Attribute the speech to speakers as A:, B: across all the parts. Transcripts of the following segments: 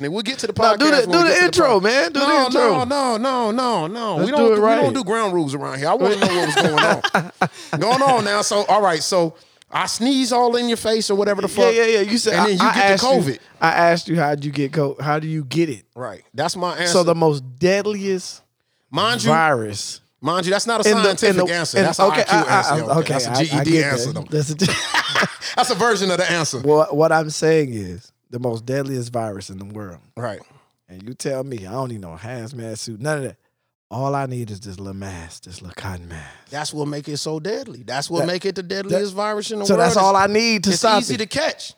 A: And we'll get to the
B: No,
A: podcast.
B: do
A: when
B: the
A: we
B: do
A: get
B: the
A: to
B: intro,
A: pod-
B: man. Do the
A: No, no,
B: intro.
A: no, no, no, no.
B: Let's
A: We don't
B: do it
A: do
B: right.
A: we don't do ground rules around here. I want to know what was going on. going on now. So all right. So I sneeze all in your face or whatever the
B: Yeah,
A: fuck.
B: yeah, yeah. You said,
A: and then you
B: I, I
A: get
B: asked
A: the COVID.
B: You, I asked you, how'd you get COVID? How do you get it?
A: Right. That's my answer.
B: So the most deadliest
A: mind you,
B: virus.
A: mind you, that's not a
B: in the- in
A: scientific
B: the-
A: answer.
B: in-
A: That's an
B: okay,
A: IQ
B: I- I-
A: answer.
B: I-
A: Okay.
B: okay,
A: That's
B: I- I
A: a GED
B: get that.
A: answer. though.
B: That's a- E
A: That's a version of the answer.
B: well, what I'm saying is the most deadliest virus in the world.
A: Right.
B: And you tell me, I don't need no hazmat suit, none of that. All I need is this little mask, this little cotton mask.
A: That's what make it so deadly. That's what
B: That-
A: make it the deadliest virus in the
B: So
A: world.
B: that's all I need to
A: It's
B: stop
A: easy
B: it.
A: to catch.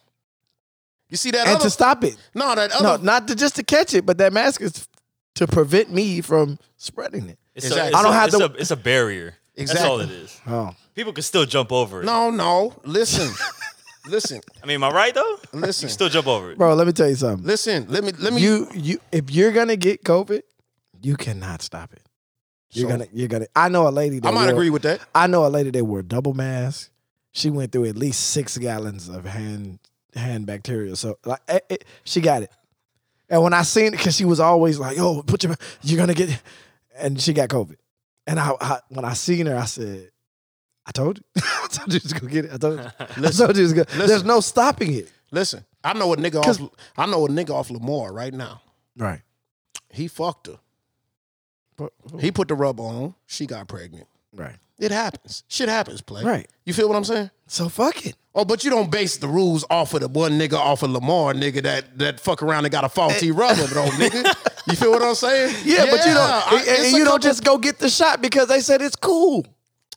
A: You see that
B: and
A: other
B: to stop it.
A: no that
B: No,
A: other
B: not to just to catch it, but that mask is to prevent me from spreading it.
C: It's
A: Exactly.
C: a, it's
A: I
B: don't
C: a-
B: have
C: it's
B: to-
C: A, it's a barrier. That's all it is.
B: Oh.
C: People can still jump over it.
A: no no listen listen
C: I mean, am I right though? You
A: listen
C: can still jump over it.
B: Bro, let me tell you something.
A: listen let me let me
B: you you if you're gonna get COVID, you cannot stop it. You're
A: So-
B: gonna you're gonna. I know a lady. That
A: I might
B: wore-
A: agree with that
B: I know a lady that wore double mask. She went through at least six gallons of hand hand bacteria. So like it, it- she got it. And when I seen it, because she was always like, "Oh, put your you're gonna get," and she got COVID. And I, I when I seen her, I said. I told you. I told you to go get it. I told you. I told you to go. There's
A: listen.
B: no stopping it.
A: listen I know a nigga
B: 'Cause-
A: off I know a nigga off Lamar right now
B: Right.
A: he fucked her he put the rub on she got pregnant
B: Right.
A: it happens shit happens play
B: Right.
A: you feel what I'm saying
B: So fuck it.
A: oh but you don't base the rules off of the one nigga off of Lamar nigga that that fuck around and got a faulty rubber though nigga you feel what I'm saying
B: Eh. Yeah, but you don't,
A: I-
B: and, and
A: it's a
B: you don't
A: couple-
B: just go get the shot because they said it's cool.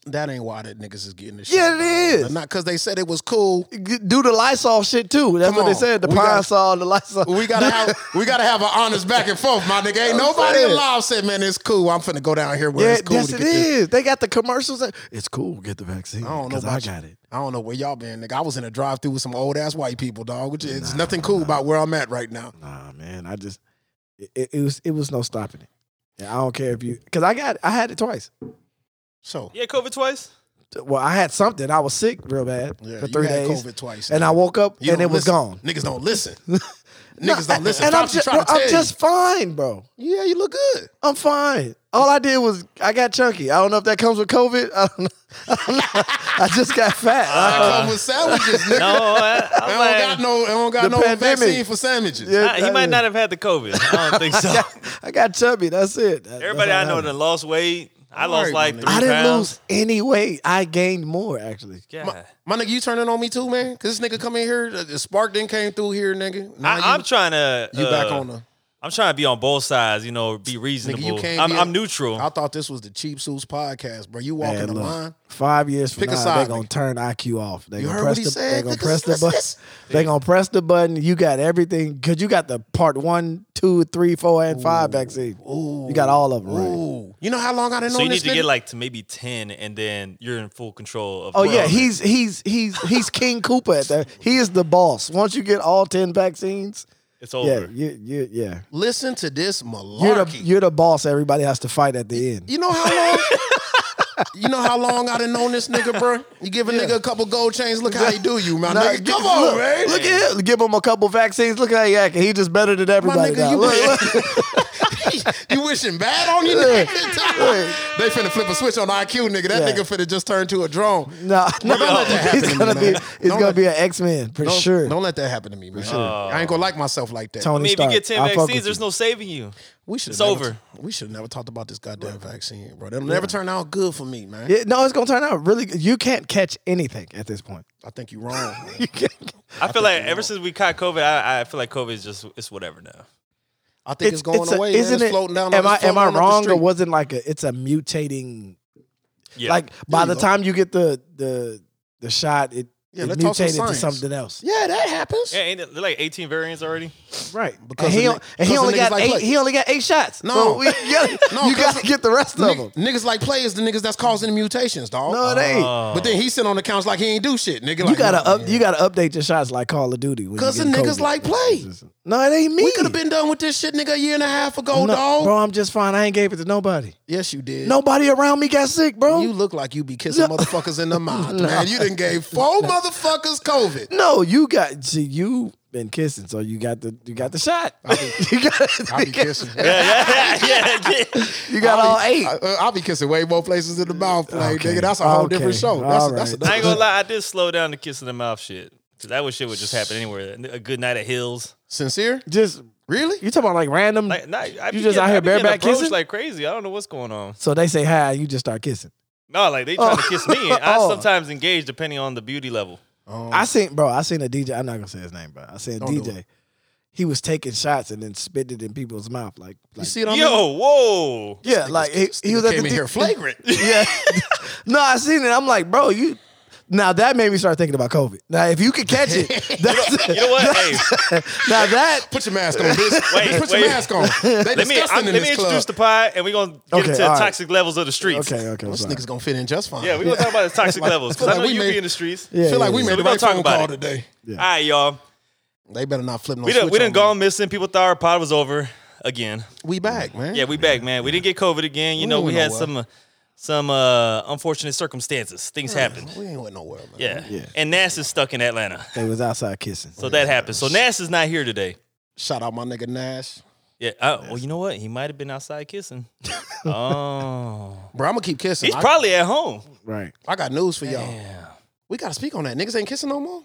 A: That ain't why that niggas is getting this shit.
B: Yeah, it
A: dog.
B: is.
A: Not because they said it was cool.
B: G- Do the Lysol shit too. That's
A: Come
B: what they
A: on.
B: said. The
A: We
B: Pine
A: gotta-
B: Sol, the Lysol.
A: We gotta have we gotta have an honest back and forth, my nigga. Ain't nobody
B: saying.
A: alive said, man, it's cool. I'm finna go down here where
B: yeah,
A: it's cool
B: yes,
A: to
B: it
A: get this.
B: is. They got the commercials. that- It's cool. Get the vaccine.
A: I don't know
B: 'cause
A: about
B: I
A: you.
B: got it.
A: I don't know where y'all been, nigga. I was in a drive through with some old ass white people, dog. Which it's nothing cool about where I'm at right now.
B: Nah, man. I just it, it, it was it was no stopping it. And I don't care if you because I got I had it twice.
A: So
C: Yeah, COVID twice.
B: Well, I had something. I was sick real bad
A: yeah,
B: for
A: you
B: three
A: had
B: days,
A: COVID twice,
B: and
A: nigga.
B: I woke up
A: You
B: and it
A: don't
B: was
A: listen.
B: gone.
A: Niggas don't listen. Niggas don't listen.
B: And I'm
A: Fauci
B: just,
A: trying to
B: I'm
A: tell you.
B: just fine, bro.
A: yeah, you look good.
B: I'm fine. All I did was I got chunky. I don't know if that comes with COVID. I don't know. I, don't know. I just got fat. I
A: I
B: don't know.
A: come with sandwiches, nigga.
C: Uh, No, I,
A: I
C: I'm
A: don't
C: like-
A: got no, I don't
B: The
A: got no
B: pandemic.
A: vaccine for sandwiches.
B: Yeah.
C: I- he might not have had the COVID. I don't think so.
B: I got chubby. That's it. That-
C: Everybody I
B: that's all
C: know
B: happened.
C: that lost weight. I
A: Don't
C: lost
A: worry,
C: like
A: my
C: three
A: nigga.
B: I didn't
C: pounds.
B: lose any weight. I gained more actually.
C: Yeah.
A: My, my nigga, you turning on me too, man? Cause this nigga come in here, uh, the spark then came through here, nigga. Now
C: I,
A: you,
C: I'm trying to.
A: you back
C: uh,
A: on the.
C: I'm trying to be on both sides. You know, be reasonable.
A: can't
C: I'm,
A: be a-
C: I'm neutral.
A: I thought this was the cheap suits podcast, bro. You walking
B: Man,
A: the
B: look,
A: line.
B: Five years from
A: Pick a
B: now,
A: side,
B: they're gonna
A: nigga.
B: turn IQ off. They're
A: You
B: gonna
A: heard what
B: press
A: he
B: the, They're
A: said?
B: gonna
A: Nigga,
B: press the
A: this-
B: button.
A: this-
B: They're gonna press the button. You got everything because you got the part one, two, three, four, and five vaccine. You got all of them. Right?
A: Ooh, you know how long I didn't
C: so
A: know
C: you need
A: this
C: to
A: nigga?
C: get like to maybe ten, and then you're in full control of.
B: Oh yeah,
C: whatever.
B: he's he's he's he's King Cooper at that. He is the boss. Once you get all ten vaccines,
C: It's over.
B: yeah, you, you, yeah,
A: Listen to this
B: you're the
A: malarkey.
B: you're the boss. Everybody has to fight at the end.
A: you know how long? you know how long I done known this nigga, bro? You give a nigga a couple gold chains, look how he do you, my
B: Nah,
A: nigga.
B: get-
A: Come on,
B: look,
A: man.
B: Look at him. Give him a couple vaccines. Look how he acting. He just better than
A: My
B: everybody.
A: nigga,
B: now.
A: you,
B: Look, look.
A: you wishing bad on you?
B: Look,
A: nigga? they finna flip a switch on IQ, nigga. That
B: Yeah.
A: nigga finna just turn to a drone.
B: No, no,
A: don't let that happen
B: he's
A: to
B: gonna
A: me,
B: be
A: man.
B: he's
A: Don't
B: gonna
A: let-
B: be an X Man for
A: Don't,
B: sure.
A: Don't let that happen to me, man. I ain't gonna like myself like that.
B: Tony
C: I mean, if you
B: Stark.
C: get ten
B: I fuck
C: vaccines,
B: with
C: there's
B: you.
C: no saving you.
A: we should.
C: It's
A: never-
C: over.
A: we should have never talked about this goddamn vaccine, bro. It'll never turn out good for me, man.
B: Yeah, no, it's gonna turn out really. good. You can't catch anything at this point.
A: I think you're wrong. man.
B: You can't.
C: I feel like ever since we caught COVID, I, I feel like COVID is just it's whatever now.
A: I think it's, going
B: a-
A: away. man. It's floating down.
B: Am I
A: it's
B: am I
A: floating up the
B: wrong or
A: street.
B: wasn't like a? It's a mutating.
C: Yeah.
B: Like by
A: you
B: the
A: go.
B: time you get the the the shot, it,
A: Yeah,
B: it
A: let's talk some
B: mutated to
A: science.
B: something else.
A: Yeah, that happens.
C: yeah, ain't it like 18 variants already?
B: Right. Because
A: Because
B: and he,
A: of
B: on-
A: ni-
B: and he
A: because of
B: only
A: niggas
B: got
A: like
B: eight.
A: Clay.
B: He only got eight shots.
A: No.
B: So we, yeah,
A: No,
B: you got to get the rest of them.
A: Nigg- Niggas like players, the niggas that's causing the mutations, dog.
B: No, it ain't.
A: But then he sit on the couch like he ain't do shit, nigga.
B: you
A: like,
B: gotta
A: nah,
B: up.
A: man.
B: You gotta update your shots like Call of Duty. when you
A: 'Cause the
B: get
A: niggas
B: COVID.
A: like play.
B: No, it ain't me.
A: We could have been done with this shit, nigga, a year and a half ago,
B: No,
A: dog.
B: bro. I'm just fine. I ain't gave it to nobody.
A: Yes, you did.
B: Nobody around me got sick, bro.
A: You look like you be kissing motherfuckers in the mouth, man. You done gave four motherfuckers COVID.
B: no, you got see you. been kissing, so you got the you got the shot.
A: be-
B: you got,
A: I be kissing.
C: yeah, yeah, yeah, yeah.
B: you got all
A: I be,
B: eight.
A: I, I be kissing way more places in the mouth, like
B: Okay.
A: nigga. That's a whole
B: Okay.
A: different show. That's,
B: All
A: that's
B: right.
A: another-
C: I ain't gonna lie, I did slow down the kiss in the mouth shit. 'Cause That was shit would just happen anywhere. A good night at Hills.
A: sincere.
B: Just
A: Really?
B: you talking about like random.
C: Like, nah, I
B: You
C: be
B: just
C: getting-
B: out here
C: I be getting
B: bareback
C: approached
B: kissing?
C: like crazy. I don't know what's going on.
B: so they say hi, you just start kissing.
C: No, like they trying to kiss me. I
B: Oh.
C: sometimes engage depending on the beauty level.
A: Um,
B: I seen, bro. I seen a DJ. I'm not gonna say his name, but I seen a
A: Don't do
B: DJ. He was taking shots and then spit it in people's mouth, like,
A: you
B: like
A: see what I mean?
C: Yo, whoa.
B: yeah, like he, he was at
A: came
B: the
A: in
B: D-
A: here flagrant.
B: Yeah, no, I seen it. I'm like, bro, you. Now that made me start thinking about COVID. Now if you could catch it, that's,
C: You know what? Hey,
B: now that
A: Put your mask on, bitch.
C: Wait,
A: Bitch, put
C: wait.
A: your mask on. They
C: let me
A: disgusting
C: I'm,
A: in
C: let
A: this
C: me
A: club.
C: introduce the pod and we're gonna get
B: Okay,
C: into
B: all right.
C: toxic levels of the streets.
B: okay, okay, I'm
A: Those
B: sorry.
A: niggas gonna fit in just fine.
C: Yeah, we're gonna talk about the toxic levels. Cause
A: Like,
C: I know
A: we
C: you
A: made-
C: be in the streets.
B: Yeah,
A: feel like we
C: So
A: made
C: we
A: the
C: gonna
A: right
C: talk
A: phone
C: about
A: call
C: it.
A: today.
C: All right, y'all.
A: They better not flip no
C: We done,
A: switch
C: we
A: on me.
C: done gone missing. People thought our pod was over again.
A: We back, man.
C: Yeah, we back, man. We didn't get COVID again. You
A: We
C: know,
A: ain't
C: we
A: went
C: had
A: nowhere.
C: some uh, some uh, unfortunate circumstances. Things happened.
A: We ain't went nowhere, man.
C: Yeah.
B: Yeah.
C: And Nas is stuck in Atlanta.
B: they was outside kissing.
C: So that happened. So Nas is not here today.
A: Shout out my nigga Nash,
C: Yeah. Uh, well, you know what? He might have been outside kissing. oh.
A: bro. I'm gonna keep kissing.
C: He's
A: I,
C: probably at home.
B: right.
A: I got news for y'all.
C: Yeah.
A: We gotta speak on that. Niggas ain't kissing no more.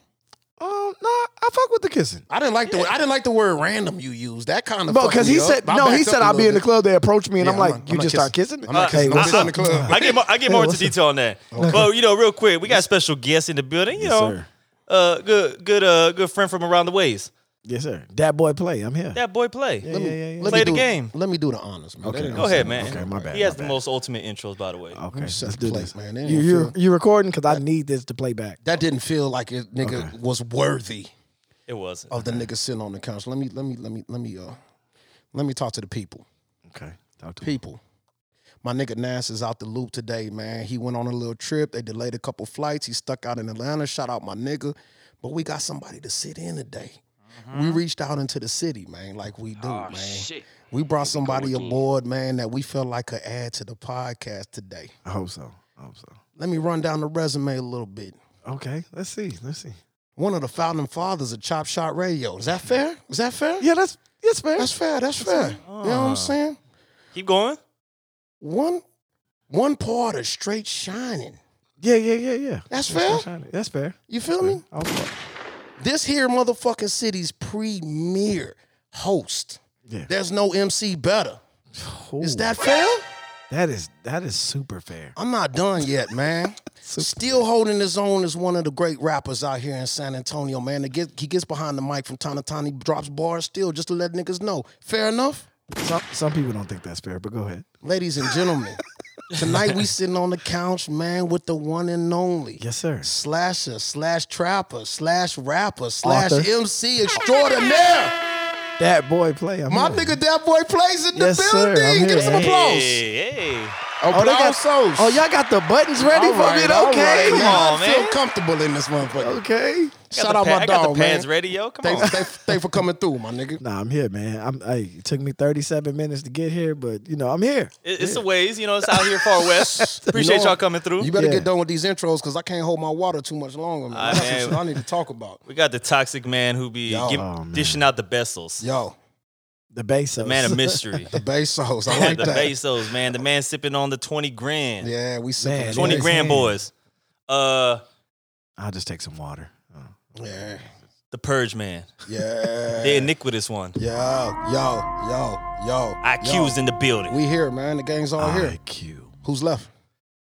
B: Um, nah, I fuck with the kissing.
A: I didn't like the I didn't like the word random you used. That kind of
B: Bro, because he said no. He said I'll be in the club. They approach me, and
A: Yeah, I'm
B: I'm like,
A: not-
B: you
A: I'm not
B: just start
A: kissing.
B: kissing.
A: I'm not
B: Hey,
A: kissing no
B: what's
A: bitch in
B: up?
A: the club.
C: I get more, I get more into
B: what's up?
C: detail on that. But you know, real quick, we got special guests in the building. You
B: Yes,
C: know,
B: sir.
C: uh, good good uh, good friend from around the ways.
B: Yes, sir. That boy play. I'm here.
C: That boy play.
B: Yeah, yeah, yeah, yeah.
A: Let
C: Play
A: me
C: the
A: do-
C: game.
A: Let me do the honors, man. They didn't
C: Go ahead,
A: say-
C: man.
B: Okay, my bad,
C: He has
B: my
C: the
B: bad.
C: most ultimate intros, by the way.
B: Okay,
A: Shut the
B: let's do
A: plate,
B: this.
A: man. They ain't
B: You
A: gonna
B: you
A: feel-
B: you recording? Because I need this to play back.
A: That didn't feel like it, nigga, was worthy
C: It wasn't.
A: of the nigga sitting on the couch. Let me, let me, let me, let me, uh, let me talk to the people.
B: Okay, talk to
A: people. My nigga Nas is out the loop today, man. He went on a little trip. They delayed a couple flights. He stuck out in Atlanta. Shout out my nigga. But we got somebody to sit in today. We reached out into the city, man, like we do, man. We brought somebody aboard, man, that we felt like could add to the podcast today.
B: I hope so. I hope so.
A: Let me run down the resume a little bit.
B: Okay, let's see. Let's see.
A: One of the founding fathers of Chop Shot Radio. Is that fair? Is that fair?
B: Yeah, that's that's fair.
A: That's fair. That's fair. You know what I'm saying?
C: Keep going.
A: One one part of straight shining.
B: yeah, yeah, yeah, yeah.
A: That's fair.
B: That's fair. That's fair.
A: You feel me?
B: Oh, fuck.
A: This here motherfucking city's premier host.
B: Yeah.
A: There's no MC better. Is
B: Ooh,
A: that fair?
B: that is that is super fair.
A: I'm not done yet, man. Still holding his own as one of the great rappers out here in San Antonio, man. He, get, he gets behind the mic from time to time. He drops bars still just to let niggas know. Fair enough?
B: Some some people don't think that's fair, but go ahead.
A: Ladies and gentlemen, tonight we sitting on the couch, man, with the one and only.
B: Yes, sir.
A: Slasher, slash trapper, slash rapper, slash
B: Author.
A: MC extraordinaire.
B: That boy play. I'm
A: My
B: here.
A: nigga, that boy plays in the
B: Yes, sir.
A: building.
B: I'm
A: Give
B: here.
A: him some
B: Hey.
A: applause.
C: Hey, hey.
B: Oh, they got,
A: sauce.
B: oh, y'all got the buttons ready
A: All
B: for
A: right,
B: it.
A: all
B: Okay,
A: right.
C: Come
A: Now
C: on,
A: I feel
C: man.
A: comfortable in this
B: Oh,
A: motherfucker.
B: okay.
A: Shout
C: Got
A: out
C: the
A: my
C: pa- I got
A: dog,
C: the pads
A: man.
C: ready, yo. Come
A: Thanks,
C: on.
A: thanks, thanks for coming through, my nigga.
B: Nah, I'm here, man. I'm. Hey, it took me 37 minutes to get here, but you know I'm here.
C: It- It's a ways, you know. It's out here far west. Appreciate
A: know,
C: y'all coming through.
A: You better
B: Yeah.
A: get done with these intros because I can't hold my water too much longer. Man.
C: All right,
A: That's some
C: man.
A: shit I need to talk about.
C: we got the toxic man who be
A: Yo.
C: give-
B: Oh, man.
C: dishing out the bestels.
A: Yo,
B: The base.
C: The man of mystery.
A: the bass sauce. I like
C: the
A: that.
C: Bezos, man. The man sipping on the 20 grand.
A: Yeah, we sipping
B: Man,
A: on
C: 20
A: that.
C: grand
B: man.
C: boys. Uh
B: I'll just take some water. Oh.
A: Yeah,
C: the purge man.
A: yeah.
C: The iniquitous one.
A: Yo, yo, yo, yo.
C: IQ's in the
A: Yo.
C: building.
A: We here, man. The gang's
B: Oh,
A: all here.
B: IQ.
A: Who's left?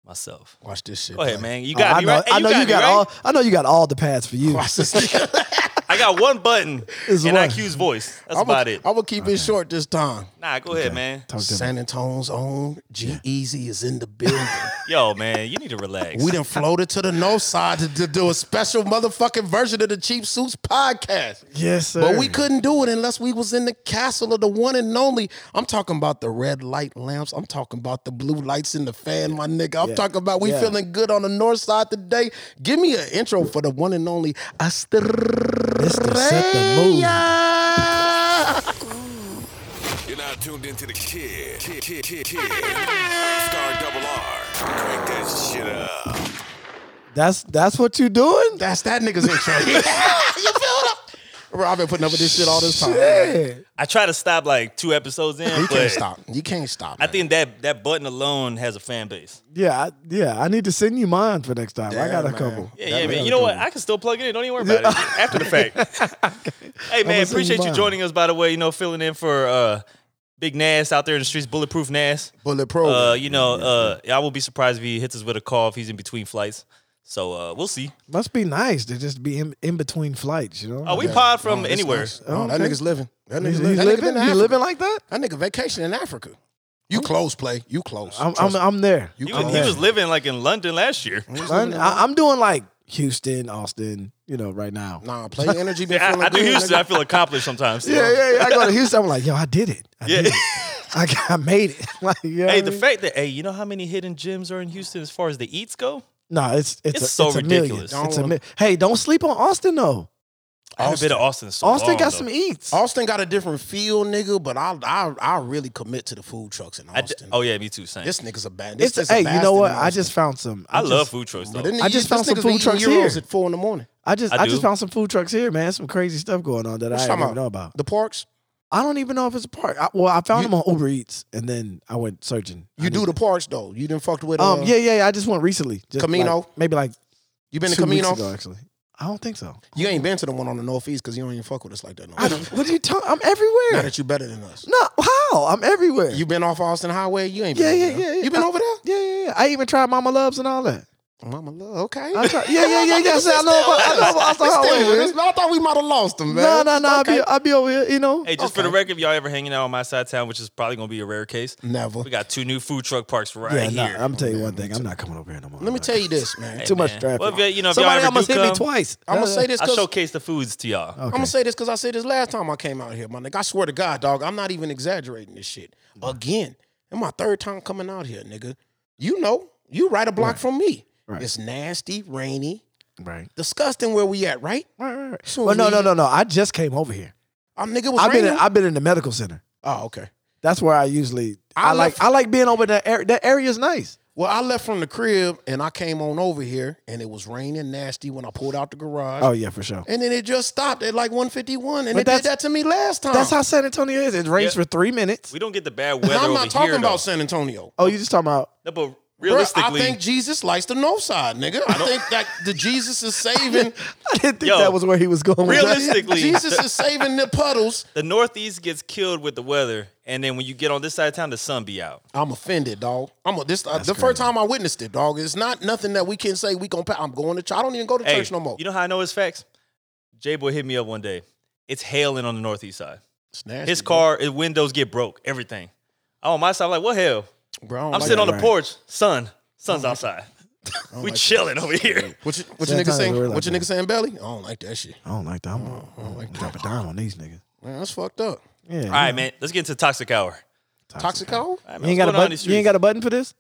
C: Myself.
A: Watch this shit.
C: Go ahead,
A: play.
C: man. You
B: Oh,
C: got
B: I
C: me
B: know.
C: right. Hey,
B: I know you got,
C: me, right?
B: all. I know you got all the pads for you.
A: Watch this.
C: I got one button
B: It's
C: and
B: one.
C: IQ's voice. That's
A: I'm
C: about
A: gonna-
C: it.
A: I'm gonna keep it short this time.
C: Nah, go ahead, man.
B: Talk to me.
A: San Antonio's own G Easy is in the building.
C: Yo, man, you need to relax.
A: we done floated to the north side to, to do a special motherfucking version of the Cheap Suits podcast.
B: Yes, sir.
A: But we couldn't do it unless we was in the castle of the one and only. I'm talking about the red light lamps. I'm talking about the blue lights in the fan, my nigga. I'm
B: Yeah.
A: talking about we
B: Yeah.
A: feeling good on the north side today. Give me an intro for the one and only
B: Mister, set the mood.
A: Estrella.
D: You're now tuned into the kid, kid, kid, kid, kid. Star double R. Crank that shit up.
B: That's that's what you doing.
A: That's that nigga's intro. you feel it? Bro, I've been putting up with this shit all this time.
B: Shit.
C: I try to stop like two episodes in,
A: You
C: but
A: can't stop. You can't stop.
C: I
A: man.
C: think that that button alone has a fan base.
B: Yeah, I, yeah. I need to send you mine for next time. I
A: Yeah,
B: got a
A: man.
B: couple.
C: Yeah,
A: That
C: yeah,
A: really
C: man. You know what?
A: cool.
C: I can still plug it in. Don't even worry about it after the fact.
B: gonna
C: hey, man,
B: send you
C: appreciate you
B: mine.
C: joining us. By the way, you know, filling in for uh, Big Nas out there in the streets, bulletproof Nas.
A: Bullet Pro.
C: Uh, you know, uh, I will be surprised if he hits us with a call if he's in between flights. So uh, we'll see.
B: Must be nice to just be in, in between flights, you know?
C: Oh, we
B: Like,
C: pod from anywhere.
A: oh, that
B: okay.
A: nigga's living. That nigga's
B: He's,
A: living. That nigga
B: he's
A: been to
B: living, he
A: Africa.
B: living like that?
A: That nigga vacation in Africa. Hmm? You close, play. You close.
B: I'm, I'm,
A: Trust me.
B: I'm there.
A: you
C: He
A: close.
C: was, he was living like in London last year.
B: Son, I, I'm doing like Houston, Austin, you know, right now.
A: Nah, play energy. Been
C: I,
A: feeling
C: I do
A: good,
C: Houston.
A: nigga.
C: I feel accomplished sometimes.
B: Yeah, yeah, yeah. I go to Houston. I'm like, yo, I did it. I, did
C: Yeah.
B: it. I, got- I made it. Like, yeah.
C: Hey, the fact that hey, you know how many hidden gems are in Houston as far as the eats go?
B: no, it's it's,
C: It's
B: a,
C: so
B: it's a
C: ridiculous.
B: Million. It's a
A: Don't-
B: mi- hey, don't sleep on Austin though.
C: I haven't been to Austin in so
B: Austin
C: long,
B: got
C: though.
B: some eats.
A: Austin got a different feel, nigga. But I, I, I really commit to the food trucks in
C: I d-
A: Austin.
C: oh yeah, me too. Same.
A: This nigga's a bad. This
B: it's
A: is a
B: hey, you
A: bastard
B: know what?
A: in
B: I
A: Austin.
B: just found some.
C: I, love
B: just-
C: food trucks though.
A: But then
B: I
A: these-
B: just found
A: this
B: some
A: nigga's
B: food
A: eating
B: trucks
A: gyros
B: here.
A: at four in the morning.
B: I just
C: I
B: I,
C: do.
B: just found some food trucks here, man. Some crazy stuff going on that
A: What
B: I
A: you
B: didn't
A: talking
B: even know
A: about?
B: about.
A: The parks.
B: I don't even know if it's a park. I, well, I found
A: You-
B: them on Uber Eats, and then I went searching. I
A: You do
B: need-
A: the parks though. You didn't fucked with. Uh,
B: Um, yeah, yeah, yeah. I just went recently. Just
A: Camino?
B: like- maybe like
A: You been to
B: two weeks ago,
A: Camino?
B: actually. I don't think so.
A: You ain't been to the one on the northeast because you don't even fuck with us like that. No.
B: I, what are you talking? I'm
A: Now
B: everywhere.
A: that you better than us.
B: No, how? I'm everywhere.
A: You been off Austin Highway? You ain't.
B: yeah,
A: been
B: yeah,
A: over there.
B: yeah, yeah.
A: You been
B: I-
A: over there?
B: Yeah, yeah, yeah. I even tried Mama Loves and all that.
A: Mama, love. Okay.
B: I tried, yeah, yeah, yeah, yeah. See, I know about, I know about Austin
A: They still
B: Highway.
A: with us.
B: man.
A: I thought we might have lost them, man.
B: No, no, no. I'll
A: Okay.
B: be, I'll be over here. You know.
C: Hey, just for the record, if y'all ever hanging out on my side of town, which is probably gonna be a rare case,
A: Never.
C: we got two new food truck parks right
B: yeah,
C: here.
B: nah, I'm tell you one thing. I'm not coming over here no more.
A: Let me tell you this, man.
B: Too much
C: man.
B: traffic.
C: Well, if you- you know, if y'all
B: Somebody
C: ever
B: almost
C: do
B: hit me
C: come-
B: twice.
A: I'm gonna say this
C: I
A: because
C: showcase the foods to y'all.
B: Oh.
A: I'm gonna say this because I said this last time I came out here, my nigga. I swear to God, dog, I'm not even exaggerating this shit. Again, and my third time coming out here, nigga. You know, you right a block from me.
B: Right.
A: It's nasty, rainy,
B: Right.
A: disgusting where we at, right?
B: Right, right, right.
A: Soon
B: Well,
A: as
B: no,
A: we-
B: no, no, no. I just came over here.
A: Our nigga
C: Oh,
A: was
B: I've been,
A: raining.
B: in, I've been in the medical center.
A: oh, okay.
B: That's where I usually. I,
A: I
B: like,
A: left-
B: I like being over that area. That area's nice.
A: Well, I left from the crib and I came on over here, and it was raining nasty when I pulled out the garage.
B: Oh yeah, for sure.
A: And then it just stopped at like 151, and it
B: But
A: did
B: that's-
A: that to me last time.
B: That's how San Antonio is. It rains
C: Yeah.
B: for three minutes.
C: We don't get the bad weather
A: I'm
C: over
A: not talking
C: here,
A: about
C: though.
A: San Antonio.
B: Oh, you just talking about?
C: No, but
A: Bruh,
C: realistically,
A: I think Jesus likes the north side, nigga. I think that the Jesus is saving.
B: I didn't think
C: Yo,
B: that was where he was going. with that.
C: realistically,
A: Jesus
C: the,
A: is saving the puddles.
C: the Northeast gets killed with the weather, and then when you get on this side of town, the sun be out.
A: I'm offended, dog. I'm a, this uh, the first time I witnessed it, dog. It's not nothing that we can say we gonna. pa- I'm going to church. I don't even go to
C: Hey,
A: church no more.
C: You know how I know it's facts? J boy hit me up one day. It's hailing on the Northeast side.
A: It's nasty,
C: His
A: bro.
C: car, his windows get broke, everything. I'm on my side, I'm like, what hell?
A: Bro, I don't
C: I'm
A: like
C: sitting on
A: that.
C: the porch, sun,
A: Oh
C: sun's outside. We chilling over here.
A: What you, what you
B: Sad
A: nigga
B: times
A: saying?
B: we were like
A: what your
B: that.
A: nigga saying, Belly? I don't like that shit.
B: Oh, I don't like that. I'm, I'm, drop a dime on these niggas.
A: Man, that's fucked up.
B: Yeah.
C: All right, man, let's get into toxic hour.
A: Toxic out?
C: All right,
B: You
C: man,
B: ain't
C: what's
B: got a
C: going on in
B: button.
C: these
B: You ain't
C: streets?
B: got a button for this.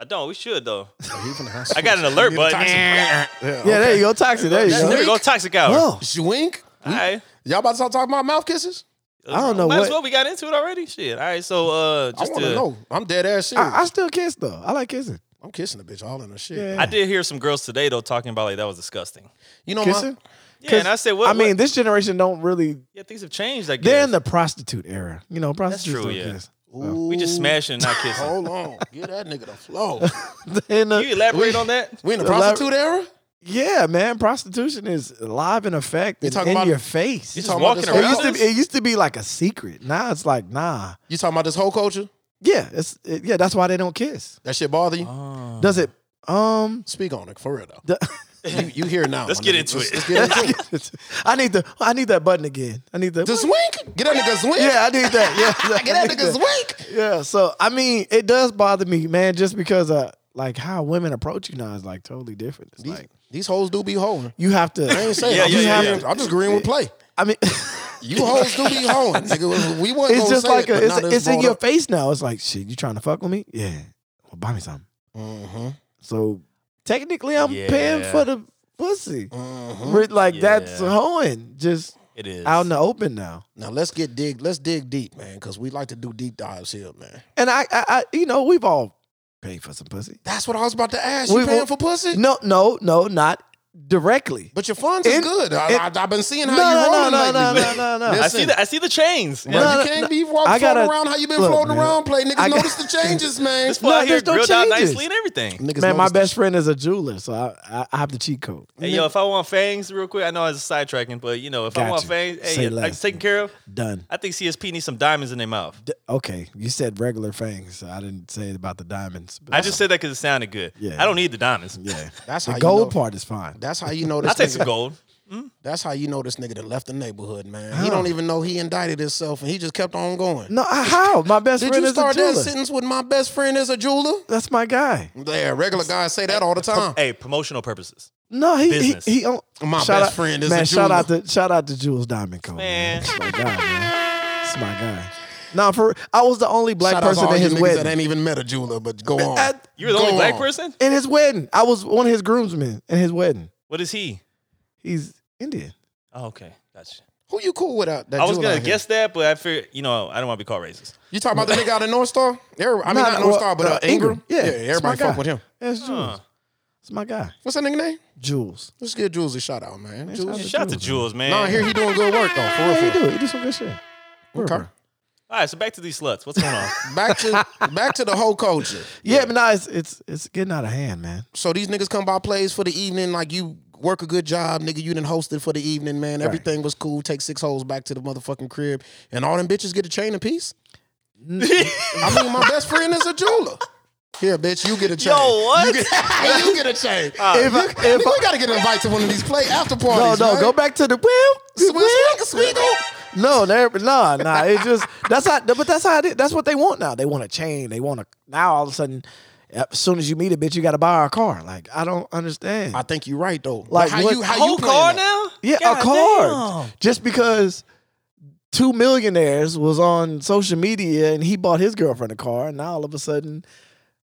C: I don't. We should though.
A: I
C: I got an alert button.
A: Yeah,
B: Yeah, there
A: okay.
B: you go. Toxic. There you
A: That's
C: There
B: go.
C: we go. Toxic hour.
B: Oh,
A: Zwink?
C: All right.
A: Y'all about to start talking about mouth kisses?
B: I don't know
C: Might as
B: what-
C: well. We got into it already. Shit. All right. So uh,
A: I
C: just
A: want
C: to,
A: to know. I'm dead ass serious.
B: I, I still kiss though. I like kissing.
A: I'm kissing the bitch all in her shit.
B: Yeah.
C: I did hear some girls today though talking about like that was disgusting.
A: You know,
B: Kissing.
C: Yeah, and I said, what?
B: I mean,
C: what-
B: this generation don't really.
C: yeah, things have changed. I guess
B: They're in the prostitute era. You know, prostitutes
C: true,
B: don't
C: yeah.
B: kiss.
A: my, Ooh,
C: we just smashing, and not kissing.
A: Hold on, get that nigga the flow.
B: In the-
C: Can you elaborate on that?
A: We in the
B: The lab-
A: prostitute era.
B: uh, yeah, man, prostitution is live in effect.
A: You
B: and
A: talking
B: in
A: about-
B: your face.
A: You
C: Just
A: talking about
C: walking
A: this
B: It
A: whole
C: around.
B: used,
A: culture?
B: to, it used to be like a secret. Now it's like, nah.
A: You talking about this whole culture?
B: Yeah, it's it, yeah. That's why they don't kiss.
A: That shit bother you?
B: Uh-huh.
A: Uh.
B: Does it? Um,
A: Speak on it for real though.
B: the,
A: You, you here now?
C: Let's
A: my
C: get
A: nigga.
C: into
A: let's,
C: it.
A: Let's get into it.
B: I need the I need that button again. I need the.
A: The swink. Get that nigga swink.
B: yeah, I need that. Yeah, I
A: Get that
B: need
A: nigga swink.
B: Yeah. So I mean, it does bother me, man, just because uh, like how women approach you now is like totally different. It's
A: These,
B: like
A: these hoes do be hoeing.
B: you have
A: I
B: to.
A: ain't saying.
C: Yeah,
A: I'm,
C: yeah,
A: just
C: yeah,
A: agreeing-
C: yeah.
A: I'm just agreeing with play.
B: I mean,
A: You hoes do be hoeing. Nigga, we wasn't
B: it's
A: gonna
B: just
A: say
B: like
A: it,
B: a,
A: but
B: it's,
A: now that
B: it's in
A: brought
B: your
A: up.
B: face now. It's like shit. You trying to fuck with me? Yeah. Well, buy me something.
A: Mm-hmm,
B: So technically, I'm paying
C: Yeah.
B: for the pussy.
A: Mhm.
B: We're- Like that's
C: Mm-hmm. Yeah.
B: hoeing. Just
C: It is.
B: out in the open now.
A: Now let's get dig. Let's dig deep, man, because we like to do deep dives here, man.
B: And I, I, I you know, we've all paid for some pussy.
A: That's what I was about to ask. You
B: We
A: paying
B: will-
A: for pussy?
B: No, no, no, not directly.
A: But your funds is
B: In-
A: good. I,
B: in-
A: I, have been seeing how
B: No,
A: you
B: no,
A: rolling
B: no,
A: lately.
B: no, no,
A: man.
B: no, no, no.
C: I see the I see the chains.
A: Bro,
B: No, no,
A: you can't
B: no.
A: be walking
B: I gotta-
A: floating around how you been
B: look,
A: floating
B: man.
A: around. Play niggas
B: I got-
A: notice the changes, man.
C: This boy out here
B: there's no
C: grilled out
B: changes.
C: nicely and everything.
A: Niggas
B: Man, my
A: notice
B: best friend is a jeweler, so I, I, I have the cheat code.
C: Hey yo, if I want fangs real quick, I know I was sidetracking, but you know, if I
B: Got
C: want
B: you.
C: fangs,
B: Say
C: hey, yeah,
B: less.
C: that's taken care of.
B: Done.
C: I think CSP needs some diamonds in their mouth.
B: D- okay, you said regular fangs. So I didn't say about the diamonds. But
C: I just said that because it sounded good.
B: Yeah.
C: I don't need the diamonds.
B: yeah.
A: That's
B: the
A: how Oh, you
B: gold
A: know-
B: part is fine.
A: That's how you know
C: I'll
A: this.
C: take some
A: Nigga,
C: gold.
A: that's how you know this nigga that left the neighborhood, man. He don't even know he indicted himself, and he just kept on going.
B: No, I- how my best
A: Did
B: friend
A: you
B: is a
A: start that
B: jeweler.
A: sentence with my best friend is a jeweler?
B: That's my guy.
A: Yeah, regular guys say that all the time.
C: Hey, promotional purposes.
B: No, he he,
C: Business.
B: he own-
A: My
B: shout
A: best
B: out-
A: friend is a
B: man. shout out
A: jeweler.
B: to shout out to Jules Diamond Co. Man,
C: Man.
B: that's my guy. Man. That's my guy. No, for I was the only black
A: Shout out to
B: person
A: all
B: at
A: you
B: his
A: niggas that
B: wedding.
A: ain't even met a jeweler, but go on.
B: At-
C: You're the
A: Go
C: only black
A: on.
C: person?
B: in his wedding, I was one of his groomsmen in his wedding.
C: What is he?
B: He's Indian.
C: Oh, okay. Gotcha.
A: Who you cool with out that
C: I was
A: jeweler
C: gonna
A: out here?
C: guess that, but I figured, you know, I don't want to be called racist.
A: You talking about the nigga out of North Star? Every- I mean,
B: Nah,
A: not
B: well,
A: North Star, but uh, Ingram.
B: Yeah, it's my
A: everybody
B: guy.
A: fuck with him.
B: That's Jules.
C: Huh.
B: That's my guy,
A: What's that nigga name?
B: Jules.
A: Let's give Jules a shout out, man.
B: Man,
A: Jules.
B: shout
C: Shout out to Jules, man.
A: No, I hear he doing good work though. For real,
B: Yeah,
A: for
B: he
A: real.
B: do. He do some good shit. Word,
A: Okay.
B: bro.
C: All right, so back to these sluts. What's going on?
A: Back to back to the whole culture.
B: Yeah, but nah, it's it's it's getting out of hand, man.
A: So these niggas come by plays for the evening, like you work a good job, nigga. You done hosted for the evening, man. Everything was cool. Take six holes back to the motherfucking crib, and all them bitches get a chain apiece. I mean, my best friend is a jeweler. Here, bitch, you get a chain.
C: what?
A: You get, you get a chain.
B: If I-
A: Nigga,
B: if
A: nigga,
B: I-
A: we gotta get an invite to one of these play after
B: No,
A: parties.
B: no,
A: man.
B: go back to the well.
A: Sweet, sweet, sweet, sweet.
B: No, there- nah, nah. It just that's how, but that's how it is. that's what they want now. They want a chain. They want a now. All of a sudden, as soon as you meet a bitch, you got to buy her a car. Like I don't understand.
A: I think you're right though.
B: Like,
A: Like how
B: what-
A: you how
C: A whole
A: you playing
C: car
A: that?
C: now?
B: yeah,
C: God
B: a car.
C: damn.
B: Just because two millionaires was on social media and he bought his girlfriend a car, and now all of a sudden,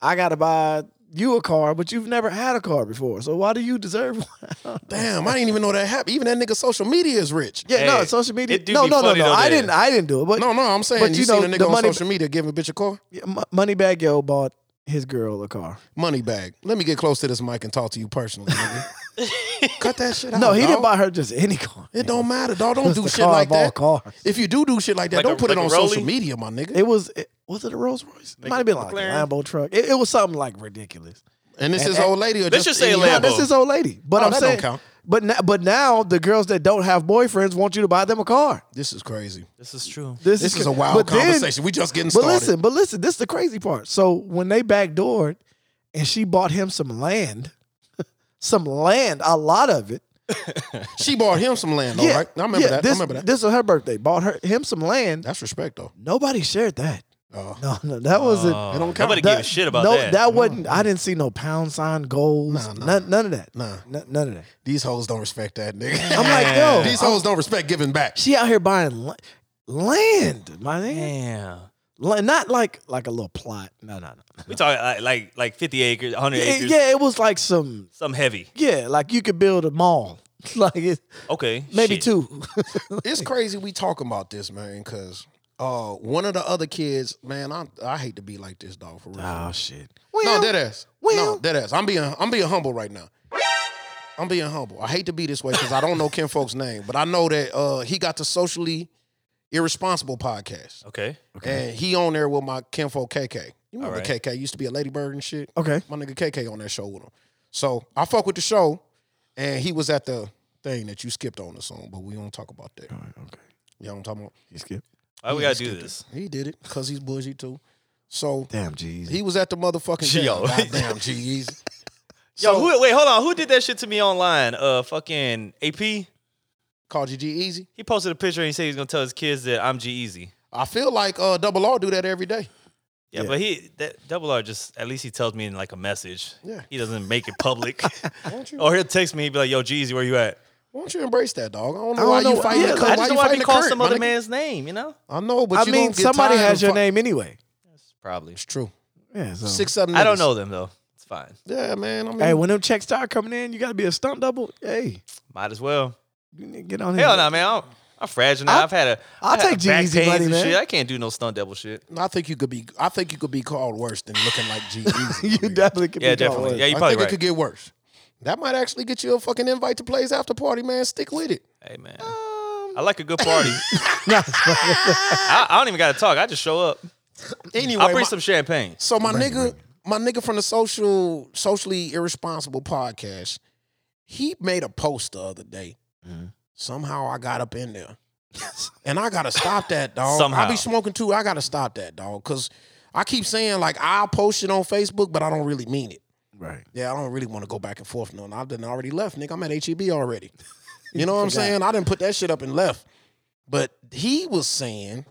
B: I got to buy you a car, but you've never had a car before. So why do you deserve one?
A: Damn, I didn't even know that happened. Even that nigga social media is rich.
B: Yeah, no,
C: Hey,
B: social media.
C: it do
B: No,
C: be
B: no, no,
C: funny
B: no.
C: though
B: I
C: that-
B: didn't. I didn't do it. But
A: No, no, I'm saying
B: But
A: you,
B: you
A: seen
B: know,
A: a
B: the
A: nigga on
B: money-
A: social media giving a bitch a car?
B: M- Moneybag Yo bought his girl a car.
A: Money bag. Let me get close to this mic and talk to you personally, nigga. Cut that shit out.
B: No, he
A: dog.
B: didn't buy her just any car.
A: It don't matter, dog. Don't
B: It's
A: do
B: the
A: shit
B: car
A: like
B: of all
A: that.
B: cars.
A: If you do do shit like that,
C: Like
A: don't
C: a-
A: put it
C: like
A: on
C: a Rollie?
A: social media, my nigga.
B: It was. It, was it a Rolls Royce? It might have been like a
C: McLaren?
B: Lambo truck. It, it was something like ridiculous.
A: and this
B: and-
A: is old lady. Or
C: Let's just say
A: any-
C: Lambo.
B: Now, this is old lady, but
A: Oh,
B: I'm
A: that don't
B: saying.
A: count.
B: But now, but now the girls that don't have boyfriends want you to buy them a car.
A: This is crazy.
C: This is true.
B: This,
A: This
B: is
A: is a wild
B: but then-
A: conversation. we just getting
B: But
A: started.
B: listen, but listen, this is the crazy part. So when they backdoored and she bought him some land, some land, a lot of it.
A: she bought him some land, though, right? I remember that.
B: This,
A: I remember that.
B: This was her birthday. Bought her him some land.
A: That's respect, though.
B: Nobody shared that.
A: Oh.
B: No, no, that wasn't.
A: It don't count.
C: Oh. Nobody
B: that,
C: gave a shit about
B: no,
C: that.
B: wasn't. I didn't see no pound sign goals. None, none of that.
A: Nah.
B: N- none of that.
A: These hoes don't respect that, nigga.
B: I'm like, yo,
A: These hoes don't respect giving back.
B: she out here buying la- land, my nigga.
C: Damn.
B: La- not like like a little plot. No, no, no.
C: We talking like like, like 50 acres, 100
B: Yeah,
C: acres.
B: yeah, it was like some.
C: Some heavy.
B: Yeah, like you could build a mall. like it,
C: Okay.
B: maybe
C: Oh, shit.
B: two.
A: It's crazy we talking about this, man, because uh, one of the other kids, man, I I hate to be like this, dog, for real.
B: oh shit.
A: no,
B: Well,
A: dead ass.
B: well-
A: no, dead ass. I'm being I'm being humble right now. I'm being humble. I hate to be this way because I don't know Ken Folk's name, but I know that uh, he got the socially irresponsible podcast,
C: Okay.
A: and he on there with my Ken Folk KK. You remember
C: All right. Oh,
A: KK used to be a ladybird and shit.
B: Okay.
A: My nigga KK on that show with him. So I fuck with the show, and he was at the thing that you skipped on the song, but we don't talk about that.
B: All right, okay.
A: You know what I'm talking about?
B: You skip.
C: Why we gotta do this?
A: He did it because he's bougie too. So
B: Damn, jeez.
A: he was at the motherfucking
C: Yo.
A: jail. Goddamn, geez.
C: Yo, who, wait, hold on. Who did that shit to me online? Uh, fucking AP. He
A: Called you G Easy.
C: posted a picture and he said he's gonna tell his kids that I'm G Easy.
A: I feel like uh, Double R do that every day.
C: Yeah, but he that double R just at least he tells me in like a message.
A: Yeah.
C: He doesn't make it public.
A: Won't you?
C: or he'll text me and be like, yo, Jeezy, where you at?
A: Won't you embrace that, dog? I don't know
B: I
A: why
B: don't
A: you
B: know-
A: fighting
B: yeah,
A: the
B: I
A: current.
C: I
A: Why
C: just
A: you
C: don't want to
A: fighting
C: be
A: the
C: called
A: current?
C: some other
A: my nigga?
C: man's name, you know?
A: I know, but
B: I
A: you
B: mean,
A: gonna get
B: somebody
A: tired
B: has
A: of
B: your
A: fu-
B: name Uh-huh. anyway.
C: Probably.
A: It's true.
B: Yeah. So.
A: Six, seven.
C: I don't
A: niggas.
C: know them though. It's fine.
A: Yeah, man. I mean,
B: Hey, when them checks start coming in, you gotta be a stunt double. Hey,
C: Might as well.
B: you need to get on here.
C: Hell no, man. I'm, I'm fragile now.
B: I-
C: I, have had a
B: I'll
C: I've had
B: take
C: back
B: Jeezy
C: pains
B: money,
C: and
B: man.
C: Shit. I can't do no stunt devil shit.
A: I think you could be. I think you could be called worse than looking like G Easy.
B: you definitely can.
C: Yeah,
B: be called
C: definitely.
B: worse.
C: Yeah, you
A: I
C: probably
A: think
C: right.
A: it could get worse. That might actually get you a fucking invite to Plays After Party, man. Stick with it.
C: Hey man, I like a good party. I, I don't even gotta talk. I just show up.
A: Anyway,
C: I'll bring
A: my-
C: some champagne.
A: So my nigga, my nigga from the social socially irresponsible podcast, he made a post the other day.
C: Mm-hmm.
A: Somehow I got up in there, and I gotta stop that dog. I
C: Somehow.
A: be smoking too. I gotta stop that dog because I keep saying like I'll post it on Facebook, but I don't really mean it.
B: Right.
A: Yeah, I don't really want to go back and forth. No, and I've done already left, nigga. I'm at HEB already. You know what I'm saying? I didn't put that shit up and left. But he was saying,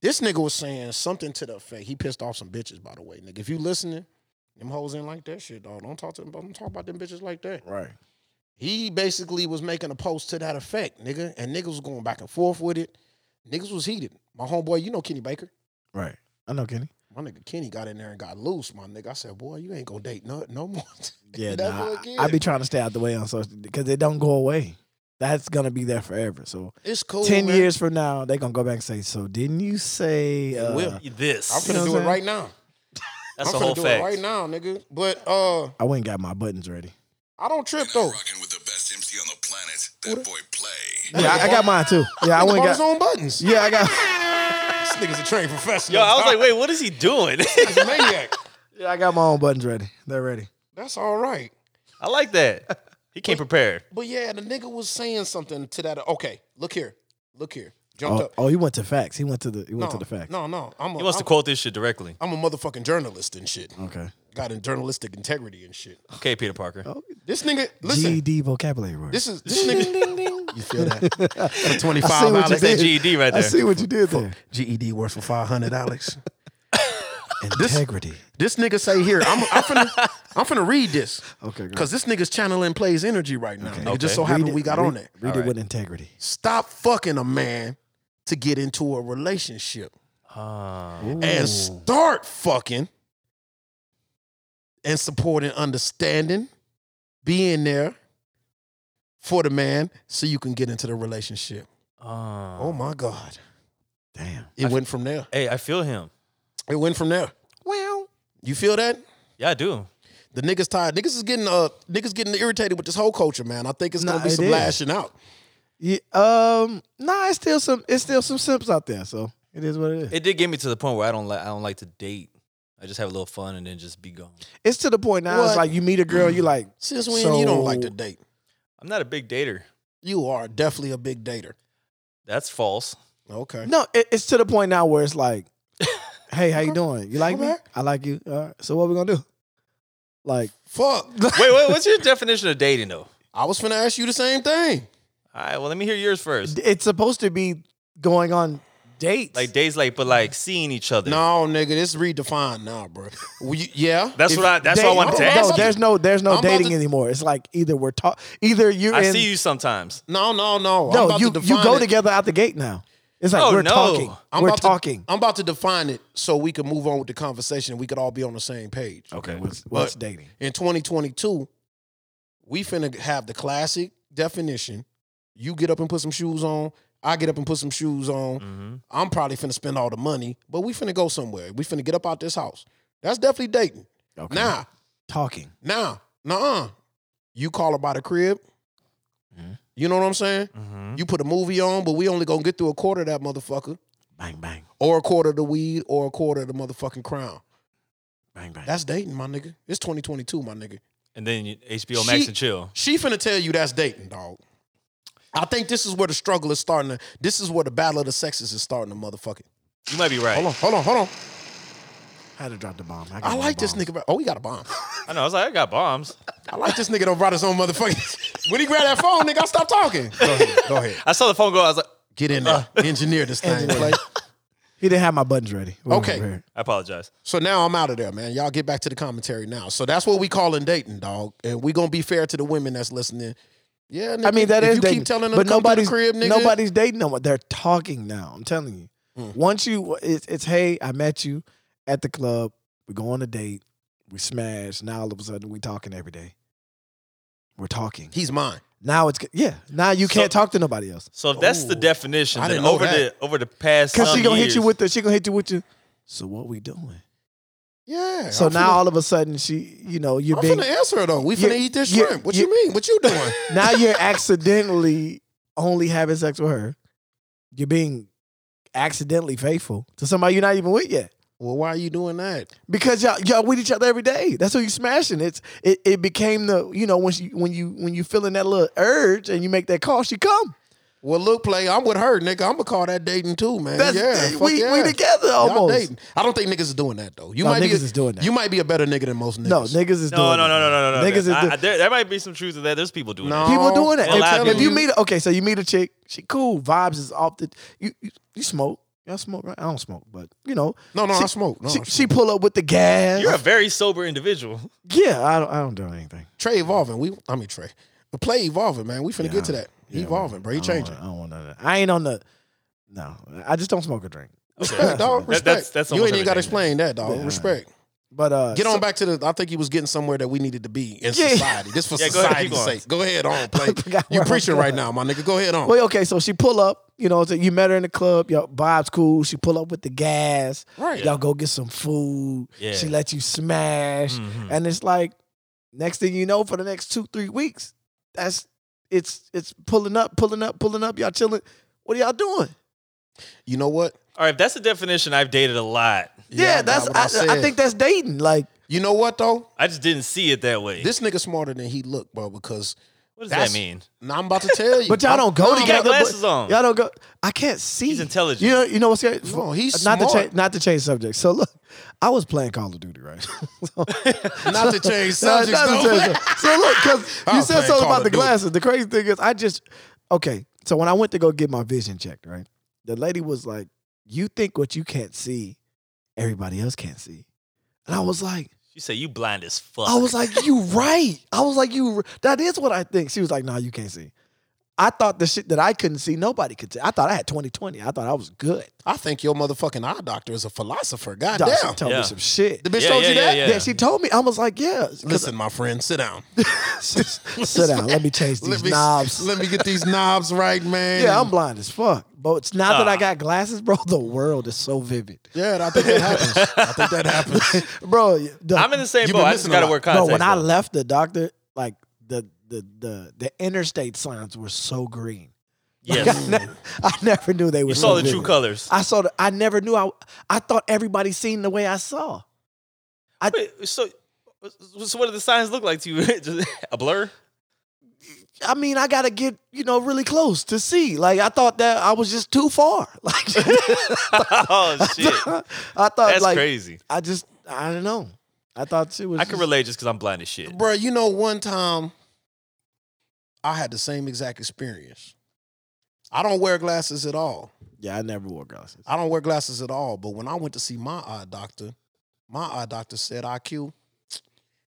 A: this nigga was saying something to the effect. He pissed off some bitches, by the way, nigga. If you listening, them hoes ain't like that shit, dog. Don't talk to them. Don't talk about them bitches like that.
B: Right.
A: He basically was making a post to that effect, nigga, and niggas was going back and forth with it. Niggas was heated. My homeboy, you know Kenny Baker.
B: Right. I know Kenny.
A: My nigga Kenny got in there and got loose, my nigga. I said, boy, you ain't gonna date no, no more.
B: Yeah,
A: Never
B: nah, I-
A: again.
B: I be trying to stay out the way on social because they don't go away. That's gonna be there forever. So
A: It's cool.
B: ten
A: man.
B: years from now, they gonna go back and say, "So didn't you say?" Uh,
A: will.
C: This.
A: I'm
B: know
A: finna
B: what
A: do it
B: I'm
A: right now.
C: That's
A: I'm
C: a whole
A: finna do
C: fact.
A: it right now, nigga. But uh,
B: I went and got my buttons ready.
A: I don't trip though.
D: Rocking with the best MC on the planet, that boy Play.
B: Yeah, I, I got mine too. Yeah, I
A: I
B: went and
A: his
B: got.
A: own buttons.
B: Yeah, I got.
A: This nigga's a trained professional.
C: Yo, I was like, wait, what is he doing?
A: He's a maniac.
B: Yeah, I got my own buttons ready. They're ready.
A: That's all right.
C: I like that. He came prepared.
A: But yeah, the nigga was saying something to that. Okay, look here, look here. Jumped
B: Oh,
A: up.
B: oh, he went to facts. He went to the. He
A: no,
B: went to the facts.
A: No, no. I'm a,
C: He wants
A: I'm,
C: to quote Oh. this shit directly.
A: I'm a motherfucking journalist and shit.
B: Okay.
A: Got in journalistic integrity and shit.
C: Okay, Peter Parker.
A: This nigga, listen.
B: GED E vocabulary word.
A: This is this nigga. You feel that? For Twenty
B: I see
A: five
B: what you
A: dollars.
C: That
B: did.
C: GED E right
B: I
C: there.
B: see what you did there. E
A: GED works for five hundred dollars.
B: Integrity.
A: This nigga say here, I'm, I'm finna, I'm finna read this.
B: Okay, go
A: Because this nigga's channeling plays energy right now. Nigga, just so
C: Okay.
A: happened
B: Read it-
A: we got
B: read-
A: on there.
B: Read it with integrity.
A: Stop fucking a man to get into a relationship and start fucking and supporting understanding, being there for the man so you can get into the relationship.
B: Uh.
A: Oh my God.
B: Damn.
A: It went from there.
C: hey, I feel him.
A: It went from there.
B: Well.
A: You feel that?
C: Yeah, I do.
A: The niggas tired. Niggas is getting uh niggas getting irritated with this whole culture, man. I think it's
B: Nah,
A: gonna be
B: it
A: some
B: is.
A: lashing out.
B: Yeah, um. Nah. It's still some. It's still some simps out there. So it is what it is.
C: It did get me to the point where I don't like. I don't like to date. I just have a little fun and then just be gone.
B: it's to the point now.
A: What?
B: It's like you meet a girl. You like.
A: Since when you don't like to
B: So-
A: date?
C: I'm not a big dater.
A: You are definitely a big dater.
C: That's false.
A: Okay.
B: No. It, it's to the point now where it's like. Hey, how you doing? You like
A: Okay.
B: me? I like you. All right. So what we gonna do? Like.
A: Fuck.
C: Wait, wait. What's your definition of dating though?
A: I was finna ask you the same thing.
C: All right. Well, let me hear yours first.
B: It's supposed to be going on dates.
C: Like days, like but like seeing each other.
A: No, nigga, this redefined now, bro. We, yeah.
C: that's
A: If-
C: what I. That's
B: Date-
C: what I wanted to
A: no,
C: ask.
B: No,
C: you.
B: there's no, there's
A: I'm
B: no
A: about
B: dating
A: to-
B: anymore. It's like either we're talk, either you're
C: I
B: in.
C: see you sometimes.
A: No, no, no. I'm
B: No,
A: about
B: you
A: to
B: you
A: define
B: go
A: it.
B: together out the gate now. It's like
C: Oh,
B: we're
C: no.
B: talking.
A: I'm
B: we're
A: about to-
B: talking.
A: I'm about to define it so we can move on with the conversation and we could all be on the same page.
B: okay, what's, what's
A: But
B: dating?
A: In 2022, we finna have the classic definition. You get up and put some shoes on. I get up and put some shoes on. I'm probably finna spend all the money, but we finna go somewhere. We finna get up out this house. That's definitely dating.
B: Okay.
A: Now,
B: Talking.
A: Now, nah, you call her by the crib. You know what I'm saying? You put a movie on, but we only gonna get through a quarter of that motherfucker,
B: Bang bang
A: or a quarter of the weed, or a quarter of the motherfucking crown.
B: bang bang.
A: That's dating, my nigga. It's 2022, my nigga.
C: And then you, HBO Max
A: She-
C: and chill.
A: She finna tell you that's dating, dog. I think this is where the struggle is starting. To, this is where the battle of the sexes is starting to motherfucking.
C: You might be right.
A: Hold on, hold on, hold on.
B: I had to drop the bomb. got
A: I
B: my
A: like this
B: bomb.
A: nigga. bro. Oh, he got a bomb.
C: I know. I was like, I got bombs.
A: I like this nigga. Don't brought his own motherfucking. when he grabbed that phone, nigga, I stopped talking. Go ahead, go ahead.
C: I saw the phone go. I was like,
A: Get in there. Engineer this thing.
B: Engineer.
A: Clay.
B: He didn't have my buttons ready. We weren't
A: Okay.
B: prepared.
C: I apologize.
A: So now I'm out of there, man. Y'all get back to the commentary now. So that's what we call in dating, dog. And we gonna be fair to the women that's listening. Yeah, nigga,
B: I mean that
A: if
B: is
A: you
B: dating,
A: keep telling them
B: but
A: to come to the
B: nobody's
A: crib, nigga.
B: nobody's dating them. They're talking now. I'm telling you.
A: Mm.
B: Once you, it's, it's hey, I met you at the club. We go on a date. We smash. Now all of a sudden we talking every day. We're talking.
A: he's mine.
B: Now it's yeah. Now you can't
C: So-
B: talk to nobody else
C: So if that's the
A: Ooh.
C: definition.
A: I
C: then
A: didn't know
C: over
A: that.
C: the over the past.
B: because she
C: some
B: gonna hit you
C: years-
B: with the she gonna hit you with you. So what we doing?
A: Yeah.
B: So
A: I'm
B: now
A: finna-
B: all of a sudden she, you know, you're
A: I'm
B: being
A: finna answer it though. We
B: You-
A: finna eat this
B: you-
A: shrimp. What
B: you-
A: you mean? What you doing?
B: now you're accidentally only having sex with her. You're being accidentally faithful to somebody you're not even with yet.
A: well, why are you doing that?
B: Because y'all y'all with each other every day. That's who you smashing. It's it, it became the you know when she when you when you feeling that little urge and you make that call, she come.
A: Well, look, play. I'm with her, nigga. I'm gonna call that dating too, man.
B: That's
A: yeah, fuck
B: we
A: yeah.
B: we together
A: Y'all
B: almost.
A: dating. I don't think niggas is doing that though. You
B: No,
A: might be
B: niggas is doing that.
A: You might be a better nigga than most niggas.
B: No, niggas is doing
C: No, no, no,
B: that.
C: no, no, no, no.
B: Niggas is
C: I-
B: doing-
C: I- there, there might be some truth to that. There's people doing
A: No.
C: that.
B: People doing that.
C: Well, I
B: If,
C: do.
B: if you meet, okay, so you meet a chick, she cool, vibes is off the. You you, you smoke? Y'all smoke? Right? I don't smoke, but you know,
A: no, no.
B: She-
A: I smoke. No,
B: she,
A: I smoke.
B: she pull up with the gas.
C: You're a very sober individual.
B: yeah, I don't I don't do anything.
A: Trey evolving. We, I mean Trey, but play evolving, man. We finna
B: Yeah,
A: get to that. He
B: Yeah,
A: evolving, bro. He
B: I don't
A: changing.
B: want- I don't want none of that. I ain't on the. No, I just don't smoke or drink.
A: Respect, dog.
C: That-
A: Respect.
C: that's- that's
A: you ain't
C: almost
A: even got to
C: everything.
A: explain that, dog.
B: Yeah.
A: Respect.
B: But uh,
A: Get on
B: so-
A: back to the. I think he was getting somewhere that we needed to be in
B: Yeah.
A: society. This for
C: Yeah, go ahead,
A: society's
C: keep going.
A: sake. Go ahead on, play.
B: forgot where
A: You
B: I was
A: preaching right
B: going.
A: now, my nigga. Go ahead on.
B: Well, okay, so she pull up. You know, so you met her in the club. Y'all vibes cool. She pull up with the gas.
A: Right.
B: Y'all go get some food.
C: Yeah.
B: She let you smash,
A: Mm.
C: Mhm.
B: and it's like next thing you know, for the next two three weeks, that's it's it's pulling up, pulling up, pulling up. Y'all chilling. What are y'all doing?
A: You know what?
C: All right, if that's the definition, I've dated a lot.
B: Yeah, that's.
A: what
B: I, I,
A: said.
B: think that's dating. Like
A: You know what though?
C: I just didn't see it that way.
A: This nigga smarter than he look, bro. Because
C: what does
A: that's-
C: that mean?
A: now I'm about to tell you.
B: But y'all don't go
C: he got
B: together. but-
C: glasses on.
B: Y'all don't go. I can't see.
C: He's intelligent.
B: You know. You know what's scary?
A: No, he's
B: not to
A: smart.
B: change. Not to change subject. So look, I was playing Call of Duty, right? So-
A: Not to change
B: No,
A: subjects.
B: not to
A: though.
B: change subject. So look, because
A: I
B: you
A: was
B: said
A: playing
B: something
A: Call
B: about
A: of
B: the
A: Duty.
B: glasses. The crazy thing is, I just okay. So when I went to go get my vision checked, right? The lady was like, "You think what you can't see, everybody else can't see," and I was like.
C: You say you blind as fuck.
B: I was like, you right. I was like, you that is what I think. She was like, nah, you can't see. I thought the shit that I couldn't see, nobody could see. I thought I had 2020. I thought I was good.
A: I think your motherfucking eye doctor is a philosopher.
B: Dog,
A: Goddamn.
B: She told
C: Ah, Yeah.
B: me some shit.
A: The bitch
C: Yeah,
A: told
C: yeah,
A: you
C: yeah,
A: that?
C: yeah.
B: yeah. she told me. I was like, yeah. 'cause-
A: Listen, my friend, sit down.
B: sit down. Let me change these
A: Let me
B: knobs.
A: let me get these knobs right, man.
B: yeah, I'm blind as fuck. But it's not that I
C: Nah.
B: got glasses, bro. The world is so vivid.
A: Yeah, I think that happens. I think that happens.
B: Bro, the,
C: I'm in the same
A: You've
C: boat.
A: been
C: I just
A: missing a
C: gotta
A: lot.
C: wear
B: bro,
C: contacts.
B: when I
C: though.
B: left the doctor, like the the the the interstate signs were so green.
C: yes,
B: I, ne- I never knew they were.
C: you
B: so
C: saw the true
B: vivid.
C: colors.
B: I saw. The, I never knew. I I thought everybody seen the way I saw.
C: Wait, so, so what do the signs look like to you? Just a blur?
B: I mean, I gotta get you know really close to see. Like I thought that I was just too far. Like
C: oh shit,
B: I thought
C: that's
B: like
C: crazy.
B: I just I don't know. I thought she was.
C: I can
B: just-
C: relate just because I'm blind as shit.
A: Bro, you know, one time I had the same exact experience. I don't wear glasses at all.
B: Yeah, I never wore glasses.
A: I don't wear glasses at all. But when I went to see my eye doctor, my eye doctor said, IQ,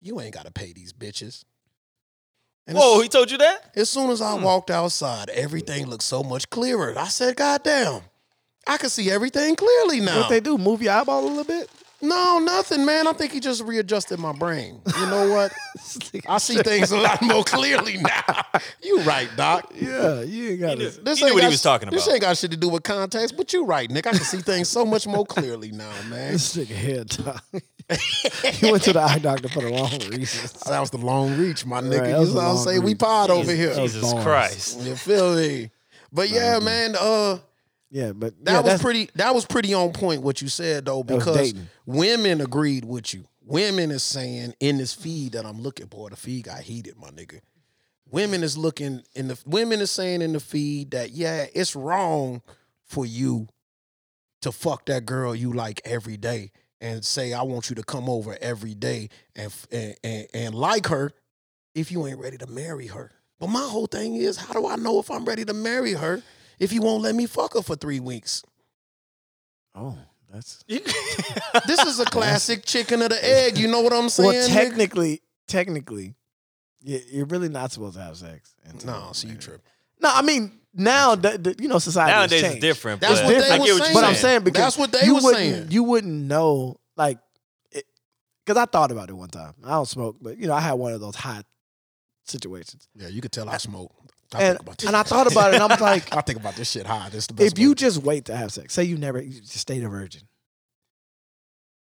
A: you ain't gotta pay these bitches. And
C: Whoa,
A: as-
C: he told you that?
A: As soon as I walked outside, everything looked so much clearer. I said, God damn, I can see everything clearly now.
B: What they do? Move your eyeball a little bit.
A: no, nothing, man. I think he just readjusted my brain. You know what? I see things a lot more clearly now. You right, Doc.
B: yeah, you ain't got
C: knew-
B: to-
A: This
C: He knew
A: ain't
C: what he
A: got-
C: was talking
A: This
C: about.
A: ain't got shit to do with context, but you right, Nick. I can see things so much more clearly now, man.
B: This nigga head top. he went to the eye doctor for the wrong reasons.
A: That was the long reach, my nigga.
B: that
A: you
B: was
A: know
B: a
A: what I'm
B: long
A: saying? We
B: reach.
A: pod over
C: Jesus,
A: here.
C: Jesus
B: bars.
C: Christ.
A: You feel me? But yeah, man, uh,
B: Yeah, but
A: That
B: yeah,
A: was
B: that's-
A: pretty. That was pretty on point what you said though,
B: was
A: because
B: dating.
A: women agreed with you. Women is saying in this feed that I'm looking, boy, the feed got heated, my nigga. Women is looking in the women is saying in the feed that yeah, it's wrong for you to fuck that girl you like every day and say I want you to come over every day and f- and and, and like her if you ain't ready to marry her. But my whole thing is, how do I know if I'm ready to marry her if you won't let me fuck her for three weeks?
B: Oh, that's
A: This is a classic chicken or the egg. You know what I'm saying?
B: well.
A: nigga?
B: Technically, technically, you- you're really not supposed to have sex. until
A: no, see you
B: later.
A: trip.
B: No, I mean now the, the, you know society has
C: Nowadays it's
B: changed.
C: different.
A: That's
C: but
A: what
B: they
C: I
A: was
C: get what
A: saying.
B: But
C: you're
B: I'm saying because
A: That's what they
B: you
A: was
B: wouldn't
A: saying.
B: you wouldn't know like because I thought about it one time. I don't smoke, but you know I had one of those hot situations,
A: Yeah, you could tell I smoke. I
B: and
A: think about this.
B: and I thought about it, and I'm like,
A: I think about this shit high. This the best.
B: if you
A: way.
B: just wait to have sex, say you never you just stayed a virgin,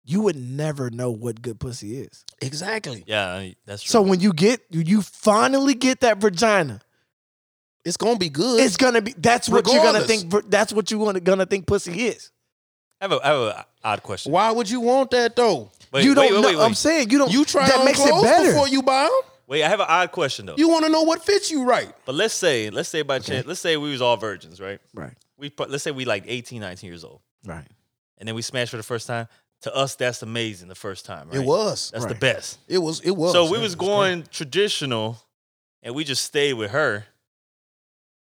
B: you would never know what good pussy is.
A: Exactly.
C: Yeah, I- that's true.
B: So when you get you finally get that vagina,
A: It's gonna be good.
B: it's gonna be that's what you're gonna
A: Regardless.
B: think. That's what you're gonna, gonna think pussy is.
C: I have a, I have a odd question.
A: Why would you want that though?
C: Wait,
B: you don't
C: wait, wait,
B: know.
C: wait, wait.
B: I'm saying you don't.
A: You try
B: that
A: on
B: makes it
A: clothes
B: better.
A: before you buy 'em?
C: Wait, I have an odd question though.
A: You want to know what fits you right.
C: but let's say, let's say by chance, let's say we was all virgins, right?
B: right,
C: We pro- let's say we like 18, 19 years old,
B: right.
C: and then we smashed for the first time. To us, that's amazing. The first time, right?
A: It was.
C: That's the
B: Right.
C: best.
A: It was. It was.
C: so we
A: Yeah,
C: was
A: it great.
C: going traditional, and we just stayed with her.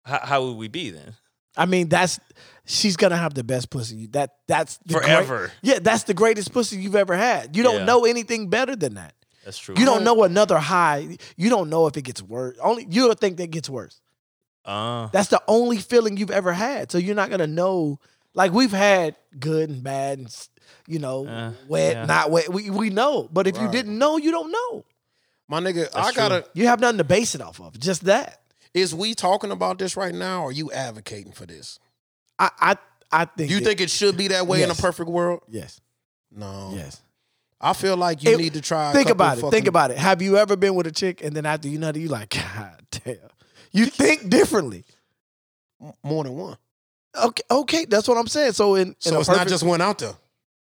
C: How, how would we be then?
B: I mean, that's she's gonna have the best pussy. That that's the great-
C: Forever.
B: yeah, that's the greatest pussy you've ever had. You don't
C: Yeah.
B: know anything better than that.
C: That's true.
B: You don't know another high. You don't know if it gets worse. Only you don't think that gets worse.
C: Uh,
B: That's the only feeling you've ever had. So you're not gonna know. Like we've had good and bad, and s- you know,
C: Uh,
B: wet,
C: yeah.
B: not wet. We we know. But if you
A: Right.
B: didn't know, you don't know.
A: My nigga, I
C: That's
A: gotta.
B: You have nothing to base it off of. Just that.
A: Is we talking about this right now? Or are you advocating for this?
B: I I I think.
A: You
B: it-
A: think it should be that way in a
B: Yes.
A: perfect world?
B: Yes.
A: No.
B: Yes.
A: I feel like you
B: It-
A: need to try. a
B: think
A: couple
B: about it. Think
A: fucking-
B: about it. Have you ever been with a chick and then after you nut her, you like, God damn. You think differently.
A: more than one.
B: Okay, okay, that's what I'm saying. So in, in
A: So
B: a
A: it's not
B: perfect-
A: just one out there.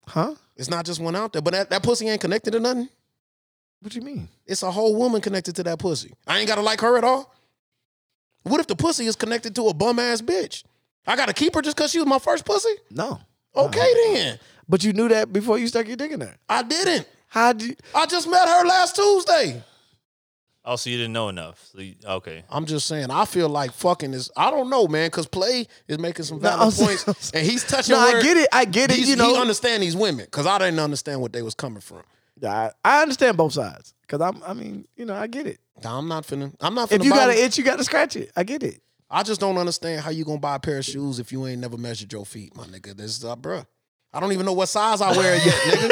B: huh?
A: It's not just one out there. But that, that pussy ain't connected to nothing.
B: What do you mean?
A: It's a whole woman connected to that pussy. I ain't gotta like her at all. What if the pussy is connected to a bum ass bitch? I gotta keep her just because she was my first pussy?
B: No.
A: Okay then.
B: But you knew that before you stuck your dick in there.
A: I didn't.
B: How do you,
A: I just met her last Tuesday.
C: oh, so you didn't know enough. So you, okay.
A: I'm just saying, I feel like fucking is. I don't know, man, because play is making some valid
B: I'm
A: points,
B: saying- I'm saying-
A: and he's touching.
B: No, I
A: where
B: get it. I get it,
A: he's-
B: you know.
A: he understand these women because I didn't understand what they was coming from.
B: I, I understand both sides. Cause I'm I mean, you know, I get it.
A: Now, I'm not finna. I'm not finna.
B: If you
A: buy
B: got an
A: them.
B: itch, you gotta scratch it. I get it.
A: I just don't understand how you gonna buy a pair of shoes if you ain't never measured your feet, my nigga. This is uh, bruh. I don't even know what size I wear yet, nigga.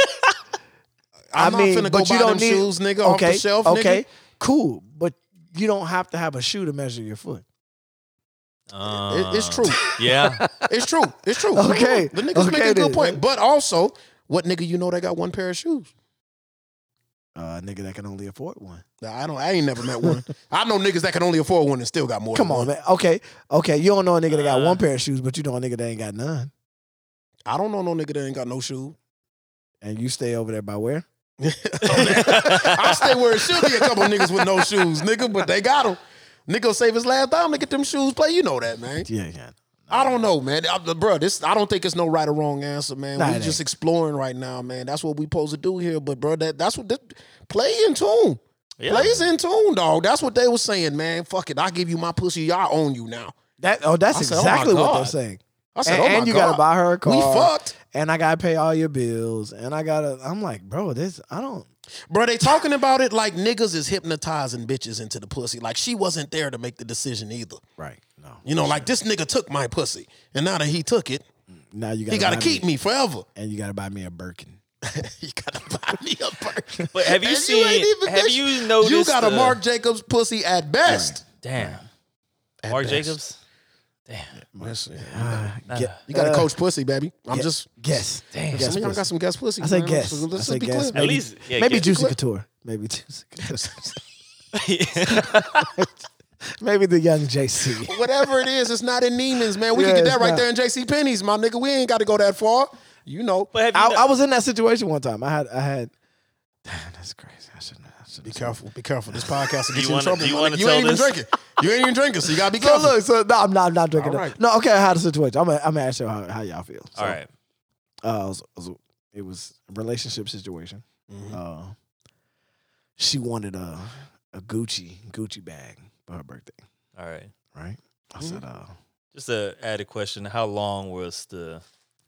A: I'm
B: I mean,
A: not finna go
B: but
A: buy
B: you don't
A: them
B: need
A: shoes, nigga,
B: okay,
A: off the shelf,
B: Okay,
A: nigga.
B: cool. But you don't have to have a shoe to measure your foot.
C: Uh,
A: it's true.
C: Yeah.
A: It's true. It's true.
B: Okay.
A: The niggas
B: Okay
A: make a
B: then.
A: good point. But also, what nigga you know they got one pair of shoes?
B: Uh, nigga that can only afford one.
A: Nah, I don't. I ain't never met one. I know niggas that can only afford one and still got more.
B: Come
A: than
B: on,
A: one.
B: man. Okay, okay. You don't know a nigga that got
C: Uh.
B: one pair of shoes, but you know a nigga that ain't got none.
A: I don't know no nigga that ain't got no shoe.
B: And you stay over there by where?
A: I stay where it should be a couple niggas with no shoes, nigga, but they got them. Nigga save his last dime to get them shoes. Play, you know that, man.
B: Yeah, yeah.
A: I don't know, man. I, bro, this I don't think it's no right or wrong answer, man.
B: Nah,
A: we
B: it
A: just
B: ain't.
A: exploring right now, man. That's what we supposed to do here. But bro, that that's what this, play in tune.
C: Yeah.
A: Plays in tune, dog. That's what they was saying, man. Fuck it, I give you my pussy. Y'all own you now.
B: That oh, that's
A: I said, oh my
B: exactly what they're
A: God.
B: saying.
A: I said,
B: and
A: oh my
B: and you
A: God.
B: gotta buy her a car.
A: We fucked.
B: And I gotta pay all your bills. And I gotta. I'm like, bro, this. I don't.
A: Bro, they talking about it like niggas is hypnotizing bitches into the pussy. Like she wasn't there to make the decision either.
B: Right. No.
A: You know, like this nigga took my pussy, and now that he took it,
B: Now you gotta.
A: he gotta
B: buy
A: keep me forever.
B: And you gotta buy me a Birkin.
A: you gotta buy me a Birkin.
C: But have you
A: And
C: seen-
A: ain't
C: have
A: this-
C: you noticed
A: You got a
C: the-
A: Mark Jacobs pussy at best.
C: Damn. Mark
A: best.
C: Jacobs.
A: Listen,
B: Ah, get-
A: you gotta
B: uh,
A: coach pussy, baby. I'm
B: yeah.
A: just
B: guess. Damn.
A: some of y'all got some guest pussy.
B: I say
A: man.
B: guess.
A: Let's, let's
B: I say
A: be
B: guess.
A: clear.
C: At least. Yeah,
B: Maybe
C: get-
B: Juicy Couture. Maybe Juicy Couture. Maybe the young JC.
A: Whatever it is, it's not in Neiman's, man. We
B: Yeah,
A: can get
B: it's
A: that right
B: not.
A: there in JC Penney's, my nigga. We ain't gotta go that far. You know.
C: But have you
B: I,
C: no-
B: I was in that situation one time. I had, I had. Damn, that's crazy. I shouldn't. I shouldn't
A: Be careful. Be careful. This podcast will get you,
C: wanna-
A: in trouble.
C: do you
A: my
C: wanna
A: nigga. you
C: tell
A: ain't even
C: this?
A: drinking. You ain't even drinking, so you gotta be
B: So
A: careful.
B: look, so no, I'm not, I'm not drinking.
A: All
B: that.
A: right.
B: No, okay, I had a situation. I'm, gonna- I'm gonna ask y'all how, how y'all feel. So,
C: all right.
B: uh, it, was, it was- it was a relationship situation.
A: Mm-hmm.
B: Uh, she wanted a a Gucci Gucci bag for her birthday,
C: All right.
B: right? I said, uh,
C: Just a added question. How long was the?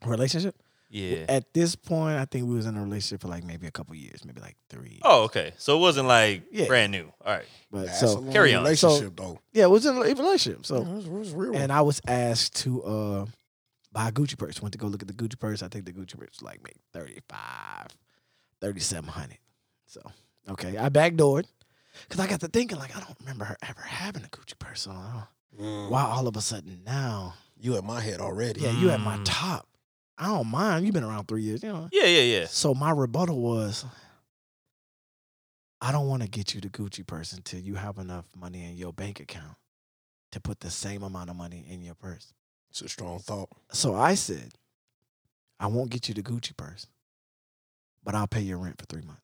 B: relationship.
C: Yeah.
B: At this point, I think we was in a relationship for like maybe a couple years, maybe like three.
C: Oh, okay. So it wasn't like
B: Yeah.
C: brand new. All right.
B: but
A: That's a Mm-hmm.
B: so
A: long
C: carry on.
A: Relationship though.
B: yeah, it was in a relationship. So
A: It was- it was real.
B: and I was asked to uh buy a Gucci purse. Went to go look at the Gucci purse. I think the Gucci purse was like maybe 35, 3700. So, okay. I backdoored cuz I got to thinking like I don't remember her ever having a Gucci purse on. I don't-
A: Mm.
B: Why all of a sudden now?
C: Mm-hmm.
A: You in my head already.
B: Yeah, you at my top. I don't mind. You've been around three years, you know.
C: Yeah, yeah, yeah.
B: So my rebuttal was, I don't want to get you the Gucci person till you have enough money in your bank account to put the same amount of money in your purse.
A: It's a strong thought.
B: So I said, I won't get you the Gucci purse, but I'll pay your rent for three months.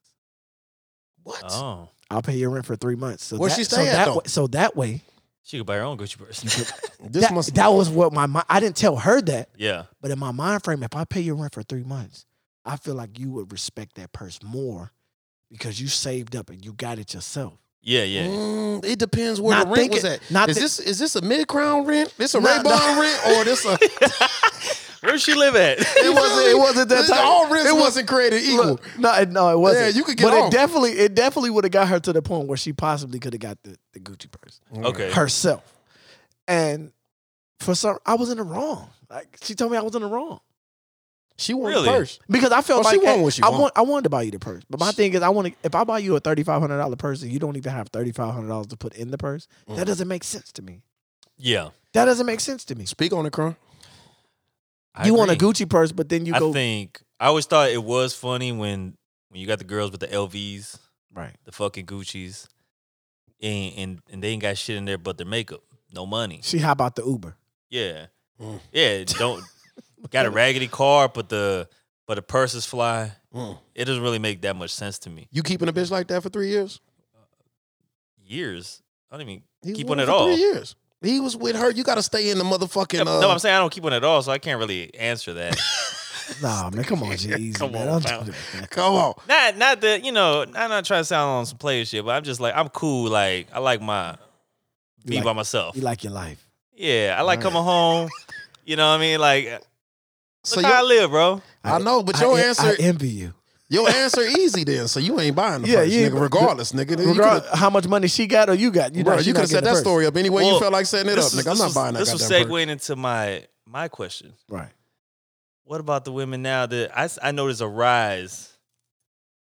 A: What?
C: Oh,
B: I'll pay your rent for three months. So
A: Where'd
B: that,
A: she
B: so
A: stay at,
B: that
A: though?
B: way, so that way,
C: she could buy her own Gucci purse.
A: this
B: that,
A: must
B: that was what my mind. I didn't tell her that,
C: yeah,
B: but in my mind frame, if I pay your rent for three months, I feel like you would respect that purse more because you saved up and you got it yourself.
C: yeah, yeah.
A: Mm, it depends where
B: Not
A: the rent
B: thinking-
A: was at.
B: not
A: is
B: thi-
A: this is this a mid crown rent? This a
B: Not-
A: Ray Bond
B: no.
A: rent or this a? It
C: Where's she live at?
A: wasn't. It wasn't
B: that type.
A: All rents wasn't created equal.
B: Look, no, it- no, it wasn't.
A: Yeah, you could get
B: but
A: off.
B: it definitely, it definitely would have got her to the point where she possibly could have got the, the Gucci purse
C: okay.
B: herself. And for some, I was in the wrong. Like she told me, I was in the wrong
A: She won
C: Really?
A: first.
B: because I felt
A: Well, she
B: like eh,
A: want what she
B: I
A: want.
B: want. I wanted to buy you the purse, but my thing is, I want to. If I buy you a thirty five hundred dollar purse, and you don't even have thirty five hundred dollars to put in the purse,
A: Mhm.
B: that
C: Mm.
B: doesn't make sense to me.
C: Yeah.
B: That doesn't make sense to me.
A: Speak on it, Crumb.
C: I
B: you want a
C: agree.
B: Gucci purse, but then you
C: I
B: go
C: think I always thought it was funny when when you got the girls with the LVs,
B: right.
C: the fucking Gucci's, and and, and they ain't got shit in there but their makeup, no money.
B: She hop out the Uber.
C: Yeah,
A: Mm.
C: yeah. Don't got a raggedy car, but the but the purses fly.
A: Mm.
C: It doesn't really make that much sense to me.
A: You keeping a bitch like that for three years?
C: Years, I don't even
A: He was
C: keep
A: with
C: on
A: her
C: at
A: for
C: all.
A: Three years. He was with her. You got to stay in the motherfucking.
C: Yeah,
A: uh,
C: no, I'm saying I don't keep on at all, so I can't really answer that.
B: Nah, man, come on, G, easy,
C: Come
B: man.
C: on,
B: Don't
C: pal.
B: do that, man.
A: Come on.
C: not not that you know. I'm not trying to sound on some player shit, but I'm just like I'm cool. Like I like my
B: You
C: me
B: like-
C: by myself.
B: You like your life.
C: Yeah, I like
A: Right.
C: coming home. You know what I mean? Like, uh, look
A: So
C: how I
A: your,
C: live, bro.
A: I know, but your
B: I, en-
A: answer-
B: I envy you.
A: your answer easy then. So you ain't buying the
B: Yeah,
A: purse,
B: you ain't-
A: nigga. Regardless, nigga. You
B: Regardless
A: coulda-
B: how much money she got or you got, you
A: bro,
B: know,
A: you could have set that story up any way you
C: Well,
A: felt like setting it up,
C: This
A: nigga.
C: was-
A: I'm
C: this
A: not
C: was-
A: buying that
C: This was
A: goddamn purse.
C: segueing into my my question.
B: Right.
C: What about the women now that I s- I notice a rise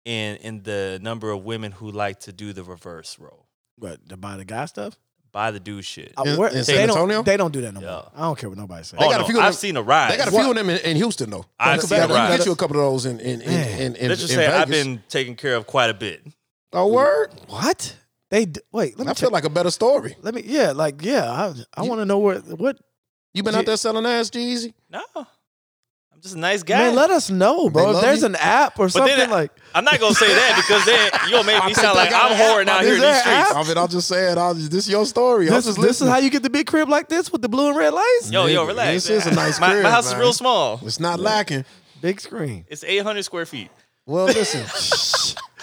C: in in the number of women who like to do the reverse role,
B: But to buy the guy stuff?
C: buy the dude shit.
B: I-
A: In-
B: Uh, where-
A: in
B: they
A: San
B: don't,
A: Antonio?
B: They don't do that no
C: Yeah.
B: more. I don't care what nobody says.
A: They
C: oh
A: got a
C: no,
A: few of
C: I've
A: them-
C: seen a rise.
A: They got a few of them in, in Houston though.
C: I
A: you
C: see
A: can
C: that, right.
A: get you a couple of those in in in,
B: Man.
A: in, in,
C: Let's just
A: in
C: say
A: Vegas.
C: I've been taken care of quite a bit.
A: a word.
B: What? They d- wait, let me
A: I
B: check.
A: feel like a better story.
B: let me yeah, like yeah, I I want to know where what
A: You been out there selling ass, Jeezy?
C: No, I'm just a nice guy.
B: Man, let us know, bro.
A: love
B: If there's
A: you.
B: an app or
C: But
B: something
C: then I-
B: like
C: I'm not gonna say that because then you'll make me
A: think
C: sound
A: they
C: like
A: got
C: I'm
A: an app
C: whoring out
A: on
C: here in
B: this
C: these
B: app.
C: streets.
A: I mean, I'm just saying. i this is your story. I'm
B: this is
A: just
B: this is how
A: listening.
B: you get the big crib like this with the blue and red lights?
C: Yo, yo,
A: Nigga,
C: relax.
A: this is a nice
C: my,
A: crib,
C: my house
A: man.
C: is real small.
A: It's not lacking.
B: Big screen.
C: It's 800 square feet.
A: Well, listen,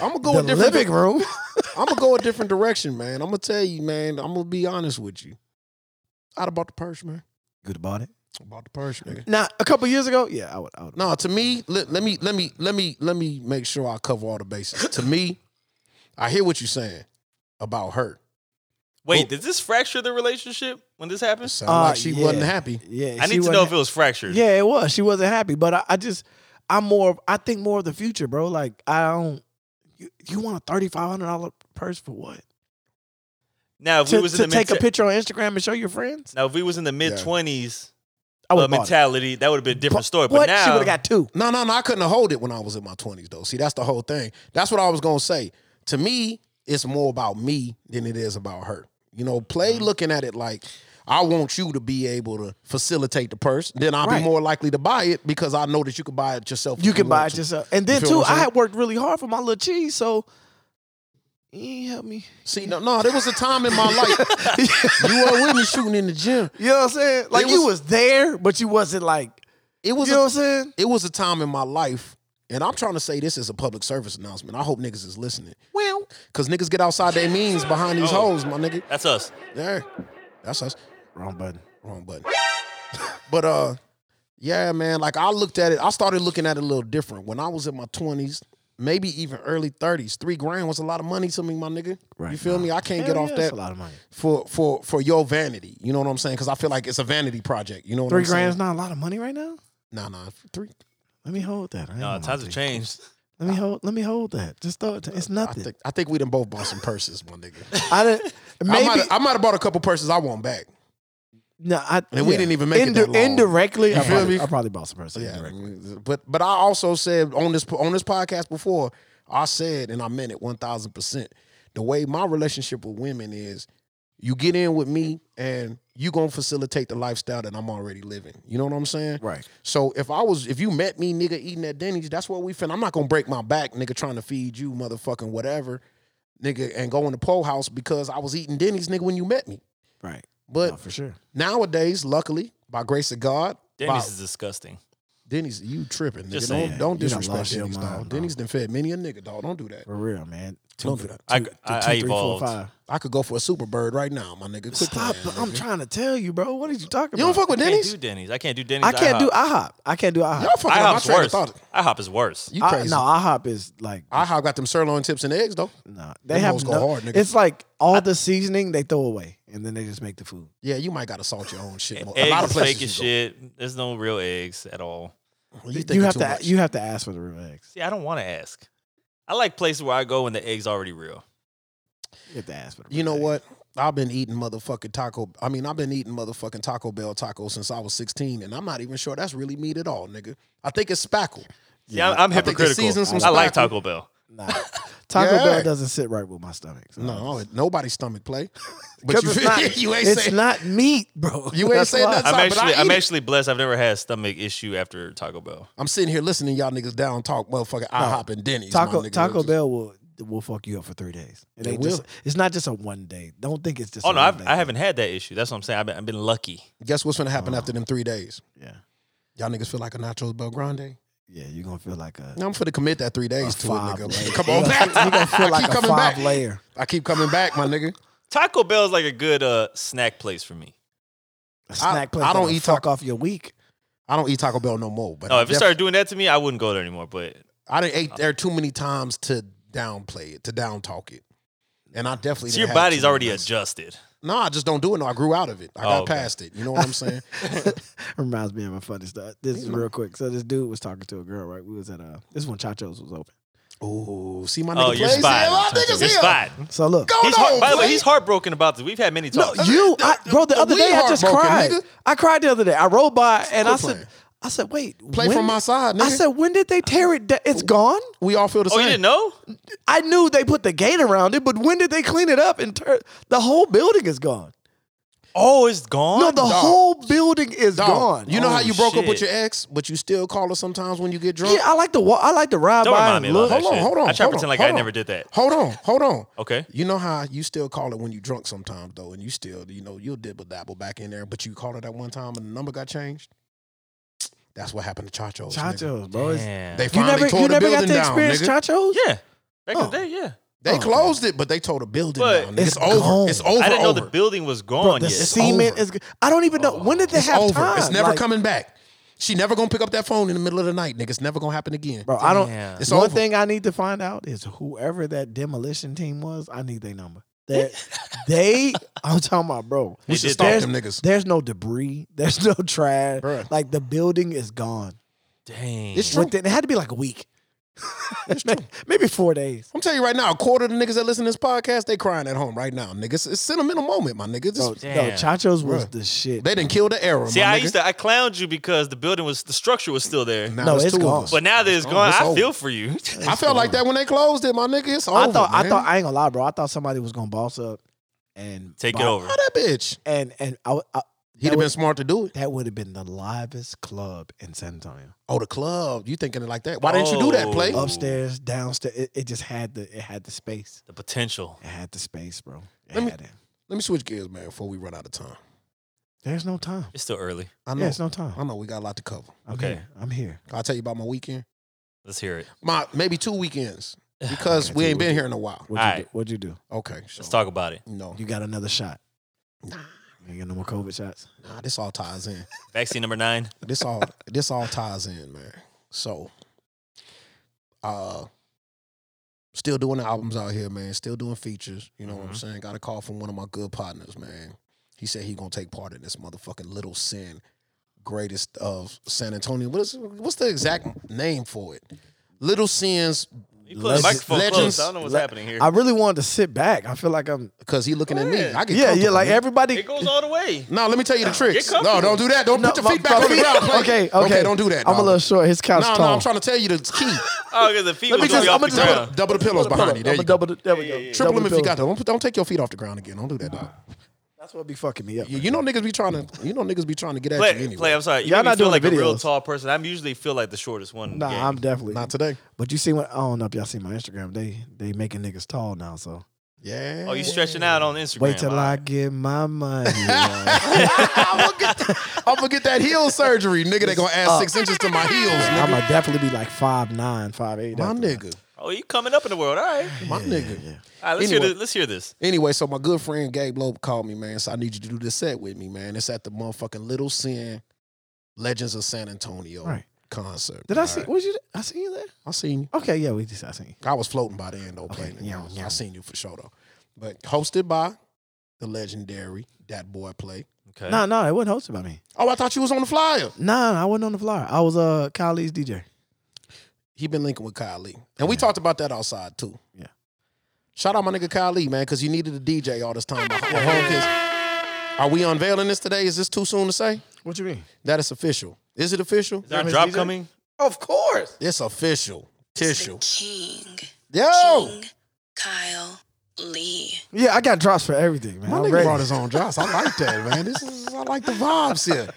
A: I'm gonna go
B: The
A: a different.
B: living room.
A: I'm gonna go a different direction, man. I'm gonna tell you, man. I'm gonna be honest with you. I'd have bought the purse, man.
B: Good about it.
A: About the purse, nigga.
B: Now, a couple years ago, yeah, I would I would
A: No, to me, let, let me let me let me let me make sure I cover all the bases. to me, I hear what you're saying about her.
C: Wait, did this fracture the relationship when this
A: It
C: happened?
A: sounded
B: Uh,
A: like she
B: yeah.
A: wasn't happy.
B: Yeah,
C: I
B: she
C: need to
B: wasn't
C: know if it was fractured.
B: Yeah, it was. She wasn't happy, but I, I just, I'm more. of- I think more of the future, bro. Like I don't. You, you want a thirty five hundred dollar purse for what?
C: Now, if
B: To,
C: we was
B: to
C: in the
B: take a
C: mid-
B: picture on Instagram and show your friends?
C: now if we was in the mid 20s
B: I
C: uh,
B: would have
C: mentality, that would have been a different story. But
B: what?
C: now
B: she would have got two.
A: No, no, no. I couldn't hold it when I was in my 20s, though. See, that's the whole thing. That's what I was gonna say. To me, it's more about me than it is about her. You know, play
B: Mm.
A: looking at it like I want you to be able to facilitate the purse. Then I'll
B: Right.
A: be more likely to buy it because I know that you can buy it yourself. if
B: You can buy
A: want
B: it
A: to.
B: yourself. And
A: You
B: then
A: feel
B: too,
A: what I'm
B: I
A: saying?
B: had worked really hard for my little cheese, so you ain't help me.
A: See, no, no, there was a time in my life you were with me shooting in the gym.
B: You know what I'm saying? Like
A: It
B: you
A: was-
B: was there, but you wasn't like.
A: It was
B: You
A: a
B: know what I'm saying?
A: it was a time in my life, and I'm trying to say this as a public service announcement. I hope niggas is listening.
B: Well,
A: Cause niggas get outside their means behind these
C: Oh.
A: hoes, my nigga.
C: that's us.
A: Yeah. That's us.
B: wrong button.
A: Wrong button. but uh yeah, man, like I looked at it, I started looking at it a little different. When I was in my twenties, maybe even early thirties, three grand was a lot of money to me, my nigga. you feel me? I can't get
B: Hell
A: off
B: yeah, that's
A: that
B: a lot of money.
A: for for for your vanity. You know what I'm saying? Cause I feel like it's a vanity project. You know what
B: Three
A: I'm
B: grand's
A: saying?
B: not a lot of money right now.
A: Nah, nah. Three
B: Let me hold that. I ain't
C: No,
B: gonna
C: times
B: lie
C: have
B: to you.
C: changed.
B: Let me hold. Let me hold that. Just throw it. To, it's
A: I
B: nothing.
A: think I think we done both bought some purses, my nigga.
B: I didn't.
A: I might
B: Maybe
A: have- I might have bought a couple purses I want back.
B: No, I
A: And we didn't even make it that long.
B: indirectly.
A: You
B: I
A: feel
B: probably,
A: me?
B: I probably bought some person.
A: Yeah,
B: indirectly.
A: but but I also said on this on this podcast before, I said and I meant it one thousand percent. The way my relationship with women is, you get in with me and you gonna facilitate the lifestyle that I'm already living. You know what I'm saying?
B: Right.
A: So if I was if you met me nigga eating at Denny's, that's what we fin. I'm not gonna break my back nigga trying to feed you motherfucking whatever, nigga, and go in the pole house because I was eating Denny's nigga when you met me.
B: Right.
A: But
B: No, for sure.
A: nowadays, luckily, by grace of God,
C: Denny's
A: by-
C: is disgusting.
A: Denny's, you tripping, nigga.
C: Just
A: Don't, don't
B: You
C: saying.
B: done
A: disrespect
B: lost your
A: Denny's, dog.
B: mind,
A: Denny's done fed many a nigga, dog. Don't do that.
B: For real, man.
A: Don't do that.
C: I-
B: Two-
C: I-
B: two,
C: I
B: three, four,
C: evolved.
B: five.
A: I could go for a super bird right now, my nigga. Quit
B: Stop.
A: playing,
B: I'm
A: nigga.
B: trying to tell you, bro. What are you talking
A: You don't
B: about?
A: fuck with
C: I can't
A: Denny's?
C: do Denny's. I can't do Denny's.
B: I can't do
C: IHOP.
B: IHOP. I can't do IHOP.
A: Y'all fucking up my
C: IHOP's
A: train of
C: worse.
A: thought.
C: IHOP is worse.
A: You
B: I-
A: crazy.
B: no, IHOP is like
A: IHOP got them sirloin tips and eggs, though.
B: no. They
A: Them
B: have
A: hoes go
B: no,
A: hard, nigga.
B: It's like all the seasoning they throw away, and then they just make the food.
A: Yeah, you might gotta salt your own shit. More. a lot
C: Eggs
A: of
C: is fake
A: places
C: as
A: you
C: shit. There's no real eggs at all.
A: go. You,
B: You,
A: thinking
B: have
A: too
B: to
A: much.
B: you have to ask for the real eggs.
C: See, I don't want to ask. I like places where I go and the eggs already real.
B: You have to ask for the.
A: You
B: real
A: know
B: eggs.
A: what? I've been eating motherfucking taco. I mean, I've been eating motherfucking Taco Bell tacos since I was 16, and I'm not even sure that's really meat at all, nigga. I think it's spackle.
C: See, I'm, I'm
A: I think they
C: hypocritical.
A: season some
C: I like
A: spackle.
C: Taco Bell.
B: Nah. Taco
A: Yeah.
B: Bell doesn't sit right with my stomach. so-
A: No, it- nobody's stomach play. But
B: 'Cause
A: you,
B: it's
A: feel-
B: not,
A: you ain't
B: it's
A: saying
B: not meat, bro.
A: You ain't
B: That's
A: saying
B: why.
A: nothing.
C: I'm
A: Sorry, but I
C: actually, I'm
A: eat it.
C: actually blessed. I've never had stomach issue after Taco Bell.
A: I'm sitting here listening to y'all niggas down talk motherfucking IHOP and Denny's. my
B: Taco
A: nigga.
B: Taco
A: It's just-
B: Bell will will fuck you up for three days. It
A: It
B: ain't
A: will.
B: just, it's not just a one day. Don't think it's just.
C: Oh
B: a
C: no,
B: one
C: I've,
B: day
C: I haven't had that issue. That's what I'm saying. I've been, I've been lucky.
A: Guess what's gonna happen after them three days?
B: thing. Yeah,
A: Y'all niggas feel like a Nacho Belgrande?
B: yeah. You're gonna feel like a,
A: No, I'm finna commit that three
B: a
A: days to it,
B: five.
A: nigga.
B: layer.
A: Come on
B: You're
A: back.
B: gonna feel- you're gonna feel
A: I
B: like
A: keep
B: a
A: coming
B: five
A: back.
B: layer.
A: I keep coming back, my nigga.
C: Taco Bell is like a good uh, snack place for me.
B: A snack place.
A: I don't
B: that'll
A: eat
B: fuck
A: taco-
B: off your week.
A: I don't eat Taco Bell no more. But
C: No,
A: I
C: Oh, if it started doing that to me, I wouldn't go there anymore. But
A: I didn't ate there too many times to downplay it, to down talk it. And I definitely
C: so
A: done
C: your
A: had
C: body's
A: too many
C: already
A: nights.
C: adjusted.
A: No, I just don't do it. No, I grew out of it. I got
C: okay.
A: past it. You know what I'm saying?
B: Reminds me of a funny story. This is real quick. So this dude was talking to a girl. Right, we was at uh this is when Chacho's was open.
A: Ooh, see my nigga
C: Oh, you're
A: plays here.
C: fine.
A: My nigga's
C: You're
A: here.
C: fine.
B: So look,
A: Go
C: He's
A: on,
C: heart- by the way,
A: Clay.
C: he's heartbroken about this. We've had many
B: No,
C: talks.
B: you, I, bro. The
A: the
B: other
A: weed
B: day I just
A: heartbroken,
B: cried.
A: nigga.
B: I cried the other day. I rolled by and I
A: Quit
B: said,
A: playing.
B: I said, wait,
A: Play
B: when-
A: from my side, nigga.
B: I said, when did they tear it? down? It's gone.
A: we all feel the
C: oh,
A: same.
C: you didn't know?
B: I knew they put the gate around it, but when did they clean it up and turn? The whole building is gone.
C: Oh, it's gone.
B: No, the whole building is
A: Dog,
B: gone.
A: You know
C: Oh,
A: how you broke up with
C: shit.
A: your ex, but you still call her sometimes when you get drunk.
B: yeah, I like to walk. I like to ride
C: Don't
B: by.
C: remind
B: And
C: me
B: look.
C: about that
A: Hold on,
C: shit.
A: hold on.
C: I try to
A: hold
C: pretend
A: on,
C: like
A: hold
C: I
A: on.
C: never did that.
A: Hold on, hold on.
C: Okay.
A: You know how you still call it when you drunk sometimes though, and you still you know you'll dibble dabble back in there, but you called her that one time and the number got changed. That's what happened to Chacho.
B: Chachos, bro. it's-
C: Damn.
A: They
B: You
A: finally
B: never,
A: tore
B: you
A: the
B: never got
A: building
B: to
A: down,
B: experience
A: nigga.
B: Chachos.
C: yeah. Back
B: Oh.
C: in the day, yeah.
A: They
B: Oh,
A: closed it, but they tore the building
C: But
A: down. nigga. It's,
B: it's
A: over.
B: gone.
A: It's over.
C: I didn't
A: over.
C: know the building was gone
B: Bro, the
C: yet.
A: it's
B: cement
A: over.
B: is. g- I don't even know when did they
A: It's
B: have
A: over.
B: time.
A: It's never
B: Like,
A: coming back. She never gonna pick up that phone in the middle of the night, nigga. It's never gonna happen again.
B: Bro, I don't.
C: Damn.
A: It's
B: one
A: over.
B: thing I need to find out is whoever that demolition team was. I need their number. They, they. I'm talking about, bro.
A: We
C: They
A: should
C: did
A: stop
C: that.
A: them niggas.
B: There's no debris. There's no trash.
A: Bruh.
B: Like the building is gone.
C: Dang.
A: It's true.
B: Within, it had to be like a week. Maybe four days.
A: I'm telling you right now, a quarter of the niggas that listen to this podcast, they crying at home right now, niggas. It's a sentimental moment, my niggas.
B: Bro,
A: It's-
B: no,
C: Damn.
B: Chacho's was
A: Bruh.
B: the shit.
A: They didn't kill the era.
C: See,
A: my
C: I
A: nigga.
C: used to I clowned you because the building was the structure was still there.
A: Now
B: No,
A: there's
B: it's
A: two of
B: gone.
A: us.
C: But now that it's
A: gone,
C: gone,
A: it's
C: I
A: over.
C: feel for you.
A: I felt like that when they closed it, my nigga. It's over.
B: I thought. I
A: man.
B: thought. I ain't gonna lie, bro. I thought somebody was gonna boss up and
C: Take it
B: buy-
C: over.
A: How that bitch.
B: And and I, I,
A: He'd
B: That
A: have been
B: was-
A: smart to do it.
B: that would have been the livest club in San Antonio.
A: Oh, the club. You thinking it like that? Why didn't you do that
C: Oh.
A: play?
C: Ooh.
B: upstairs, downstairs. It, it just had the it had the space.
C: The potential.
B: It had the space, bro. It
A: Let me-
B: had it.
A: Let me switch gears, man, before we run out of time.
B: There's no time.
C: It's still early.
A: I know.
B: There's no time.
A: I know. We got a lot to cover.
B: I'm
C: okay.
B: here. I'm here.
A: I'll tell you about my weekend.
C: Let's hear it.
A: My maybe two weekends because
B: Okay,
A: we
B: two
A: ain't been here in a while.
B: What'd you
C: Alright.
B: do? What'd you do?
A: Okay, so,
C: Let's talk about it.
A: No,
B: You got another shot. You ain't got no more COVID shots.
A: nah, this all ties in.
C: Vaccine number nine.
A: this all this all ties in, man. So, uh, still doing the albums out here, man. Still doing features. You know what I'm
C: Mhm.
A: saying? Got a call from one of my good partners, man. He said he gonna take part in this motherfucking Little Sin, greatest of San Antonio. What is what's the exact name for it? Little Sin's
C: You put the
B: Legend-
C: microphone
A: legends-
C: close. I don't know what's
B: le-
C: happening here.
B: I really wanted to sit back. I feel like I'm.
A: Because he looking at me. I get
B: Yeah, yeah.
A: comfortable,
B: Like
A: man.
B: everybody.
C: it goes all the way.
A: No, let me tell you the tricks. No,
C: comfortable.
A: don't do that. Don't put your
B: my-
A: feet back
B: my
A: on the
B: feet-
A: ground. Clay.
B: Okay, okay.
A: don't do that.
B: I'm a
A: dog.
B: little short. His couch
A: No,
B: tall.
A: no, I'm trying to tell you the key.
C: Oh, because the feet
B: Let me
C: was going
B: just.
C: off
B: I'm
C: the
B: gonna double,
C: ground.
A: Double the pillows behind you. There
B: I'm
A: you
B: gonna
A: go.
B: double. The, there we go.
A: Triple
B: Double
A: them if you
B: pillow.
A: got them. Don't, don't take your feet off the ground again. Don't do that, dog.
B: That's what be fucking me up.
A: You, you know niggas be trying to. You know niggas be trying to get at you
C: Play,
A: anyway.
C: play, I'm sorry. You
B: Y'all
C: made me
B: not
C: feel
B: doing
C: like a real
B: videos.
C: tall person. I usually feel like the shortest one. in the
B: Nah,
C: game.
B: I'm definitely.
A: Not today.
B: But you see what? I don't know if y'all see my Instagram. They they making niggas tall now. So
A: Yeah.
C: Oh, you stretching out on Instagram.
B: wait till
C: All
B: I
C: right.
B: get my money.
A: I'm gonna get that, I'm gonna get that heel surgery, nigga. They gonna add
B: Uh,
A: six inches to my heels, nigga.
B: I'ma definitely be like five nine, five eight.
A: My nigga,
C: Oh, you coming up in the world. All right.
A: my nigga.
C: All right, let's,
A: Anyway.
C: hear this. let's hear this.
A: Anyway, so my good friend Gabe Loeb called me, man. So I need you to do this set with me, man. It's at the motherfucking Little Sin Legends of San Antonio
B: Right.
A: concert.
B: Did I see?
A: All right.
B: Was you? I seen you there?
A: I seen you.
B: Okay, yeah, we just I seen you.
A: I was floating by the end though,
B: Okay,
A: playing it.
B: yeah, yeah.
A: I seen you for sure though. But hosted by the legendary That Boy Play.
C: Okay.
B: No, no, it wasn't hosted by me.
A: Oh, I thought you was on the flyer.
B: No, no, I wasn't on the flyer. I was uh Kylie's DJ.
A: He been linking with Kylie, and we talked about that outside too.
B: Yeah.
A: Shout out my nigga Kylie, man, because you needed a DJ all this time. My- my homekins- Are we unveiling this today? Is this too soon to say?
B: What you mean?
A: That is official. Is it official?
C: Is there a
B: Miss
C: drop
B: DJ?
C: coming?
B: Of course.
A: It's official. Tissue.
E: King.
A: Yo,
E: King Kyle Lee.
B: Yeah, I got drops for everything, man.
A: my
B: I'm
A: nigga
B: ready.
A: brought his own drops. I like that, man. This is I like the vibes here.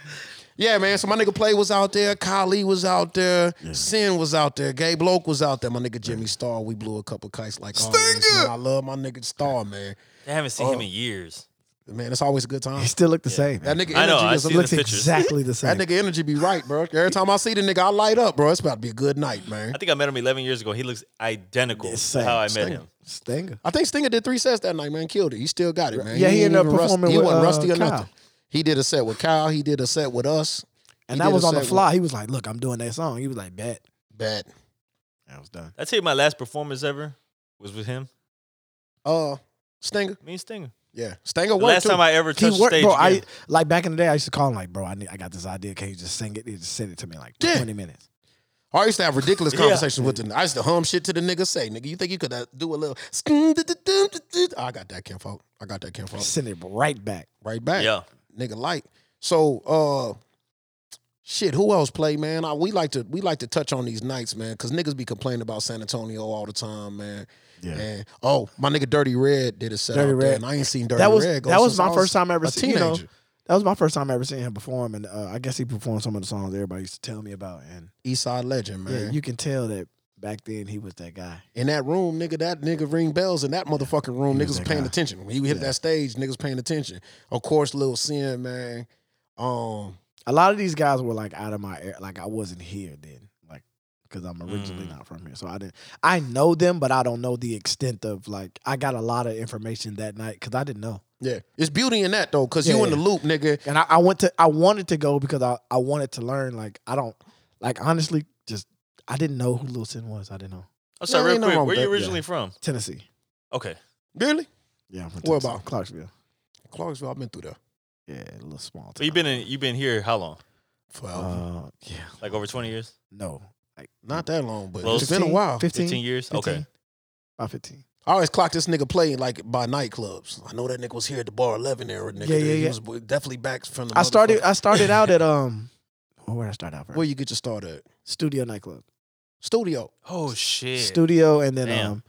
A: Yeah, man. So my nigga Play was out there. Kylie was out there. Sin was out there. Gabe Loke was out there. My nigga Jimmy Star. We blew a couple kites like always. Man, I love my nigga Star, man.
C: I haven't seen him
B: Oh.
C: in years.
A: Man, it's always a good time.
B: He still looked the same.
A: That
B: Man.
A: nigga energy
C: I know, I
A: is a
C: see
A: little-
B: Looks
C: the pictures.
B: exactly the same.
A: that nigga energy be right, bro. Every time I see the nigga, I light up, bro. It's about to be a good night, man.
C: I think I met him 11 years ago. He looks identical
B: It's
C: to
B: same.
C: how I met
A: Same.
C: him.
B: Stinger.
A: I think Stinger did three sets that night, man. Killed it. He still got it, man.
B: Yeah, he
A: ain't
B: ended up
A: even rusty.
B: performing
A: He
B: with,
A: wasn't
B: uh,
A: rusty or
B: Kyle.
A: nothing. He did a set with Kyle. He did a set with us.
B: And
A: He
B: that
A: did
B: was
A: a
B: on the
A: set
B: fly. He was like, "Look, I'm doing that song." He was like, "Bet."
A: Bad.
B: That was done.
C: I tell you, my last performance ever was with him.
A: Uh, Stinger.
C: Me and Stinger.
A: Yeah, Stinger
C: The
A: worked
C: last
A: too.
C: time I ever
B: He
C: touched
B: worked,
C: stage.
B: bro. I
C: again.
B: like back in the day. I used to call him like, "Bro, I need, I got this idea. Can you just sing it?" He just sent it to me in like
A: Yeah.
B: 20 minutes.
A: I used to have ridiculous
C: Yeah.
A: conversations with the. I used to hum shit to the nigga. Say, nigga, you think you could uh, do a little? Ah, I got that Ken Folk. I got that Ken Folk.
B: Send it right back.
A: Right back.
C: yeah.
A: nigga light. So uh shit, who else play, man? I, we like to we like to touch on these nights, man, cause niggas be complaining about San Antonio all the time, man.
B: Yeah.
A: And oh, my nigga Dirty Red did a set
B: Dirty
A: out there,
B: Red.
A: and I ain't seen Dirty
B: that was
A: Red. go
B: that was
A: since
B: my
A: I
B: first time ever
A: a
B: seeing. You know,
A: teenager.
B: that was my first time ever seeing him perform, and uh, I guess he performed some of the songs everybody used to tell me about. And
A: East Side legend, man.
B: yeah, you can tell that back then he was that guy.
A: in that room, nigga, that nigga ring bells in that motherfucking room.
B: He
A: Niggas
B: was
A: was
B: that
A: paying
B: guy.
A: attention. When he hit
B: Yeah.
A: that stage, niggas paying attention. Of course, Lil Sin, man. Um,
B: A lot of these guys were like out of my air. Like I wasn't here then, like because I'm originally
C: Mm.
B: not from here, so I didn't. I know them, but I don't know the extent of like I got a lot of information that night because I didn't know.
A: yeah. It's beauty in that though, cause
B: Yeah,
A: you in
B: yeah.
A: the loop, nigga.
B: And I, I went to I wanted to go because I, I wanted to learn. Like I don't like honestly just I didn't know who Lil Sin was. I didn't know.
C: I'm sorry,
A: Yeah, ain't
C: real
A: no
C: quick.
A: wrong
C: Where
A: with
C: you
A: that,
C: originally from?
B: Tennessee.
C: Okay.
A: Really?
B: Yeah, I'm from
A: Where
B: Tennessee.
A: about?
B: Clarksville.
A: Clarksville, I've been through there.
B: Yeah, a little small.
C: So you've been in you've been here how long?
A: Forever.
B: Uh, yeah.
C: Like over 20 years?
B: No. Like
A: Not that long, but
C: Well,
A: it's been a while.
B: 15,
C: 15 years? Okay.
B: 15, About fifteen.
A: I always clock this nigga playing like by nightclubs. I know that nigga was here at the bar eleven era. Nigga.
B: Yeah, yeah,
A: He
B: yeah.
A: was definitely back from the.
B: I started
A: motherfucker-
B: I started out at um oh, where did I start out first?
A: Where you get your start at?
B: Studio nightclub.
A: Studio.
C: Oh shit.
B: Studio and then
C: Damn.
B: um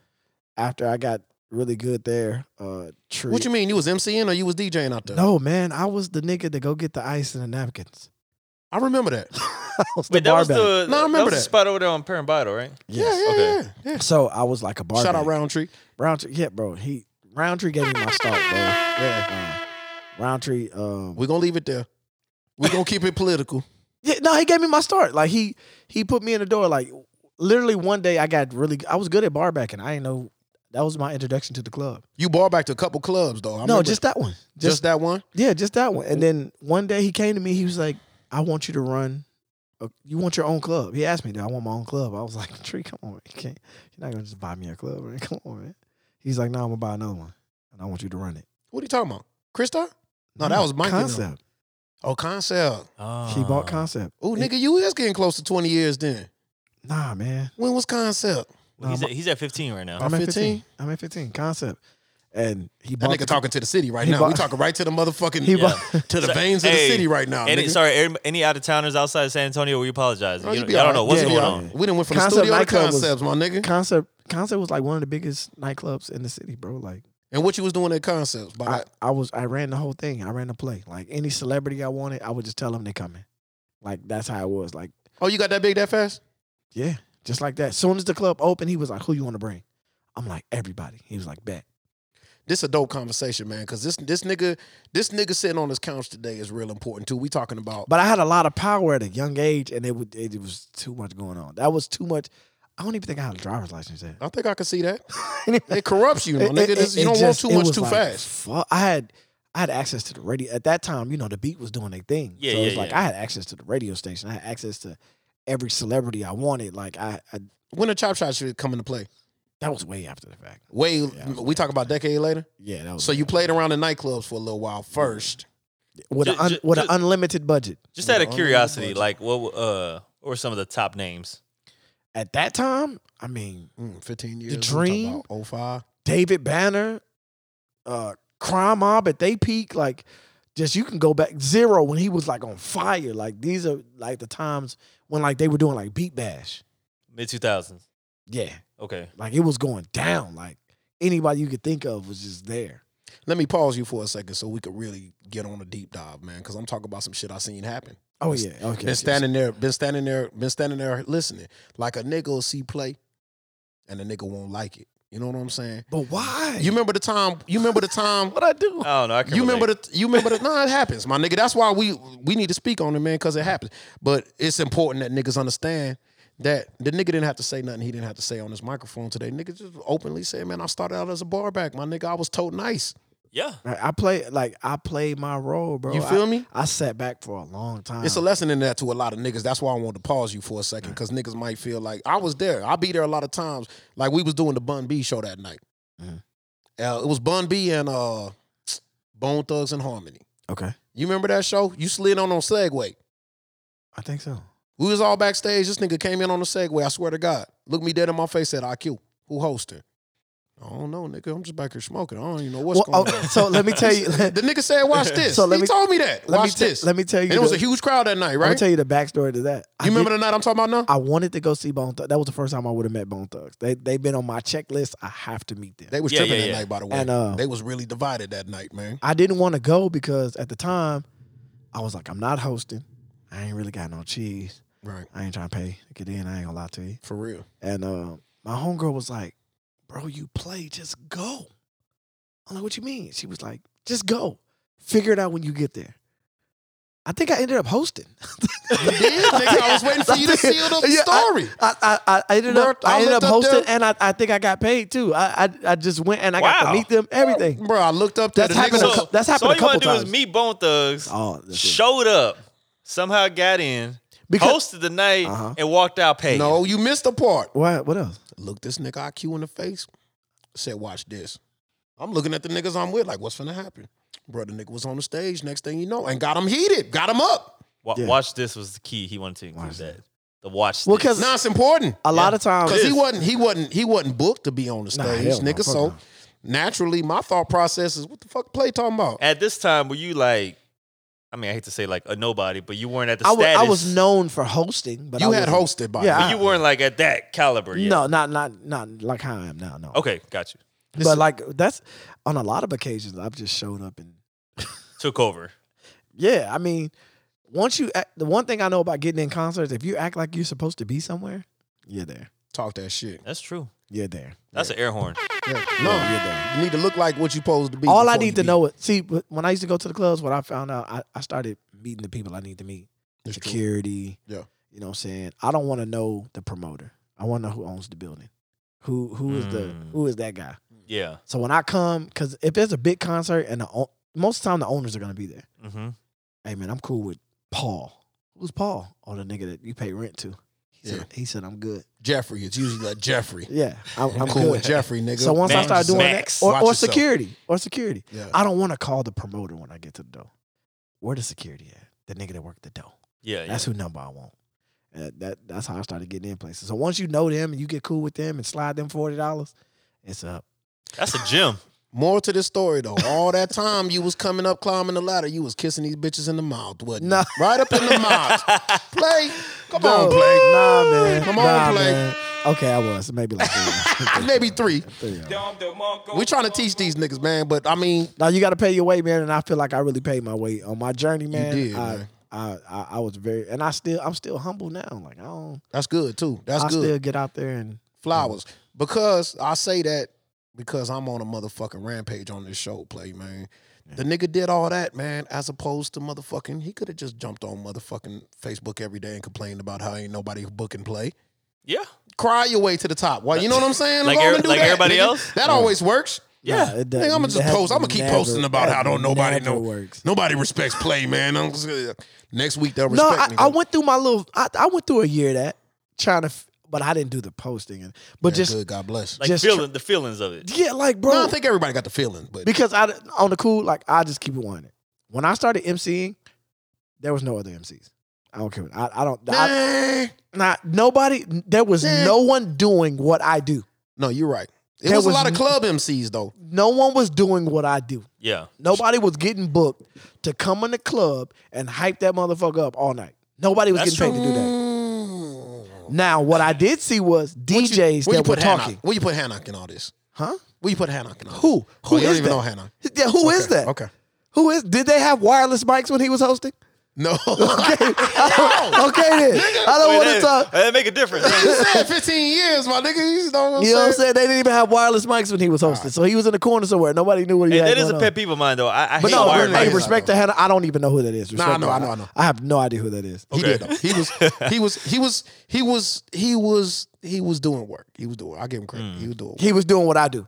B: after I got really good there, uh tree.
A: What you mean? You was MCing or you was DJing out there?
B: No man, I was the nigga to go get the ice and the napkins.
A: I remember that.
B: I was the
C: Wait, that was
B: barbell.
C: the
A: No, I remember
C: that was the
A: that.
C: spot over there on Parambato, right?
A: Yeah, yeah,
C: Okay.
A: yeah. yeah.
B: So I was like a bar.
A: Shout
B: back.
A: out Roundtree.
B: Roundtree. Yeah, bro. He Roundtree gave me my start, bro.
A: Yeah,
B: Uh, Roundtree. Um,
A: we gonna leave it there. We gonna keep it political.
B: yeah, no, he gave me my start. Like he he put me in the door. Like literally one day, I got really. I was good at bar backing. I didn't know that was my introduction to the club.
A: You ball back to a couple clubs though. I
B: no,
A: remember-
B: just that one.
A: just
B: Just,
A: that one.
B: yeah, just that one. And then one day he came to me. He was like, "I want you to run. A, you want your own club?" He asked me, "Do I want my own club?" I was like, "Tree, come on, you can't. You're not gonna just buy me a club, man. Come on, man." He's like, "No, I'm gonna buy another one, and I want you to run it."
A: What are you talking about, Krista? No, that was Mike and them.
B: concept.
A: Oh, Concept.
B: She bought
C: Ah.
B: Concept.
A: Oh,
B: It-
A: nigga, you is getting close to twenty years then.
B: Nah, man.
A: When was Concept?
B: Nah,
C: he's,
B: my-
C: at, he's at 15 right now.
B: I'm at
A: 15?
B: 15. I'm at 15. Concept. And he
A: That
B: bought
A: nigga
B: the-
A: talking to the city right
B: He
A: now. we
B: bought-
A: talking right to the motherfucking
B: He bought-
A: to the
C: So-
A: veins of the
C: hey,
A: city right now.
C: Any,
A: nigga.
C: sorry, every- any out of towners outside of San Antonio, we apologize.
A: Bro,
C: You
A: you
C: know,
A: be
C: y'all don't
A: all
C: know what's
A: right.
B: Yeah,
C: going
B: yeah.
C: on.
A: We done went from
B: Concept
A: the studio to
B: nightclub was-
A: concepts, my nigga.
B: Concept Concept was like one of the biggest nightclubs in the city, bro. Like
A: and what you was doing at concepts? By
B: I,
A: that?
B: I was I ran the whole thing. I ran the play. Like any celebrity I wanted, I would just tell them they coming. Like that's how it was. Like
A: Oh, you got that big that fast?
B: yeah, just like that. Soon as the club opened, he was like, "Who you want to bring?" I'm like, "Everybody." He was like, "Bet."
A: This a dope conversation, man. Cause this this nigga this nigga sitting on this couch today is real important too. We talking about
B: But I had a lot of power at a young age, and it would it was too much going on. That was too much. I don't even think I had a driver's license yet.
A: I think I can see that. It corrupts you, my
B: It-
A: nigga.
B: it-
A: This-
B: it
A: you don't
B: just- it
A: want too much
B: was
A: too
B: like,
A: fast.
B: Fuck, I had I had access to the radio at that time. You know, the beat was doing their thing.
C: Yeah,
B: so
C: yeah,
B: it's like
C: yeah.
B: I had access to the radio station. I had access to every celebrity I wanted. Like I, I
A: When the chop shot should come into play?
B: that was way after the fact.
A: Way
B: Yeah, I was
A: we talk about decade later.
B: Yeah, that was
A: So you played around the nightclubs for a little while first.
B: with
C: Ju-
B: an un,
C: ju-
B: with
C: ju-
B: an unlimited budget
C: Just out
A: Yeah,
C: of
A: I don't know
C: curiosity,
A: much.
C: like what w- uh what were some of the top names?
B: at that time. I mean,
A: Mm, Fifteen years.
B: Dream?
A: Oh five.
B: David Banner, uh, Crime Mob at they peak. Like, just you can go back zero when he was like on fire. Like these are like the times when like they were doing like Beat Bash.
C: Mid 2000s.
B: Yeah,
C: Okay.
B: Like it was going down. Like anybody you could think of was just there.
A: Let me pause you for a second so we could really get on a deep dive, man. Cause I'm talking about some shit I seen happen.
B: Oh
A: Yes.
B: yeah. Okay.
A: been
B: yes,
A: standing there, been standing there, been standing there listening. Like a nigga will see play, and a nigga won't like it. You know what I'm saying?
B: yes. But why?
A: You remember the time? You remember the time? Uh,
B: what I do?
C: I don't know. I can
A: You remember the? You remember the? Nah, it happens, my nigga. That's why we we need to speak on it, man, because it happens. But it's important that niggas understand that the nigga didn't have to say nothing. He didn't have to say on his microphone today. Nigga just openly said, "Man, I started out as a barback, my nigga. I was told nice.
C: Yeah.
B: I I play like I played my role, bro.
A: You feel
B: I,
A: me?
B: I sat back for a long time.
A: It's a lesson in that to a lot of niggas. That's why I wanted to pause you for a second, because niggas might feel like I was there. I be there a lot of times. Like we was doing the Bun B show that night.
B: Mhm.
A: Uh, it was Bun B and uh, Bone Thugs and Harmony.
B: okay.
A: You remember that show? You slid on on Segway.
B: I think so.
A: We was all backstage. This nigga came in on a Segway. I swear to God, looked me dead in my face. Said, "IQ, who hosting?" I don't know, nigga. I'm just back here smoking. I don't even know what's
B: Well,
A: going
B: oh,
A: on.
B: so let me tell you. Let,
A: The nigga said, "Watch this."
B: So let
A: he
B: me-
A: told me that.
B: let me
A: Watch
B: te-
A: this.
B: let me tell you.
A: and it was
B: the-
A: a huge crowd that night,
B: Let me
A: right?
B: tell you the backstory to that. I
A: you
B: did-
A: remember the night I'm talking about now?
B: I wanted to go see Bone Thugs. That was the first time I would have met Bone Thugs. They they've been on my checklist. I have to meet them.
A: They was
C: Yeah,
A: tripping
C: yeah,
A: that
C: yeah.
A: night, by the way.
B: And, uh,
A: they was really divided that night, man.
B: I didn't want to go because at the time, I was like, I'm not hosting. I ain't really got no cheese.
A: Right.
B: I ain't trying to pay to get in. I ain't gonna lie to you.
A: For real.
B: And uh, my homegirl was like, "Bro, you play, just go." I'm like, "What you mean?" She was like, "Just go, figure it out when you get there." I think I ended up hosting.
A: You did? Nigga, I was waiting for you to seal the
B: Yeah, I-
A: story.
B: I I, I- I ended
A: Bro,
B: up I,
A: I
B: ended up
A: looked up there.
B: hosting, and I, I think I got paid too. I I, I just went and I got to
C: Wow.
B: meet them. Everything.
A: Bro, I looked up there.
B: That's
A: the nigga
B: happened
A: was-
B: cou- that's happened
C: so
B: a
C: all you wanna
B: couple
C: do
B: times.
C: is meet Bone Thugs,
B: Oh, that's it.
C: showed up, somehow got in,
B: Because
C: hosted the night,
B: Uh-huh.
C: and walked out paid.
A: No, you missed the part.
B: what what else?
A: Look this nigga IQ in the face. Said, watch this. I'm looking at the niggas I'm with, like, what's finna happen? Bro, the nigga was on the stage, next thing you know, and got him heated, got him up.
C: Wa-
B: Yeah.
C: Watch this was the key. He wanted to include
B: Watch
C: that. The watch.
B: Well,
C: this.
B: 'cause-
A: Nah, it's important.
B: A lot of times
A: Because he
C: Yes.
A: wasn't, he wasn't, he wasn't booked to be on the
B: Nah,
A: stage,
B: hell no,
A: nigga.
B: fuck
A: So
B: no.
A: naturally, my thought process is, what the fuck play talking about?
C: at this time, were you like? I mean, I hate to say like a nobody, but you weren't at the
B: I was,
C: status.
B: I was known for hosting, but
A: you
B: I
A: had
B: wasn't-
A: hosted by
B: Yeah,
A: now.
C: but you weren't like at that caliber yet.
B: No, not not not like how I am now. No.
C: Okay, got you.
B: But like that's on a lot of occasions I've just shown up and
C: Took over.
B: yeah, I mean, once you act, the one thing I know about getting in concerts, if you act like you're supposed to be somewhere, you're there.
A: talk that shit.
C: That's true.
B: You're there.
C: That's an air horn.
A: No,
B: You're there.
A: you need to look like what you supposed to be.
B: All
A: before
B: I
A: you
B: need to
A: be-
B: know is see but when I used to go to the clubs, what I found out, I, I started meeting the people I need to meet.
A: It's true.
B: Security.
A: Yeah.
B: You know what I'm saying? I don't want to know the promoter. I want to know who owns the building. Who who is the
C: Mm.
B: who is that guy?
C: Yeah.
B: So when I come, because if there's a big concert and the, o- most of the time the owners are gonna be there.
C: Mm-hmm.
B: Hey man, I'm cool with Paul. Who's Paul? Oh, the nigga that you pay rent to. He said, he said I'm good.
A: Jeffrey. It's usually like Jeffrey.
B: Yeah, I'm, I'm
A: cool
B: good.
A: with Jeffrey, nigga.
B: So once I
C: Max.
B: start doing
C: Max.
B: that, or,
A: Watch
B: or
A: yourself.
B: security, or security,
A: yeah.
B: I don't want to call the promoter when I get to the door. Where the security at? The nigga that worked the door.
C: Yeah.
B: That's who number I want. That, that that's how I started getting in places. So once you know them and you get cool with them and slide them forty dollars, it's up.
C: That's a gym.
A: More to this story though. All that time you was coming up, climbing the ladder, you was kissing these bitches in the mouth, wasn't
B: Nah.
A: you? Right up in the mouth. Play. Come on,
B: No,
A: play.
B: Nah, man.
A: Come on,
B: Nah,
A: Blake.
B: man. Okay, I was maybe like three.
A: Maybe three.
B: Three of them.
A: We trying to teach these niggas, man. But I mean,
B: Now you got to pay your weight, man. And I feel like I really paid my weight on my journey, man.
A: did,
B: I,
A: man.
B: I, I I was very, and I still I'm still humble now. Like I don't,
A: that's good too. That's
B: I
A: good.
B: still get out there and
A: flowers because I say that because I'm on a motherfucking rampage on this show play, man. The nigga did all that, man, as opposed to motherfucking he could have just jumped on motherfucking Facebook every day and complained about how ain't nobody booking play.
C: Yeah.
A: Cry your way to the top. Well, you know what I'm saying?
C: Like
A: Go on
C: every-
A: and do
C: like
A: that,
C: everybody
A: nigga.
C: else?
A: That always works.
C: Yeah.
B: Nah, it
A: Nigga,
B: doesn't-
A: I'm gonna just
B: that
A: post. I'm gonna keep
B: never-
A: posting about
B: that
A: how don't nobody
B: never
A: know.
B: works.
A: Nobody respects play, man. I'm just- next week they'll
B: No,
A: respect
B: I,
A: me.
B: I
A: though.
B: went through my little. I, I went through a year of that trying to, f- but I didn't do the posting. And but
A: Yeah,
B: just
A: good, God bless.
C: Like
B: Just
C: feeling the feelings of it.
B: yeah, like bro,
A: No, I think everybody got the feeling, but
B: because I on the cool, like I just keep it one. When I started emceeing, there was no other MCs. I don't care. I, I don't. I,
A: Nah.
B: not nobody. There was
A: Nah.
B: no one doing what I do.
A: No, you're right. It
B: There
A: was,
B: was
A: a lot of
B: n-
A: club MCs though.
B: No one was doing what I do.
C: Yeah.
B: Nobody was getting booked to come in the club and hype that motherfucker up all night. Nobody was
C: That's
B: getting paid to do that. Now, what I did see was DJs
A: Where you
B: that were
A: put
B: talking.
A: Hanok? Where you put Hanok in all this?
B: Huh?
A: Where you put Hanok in all this?
B: Who? Who
A: Oh, you don't
B: is
A: even
B: that?
A: know Hanok.
B: Yeah, who is
A: Okay,
B: that?
A: Okay.
B: Who is? Did they have wireless mics when he was hosting?
A: No.
B: Okay, then. I don't want to talk.
C: That make a difference.
A: you said 15 years, my nigga. You know what I'm
B: You know what
A: saying?
B: I'm saying? They didn't even have wireless mics when he was hosting, so he was in the corner somewhere. Nobody knew what he
C: Hey,
B: had.
C: that is
B: going
C: a
B: on.
C: pet peeve of mine though. I, I
B: But
C: hate
B: no,
C: wired
B: hey,
A: mics.
B: respect to Hannah. I don't even know who that is. Respect
A: know,
B: to
A: I
B: her.
A: know, I know.
B: I have no idea who that is.
A: He
C: Okay.
A: did though. He was he was he was he was he was he was doing work. He was doing. I give him credit.
C: Hmm.
A: He was doing work.
B: He was doing what I do,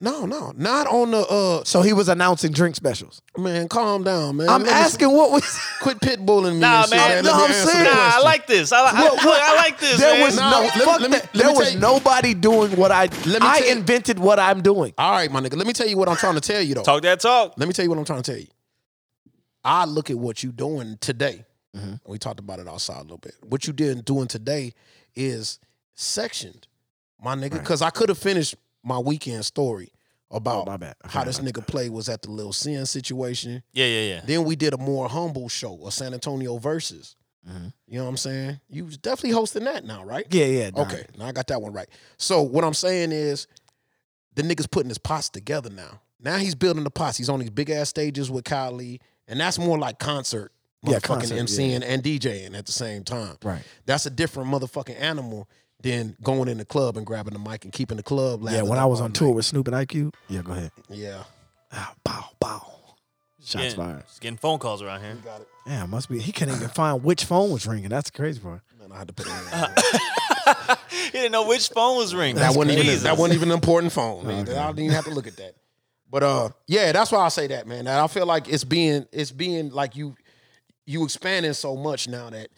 A: No, no. Not on the uh
B: so he was announcing drink specials.
A: man, calm down, man.
B: I'm
A: Let me-
B: asking what was.
A: quit pit bulling me.
C: Nah,
A: and shit, Let
C: man.
B: No,
A: me
B: I'm
A: answer the
B: serious.
C: Nah, I
A: question.
C: like this. I, I,
B: What- what-
C: I like this.
B: There
C: man.
B: was
A: Nah,
B: no
A: let me-
B: fuck
A: let me-
B: that.
A: let me
B: there was
A: tell you-
B: nobody doing what I.
A: me
B: I
A: tell you-
B: invented what I'm doing.
A: All right, my nigga. Let me tell you what I'm trying to tell you though.
C: talk that talk.
A: Let me tell you what I'm trying to tell you. I look at what you doing today.
B: Mm-hmm.
A: We talked about it outside a little bit. What you did doing today is sectioned, my nigga. Because I could have finished my weekend story about
B: Oh, my bad. I
A: how
B: forgot
A: this nigga play was at the Lil Sin situation.
C: Yeah, yeah, yeah.
A: Then we did a more humble show, a San Antonio versus. You know what I'm saying? You was definitely hosting that now, right?
B: Mm-hmm. Yeah, yeah. nah.
A: Okay, now I got that one right. So what I'm saying is, the niggas putting his pots together now. Now he's building the pots. He's on these big ass stages with Kylie, and that's more like concert, motherfucking
B: Yeah, concert, yeah.
A: MCing and DJing at the same time.
B: Right.
A: That's a different motherfucking animal than going in the club and grabbing the mic and keeping the club.
B: Yeah,
A: lathered
B: when I
A: up
B: was
A: all
B: on tour
A: night.
B: with Snoop and IQ. Yeah, go ahead.
A: yeah,
B: Ah, bow, bow. Shots
C: Getting,
B: fired.
C: it's getting phone calls around here.
A: got it.
B: Yeah, it must be. He couldn't even find which phone was ringing. That's the crazy part.
A: Man, I had to put it in.
C: He didn't know which phone was ringing.
A: that wasn't even
C: Jesus.
A: that wasn't even an important phone. Man. I didn't even have to look at that. But uh, yeah, that's why I say that, man. That I feel like it's being it's being like you you expanding so much now that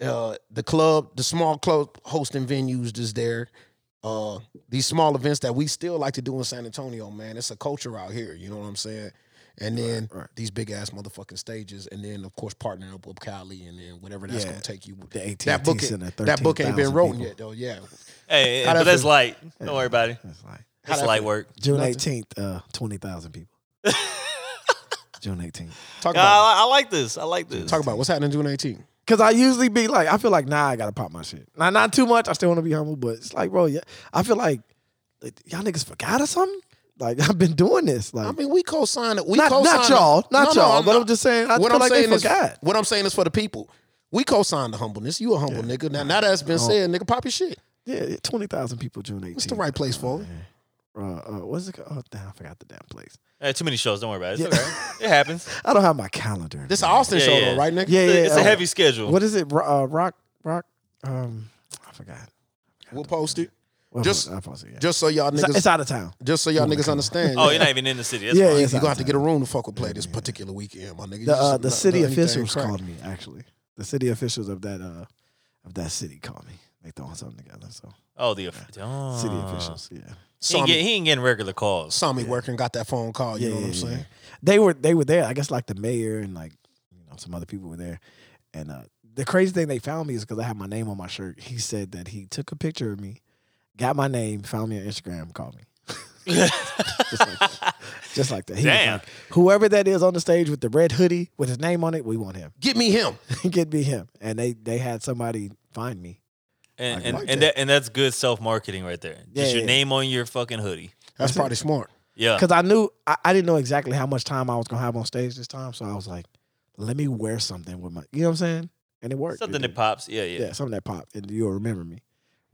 A: uh the club, the small club hosting venues is there. Uh, these small events that we still like to do in San Antonio, man. It's a culture out here. You know what I'm saying? And then these big ass motherfucking stages, and then of course partnering up with Cali, and then whatever that's
B: Yeah.
A: gonna take you.
B: The AT&T
A: that book,
B: Center,
A: that book ain't been
B: 13,000
A: written
B: people.
A: yet though. Yeah,
C: Hey, hey,
A: How'd
C: but
A: that
C: that's
A: feel?
C: light. Don't worry about it.
B: It's like
C: It's light work.
B: June eighteenth, uh, twenty thousand people. June eighteenth.
A: talk
C: Yeah,
A: about. it.
C: I, I like this. I like this.
A: Talk about what's happening June 18th.
B: Cause I usually be like, I feel like nah, I gotta pop my shit. Nah, not too much. I still want to be humble, but it's like, bro, yeah, I feel like, like, y'all niggas forgot or something. Like I've been doing this. Like
A: I mean, we co-signed it. We
B: Not-
A: co-signed
B: not y'all. Not y'all, but I'm just saying, I
A: what
B: feel
A: I'm
B: like they
A: saying is,
B: forgot.
A: What I'm saying is for the people. We co-signed the humbleness. You a humble nigga. Now, now that's
B: Oh.
A: been said, nigga, pop your shit.
B: yeah, yeah, twenty thousand people June eighteenth.
A: It's the right place for it.
B: Uh, uh, what's it called? Oh, damn, I forgot the damn place.
C: Hey, too many shows. Don't worry about it. It's
B: Yeah.
C: okay. It happens.
B: I don't have my calendar.
A: This Austin
C: Yeah,
A: show
C: yeah.
A: though, right, nigga?
B: yeah, yeah.
C: it's a
B: uh,
C: heavy schedule.
B: What is it? Ro- Uh, rock, rock. Um, I forgot.
A: We'll post it.
B: Well,
A: Just-
B: I posted, yeah.
A: Just so y'all
B: It's-
A: niggas,
B: it's out of town.
A: just so y'all niggas understand.
C: Oh,
A: yeah.
C: you're not even in the city. That's
B: Yeah, yeah.
C: fine.
A: You're gonna have to get a room to fuck with play this particular weekend, my nigga.
B: the uh,
A: Just
B: the
A: let-
B: city
A: let anything
B: officials
A: crack.
B: called me actually. The city officials of that uh of that city called me. They throwing something together. So
C: Oh, the oh.
B: city officials, yeah,
C: He
A: Saw
C: ain't,
A: me,
C: get, he ain't getting regular calls.
A: saw me working, got that phone call. You
B: yeah,
A: know
B: yeah,
A: what I'm
B: yeah,
A: saying?
B: yeah. They were they were there. I guess like the mayor and like you know some other people were there, and uh, the crazy thing they found me is because I had my name on my shirt. He said that he took a picture of me, got my name, found me on Instagram, called me. just, like that. just like that. He was
C: Damn.
B: like, Whoever that is on the stage with the red hoodie with his name on it, we want him.
A: Get me him.
B: Get me him. And they they had somebody find me.
C: And
B: I
C: and,
B: like
C: and
B: that.
C: that and that's good self marketing right there.
B: Yeah,
C: Just your
B: yeah.
C: name on your fucking hoodie.
A: That's probably smart.
C: Yeah.
B: Because I knew I, I didn't know exactly how much time I was gonna have on stage this time. So I was like, let me wear something with my you know what I'm saying? And it worked. It
C: Something
B: did.
C: that pops. Yeah, yeah.
B: Yeah, something that popped, and you'll remember me.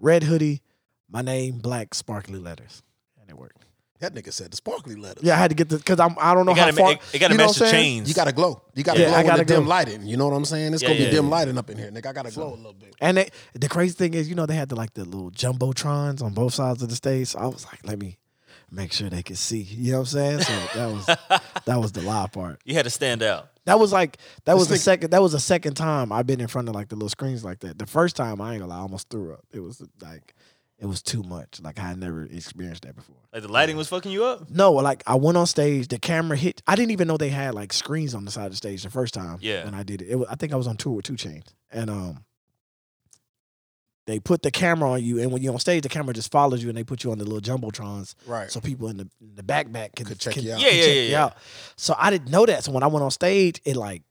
B: Red hoodie, my name, black sparkly letters, and it worked.
A: That nigga said the sparkly letters.
B: Yeah, I had to get the because I'm I don't know
C: It gotta,
B: how far.
C: ma- it, it gotta
B: you know
C: match
B: what
C: the
B: I'm saying?
C: chains.
A: You gotta glow. You gotta
B: Yeah, I
A: glow
B: gotta
A: in the dim
B: glow.
A: lighting. You know what I'm saying? It's
C: Yeah,
A: gonna be
C: yeah,
A: dim
C: yeah.
A: lighting up in here, nigga. I gotta glow a little bit.
B: And it, the crazy thing is, you know, they had the like the little jumbotrons on both sides of the stage. So I was like, let me make sure they could see. You know what I'm saying? So that was that was the live part.
C: You had to stand out.
B: That was like that was the
A: thing-
B: second that was the second time I've been in front of like the little screens like that. The first time I ain't gonna lie, I almost threw up. It was like it was too much. Like I had never experienced that before.
C: Like the lighting was fucking you up.
B: No, like I went on stage, the camera hit. I didn't even know they had like screens on the side of the stage the first time.
C: Yeah.
B: when I did it, it was, I think I was on tour with Two Chains, and um, they put the camera on you, and when you're on stage, the camera just follows you, and they put you on the little jumbotrons,
A: Right.
B: so people in the in the back back can
A: Could check you out.
C: Yeah, yeah,
B: check
C: yeah,
B: you
C: yeah.
B: out. So I didn't know that. So when I went on stage, it like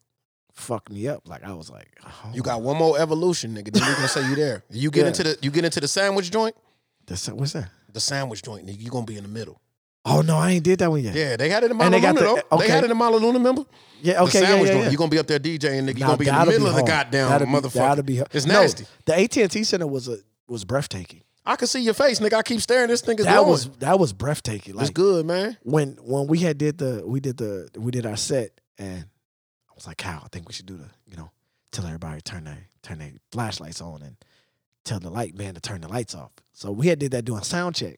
B: fucked me up. Like I was like, oh,
A: You got one more evolution, nigga. Then we gonna say you there. You get
B: Yeah.
A: into the you get into the sandwich joint.
B: that's, "Oh, what's that?
A: The sandwich joint, nigga. You gonna be in the middle.
B: Oh no, I ain't did that one yet.
A: Yeah, they had it in
B: And
A: Maloluna
B: they got
A: though.
B: the-
A: They
B: okay.
A: had it in Maloluna, remember?
B: Yeah, okay,
A: the
B: yeah,
A: sandwich
B: yeah,
A: joint.
B: yeah.
A: You gonna be up there DJing, nigga. You
B: Now,
A: gonna be in the
B: that'll
A: middle of the
B: hard.
A: goddamn
B: That'll be-
A: motherfucker.
B: that'll be hard.
A: It's
B: No,
A: nasty.
B: the AT and T Center was a was breathtaking.
A: I can see your face, nigga. I keep staring. This thing is
B: that
A: glowing.
B: was that was breathtaking.
A: it's
B: Like
A: good, man.
B: when when we had did the we did the we did our set and I was like, Kyle, I think we should do the you know tell everybody turn their turn their flashlights on and tell the light man to turn the lights off. So we had did that doing sound check,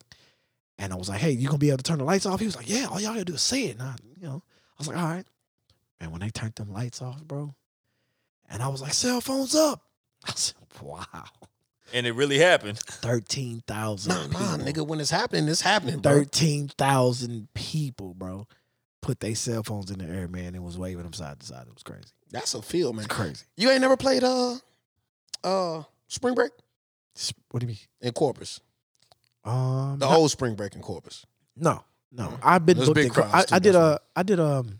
B: and I was like, hey, you gonna be able to turn the lights off? He was like, yeah, all y'all gotta do is say it. And I, you know, I was like, all right. And when they turned them lights off, bro, and I was like, cell phones up. I said, wow,
C: And it really happened.
B: thirteen thousand.
A: Nah, nah, nigga. When it's happening, it's happening, bro.
B: Thirteen thousand people, bro, put their cell phones in the air, man, and was waving them side to side. It was crazy.
A: That's a feel,
B: It's
A: man.
B: crazy.
A: You ain't never played uh uh spring break
B: It's- What do you mean?
A: in Corpus.
B: Um,
A: The
B: no,
A: old spring break in Corpus.
B: no, no.
A: Yeah.
B: I've been
A: Those
B: booked.
A: big
B: in Cro- I,
A: crowds, too,
B: I did
A: that's
B: a. I did um.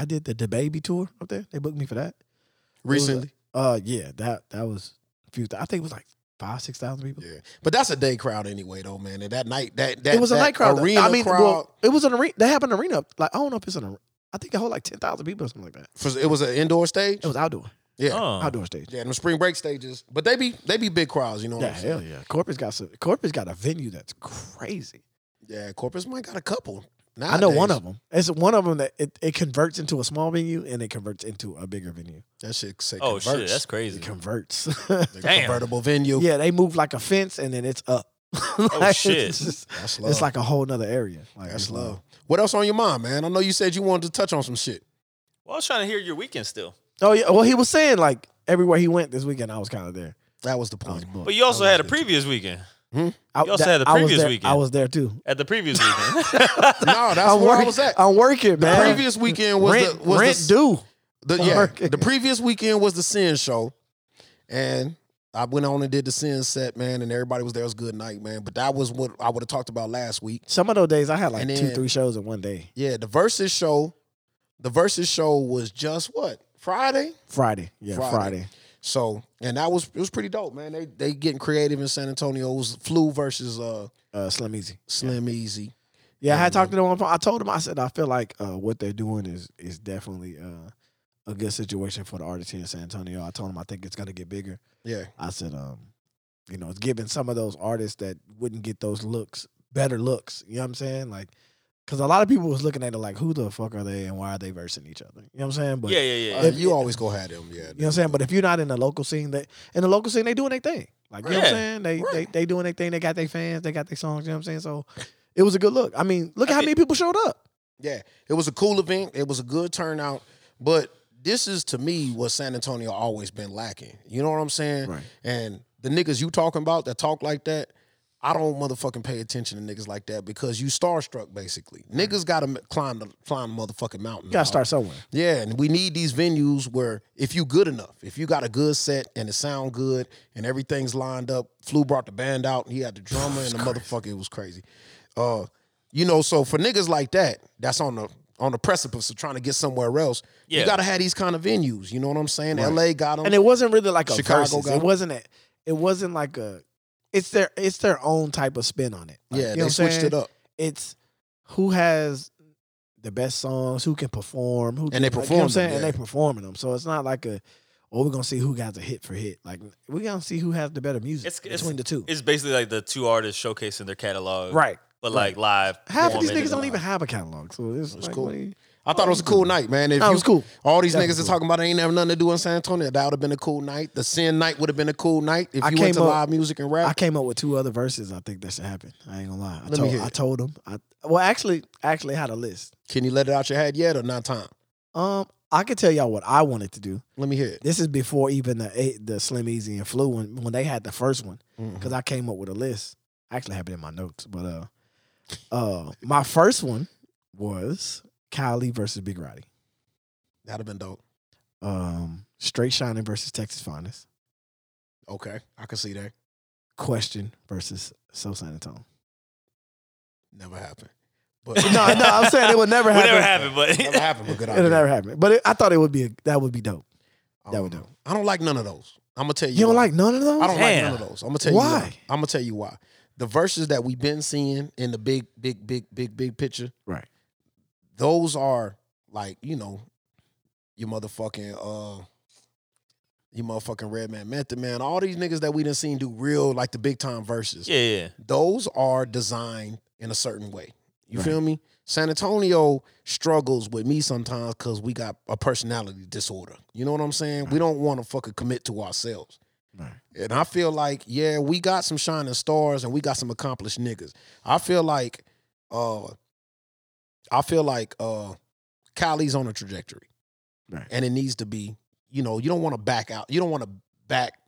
B: I did the the baby tour up there. They booked me for that It was a-
A: Recently.
B: Uh, yeah, that that was a few. thou- I think it was like five, six thousand people.
A: Yeah. But that's a day crowd anyway, though, man. And that night, that that
B: it was a
A: that
B: night crowd. though.
A: Arena
B: I mean,
A: crowd.
B: well, it was an arena. They have an arena. Like I don't know if it's an. ar- I think it hold like ten thousand people or something like that.
A: for- it was an indoor stage.
B: It was oh. outdoor,
A: yeah.
C: Huh.
B: outdoor stage.
A: Yeah, them spring break stages. But they be they be big crowds, you know what
B: Yeah,
A: I'm saying?
B: hell yeah. Corpus got some, Corpus got a venue that's crazy.
A: Yeah, Corpus might got a couple.
B: I know
A: nowadays.
B: one of them. It's one of them that it, it converts into a small venue and it converts into a bigger venue.
A: That shit say
C: Oh
A: converts.
C: shit, that's
B: It
C: crazy.
B: converts.
A: The
C: Damn.
A: Convertible venue.
B: yeah, they move like a fence and then it's up.
C: shit.
B: It's, just-
A: That's Oh, love.
B: it's like Mm-hmm. a whole nother area. Like,
A: that's
B: it's
A: love. What else on your mind, man? I know you said you wanted to touch on some shit.
C: Well, I was trying to hear your weekend still.
B: Oh yeah. Well, he was saying like everywhere he went this weekend, I was kind of there.
A: That was the
B: I was
A: point.
B: booked.
C: But you also
B: I was
C: had a
B: there, too.
C: previous weekend.
B: I-
C: you also
B: that-
C: had the
B: I was
C: previous
B: there-
C: weekend.
B: I was there too.
C: At the previous weekend.
A: no, that's
B: I'm
A: where I
B: work-
A: was at.
B: I'm working,
A: the
B: man.
A: previous weekend was
B: rent,
A: the was
B: rent
A: the,
B: due.
A: The,
B: for
A: yeah,
B: work.
A: the previous weekend was the Sin show, and I went on and did the Sin set, man, and everybody was there. It was a good night, man. But that was what I would have talked about last week.
B: Some of those days I had like
A: And
B: two,
A: then-
B: three shows in one day.
A: Yeah, the versus show, the versus show was just what Friday.
B: Friday. Yeah,
A: Friday.
B: Friday.
A: So and that was it was pretty dope, man. They they getting creative in San Antonio. It was Flu versus uh
B: Uh, Slim Easy.
A: Slim Easy.
B: Yeah, I
A: Yeah,
B: had talked to them. on the phone. I told them I said I feel like uh, what they're doing is is definitely uh, a good situation for the artists here in San Antonio. I told them I think it's gonna get bigger.
A: Yeah,
B: I said, um, you know, it's giving some of those artists that wouldn't get those looks better looks. You know what I'm saying? Like, because a lot of people was looking at it like, who the fuck are they and why are they versing each other? You know what I'm saying? But
C: yeah, yeah, yeah.
A: Uh, you always go have them. Yeah,
B: You know what I'm saying? But if you're not in the local scene, that in the local scene they doing their thing. Like you know what I'm
C: Yeah,
B: saying? They they
A: right.
B: they doing their thing. They got their fans. They got their songs. You know what I'm saying? So it was a good look. I mean, look at how many people showed up.
A: Yeah, it was a cool event. It was a good turnout. But this is to me what San Antonio always been lacking. You know what I'm saying?
B: Right.
A: And the niggas you talking about that talk like that, I don't motherfucking pay attention to niggas like that because you starstruck basically. Niggas gotta m- climb the climb the motherfucking mountain.
B: Gotta
A: dog.
B: start somewhere.
A: Yeah, and we need these venues where if you good enough, if you got a good set and it sound good and everything's lined up, Flu brought the band out and he
B: Oh,
A: had the drummer and the motherfucker, it was crazy. Uh, you know, so for niggas like that, that's on the on the precipice of trying to get somewhere else.
C: Yeah.
A: You gotta have these kind of venues. You know what I'm saying? LA got them.
B: And it wasn't really like a
A: Chicago
B: versus.
A: got
B: It
A: Um, it.
B: wasn't a, It wasn't like a. It's their it's their own type of spin on it.
A: yeah,
B: Like, you know
A: they
B: what I'm
A: switched
B: saying?
A: it up.
B: It's who has the best songs, who can perform, who can,
A: they
B: like, you know what
A: perform
B: I'm
A: them,
B: saying, and
A: yeah.
B: they performing them. So it's not like a. Oh, we're gonna see who got the hit for hit. Like we're gonna see who has the better music
C: It's- it's-
B: between the two.
C: It's basically like the two artists showcasing their catalog,
B: Right.
C: But like live,
B: Half of these
C: performing.
B: niggas don't even have a catalog, so it's, like,
A: cool.
B: what do you-
A: I thought it was a cool night, man. If
B: Oh, No, it
A: you-
B: was cool.
A: All these
B: Definitely
A: niggas is
B: cool.
A: talking about ain't have nothing to do in San Antonio. That would have been a cool night. The Sin night would have been a cool night if
B: I
A: you
B: came
A: went to
B: up-
A: live music and rap.
B: I came up with two other verses. I think that should happen. I ain't gonna lie. I
A: me
B: told
A: hear
B: I
A: it.
B: told them. I well actually actually had a list.
A: Can you let it out your head yet or not time?
B: Um, I could tell y'all what I wanted to do.
A: Let me hear it.
B: This is before even the eight, the Slim Easy and Flu when when they had the first one because I came up with a list. I actually have it in my notes, but uh, uh, my first one was Kylie versus Big Roddy.
A: That'd have been dope.
B: Um, Straight Shining versus Texas Finest.
A: Okay. I can see that.
B: Question versus So San Antonio.
A: Never happened. But
B: No, no, I'm saying it would never
C: Would
B: happen.
C: never happen, but
A: never happened, but good idea.
B: It'll never happen. But it, I thought it would be a, that would be dope.
A: I
B: that
A: don't
B: would
A: know.
B: do.
A: I don't like none of those. I'm gonna tell you.
B: You don't
A: why.
B: like none of those?
A: I don't
C: Damn.
A: like none of those. I'm gonna tell you
B: Why?
A: why. I'm gonna tell you why. The verses that we've been seeing in the big, big, big, big, big picture,
B: Right.
A: those are like you know your motherfucking uh your motherfucking red man method man all these niggas that we done seen do real like the big time verses
C: yeah, yeah.
A: those are designed in a certain way you feel me san antonio struggles with me sometimes because we got a personality disorder you know what i'm saying we don't want to fucking commit to ourselves
B: Right.
A: and I feel like, yeah, we got some shining stars and we got some accomplished niggas. I feel like uh I feel like uh Kylie's on a trajectory.
B: Right.
A: And it needs to be, you know, you don't want to back out. You don't want to back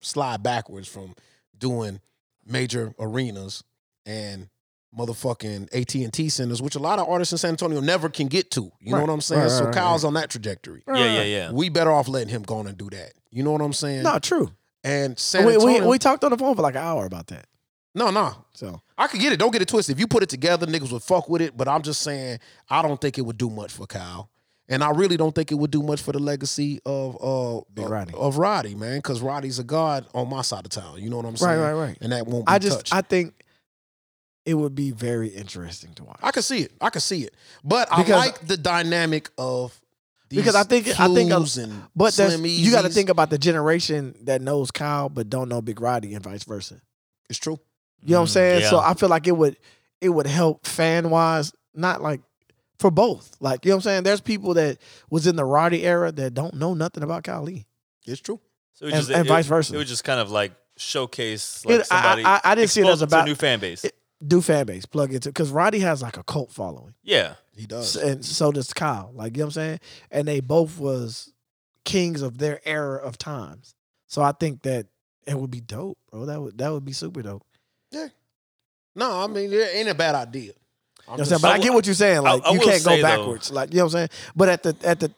A: slide backwards from doing major arenas and motherfucking AT&T centers, which a lot of artists in San Antonio never can get to. You know
B: Right.
A: what I'm saying?
B: Right, right,
A: so
B: right,
A: Kyle's on that trajectory.
C: Yeah, yeah, yeah.
A: We better off letting him go on and do that. You know what I'm saying?
B: No, true.
A: And San
B: We,
A: Antonio,
B: we, we talked on the phone for like an hour about that.
A: no, no,
B: So
A: I could get it. Don't get it twisted. If you put it together, niggas would fuck with it. But I'm just saying, I don't think it would do much for Kyle, and I really don't think it would do much for the legacy of uh
B: Big
A: of-
B: Roddy.
A: of Roddy, man, because Roddy's a god on my side of town. You know what I'm
B: right,
A: saying?
B: right, right.
A: And that won't. Be
B: I just
A: touched.
B: I think it would be very interesting to watch
A: I can see it. I can see it. But I
B: Because-
A: like the dynamic of these
B: because I think I think a,
A: Flus and
B: but that's,
A: Slim
B: you got to
A: Easys.
B: think about the generation that knows Kyle but don't know Big Roddy and vice versa.
A: it's true.
B: You know what I'm
C: Mm,
B: saying?
C: yeah.
B: So I feel like it would it would help fan wise, not like for both. Like you know what I'm saying? There's people that was in the Roddy era that don't know nothing about Kylie.
A: It's true.
C: So it
B: And- and
C: it-
B: vice versa.
C: It would just kind of like showcase
B: It-
C: like somebody.
B: I, I, I didn't see it
C: expose
B: as
C: them to a
B: about
C: new fan base.
B: it- do fan base plug into because Roddy has like a cult following,
C: yeah,
A: He
B: S-
A: does.
B: and so does Kyle. Like you know what I'm saying, and they both was kings of their era of times. So I think that it would be dope, bro. That would that would be super dope.
A: No, I mean it ain't a bad idea. I'm
B: You know what
A: just
B: I'm saying? But I,
C: I
B: get
C: will-
B: what you're saying. Like
C: I
B: you
C: will
B: can't go
C: say, though-
B: backwards. Like you know what I'm saying. But at the at the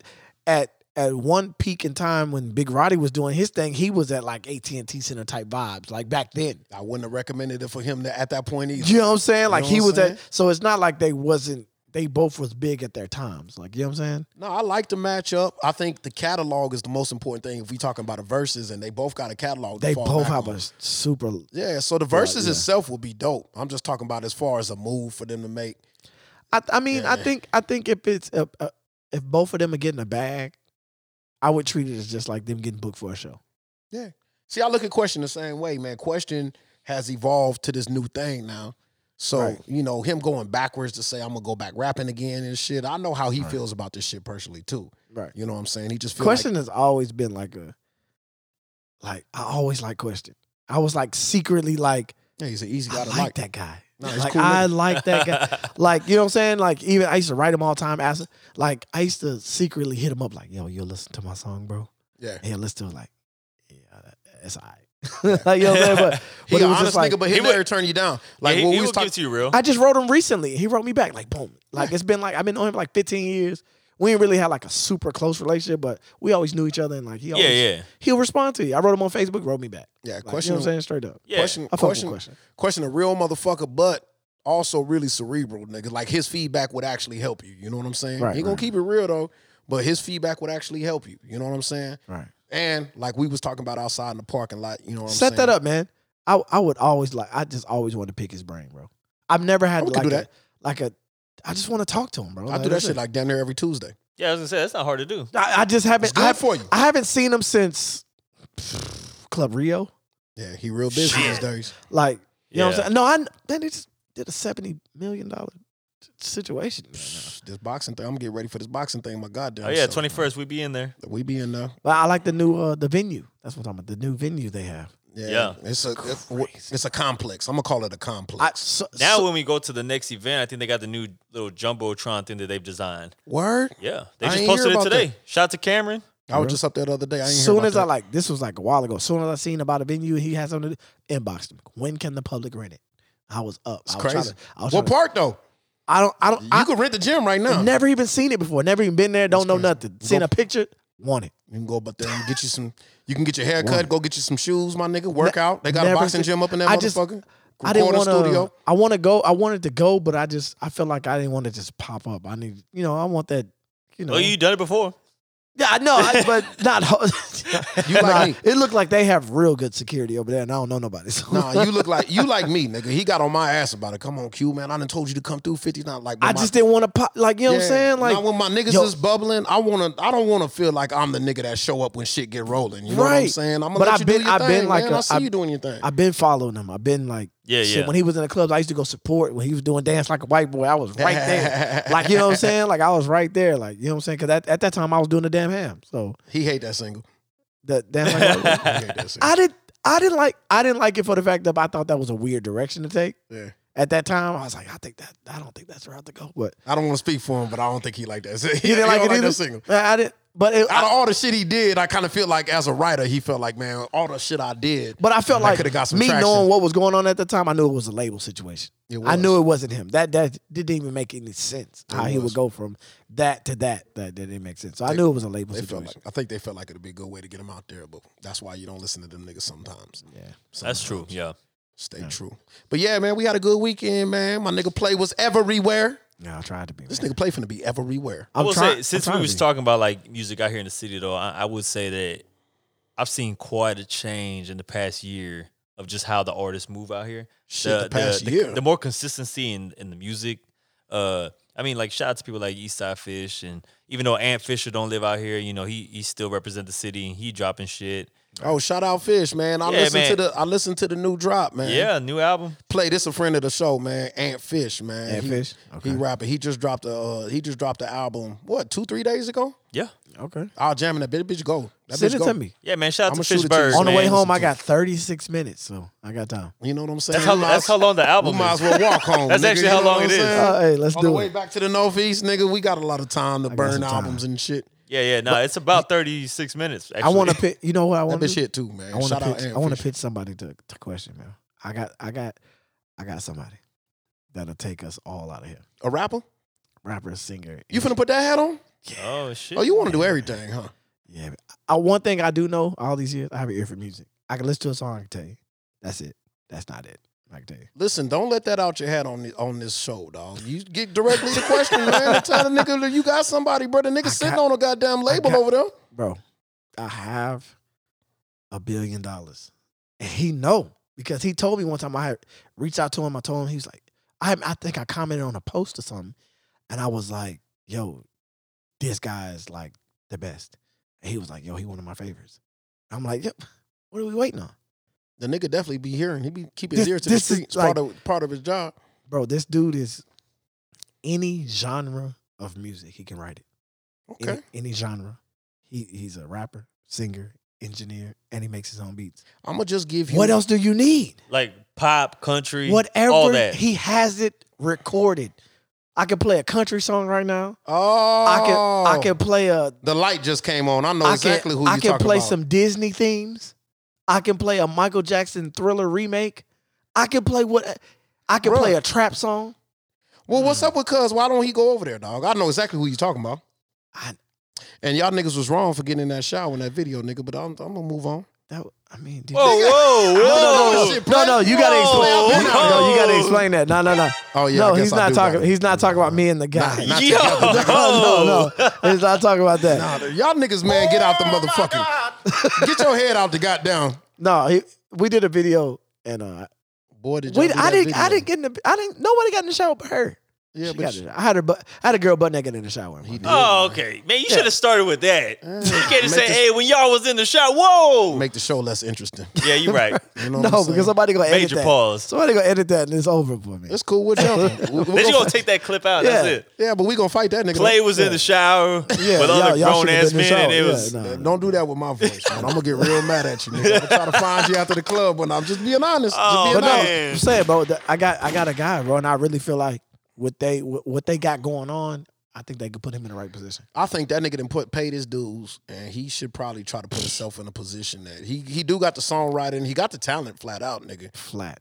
B: at at one peak in time when Big Roddy was doing his thing, he was at like AT and T Center type vibes. Like back then,
A: I wouldn't have recommended it for him to, at that point either.
B: you know what I'm saying? Like
A: know
B: he
A: what I'm
B: was
A: saying?
B: at. So it's not like they wasn't. They both was big at their times. Like you know what I'm saying?
A: No, I like the matchup. I think the catalog is the most important thing if we talking about the verses, and they both got a catalog. to
B: They
A: fall
B: both
A: back
B: have
A: on.
B: a super.
A: Yeah, so the verses
B: yeah.
A: itself will be dope. I'm just talking about as far as a move for them to make.
B: I, I mean, I
A: Yeah.
B: think I think if it's a, a, if both of them are getting a bag, I would treat it as just like them getting booked for a show.
A: See, I look at question the same way, man. Question has evolved to this new thing now. So
B: Right.
A: you know him going backwards to say I'm gonna go back rapping again and shit. I know how he feels about this shit personally too.
B: Right.
A: You know what I'm saying? He just feels
B: Question has always been like a, like I always like question. I was like secretly like
A: Like, yeah, he's an easy
B: I
A: guy to
B: like,
A: like.
B: that guy.
A: No, he's
B: like
A: cool
B: I
A: nigga.
B: like that guy. like you know what I'm saying? Like even I used to write him all the time. Ask like I used to secretly hit him up like yo, you'll listen to my song, bro.
A: Yeah,
B: And he'll listen to it like yeah, that's all right. like yo, man, but, but
A: He
B: it
A: an
B: was
A: honest
B: just like,
A: nigga, but he'll
C: He
A: never
C: would-
A: turn you down. Like
C: Like he,
A: what
C: he
A: we was
C: will
A: talking.
C: give to you real.
B: I just wrote him recently. He wrote me back like boom. Like it's been like I've been knowing him like 15 years. We ain't really had like a super close relationship, but we always knew each other and like he always
C: yeah, yeah,
B: he'll respond to you. I wrote him on Facebook, wrote me back.
A: Yeah,
B: Like, you know
A: question,
B: what I'm saying? Straight up.
C: yeah.
A: question,
B: I fuck with
A: question,
B: question.
A: question. A real motherfucker, but also really cerebral, nigga. Like his feedback would actually help you. You know what I'm saying?
B: Right,
A: he gonna
B: right.
A: keep it real though, but his feedback would actually help you. You know what I'm saying?
B: Right.
A: And like we was talking about outside in the parking lot. You know what I'm
B: Set
A: saying?
B: that up, man. I I would always like I just always want to pick his brain, bro. I've never had
A: Oh, we
B: like
A: could do
B: a,
A: that.
B: like a I just want to talk to him, bro.
A: I do that
B: that's
A: shit
B: it.
A: like down there every Tuesday.
C: Yeah, I was gonna say that's not hard to do.
B: I, I just
A: It's
B: haven't I,
A: good
B: have,
A: for you.
B: I haven't seen him since Club Rio.
A: Yeah, he real busy these days.
B: Like You know what
C: Yeah.
B: I'm saying? No, I man, they just did a seventy million dollar situation.
A: This boxing thing, I'm gonna get ready for this boxing thing. My goddamn.
C: Oh yeah,
A: self.
C: twenty first, we be in there.
A: We be in there.
B: But I like the new uh, the venue. That's what I'm talking about. The new venue they have.
A: Yeah,
C: Yeah.
A: it's a it's, it's a complex. I'm gonna call it a complex.
B: I, so,
C: Now
B: so-
C: when we go to the next event, I think they got the new little jumbotron thing that they've designed.
A: Word.
C: Yeah, they
A: I
C: just
A: ain't hear
C: posted it
A: about
C: today. Shout out to Cameron.
A: I was just up there the other day. I ain't
B: soon
A: hear
B: as
A: about
B: I
A: that.
B: like this was like a while ago. Soon as I seen about a venue, he has something to do, inboxed him. When can the public rent it? I was up.
A: It's
B: I was trying
A: crazy.
B: to- I was
A: What
B: trying to-
A: part though?
B: I don't. I don't.
A: You
B: I
A: could rent the gym right now.
B: never even seen it before. Never even been there. Don't know
A: crazy.
B: nothing. Seen a picture. Want it.
A: You can go up there and get you some. You can get your hair cut. Go get you some shoes, my nigga. Work out. They got a
B: Never
A: boxing
B: seen-
A: gym up in that
B: I just-
A: motherfucker.
B: I didn't
A: Recording
B: want to.
A: studio.
B: I want to go. I wanted to go, but I just I felt like I didn't want to just pop up. I need, you know, I want that, you know.
C: Oh, you done it before?
B: yeah, I know, I, but not.
A: You like
B: Nah,
A: me.
B: It looked like they have real good security over there, and I don't know nobody. So
A: Nah, you look like you like me, nigga. He got on my ass about it. Come on, Q, man. I done told you to come through. 50's not like.
B: I
A: my-
B: just didn't want to pop. Like you know what I'm
A: Yeah.
B: saying? Like
A: Now, when my niggas
B: yo-
A: is bubbling, I wanna. I don't wanna feel like I'm the nigga that show up when shit get rolling. You know what I'm
B: Right.
A: saying? I'm gonna
B: But
A: let
B: I've
A: you do
B: been-
A: your
B: I've
A: thing,
B: been like
A: man.
B: a-
A: I see
B: I've-
A: you doing your thing.
B: I've been following him. I've been like,
C: Yeah,
B: shit,
C: yeah.
B: When he was in the clubs, I used to go support. When he was doing dance like a white boy, I was right there. like you know what I'm saying? Like I was right there. Like you know what I'm saying? Because at, at that time I was doing the damn ham. So
A: he hate that single.
B: that dance like a white boy.
A: He hate that single.
B: I did. I didn't like. I didn't like it for the fact that I thought that was a weird direction to take.
A: Yeah.
B: At that time, I was like, I think that I don't think that's the route to go. But
A: I don't want to speak for him, but I don't think he like that. He
B: you
A: don't
B: didn't like it
A: like
B: either.
A: that single.
B: I, I didn't. But it,
A: out
B: I,
A: of all the shit he did, I kind of feel like as a writer, he felt like, man, all the shit I did.
B: but I felt
A: I
B: like
A: coulda got some
B: me
A: traction.
B: knowing what was going on at the time, I knew it was a label situation.
A: It
B: I
A: was.
B: knew it wasn't him. That that didn't even make any sense. how he
A: was.
B: would go from that to that. That, that didn't make sense. So I knew it was a label
A: they felt
B: situation.
A: like I think they felt like it'd be a good way to get him out there, but that's why you don't listen to them niggas sometimes.
B: yeah.
C: That's true. Yeah.
A: Stay true. But yeah, man, we had a good weekend, man. My nigga play was everywhere.
B: Yeah, I tried to be.
A: This
B: man.
A: nigga play finna be everywhere.
C: i
B: I'm
C: will
B: try-
C: say
B: I'm
C: since
B: trying
C: we
B: to
C: was
B: be.
C: talking about like music out here in the city though, I, I would say that I've seen quite a change in the past year of just how the artists move out here.
A: Shit, the past
C: the,
A: year.
C: the more consistency in, in the music. Uh, I mean, like shout out to people like Eastside Fish, and even though Ant Fisher don't live out here, you know he he still represent the city. and He dropping shit.
A: Oh, shout out Fish, man. I
C: Yeah,
A: listened to
C: man.
A: the I listened to the new drop, man.
C: Yeah, new album.
A: Play this a friend of the show, man. Ant Fish, man.
B: Ant
A: he,
B: Fish?
A: He
B: Okay.
A: rapping. He just dropped a uh, he just dropped the album. What, two, three days ago?
C: Yeah,
B: Okay.
A: I'll jam in that bitch. Bitch go. That
B: Send
A: bitch
B: it
A: go.
B: to me.
C: yeah, man. Shout out
A: I'ma
C: to
A: shoot it to you.
C: Fishbird.
B: On the
C: man.
B: way home, I
A: listen to
B: got 36 minutes, so I got time.
A: You know what I'm saying?
C: That's how,
A: We might
C: that's
A: as-
C: how long the
A: We
C: album
A: might as
C: is.
A: well walk home.
C: That's
A: nigga,
C: actually
A: you
C: how
A: know
C: long
A: what I'm
C: it is.
A: saying?
B: Uh, hey, let's
A: On the
B: do
A: way
B: it.
A: back to the Northeast, nigga, we got a lot of time to
B: got
A: burn
B: some time.
A: albums and shit.
C: Yeah, yeah. No, it's about thirty six minutes. Actually.
B: I want to pick. You know what I
A: That
B: want
A: bitch
B: to
A: hit too, man.
B: I want to
A: Shout out
B: pitch.
A: Ant
B: I want to
A: Fisher.
B: pitch somebody to, to question, man. I got, I got, I got somebody that'll take us all out of here.
A: A rapper?
B: Rapper, singer.
A: You finna put that hat on?
C: Oh shit.
A: Oh, you want to do everything, huh?
B: Yeah. but I, one thing I do know all these years, I have an ear for music. I can listen to a song. I can tell you. That's it. That's not it. I can tell you.
A: Listen, don't let that out your hat on the, on this show, dog. You get directly the question, man. And tell the nigga that you got somebody, bro. The nigga
B: I
A: sitting
B: got-
A: on a goddamn label
B: got-
A: over there.
B: bro, I have a billion dollars. And he know because he told me one time I had reached out to him. I told him he was like, I I think I commented on a post or something, and I was like, yo, this guy is like the best. And he was like, yo, he one of my favorites. I'm like, yep. What are we waiting on,
A: The nigga definitely be hearing. He be keep his
B: This-
A: ear to the
B: this is
A: street. It's part of part of his job.
B: bro? This dude is any genre of music he can write it.
A: Okay.
B: Any, any genre. He he's a rapper, singer, engineer, and he makes his own beats.
A: I'ma just give you
B: What else do you need?
C: like pop, country,
B: whatever
C: all that.
B: he has it recorded. I can play a country song right now.
A: Oh
B: I can I can play a
A: The light just came on. I know
B: I
A: exactly
B: can,
A: who
B: I
A: you
B: can
A: talking
B: play
A: about.
B: some Disney themes. I can play a Michael Jackson Thriller remake. I can play what I can
A: Bruh.
B: play a trap song.
A: Well, what's
B: Mm.
A: up with Cuz? Why don't he go over there, dog? I know exactly who you talking about.
B: I
A: And y'all niggas was wrong for getting in that shower in that video, nigga. But I'm, I'm gonna move on.
B: that I mean, dude,
C: Whoa, whoa,
B: no,
A: Oh,
B: no,
C: whoa!
B: no, no, no, no, you gotta
C: Whoa.
B: explain.
C: Whoa.
B: No, you gotta explain that. No, no, no.
A: Oh yeah, I
B: no,
A: guess
B: he's
A: I
B: not
A: do
B: talking.
A: gotta-
B: He's not talking about me and the guy.
A: not
C: Yo.
A: together.
B: no, no, no. He's not talking about that.
A: Nah, y'all niggas, man, get
B: Oh,
A: out the motherfucking. Get your head out the goddamn.
B: No, he, we did a video and uh,
A: Boy, did y'all
B: we,
A: do
B: I
A: that
B: didn't, I
A: video.
B: didn't get in the, I didn't. Nobody got in the shower but her.
A: Yeah,
B: She
A: but
B: got
A: she-
B: in- I had her, but I had a girl butt naked in the shower.
A: He did.
C: Oh, okay, man, you should have started with that.
B: Uh,
C: You can't just say,
A: Make this-
C: "Hey, when y'all was in the shot, whoa."
A: make the show less interesting.
C: Yeah, you're right.
A: You know what
B: No,
A: I'm
B: because
A: saying?
B: somebody gonna edit
C: Major
B: that.
C: pause.
B: Somebody gonna edit that and it's over for me.
A: it's cool. We're jumping. We- we
C: Then you
A: gonna-
C: gonna take that clip out.
B: Yeah.
C: That's it.
A: yeah, but we gonna fight that nigga.
C: Clay was in the shower
B: Yeah,
C: with other
B: y'all- y'all
C: grown
B: should've
C: ass
B: been in
C: men,
B: the
C: and it
B: shower.
C: was
B: Yeah, no.
A: Uh, Don't do that with my voice, man. I'm gonna get real mad at you. Nigga. I'm gonna try to find you after the club when I'm just being honest. just
B: But
C: Oh,
A: being
B: no,
A: honest.
C: Man.
B: I'm saying, bro, that- I got I got a guy, bro, and I really feel like what they what what they got going on, I think they could put him in the right position.
A: I think that nigga didn't put paid his dues, and he should probably try to put himself in a position that he he do got the songwriting, he got the talent flat out, nigga.
B: Flat.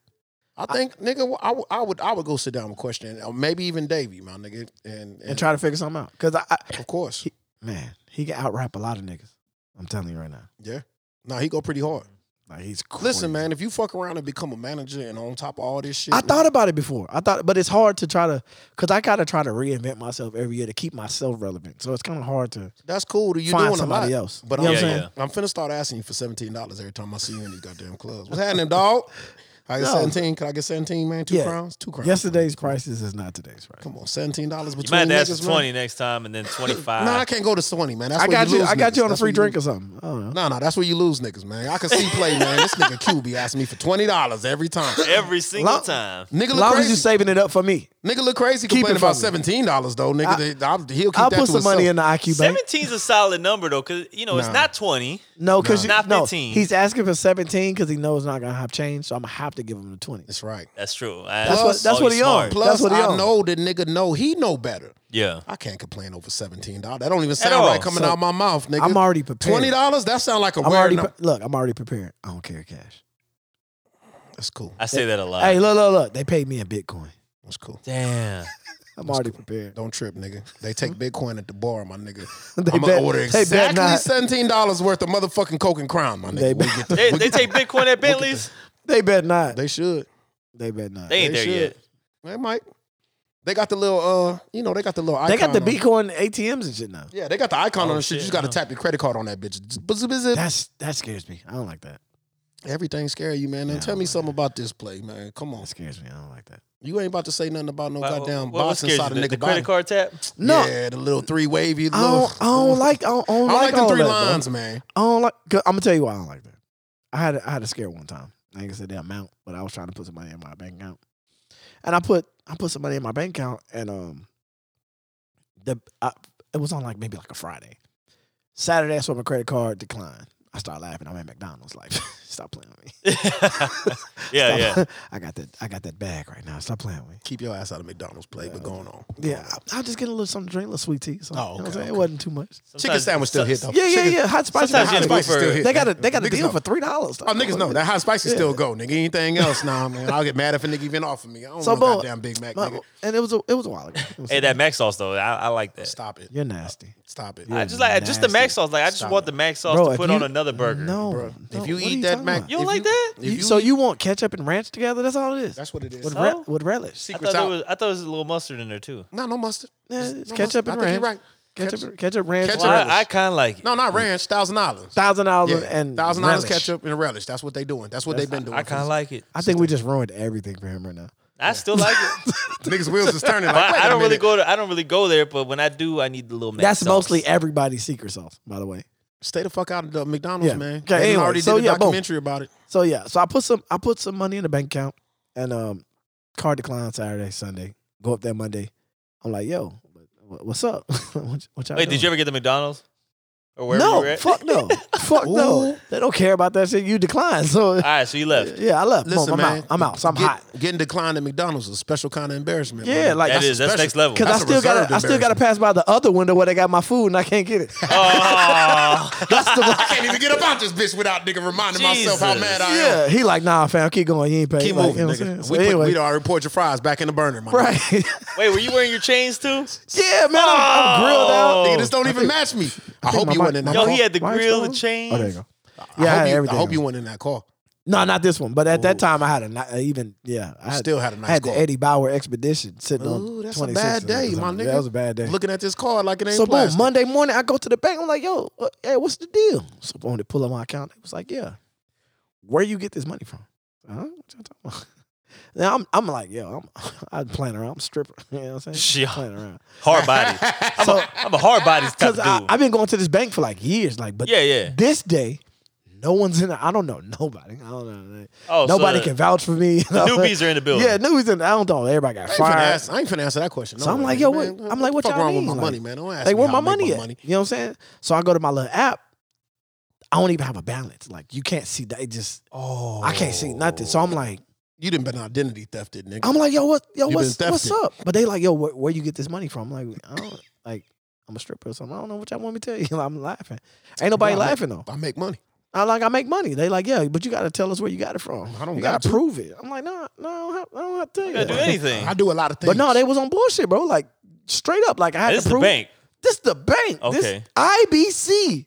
A: I think nigga, I would I would I would go sit down with question, or maybe even Davey, my nigga, and,
B: And try to figure something out. Cause I, I
A: Of course,
B: man, he can out rap a lot of niggas. I'm telling you right now.
A: yeah. Now he go pretty hard.
B: Like he's crazy.
A: Listen, man, if you fuck around and become a manager and on top of all this shit,
B: I thought about it before. I thought, but it's hard to try to, cause I gotta try to reinvent myself every year to keep myself relevant. So it's kind of hard to
A: that's cool. You
B: find
A: doing
B: somebody
A: a lot,
B: else.
A: But
B: You know
A: I'm
B: what I'm
A: saying
C: saying?
A: I'm finna start asking you for seventeen dollars every time I see you in these goddamn clubs. What's happening, dog? I get
B: No.
A: seventeen. Can I get seventeen, man? Two
B: Yeah.
A: crowns. Two crowns.
B: yesterday's prices is not today's price.
A: Come on, seventeen dollars
C: you
A: between
C: might have to
A: niggas,
C: ask for
A: man.
C: twenty next time, and then twenty five.
A: Nah, I can't go to twenty, man. That's
B: I
A: where
B: got you.
A: lose
B: I got you
A: niggas.
B: on a
A: That's
B: free
A: where you-
B: drink or something. I don't know.
A: No, no, that's where you lose niggas, man. I can see play, man. This nigga Q be asking me for twenty dollars every time.
C: every single
B: Long-
C: time.
A: Nigga
B: As
A: look
B: long
A: crazy.
B: as you're saving it up for me,
A: nigga look crazy
B: Keep it
A: complaining about
B: from me.
A: seventeen dollars though, nigga.
B: I-
A: They- I'm- he'll keep
B: I'll
A: that
B: put
A: to
B: some money
A: himself.
B: in the IQ bank.
C: 17's a solid number though, because you know it's
A: Nah.
C: not twenty.
B: No, because
C: Nah. Not
B: no,
C: 15.
B: he's asking for 17 because he knows not gonna have change, so I'm gonna have to give him the 20.
A: That's right.
C: That's true.
B: That's
A: what-
B: that's
C: oh,
B: what
C: you
B: he on.
C: smart.
B: Plus-
A: Plus,
B: what he
A: I
B: on.
A: know the nigga know he know better.
C: Yeah.
A: I can't complain over seventeen dollars. That don't even sound
C: all.
A: right coming
B: So,
A: out my mouth, nigga.
B: I'm already prepared.
A: Twenty dollars? That sound like a
B: I'm
A: weird
B: already
A: number.
B: pre- look. I'm already prepared. I don't care cash.
A: That's cool.
C: I say that a lot.
B: Hey, look, look, look. They paid me in Bitcoin.
A: That's cool.
C: Damn.
B: I'm already prepared.
A: Don't trip, nigga. They take Bitcoin at the bar, my nigga.
B: Hmm? They
A: I'm
B: bet-
A: gonna order
B: they bet
A: exactly
B: not.
A: seventeen dollars worth of motherfucking coke and crime, my nigga.
B: They
A: We
B: bet-
A: get the-
C: They, they take Bitcoin at Bentley's.
B: They bet not. They,
A: they should.
B: bet not.
C: They
B: They,
C: ain't there
A: should.
C: yet.
A: They might. They got the little uh, you know, they got the little. Icon
B: got the
A: on-
B: Bitcoin ATMs and shit now.
A: Yeah, they got the icon
C: Oh,
A: on the shit. You just
C: shit,
A: got to
C: no.
A: tap your credit card on that bitch. Just buzz- buzz- buzz.
B: That's that scares me. I don't like that.
A: Everything scare you, man. Now
B: Yeah,
A: tell
B: I
A: me
B: like
A: something about this play, man. Come on,
B: That scares me. I don't like that.
A: you ain't about to say nothing about no
C: Why-
A: goddamn
C: what- what
A: box
C: scares
A: inside a
C: you? The-
A: nigga
C: The
A: body.
C: credit card tap.
B: No,
A: Yeah, the little three wavy.
B: I
A: Little,
B: don't. I don't like. I don't, I don't
A: I don't like,
B: like,
A: the
B: all
A: three
B: that, bro.
A: lines, man.
B: I don't like. i am I'm gonna tell you why I don't like that. I had a, I had a scare one time. I ain't gonna say the amount, but I was trying to put some money in my bank account, and I put I put some money in my bank account, and um, the I, it was on like maybe like a Friday, Saturday. That's when my credit card declined. I start laughing. I'm at McDonald's. Like, stop playing with me.
C: yeah,
B: Stop-
C: yeah.
B: I got that. I got that bag right now. Stop playing with me.
A: Keep your ass out of McDonald's play, but going on.
B: Yeah, I, I just get a little something to drink, a little sweet tea. So,
A: Oh,
B: you know what I'm
A: okay,
B: saying?
A: okay.
B: It wasn't too much.
A: Chicken
C: Sometimes-
A: sandwich still
C: so-
A: hit though.
B: Yeah, yeah,
A: Chicken-
B: yeah. Hot spicy.
C: Sometimes
A: Hot
C: you
B: hot
C: go
A: spicy
C: for-
A: still hit.
B: They got a they got a
A: Niggas
B: deal
A: know.
B: for three dollars.
A: Oh, niggas know that hot spicy still go, nigga. Anything else, nah, man. I'll get mad if a nigga even offer me. I don't
B: So,
A: want no
B: bro,
A: goddamn Big Mac,
B: My-
A: nigga.
B: and it was a, it was a while ago. It was-
C: Hey, that mac sauce though, I, I like that.
A: Stop it.
B: you're nasty,
A: Stop it.
C: I just like just the mac sauce. Like I just
A: Stop
C: want
A: it.
C: the mac sauce
B: Bro,
C: to
B: if
C: put
B: you-
C: on another burger.
B: No,
A: Bro,
B: no,
A: if you
B: what are
A: eat that
B: talking
A: mac,
B: about?
C: You don't
A: if
C: like that?
A: if
B: You- so
A: eat-
B: you want ketchup and ranch together? That's all it is.
A: That's what it is.
B: with,
A: No,
B: re-
C: So?
B: with relish.
C: I
A: Secrets
C: thought
A: out.
C: it was I thought it was a little mustard in there too.
A: no mustard.
B: Yeah,
A: Just-
B: it's
A: no
B: ketchup
A: mustard.
B: and
A: I think
B: ranch.
A: you're right.
B: Ketchup, ketchup, ranch,
A: Ketchup
C: Well,
A: relish.
C: I, I kind of like.
A: No, not ranch. Thousand dollars.
B: thousand dollars
A: Yeah,
B: and
A: thousand dollars
B: relish.
A: ketchup and relish. That's what they doing. That's what they've been doing.
C: I kind of like it.
B: I think we just ruined everything for him right now.
C: I still like it.
A: niggas wheels is turning. Like,
C: But
A: wait
C: I,
A: a
C: don't really
A: minute.
C: go. To, I don't really go there. But when I do, I need the little. Mac
B: That's
C: sauce.
B: mostly everybody's secret sauce, by the way.
A: Stay the fuck out of the McDonald's,
B: Yeah.
A: man.
B: Okay,
A: they done
B: anyway,
A: already
B: so
A: did a
B: yeah, boom.
A: documentary about it.
B: So yeah, so I put some I put some money in the bank account and um card declined Saturday, Sunday. Go up there Monday. I'm like, yo, what- what's up? what, y- what y'all
C: Wait, did you
B: doing?
C: ever get the McDonald's? or wherever you were
B: No,
C: at?
B: fuck no, fuck no. They don't care about that shit. You decline, so
C: All right, so you left.
B: yeah, I left.
A: Listen,
B: Boom, I'm
A: man,
B: out. I'm out. So I'm
A: get-
B: hot.
A: Getting declined at McDonald's is a special kind of embarrassment.
B: Yeah,
A: brother.
B: like
C: That is that's
A: special.
C: next level.
B: because I
A: that's a
B: still gotta,
A: reserved
B: I still gotta pass by the other window where they got my food and I can't get it.
C: Oh,
B: That's the
A: I can't even get up out this bitch without nigga reminding myself how mad I am.
B: yeah. He like, nah, fam, keep going. You ain't paying.
A: Keep
B: like,
A: moving,
B: you know what I'm saying?
A: nigga.
B: So
A: we put,
B: anyway,
A: we already report your fries back in the burner, my nigga.
B: right?
C: wait, were you wearing your chains too?
B: yeah, man, I'm, I'm grilled out.
A: Nigga, this don't even match me. Oh. I, hope
B: my
A: you
B: mic-
A: wasn't in
B: my
A: that
C: Yo,
A: car.
C: he had the
B: Why is
C: grill,
B: that
C: the
B: on?
C: chains.
B: Oh, there you go.
A: I
B: Yeah, I,
A: hope
B: had
A: you,
B: everything.
A: I hope
B: on.
A: you Oh. weren't in that car.
B: No, not this one. But at that time, I had a ni- uh, even yeah. I had,
A: Still had a nice
B: I had
A: car.
B: the Eddie Bauer expedition sitting
A: Ooh,
B: on.
A: that's a
B: 26
A: bad
B: at the
A: day, my
B: time. Yeah,
A: nigga.
B: that was a bad day.
A: Looking at this car like it ain't
B: so boom,
A: plastic.
B: Monday morning, I go to the bank. I'm like, yo, uh, hey, what's the deal? So boom, they pull up my account. They was like, yeah, where you get this money from? Huh? What y'all talking about? Now I'm, I'm like, yo, I'm, I'm playing around. I'm a stripper. You know what I'm saying?
C: Yeah.
B: Playing around.
C: Hard body. I'm,
B: So-
C: a, I'm a hard body type
B: Because
C: of dude.
B: I've been going to this bank for like years. Like, but
C: yeah, yeah.
B: this day, no one's in. The, I don't know nobody. I don't know.
C: Oh, so
B: Nobody
C: the
B: can vouch for me.
C: Newbies are in the building.
B: Yeah, newbies in. I don't know. Everybody got
A: I ain't, finna
B: fired.
A: ask, I ain't finna answer that question.
B: So
A: no
B: I'm
A: way,
B: like, yo,
A: man.
B: what? I'm like, what
A: the
B: y'all
A: fuck wrong with
B: mean?
A: my
B: Like,
A: money, man? Don't ask
B: Like,
A: me
B: where
A: how
B: my
A: I make
B: money
A: my
B: at?
A: money.
B: You know what I'm saying? So I go to my little app. I don't even have a balance. Like you can't see that. It just
C: Oh,
B: I can't see nothing. So I'm like,
A: You done been identity thefted, nigga.
B: I'm like, yo, what? Yo,
A: Oh. You been
B: what's what's
A: thefted.
B: up? But they like, yo, where, where you get this money from? I'm like, I don't like. I'm a stripper or something. I don't know what y'all want me to tell you. I'm laughing. Ain't nobody
A: Nah, I make-
B: laughing though.
A: I make money.
B: I like I make money. They like, yeah, but you gotta tell us where you got it from.
A: I don't
B: you
A: got
B: gotta
A: to.
B: prove it. I'm like, no, no, I don't have, I don't have to tell you.
C: gotta do
B: that."
C: anything.
A: I do a lot of things.
B: But no, they was on bullshit, bro. Like straight up, like I had
C: This
B: to
C: is the
B: prove.
C: bank.
B: This the bank.
C: Okay.
B: This IBC.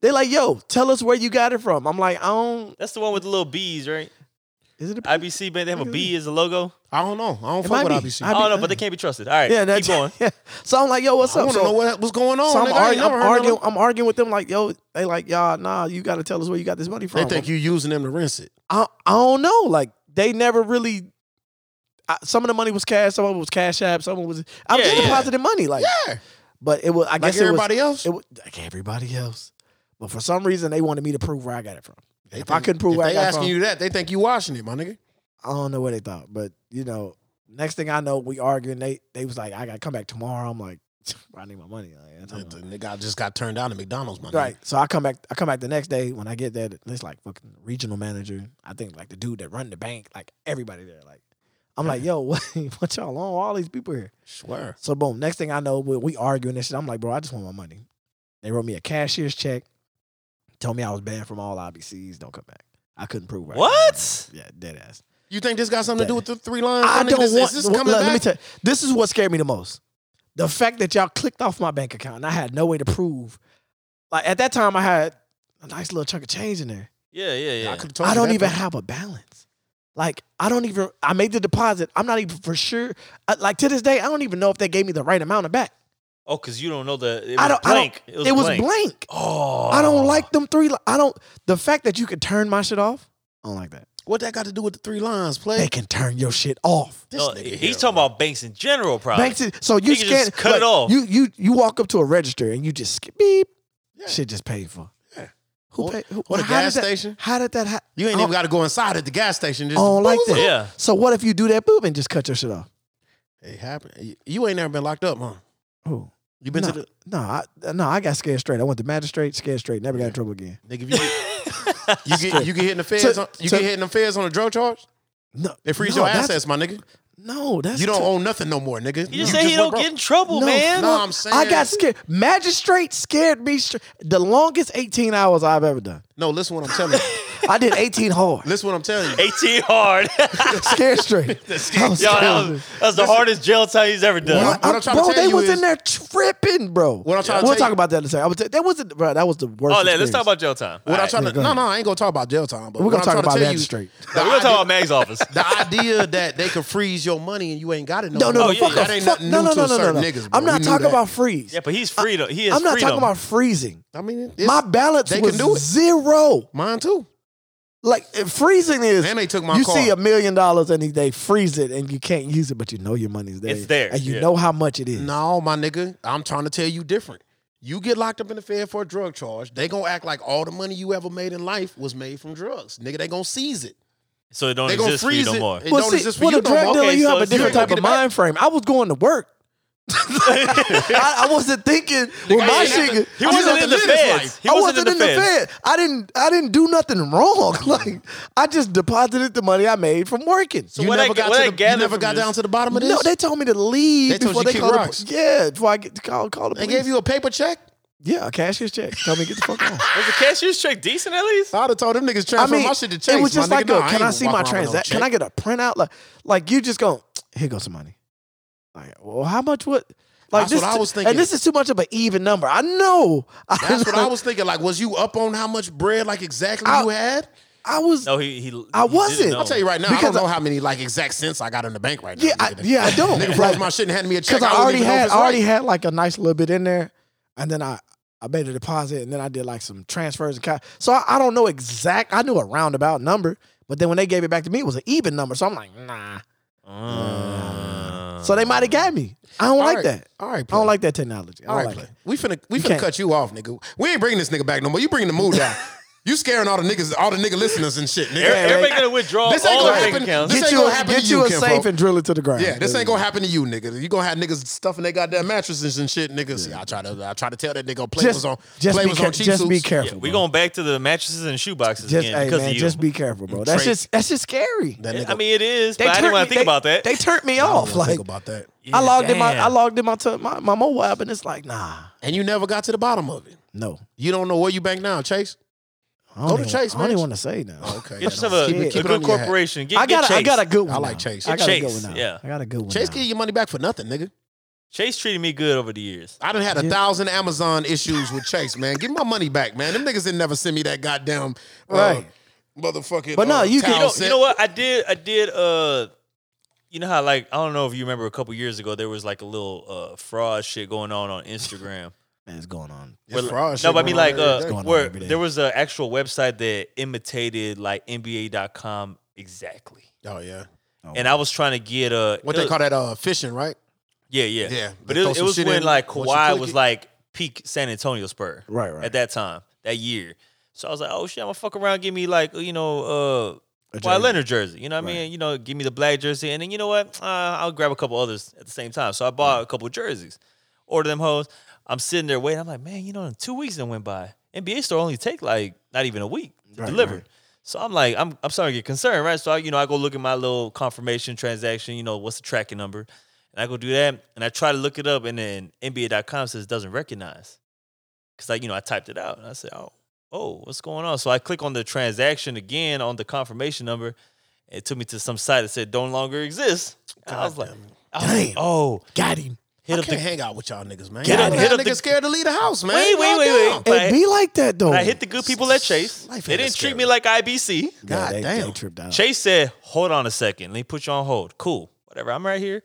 B: They like, yo, tell us where you got it from. I'm like, I don't.
C: That's the one with the little bees, right?
B: Is it a
C: IBC bank. They have a bee as a logo.
A: I don't know. I don't
B: It
A: fuck
B: might
A: with
B: be.
A: IBC.
B: I
A: I,
C: I don't know,
B: be-
C: but they can't be trusted. All right,
B: Yeah, that's
C: keep going.
B: Yeah. So I'm like, yo, what's up?
A: want to
B: So,
A: know what what's going on.
B: so I'm,
A: nigga. I ain't
B: argu- I'm
A: never heard of
B: arguing.
A: them.
B: I'm arguing with them. Like, yo, they like, y'all, nah, you got to tell us where you got this money from.
A: They think you using them to rinse it.
B: I, I don't know. Like they never really. I, some of the money was cash. Some of it was cash app. Some of it was. I was
C: Yeah,
B: just
C: yeah.
B: depositing money. Like,
A: Yeah.
B: but it was. I
A: Like
B: guess it was.
A: everybody else.
B: It was like everybody else. But for some reason, they wanted me to prove where I got it from.
A: They
B: if I couldn't prove
A: if
B: where I
A: they
B: got
A: asking
B: from-
A: you that, they think you washing it, my nigga.
B: I don't know what they thought, but you know, next thing I know, we arguing. They they was like, I gotta come back tomorrow. I'm like, I need my money. Like, that's all
A: The
B: I'm-
A: nigga I just got turned down at McDonald's, my nigga.
B: Right. So I come back. I come back the next day when I get there. It's like fucking regional manager. I think like the dude that run the bank. Like everybody there. Like I'm like, yo, what, what y'all on? All these people here.
A: Swear.
B: So boom. Next thing I know, we, we arguing and shit. I'm like, bro, I just want my money. They wrote me a cashier's check. Told me I was banned from all IBCs. Don't come back. I couldn't prove right.
C: What?
B: Yeah, dead ass.
A: You think this got something to do with the three lines?
B: I
A: my nigga?
B: don't
A: Is-
B: want.
A: Is this
B: look,
A: coming
B: Let me
A: back?
B: tell you, this is what scared me the most: the fact that y'all clicked off my bank account and I had no way to prove. Like at that time, I had a nice little chunk of change in there.
C: Yeah, yeah, yeah.
A: I could've told
B: I
A: you
B: don't
A: that,
B: even
A: bro.
B: have a balance. Like I don't even. I made the deposit. I'm not even for sure. I- like to this day, I don't even know if they gave me the right amount of back.
C: oh, because you don't know the. It was
B: I don't.
C: blank.
B: I don't, it was, blank.
C: Oh,
B: I don't like them three. li- I don't. The fact that you could turn my shit off. I don't like that.
A: What that got to do with the three lines,
B: They
A: play?
B: can turn your shit off.
A: This
C: No,
A: nigga
C: he's
A: here,
C: uh, talking
A: bro.
C: about banks in general, probably.
B: Banks. is- So you
C: He can just
B: scan.
C: cut it off.
B: You you you walk up to a register and you just skip beep.
A: Yeah.
B: Shit just paid for.
A: Yeah.
B: Who
A: What-
B: paid? Who,
A: what a
B: how did
A: gas
B: that-
A: station.
B: How did that happen?
A: You ain't even got to go inside at the gas station. Just
B: Oh. I don't like that.
C: Yeah.
B: So what if you do that boop and just cut your shit off?
A: It happened. You- You ain't never been locked up, huh?
B: Who?
A: You been
B: no,
A: to the
B: no, I, no, I got scared straight. I went to magistrate, scared straight, never got in trouble again.
A: nigga? If you get, you get you get hitting the feds.
B: To-
A: on, you
B: to-
A: get hitting the feds on a drug charge.
B: No,
A: They freeze
B: no,
A: your
B: that's-
A: assets, my nigga.
B: No, that's
A: You don't
B: too-
A: own nothing no more, nigga.
C: You just say he
A: went
C: don't
A: broke.
C: get in trouble, man.
A: no,
B: fuck.
A: I'm saying-
B: I got scared. Magistrate scared me. Str- the longest 18 hours I've ever done.
A: No, listen what I'm telling you.
B: I did 18 hard.
A: listen what I'm telling you.
C: 18 hard.
B: scared straight. I was
C: Yo,
B: scared.
C: that was, that was the hardest jail time he's ever done.
A: What? I'm trying to
B: bro,
A: tell
B: they
A: you
B: was
A: is-
B: in there tripping, bro.
A: What I'm trying to
B: we'll
A: tell
B: talk
A: you-
B: about that in a second. I was that wasn't, bro. That was the worst.
C: Oh, let- let's
B: experience.
C: talk about jail time.
A: What I'm
C: All right.
A: trying
B: yeah,
A: to
B: go
A: no
B: ahead.
A: no I ain't gonna talk about jail time, but
B: We're
A: what
B: gonna
A: I'm
B: talk
A: trying
B: about
A: to tell
B: that
A: you,
B: straight.
A: The,
C: We're going to talk
A: idea-
C: about Mag's office.
A: the idea that they could freeze your money and you ain't got it no
B: No, no,
A: more.
B: no, fuck
C: yeah, yeah.
B: off.
A: Oh, That ain't
B: Fuck-
A: nothing
B: no,
A: new
B: no,
A: to
B: no, no,
A: certain
B: no.
A: niggas. bro.
B: I'm not
A: We knew
B: talking
A: that.
B: about freeze.
C: Yeah, but he's free. though. He is
B: I'm not
C: freedom.
B: talking about freezing.
A: I mean, it's-
B: My balance
A: they
B: was
A: can do it.
B: zero.
A: Mine too.
B: Like uh, freezing is.
A: And they took my
B: You
A: car.
B: see a million dollars and they freeze it and you can't use it, but you know your money's there.
C: It's there,
B: and you
C: yeah.
B: know how much it is.
A: No, my nigga, I'm trying to tell you different. You get locked up in the Fed for a drug charge, they gonna act like all the money you ever made in life was made from drugs. Nigga, they gonna seize it.
C: So it don't
A: They gonna
C: exist for you
A: freeze
C: no
A: it.
C: more.
A: It
B: Well,
A: don't
B: see,
A: exist for
B: with
A: you
B: a
A: no
B: drug
A: more.
B: dealer,
C: Okay,
B: you
C: so
B: have a
C: it's- you
B: different
A: ain't
B: type
A: gonna
B: of
A: get it back.
B: mind frame. I was going to work. I, I wasn't thinking. Well, my
C: he-
B: shit.
C: he wasn't
B: I-
C: in the feds. He
B: I
C: wasn't
B: wasn't
C: in
B: in
C: the
B: the feds. I didn't. I didn't do nothing wrong. Like I just deposited the money I made from working.
A: you
C: what
A: never
C: I-
A: got,
C: what I
A: to the, you
C: gathered
A: never
C: from
A: got
C: this-
A: down to the bottom of this?
B: No, they told me to leave
A: They told
B: before
A: you
B: they
A: kick
B: called the
A: rocks.
B: police. Yeah, before I get to call call the
A: They
B: police.
A: gave you a paper check?
B: yeah, a cashier's check. Tell me to get the fuck off.
C: Was the cashier's check decent at least?
A: I would have told them niggas
B: I
A: transfer
B: mean,
A: my shit to Chase.
B: it was just
A: my
B: like,
A: nigga. Nah,
B: a,
A: I
B: can
A: ain't
B: I
A: gonna
B: see
A: walk
B: my
A: around with no
B: transaction? Can I
A: check.
B: get a printout? Like, like you just go, here goes some money. Like, well, how much would? Like
A: That's
B: this,
A: what I was thinking.
B: and this is too much of an even number. I know.
A: That's what I was thinking. Like, was you up on how much bread, like exactly
B: I-
A: you had?
B: I was.
C: No, he. he
B: I wasn't.
A: I'll tell you right now, I
B: Because
A: don't know
B: I-
A: how many like exact cents I got in the bank right now.
B: Yeah, I,
A: nigga.
B: yeah, I don't.
A: Nigga froze
B: Like,
A: my shit and handed me a check.
B: Because I,
A: don't
B: already
A: even know if
B: had
A: it's
B: I already
A: right.
B: had like a nice little bit in there, and then I I made a deposit, and then I did like some transfers and cash. So I, I don't know exact. I knew a roundabout number, but then when they gave it back to me, it was an even number. So I'm like, nah.
C: Uh,
B: So they might have got me. I
A: Uh.
B: don't
A: All
B: like
A: right.
B: that.
A: All right,
B: I
A: play.
B: don't like that technology. I
A: All
B: don't
A: right,
B: like
A: play.
B: it.
A: we finna we finna
B: can't.
A: cut you off, nigga. We ain't bringing this nigga back no more. You bringing the mood down. you scaring all the niggas, all the nigga listeners and shit, nigga.
B: Yeah,
C: Everybody gonna withdraw
A: This ain't
C: all
A: gonna
C: their bank
A: happen.
C: accounts.
A: This
B: Get
A: ain't
B: you
A: gonna
B: a,
A: happen
B: get
A: to
B: you
A: you,
B: a
A: Ken
B: safe
A: Flo.
B: and drill it to the ground.
A: Yeah, this ain't gonna happen to you, nigga. You gonna have niggas stuffing their goddamn mattresses and shit, nigga. See, I try to, I try to tell that nigga play
B: Just,
A: was on,
B: just,
A: play
B: be,
A: was
B: care-
A: on cheap
B: just be
A: suits.
B: careful.
C: We
B: bro.
C: going back to the mattresses and shoe boxes
B: just,
C: again
B: hey,
C: because
B: man,
C: of you.
B: just be careful, bro. That's
A: Trey-
B: just that's just scary.
A: That nigga,
C: I mean, it is, but I didn't
B: turned
C: want
B: me-
C: to think
B: they-
C: about that.
B: They turned me
A: I don't
B: off.
A: wanna
B: Like
A: think about that.
C: Yeah,
B: I logged in my I
C: damn.
B: logged in my t- my my mobile app and it's like nah
A: And you never got to the bottom of it.
B: no
A: You don't know where you bank now, Chase.
B: I don't
A: Go to
B: even-
A: Chase,
B: I don't
A: man.
B: even want to say now.
A: Okay,
C: Get yourself
A: don't-
C: a,
A: keep it-
B: shit.
C: a
A: keep it on
C: good
A: your hat.
C: corporation. Get,
B: I
C: get
B: got a, I
C: Chase.
B: got a good one.
A: I like
B: now.
A: Chase.
B: I got a good
C: Chase,
B: one now.
C: yeah.
B: I got a good one.
A: Chase
B: now.
A: give you money back for nothing, nigga.
C: Chase treated me good over the years.
A: I done had a
B: Yeah.
A: thousand Amazon issues with Chase, man. Give me my money back, man. Them niggas didn't never send me that goddamn uh,
B: Right.
A: motherfucking.
B: But no,
A: uh,
B: you can-
A: towel
C: You know,
A: set.
C: you know what? I did. I did. Uh, you know how like I don't know if you remember a couple years ago there was like a little uh fraud shit going on on Instagram.
B: man, it's going on.
A: It's
C: Where-
A: fraud shit
C: no, but I mean
A: going
C: like
A: on every
C: uh,
A: day.
B: Going on
C: where
B: every day.
C: there was an actual website that imitated like NBA.com exactly,
A: Oh yeah,
C: and I was trying to get a
A: what they call that? Uh, phishing, right?
C: Yeah, yeah,
A: Yeah,
C: But
A: they throw
C: it, it
A: some
C: was
A: shit
C: when
A: in,
C: like
A: once you
C: Kawhi
A: click
C: was
A: it-
C: like peak San Antonio Spur,
B: Right, right.
C: At that time, that year. So I was like, oh shit, I'm gonna fuck around, give me like you know, uh,
B: A
C: Kawhi
B: jersey.
C: Leonard jersey. You know what I mean? You know, give me the black jersey, and then you know what? Uh, I'll grab a couple others at the same time. So I bought a couple jerseys, ordered them hoes. I'm sitting there waiting. I'm like, man, you know, in two weeks then went by. NBA store only take like not even a week to deliver. So I'm like, I'm I'm starting to get concerned, right? So I, you know, I go look at my little confirmation transaction. You know, what's the tracking number? And I go do that, and I try to look it up, and then NBA.com says doesn't recognize. Cause like you know, I typed it out, and I said, oh, oh, what's going on? So I click on the transaction again on the confirmation number. It took me to some site that said don't longer exist. And I was like, I was like,
B: Damn.
C: oh,
B: Got him.
A: I
C: hit up
A: can't
C: the.
A: hang out with y'all niggas, man.
B: Get
A: y'all
B: up-
A: know
B: hit
A: how
C: up
A: niggas
C: the-
A: scared to leave the house, man.
C: Wait, wait, wait,
A: Goddamn.
C: wait. But I-
B: It be like that though.
C: I hit the good people at Chase.
A: Life
C: They
A: ain't that
C: didn't treat
A: scary.
C: me like IBC.
B: yeah, they,
A: Goddamn.
B: they tripped out.
C: Uh, Chase said, "Hold on a second. Let me put you on hold." Cool, whatever. I'm right here.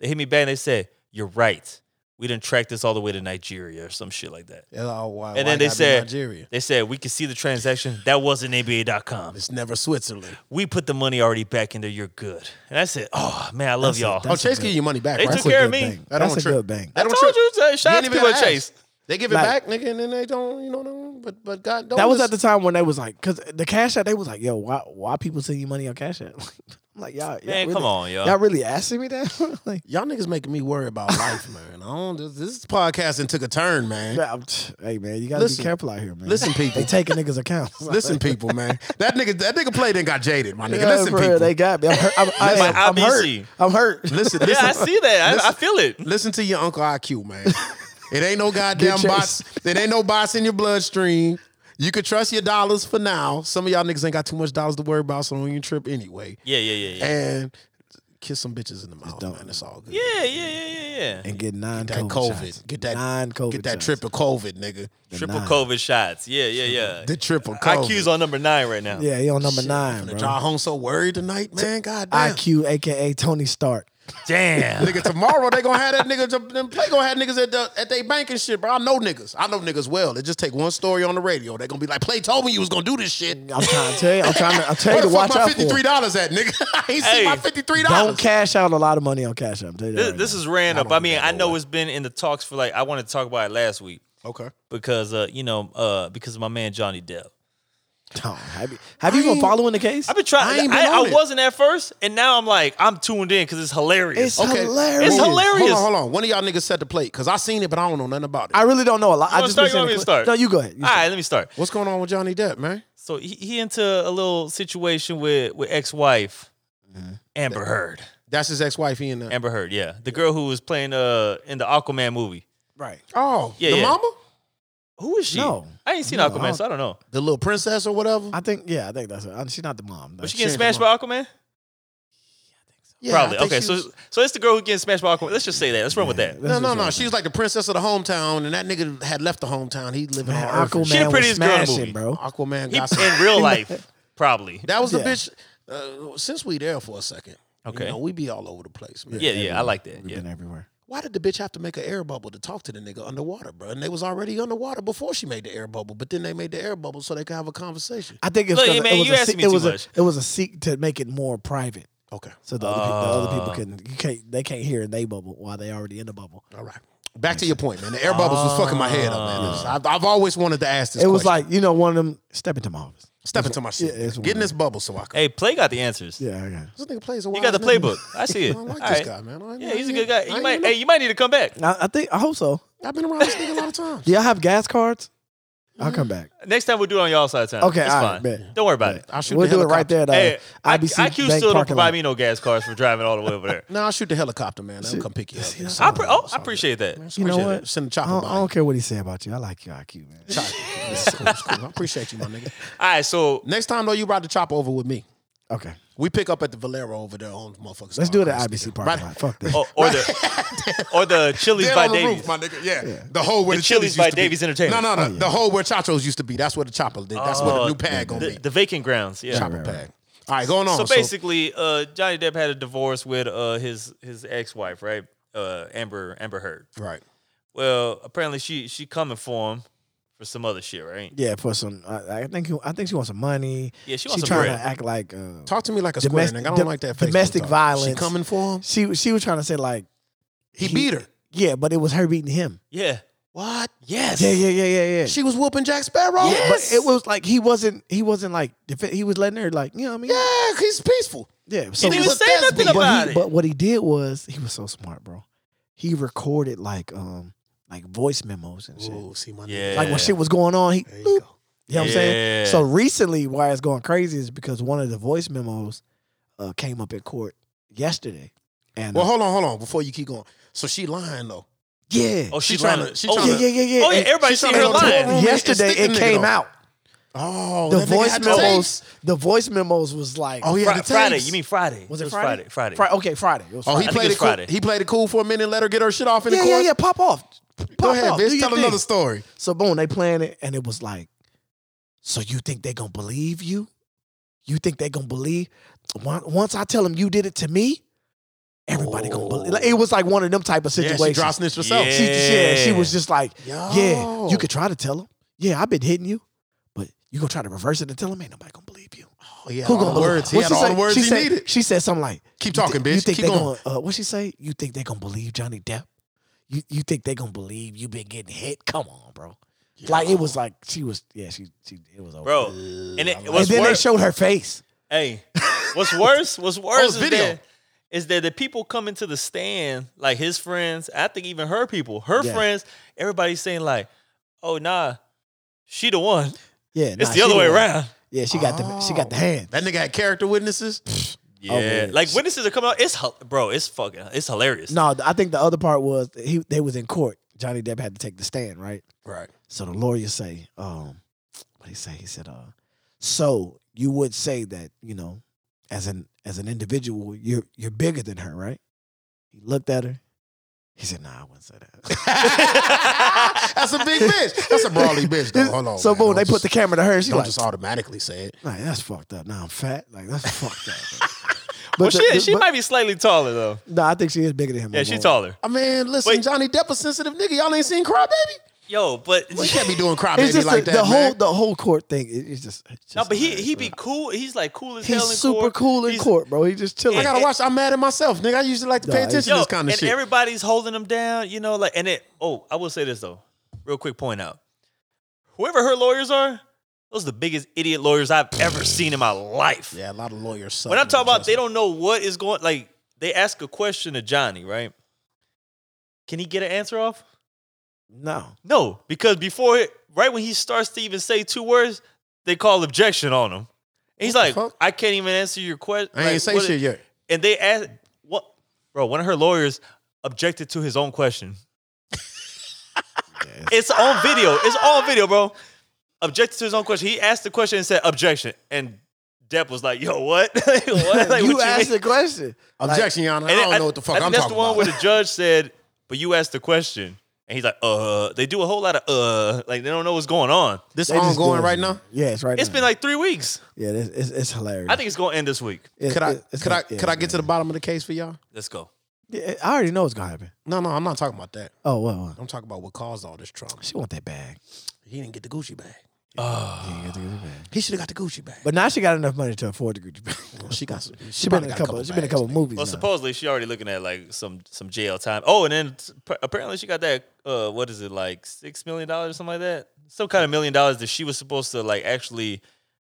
C: They hit me back and they said, "You're right. We didn't track this all the way to Nigeria or some shit like that."
A: Yeah, oh, why- why
C: And then they
A: gotta be
C: said,
A: Nigeria.
C: "They said we could see the transaction. That wasn't NBA.com.
A: It's never Switzerland.
C: We put the money already back in there. You're good." And I said, "Oh man, I love
B: That's a-
C: y'all."
A: Oh,
B: that's-
A: Chase give you money back,
C: They
A: right?
C: took
A: Quick.
C: care of
B: Good
C: me.
B: bank.
A: That
B: That's
A: don't
B: a
A: trip.
B: good bang.
A: That
C: I
A: don't
C: told
A: trip.
C: you. uh,
A: You
C: Shout out to
A: ain't even
C: people at
A: gotta
C: Chase.
A: ask. They give it
B: Like-
A: back, nigga, and then they don't, you know, don't- but but God, don't
B: That was
A: just-
B: at the time when they was like, cause the cash app, they was like, yo, why why people send you money on cash app? I'm like, y'all, y'all
C: Man,
B: really,
C: come on, y'all.
B: y'all really asking me that? like,
A: Y'all niggas making me worry about life, man. I don't. This, this podcasting took a turn, man.
B: yeah, I'm t- hey man, you gotta
A: Listen.
B: be careful out here, man.
A: Listen, people.
B: they taking niggas accounts.
A: Listen, people, man. That nigga, that nigga played and got jaded, my nigga.
B: Yeah,
A: listen,
B: for real,
A: people.
B: they got me. I'm hurt. I'm, I,
C: My
B: am i am hurt.
C: IBC.
B: I'm hurt.
A: Listen,
C: Yeah,
A: listen.
C: I see that. I, I
A: Listen.
C: feel it.
A: Listen to your uncle IQ, man. It ain't no goddamn
B: Chase.
A: bots. It ain't no bots in your bloodstream. You can trust your dollars for now. Some of y'all niggas ain't got too much dollars to worry about, so don't even trip anyway.
C: Yeah, yeah, yeah, yeah,
A: And kiss some bitches in the mouth,
B: don't.
A: man. It's all good.
C: yeah, yeah, yeah, yeah, yeah.
B: And get nine
A: That
B: COVID.
A: COVID.
B: shots.
A: Get that
B: non-COVID.
A: Get that
B: shots.
A: triple COVID, nigga.
C: Triple
B: nine.
C: COVID shots. Yeah, yeah, yeah.
A: The triple COVID.
C: IQ's on number nine right now.
B: Yeah, he on number nine,
A: Finna
B: bro.
A: drive home so worried tonight, man. God damn.
B: IQ, aka Tony Stark.
C: Damn.
A: Nigga, tomorrow they gonna have that nigga. to- Them play gonna have niggas at the, at they bank and shit, bro. I know niggas. I know niggas well. It just take one story on the radio. They gonna be like, "Play told me you was gonna do this shit."
B: I'm trying to tell you. I'm trying to. I'm
A: Where
B: telling
A: the
B: you to
A: fuck
B: watch
A: my
B: out
A: fifty
B: for.
A: three
B: him.
A: dollars at, nigga? I ain't seen my
C: Hey,
A: fifty three
B: Don't
A: dollars.
B: cash out a lot of money on Cash App. Tell you that
C: This,
B: right
C: this
B: now.
C: is ran up. I mean, I know it's been in the talks for like I wanted to talk about it last week
A: Okay.
C: because uh, you know, uh because of my man Johnny Depp.
B: Tom, have you, have you been
A: ain't-
B: following the case?
C: I've been trying.
A: I
C: I,
A: ain't been
C: I,
A: on it.
C: wasn't at first, and now I'm like, I'm tuned in because it's hilarious. Oh,
B: It's hilarious.
C: It's
A: Hold
C: hilarious.
A: on, hold on. One of y'all niggas set the plate because I seen it, but I don't know nothing about it.
B: I really don't know a lot. I
C: wanna
B: just
C: start?
B: been seeing
C: You want
B: the
C: me to
B: clip.
C: start?
B: No, you go ahead. You
C: All right, let me start.
A: What's going on with Johnny Depp, man?
C: So he, he into a little situation with with ex wife
A: Mm-hmm.
C: Amber Heard.
A: That's his ex-wife. He in there.
C: Amber Heard, yeah, the girl who was playing uh in the Aquaman movie.
B: Right.
A: Oh,
C: Yeah,
A: the
C: yeah.
A: mama,
C: Who is she?
B: No.
C: I ain't seen
B: No,
C: Aquaman,
B: I don't-
C: so I don't know.
A: the little princess or whatever.
B: I think yeah, I think that's it. Uh, She's not the mom.
C: Was
B: though.
C: she getting
A: Shane
C: smashed by Aquaman?
A: Yeah,
C: Probably.
A: I think
C: Okay,
A: she
C: so
A: was-
C: so it's the girl who getting smashed by Aquaman. Let's just say that. Let's run with
B: Yeah,
C: that.
B: that's
A: no, no,
B: what's
A: no.
B: wrong.
A: She was like the princess of the hometown, and that nigga had left the hometown. He living
B: man,
A: on Aquaman.
B: Aquaman
C: She the
B: was
C: prettiest girl in the
B: smashing,
C: movie.
B: bro.
A: Aquaman
C: He,
A: got some.
C: in real life, probably.
A: That was the
B: Yeah.
A: bitch. Uh, since we there for a second,
C: Okay.
A: you know, we be all over the place, man.
C: Yeah, yeah, I like that.
B: We've
C: Yeah.
B: been everywhere.
A: Why did the bitch have to make an air bubble to talk to the nigga underwater, bro? And they was already underwater before she made the air bubble, but then they made the air bubble so they could have a conversation.
B: I think it's
C: Look,
B: 'cause
C: man,
B: it was
C: you
B: a
C: asking
B: se-
C: me
B: it
C: too
B: was a,
C: much.
B: it was a seek to make it more private,
A: Okay,
B: so the other, pe- the other people
C: Uh.
B: can you can't they can't hear in they bubble while they already in the bubble.
A: all right. Back to your point, man. The air bubbles was fucking my head up, man.
C: Oh.
A: It was- I've, I've always wanted to ask this.
B: It was
A: question.
B: like you know one of them step into my office.
A: step into my shit,
B: yeah, it's
A: get in
B: weird.
A: this bubble so I can.
C: Hey, Play got the answers.
B: Yeah, okay.
A: This nigga plays a
C: You
A: wild
C: got the
A: nigga.
C: playbook. I see
A: I
C: it.
A: don't like
C: All
A: this
C: right.
A: guy, man. I ain't-
C: Yeah, he's a
A: I
C: good
A: ain't-
C: guy.
A: I
C: You
A: ain't
C: might,
A: know-
C: hey, you might need to come back
B: I, I think I hope so.
A: I've been around this nigga a lot of times.
B: Do y'all have gas cards? I'll come back.
C: next time. We'll do it on y'all side of town.
B: Okay,
C: it's
B: all right,
C: fine.
B: bet.
C: Don't worry about it.
A: I'll shoot
B: We'll
A: the
B: do it right
A: helicopter.
B: there at uh,
C: Hey, I,
B: IBC
C: IQ
B: Bank
C: still don't
B: parking
C: provide
B: lot.
C: me no gas cards for driving all the way over there.
A: No, I'll shoot the helicopter, man. They'll come pick you up. It's
C: I
A: all
C: pre-
A: good.
C: oh,
A: It's
C: I
A: all
C: appreciate that.
A: good.
B: You know
A: Appreciate
B: what?
A: it. Send the
B: I
A: chopper
B: don't,
A: by.
B: I don't care what he said about you. I like your IQ, man.
A: Chopper. It's cool, it's cool. I appreciate you, my nigga.
C: All right, so
A: Next time though, you ride the chopper over with me.
B: Okay,
A: We pick up at the Valero over there on motherfuckers.
B: let's do it at IBC parking lot. Fuck that.
C: oh, or, or the or the Chili's by
A: on the
C: Davies.
A: roof, my nigga. Yeah, the hole where
C: The
A: the,
C: Chili's
A: Chili's
C: by
A: used to be.
C: Davies Entertainment.
A: No, no, no. The hole where Chacho's used to be. That's where the chopper. Did. That's where the
C: Oh,
A: new pad gonna
C: the,
A: be.
C: the vacant grounds. Yeah.
A: Chopper pad. All right, going on.
C: So basically, uh, Johnny Depp had a divorce with uh, his his ex wife, right? Uh, Amber Amber Heard.
A: right.
C: Well, apparently she she coming for him for some other shit, right?
B: Yeah, for some. I, I think. he- I think she wants some money.
C: Yeah, she wants some
B: trying
C: bread.
B: to act like uh,
A: Talk to me like a
B: domestic.
A: square nigga. I don't
B: dom-
A: like that. Facebook
B: domestic
A: talk.
B: violence.
A: She coming for him.
B: She she was trying to say like
A: He, beat her.
B: Yeah, but it was her beating him.
C: Yeah.
A: What?
C: Yes.
B: Yeah, yeah, yeah, yeah, yeah.
A: She was whooping Jack Sparrow.
B: Yeah,
A: Yes.
B: But it was like he wasn't. He wasn't like. Def- he was letting her like. You know what I mean?
A: yeah, he's peaceful.
B: Yeah. So
C: He didn't even
A: But
C: say
A: that's
C: nothing
A: the-
B: but,
C: about
B: he,
C: it.
B: but what he did was he was so smart, bro. He recorded like um like voice memos and shit.
A: Oh, see my
C: Yeah.
A: nigga.
B: Like when shit was going on, he.
A: There
B: Bloop,
A: you
B: you,
A: go.
B: know what I'm
C: Yeah.
B: saying? So recently, why it's going crazy is because one of the voice memos uh, came up in court yesterday, and uh,
A: Well, hold on, hold on. Before you keep going, so she lying though.
B: yeah,
C: oh, she
A: She
C: trying
A: tryna-
C: to.
A: she
C: oh,
A: tryna-
B: yeah, yeah, yeah, yeah.
C: Oh yeah.
B: And
C: Everybody
A: she's
C: seen
A: trying
C: her
A: to go to
C: lying.
A: room and
B: yesterday
A: stick the
B: it
A: nigga
B: came
A: though.
B: out.
A: Oh,
B: the
A: that nigga
B: voice
A: had the tapes.
B: memos. The voice memos was like,
A: Oh yeah,
C: Fri-
A: the
C: Friday.
A: tapes.
C: You mean Friday?
B: was it Friday?
C: Friday.
B: Fri- okay, Friday. It was
A: Oh, he
B: Friday.
C: think
A: played
C: it's
A: it cool.
C: Friday.
A: He played it cool for a minute, and let her get her shit off in
B: yeah,
A: the
B: yeah,
A: court.
B: yeah. Pop off. Pop
A: Go ahead,
B: off. Do
A: bitch.
B: your
A: Tell another
B: thing.
A: story.
B: So boom, they playing it, and it was like, so you think they gonna believe you? You think they gonna believe? Once once I tell them you did it to me, everybody gonna believe. Like, it was like one of them type of
A: Yeah, she
B: situations.
A: dry snitched herself.
C: Yeah.
B: She, yeah, she was just like,
A: Yo.
B: yeah, you could try to tell them. Yeah, I've been hitting you, but you gonna try to reverse it and tell them ain't nobody gonna believe you.
A: Oh, yeah,
B: Who
A: all
B: gonna
A: the
B: believe?
A: words? He
B: What
A: had all
B: say?
A: the words
B: she
A: he
B: said,
A: needed.
B: She said something like,
A: Keep
B: "You thi-
A: talking, bitch.
B: You think
A: Keep
B: they
A: going."
B: Gonna, uh, what she say? You think they gonna believe Johnny Depp? You you think they gonna believe you been getting hit? Come on, bro. Like it was like she was yeah she she it was over.
C: Bro, and it
B: and
C: was
B: then they
C: worse.
B: showed her face.
C: Hey, what's worse? What's worse is
A: video.
C: that is that the people coming to the stand, like his friends, I think even her people, her
B: Yeah.
C: friends, everybody's saying like, "Oh nah, she the one."
B: Yeah,
C: It's
B: nah,
C: the other
B: she
C: way
B: was-
C: around.
B: Yeah, she got the she
A: Oh.
B: got the hand.
A: That nigga had character witnesses.
C: Yeah,
B: man.
C: like witnesses are coming out. It's hel- bro, it's fucking, it's hilarious.
B: No, I think the other part was that he they was in court. Johnny Depp had to take the stand, right?
A: Right.
B: So the lawyer say, um, what he say? He said, uh, so you would say that you know, as an as an individual, you're you're bigger than her, right? He looked at her. He said, nah, I wouldn't say that.
A: That's a big bitch. That's a brawly bitch, though. Hold on.
B: so
A: man.
B: boom,
A: Don't
B: they put
A: just-
B: the camera to her. She's
A: Don't
B: like,
A: just automatically say it.
B: nah, that's fucked up. Nah, I'm fat. Like that's fucked up. but
C: well,
B: the-
C: she
B: the-
C: she
B: but-
C: might be slightly taller though.
B: No, I think she is bigger than him.
C: Yeah,
B: my
C: she
B: boy.
C: taller.
A: I mean, listen,
C: Wait.
A: Johnny Depp a sensitive nigga. Y'all ain't seen Crybaby.
C: Yo, but
A: We can't be doing
B: It's
A: Crybaby
B: just
A: like
B: the,
A: that,
B: the whole
A: man.
B: the whole court thing. It, it's just, it's
C: no,
B: just
C: but he
B: hilarious,
C: he
B: bro.
C: be cool. He's like cool as
B: he's
C: hell in
B: super
C: court.
B: cool in
C: He's-
B: court, bro. He just chilling.
A: I gotta watch. I'm mad at myself, nigga. I used to like to pay
B: Nah,
A: attention
C: Yo,
A: to this kind of
C: and
A: shit.
C: everybody's holding them down, you know, like and it oh, I will say this though. Real quick point out. Whoever her lawyers are, Those are the biggest idiot lawyers I've ever seen in my life.
A: Yeah, a lot of lawyers. suck,
C: When I'm talking
A: man,
C: about they don't know what is going like they ask a question to Johnny, right? Can he get an answer off?
B: No.
C: No, because before it, right when he starts to even say two words, they call objection on him. And he's
A: What
C: like,
A: the fuck?
C: I can't even answer your question.
A: I ain't say shit yet.
C: And they asked, what, bro? One of her lawyers objected to his own question. It's on video. It's on video, bro. Objected to his own question. He asked the question and said objection, and Depp was like, "Yo, what? Like, what? Like,
B: you
C: what
B: asked
C: mean?
B: the question.
A: Objection, Your Honor. I
C: And
A: don't know what the fuck
C: I think
A: I'm
C: that's
A: talking
C: the one
A: about.
C: where the judge said, "But you asked the question," and he's like, "Uh." They do a whole lot of "uh," like they don't know what's going on.
A: this
B: They just
A: ongoing
B: doing
A: right
B: it.
A: now.
B: Yeah, it's right
C: It's
B: now.
C: been like three weeks.
B: yeah, it's, it's, it's hilarious.
C: I think it's gonna end this week.
B: It-
A: Could I
B: it- it's
A: could I
B: like- yeah,
A: could I get to the bottom of the case for y'all?
C: Let's go.
B: yeah, I already know what's gonna happen.
A: No, no, I'm not talking about that.
B: Oh well, well.
A: I'm talking about what caused all this trauma.
B: she want that bag.
A: He didn't get the Gucci bag.
B: Yeah, you gotta get the bag.
A: He should have got the Gucci bag.
B: But now she got enough money to afford the Gucci bag.
A: she got. She,
B: She been
A: probably
B: in
A: got
B: a couple. She been in a couple
A: bags,
B: movies.
C: Well,
B: now.
C: supposedly she already looking at like some some jail time. Oh, and then s- p- apparently she got that uh what is it like six million dollars or something like that? Some kind of million dollars that she was supposed to like actually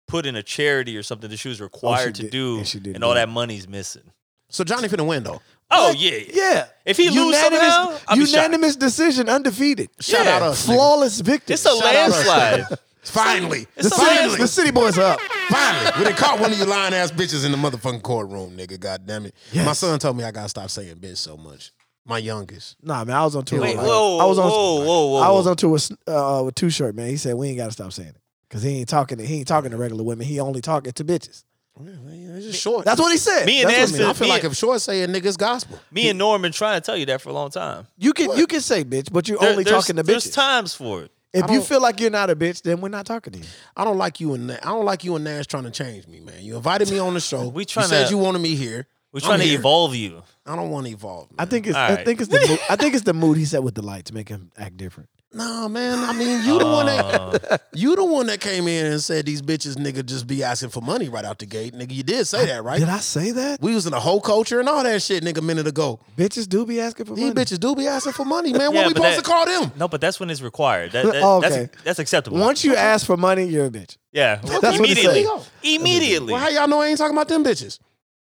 C: put in a charity or something that she
A: Oh,
C: was required to
B: did-
C: do,
B: and she didn't
C: all
B: do it.
C: that money's missing.
A: nigga. So Johnny finna win though.
C: Oh yeah,
B: yeah.
C: If he lose somehow, I'll be shocked.
B: unanimous decision, undefeated.
A: Shout
C: Yeah.
A: out us. nigga.
B: Flawless victory.
C: It's a
A: out us.
C: landslide.
A: Finally,
C: It's
B: the,
C: a
B: city,
C: landslide.
B: the city boys are up.
A: finally, we done caught one of you lying ass bitches in the motherfucking courtroom, nigga. God damn it. My son told me I gotta stop saying bitch so much. My youngest.
B: Nah, man, I was on tour.
C: Wait,
B: like-
C: whoa,
B: I was on.
C: whoa, whoa, whoa,
B: I was
C: whoa.
B: on tour with uh, with Two Short. Man, he said we ain't gotta stop saying it because he ain't talking. To, he ain't talking to regular women. He only talking to bitches.
A: It's just short.
B: That's what he said.
C: Me and
B: That's what
C: Aston-
B: meant.
A: I feel
C: me
A: like
C: and-
A: if short say a nigga's gospel.
C: Me and Norm been trying to tell you that for a long time.
B: You can you can say bitch, but you're
C: There-
B: only
C: there's-
B: talking to
C: There's
B: bitches.
C: times for it.
A: I
B: If you
A: don't-
B: feel like you're not a bitch, then we're not talking to you.
A: I don't like you and Na- I don't like you and Nash trying to change me, man. You invited me on the show.
C: We
A: you
C: tryna-
A: said you wanted me here.
C: We're
A: I'm
C: trying to
A: here.
C: evolve you.
A: I don't want to evolve. Man.
B: I think it's
C: All
B: I
C: right.
B: think it's the mood, I think it's the mood he set with the light to make him act different.
A: Nah, man. I mean, you the one
C: Uh.
A: that you the one that came in and said these bitches nigga just be asking for money right out the gate, nigga. You did say that, right?
B: Did I say that?
A: we was in a whole culture and all that shit, nigga, a minute ago.
B: Bitches do be asking for
A: These
B: money.
A: bitches do be asking for money, man.
C: Yeah,
A: what we
C: but
A: supposed
C: that-
A: to call them?
C: No, but that's when it's required. That, that-
B: Oh, okay.
C: that's, that's acceptable.
B: Once you ask for money, you're a bitch.
C: yeah,
B: That's what he said.
C: immediately, immediately,
A: Well, how y'all know I ain't talking about them bitches?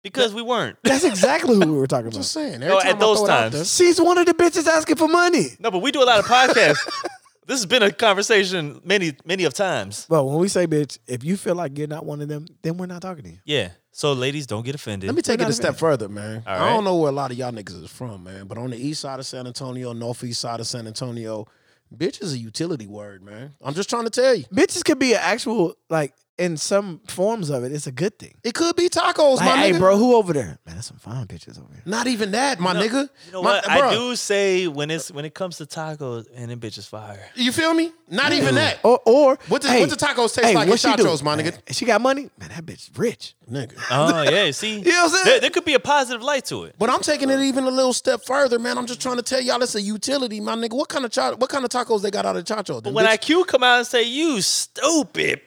C: because we weren't.
B: That's exactly who we were talking
A: Just
B: about.
A: saying. Every
C: No,
A: time
C: at those
A: I throw it out
C: times.
A: there-
B: She's one of the bitches asking for money.
C: No, but we do a lot of podcasts. this has been a conversation many, many of times.
B: But when we say bitch, if you feel like you're not one of them, then we're not talking to you.
C: Yeah. So, ladies, don't get offended.
A: Let me take
B: We're
A: it
B: not
A: a step further, man.
C: All
A: I
C: right.
A: don't know where a lot of y'all niggas is from, man, but on the east side of San Antonio, northeast side of San Antonio, bitch is a utility word, man. I'm just trying to tell you.
B: Bitches could be an actual like in some forms of it. It's a good thing.
A: It could be tacos,
B: Like,
A: my
B: hey,
A: nigga.
B: bro, who over there? Man, that's some fine bitches over here.
A: Not even that, my nigga.
C: You know
A: My-
C: what?
A: bruh,
C: I do say when it's when it comes to tacos and them bitches fire.
A: You feel me? Not even
C: Mm.
A: that.
B: Or, or
A: What does-
B: hey,
A: what do tacos taste like in
B: what she do?
A: Chacho's, my nigga?
B: Man, she got money, man. That bitch rich.
A: Nigga.
C: Oh yeah, see,
B: know what I'm saying?
C: There, there could be a positive light to it.
A: But I'm taking it even a little step further, man. I'm just trying to tell y'all it's a utility, my nigga. What kind of cha- what kind of tacos they got out of Chacho?
C: But when IQ come out and say you stupid,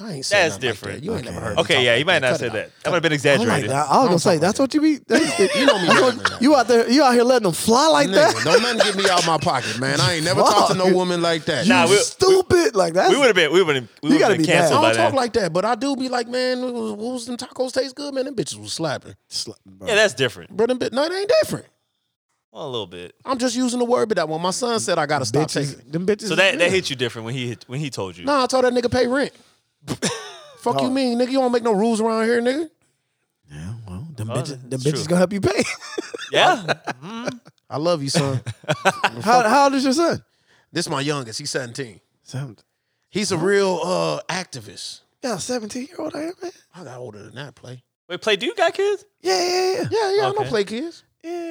A: I ain't saying nothing
C: that's
A: like that.
C: different.
A: You ain't never heard. me
C: okay,
A: talk
C: yeah,
A: like
C: he might not
A: Cut
C: say
A: it out.
C: that. That might have been
B: I'm like,
C: exaggerated.
B: nah, I was gonna say that's what you be. that-
A: You know me. You, know,
B: you out there, you out here letting them fly like
A: Nigga,
B: that.
A: don't nothing get me out my pocket, man. I ain't never talked to no
B: Fuck.
A: woman like that.
C: Nah,
B: you
C: we-
B: stupid like that.
C: We would have been, we would have, we
B: You
C: would
B: gotta
C: have
B: be
C: been canceled
A: I
C: by
A: don't talk
C: that.
A: like that, but I do be like, man, what was, what was them tacos taste good, man? Them bitches was slapping.
C: yeah, that's different.
A: But them bit, no, it ain't different.
C: Well, a little bit.
A: I'm just using the word, but that when my son said I gotta stop taking it.
B: bitches, them bitches.
C: So that that hit you different when he hit, when he told you.
A: Nah, I told that nigga pay rent. Fuck you
B: Oh.
A: mean, nigga? You don't make no rules around here, nigga.
B: Yeah, well, them
C: Oh,
B: bitches, them
C: that's
B: bitches
C: true.
B: gonna help you pay.
C: Yeah,
A: I love you, son.
B: how, how old is your son?
A: this my youngest. He's 17.
B: Seven,
A: He's a real uh activist.
B: yeah, seventeen year old. I am, man.
A: I got older than that, play.
C: wait, play. Do you got kids?
B: Yeah, yeah, yeah,
A: Yeah, yeah, I don't
C: Okay.
A: play kids.
B: yeah.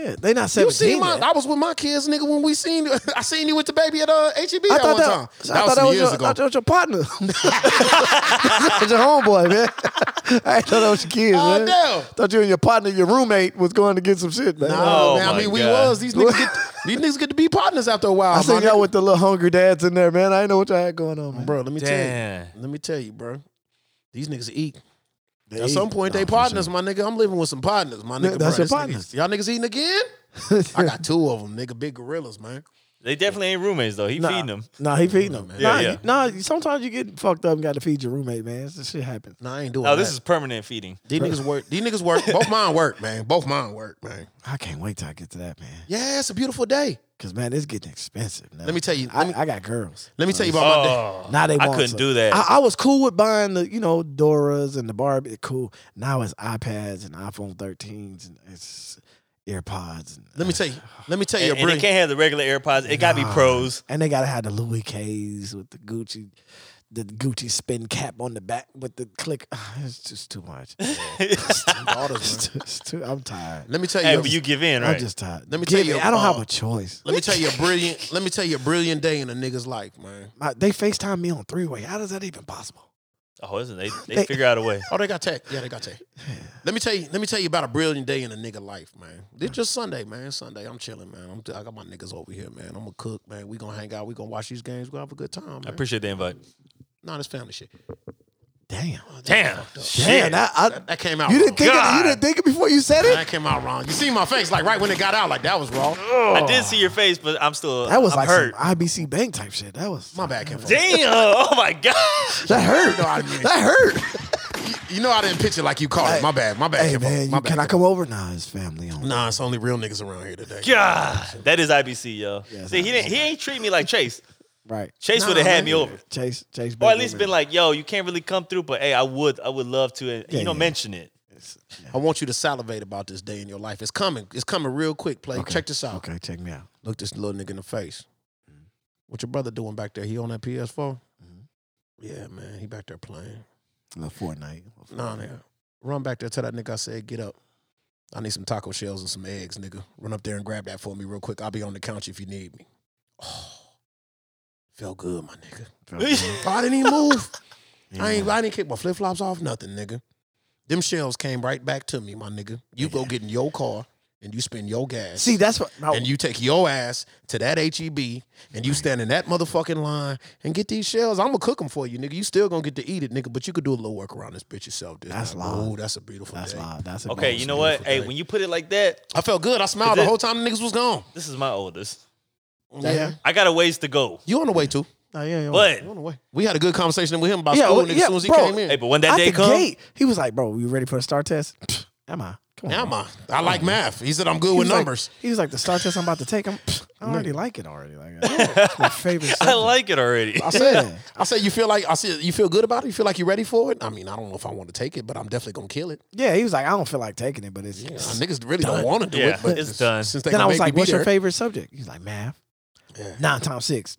B: yeah. They not
A: You
B: seventeen.
A: seen my?
B: yet.
A: I was with my kids, nigga. When we seen, I seen you with the baby at uh, H E B that one time.
B: I thought that was your, I thought that was your partner. That's your homeboy, man. I thought that was your kids,
A: Oh,
B: man.
A: damn.
B: Thought you and your partner, your roommate, was going to get some shit, man.
A: No,
C: Oh,
A: man. I
C: my
A: mean, we
C: God.
A: was these niggas. Get, these niggas get to be partners after a while.
B: I seen
A: my
B: y'all
A: nigga.
B: with the little hungry dads in there, man. I didn't know what y'all had going on, man.
A: bro. Let me
C: Damn.
A: tell you. Let me tell you, bro. These niggas eat.
B: They
A: At
B: eat.
A: some point,
B: Nah,
A: they
B: for
A: partners, my nigga. I'm living with some partners, my nigga.
B: that's
A: bro.
B: your
A: This nigga-
B: partners.
A: y'all niggas eating again? I got two of them, nigga. Big gorillas, man.
C: They definitely ain't roommates though. He
B: Nah.
C: feeding them.
B: No, he feeding them.
C: Yeah,
B: nah,
C: yeah.
B: You, nah, you- sometimes you get fucked up and got to feed your roommate, man. It's- This shit happens.
A: No, I ain't doing
C: No,
A: that.
C: Oh, this is permanent feeding.
A: these niggas work. These niggas work. Both mine work, man. Both mine work, man.
B: I can't wait till I get to that, man.
A: Yeah, it's a beautiful day.
B: Cause man, it's getting expensive. Now.
A: Let me tell you-
B: I,
A: let me-
B: I got girls.
A: Let me tell you about my day.
C: Oh,
B: Now they
C: I
B: want
C: couldn't
B: some.
C: do that.
B: I, I was cool with buying the, you know, Doras and the Barbie. Cool. Now it's iPads and iPhone 13s and it's AirPods. And,
A: Let me tell you. Let me tell you
C: and,
A: a
C: and it
A: brief.
C: can't have the regular AirPods. It got to be
B: Nah.
C: pros.
B: And they gotta have the Louis K's with the Gucci, the Gucci spin cap on the back with the click. It's just too much. It's
A: Daughters, man.
B: too- it's too- I'm tired.
A: Let me tell you.
C: Hey,
A: a-
C: but you give in,
B: I'm
C: right?
B: just tired.
A: Let me
B: Give
A: tell you,
B: me- I don't have
A: uh,
B: a choice.
A: let me tell you a brilliant. Let me tell you a brilliant day in a nigga's life, man.
B: My, they Facetime me on three way. How is that even possible?
C: oh, isn't they? They
B: They-
C: figure out a way.
A: Oh, they got tech. Yeah, they got tech. Let me tell you. Let me tell you about a brilliant day in a nigga life, man. It's just Sunday, man. Sunday, I'm chilling, man. I'm, I got my niggas over here, man. I'm gonna cook, man. We gonna hang out. We gonna watch these games. We gonna have a good time. Man.
C: I appreciate the invite.
A: Nah, this family shit.
B: Damn.
C: Damn.
B: Damn.
C: Shit.
B: that- I-
A: That, oh, that came out.
B: you
A: wrong.
B: didn't think it, you didn't think it before you said it.
A: That came out wrong. You see my face, like right when it got out, like that was wrong.
C: I did see your face, but I'm still.
B: Oh. That was
C: I'm
B: like
C: hurt.
B: some IBC Bank type shit. That was
A: My bad, Kim.
C: Damn! Oh my gosh!
B: that hurt.
A: No, I didn't.
B: that hurt.
A: You know I didn't pitch it like you caught it. My bad. My bad.
B: Hey
A: Kim.
B: man,
A: my
B: you,
A: bad,
B: can I
A: Kim.
B: come over? Nah, it's family on.
A: Nah, it's only real niggas around here today.
C: God, that is IBC, yo.
B: Yeah, it's
C: See, he
B: IBC.
C: didn't. He ain't treat me like Chase.
B: Right.
C: Chase
A: Nah,
C: would have had
A: man.
C: me over,
B: Chase, Chase.
C: or at
B: Baker,
C: least
B: man.
C: been like, "Yo, you can't really come through, but hey, I would. I would love to." And
B: Yeah,
C: you don't
B: yeah.
C: mention it.
A: I want you to salivate about this day in your life. It's coming. It's coming real quick. Play. Check this out.
B: Okay, Mm-hmm. check me out.
A: Look this little nigga in the face. What your brother doing back there? He on that PS4?
B: Mhm.
A: Yeah, man. He back there playing.
B: A little Fortnite.
A: Nah, nigga. Run back there. Tell that nigga I said, get up. I need some taco shells and some eggs, nigga. Run up there and grab that for me real quick. I'll be on the couch if you need me. Oh, felt good, my nigga. Oh, I didn't even move. I ain't. I didn't kick my flip flops off. Nothing, nigga. Them shells came right back to me, my nigga. You go get in your car and you spend your gas.
B: See, that's what. No,
A: and you take your ass to that HEB and you stand in that motherfucking line and get these shells. I'm gonna cook them for you, nigga. You still gonna get to eat it, nigga. But you could do a little work around this bitch yourself. This
B: That's
A: night.
B: live.
A: Ooh, that's a beautiful
B: that's
A: day.
B: live. That's a
C: Okay,
B: bonus,
C: you know
B: man.
C: what? Hey,
A: day.
C: when you put it like that,
A: I felt good. I smiled
C: Is
A: the
C: it-
A: whole time the niggas was gone.
C: this is my oldest.
A: Yeah,
C: I got a ways to
B: Oh,
C: go,
A: you on the way too?
B: Nah, yeah, yeah.
C: but
A: You on the way? We had a good conversation with him about
B: Yeah,
A: school,
B: well,
A: nigga.
B: yeah,
A: as soon as he
B: bro.
A: came in,
C: hey, but when that
B: At
C: day
B: oh, the
C: comes,
B: gate, he was like, "Bro, you ready for the star test?" Pfft, Am I? Come on.
A: am
B: man.
A: I? I like math. He said I'm good
B: He
A: with
B: was like-
A: numbers.
B: he was like, "The star test I'm about to take, I'm, pfft, I already like it already. Like, it's my favorite.
C: I
B: subject."
C: like it already.
B: I said,
A: I said, you feel like I said you feel good about it. You feel like you're ready for it. I mean, I don't know if I want to take it, but I'm definitely gonna kill it.
B: yeah. He was like, "I don't feel like taking it, but it's."
A: Yeah, niggas really don't want to do
C: Yeah,
A: it, but
C: it's done.
A: Since they
B: Then I
A: gonna
B: was
A: make
B: like,
A: me be
B: "What's your
A: there-
B: favorite subject?" He's like, "Math."
A: Yeah.
B: Nine times six,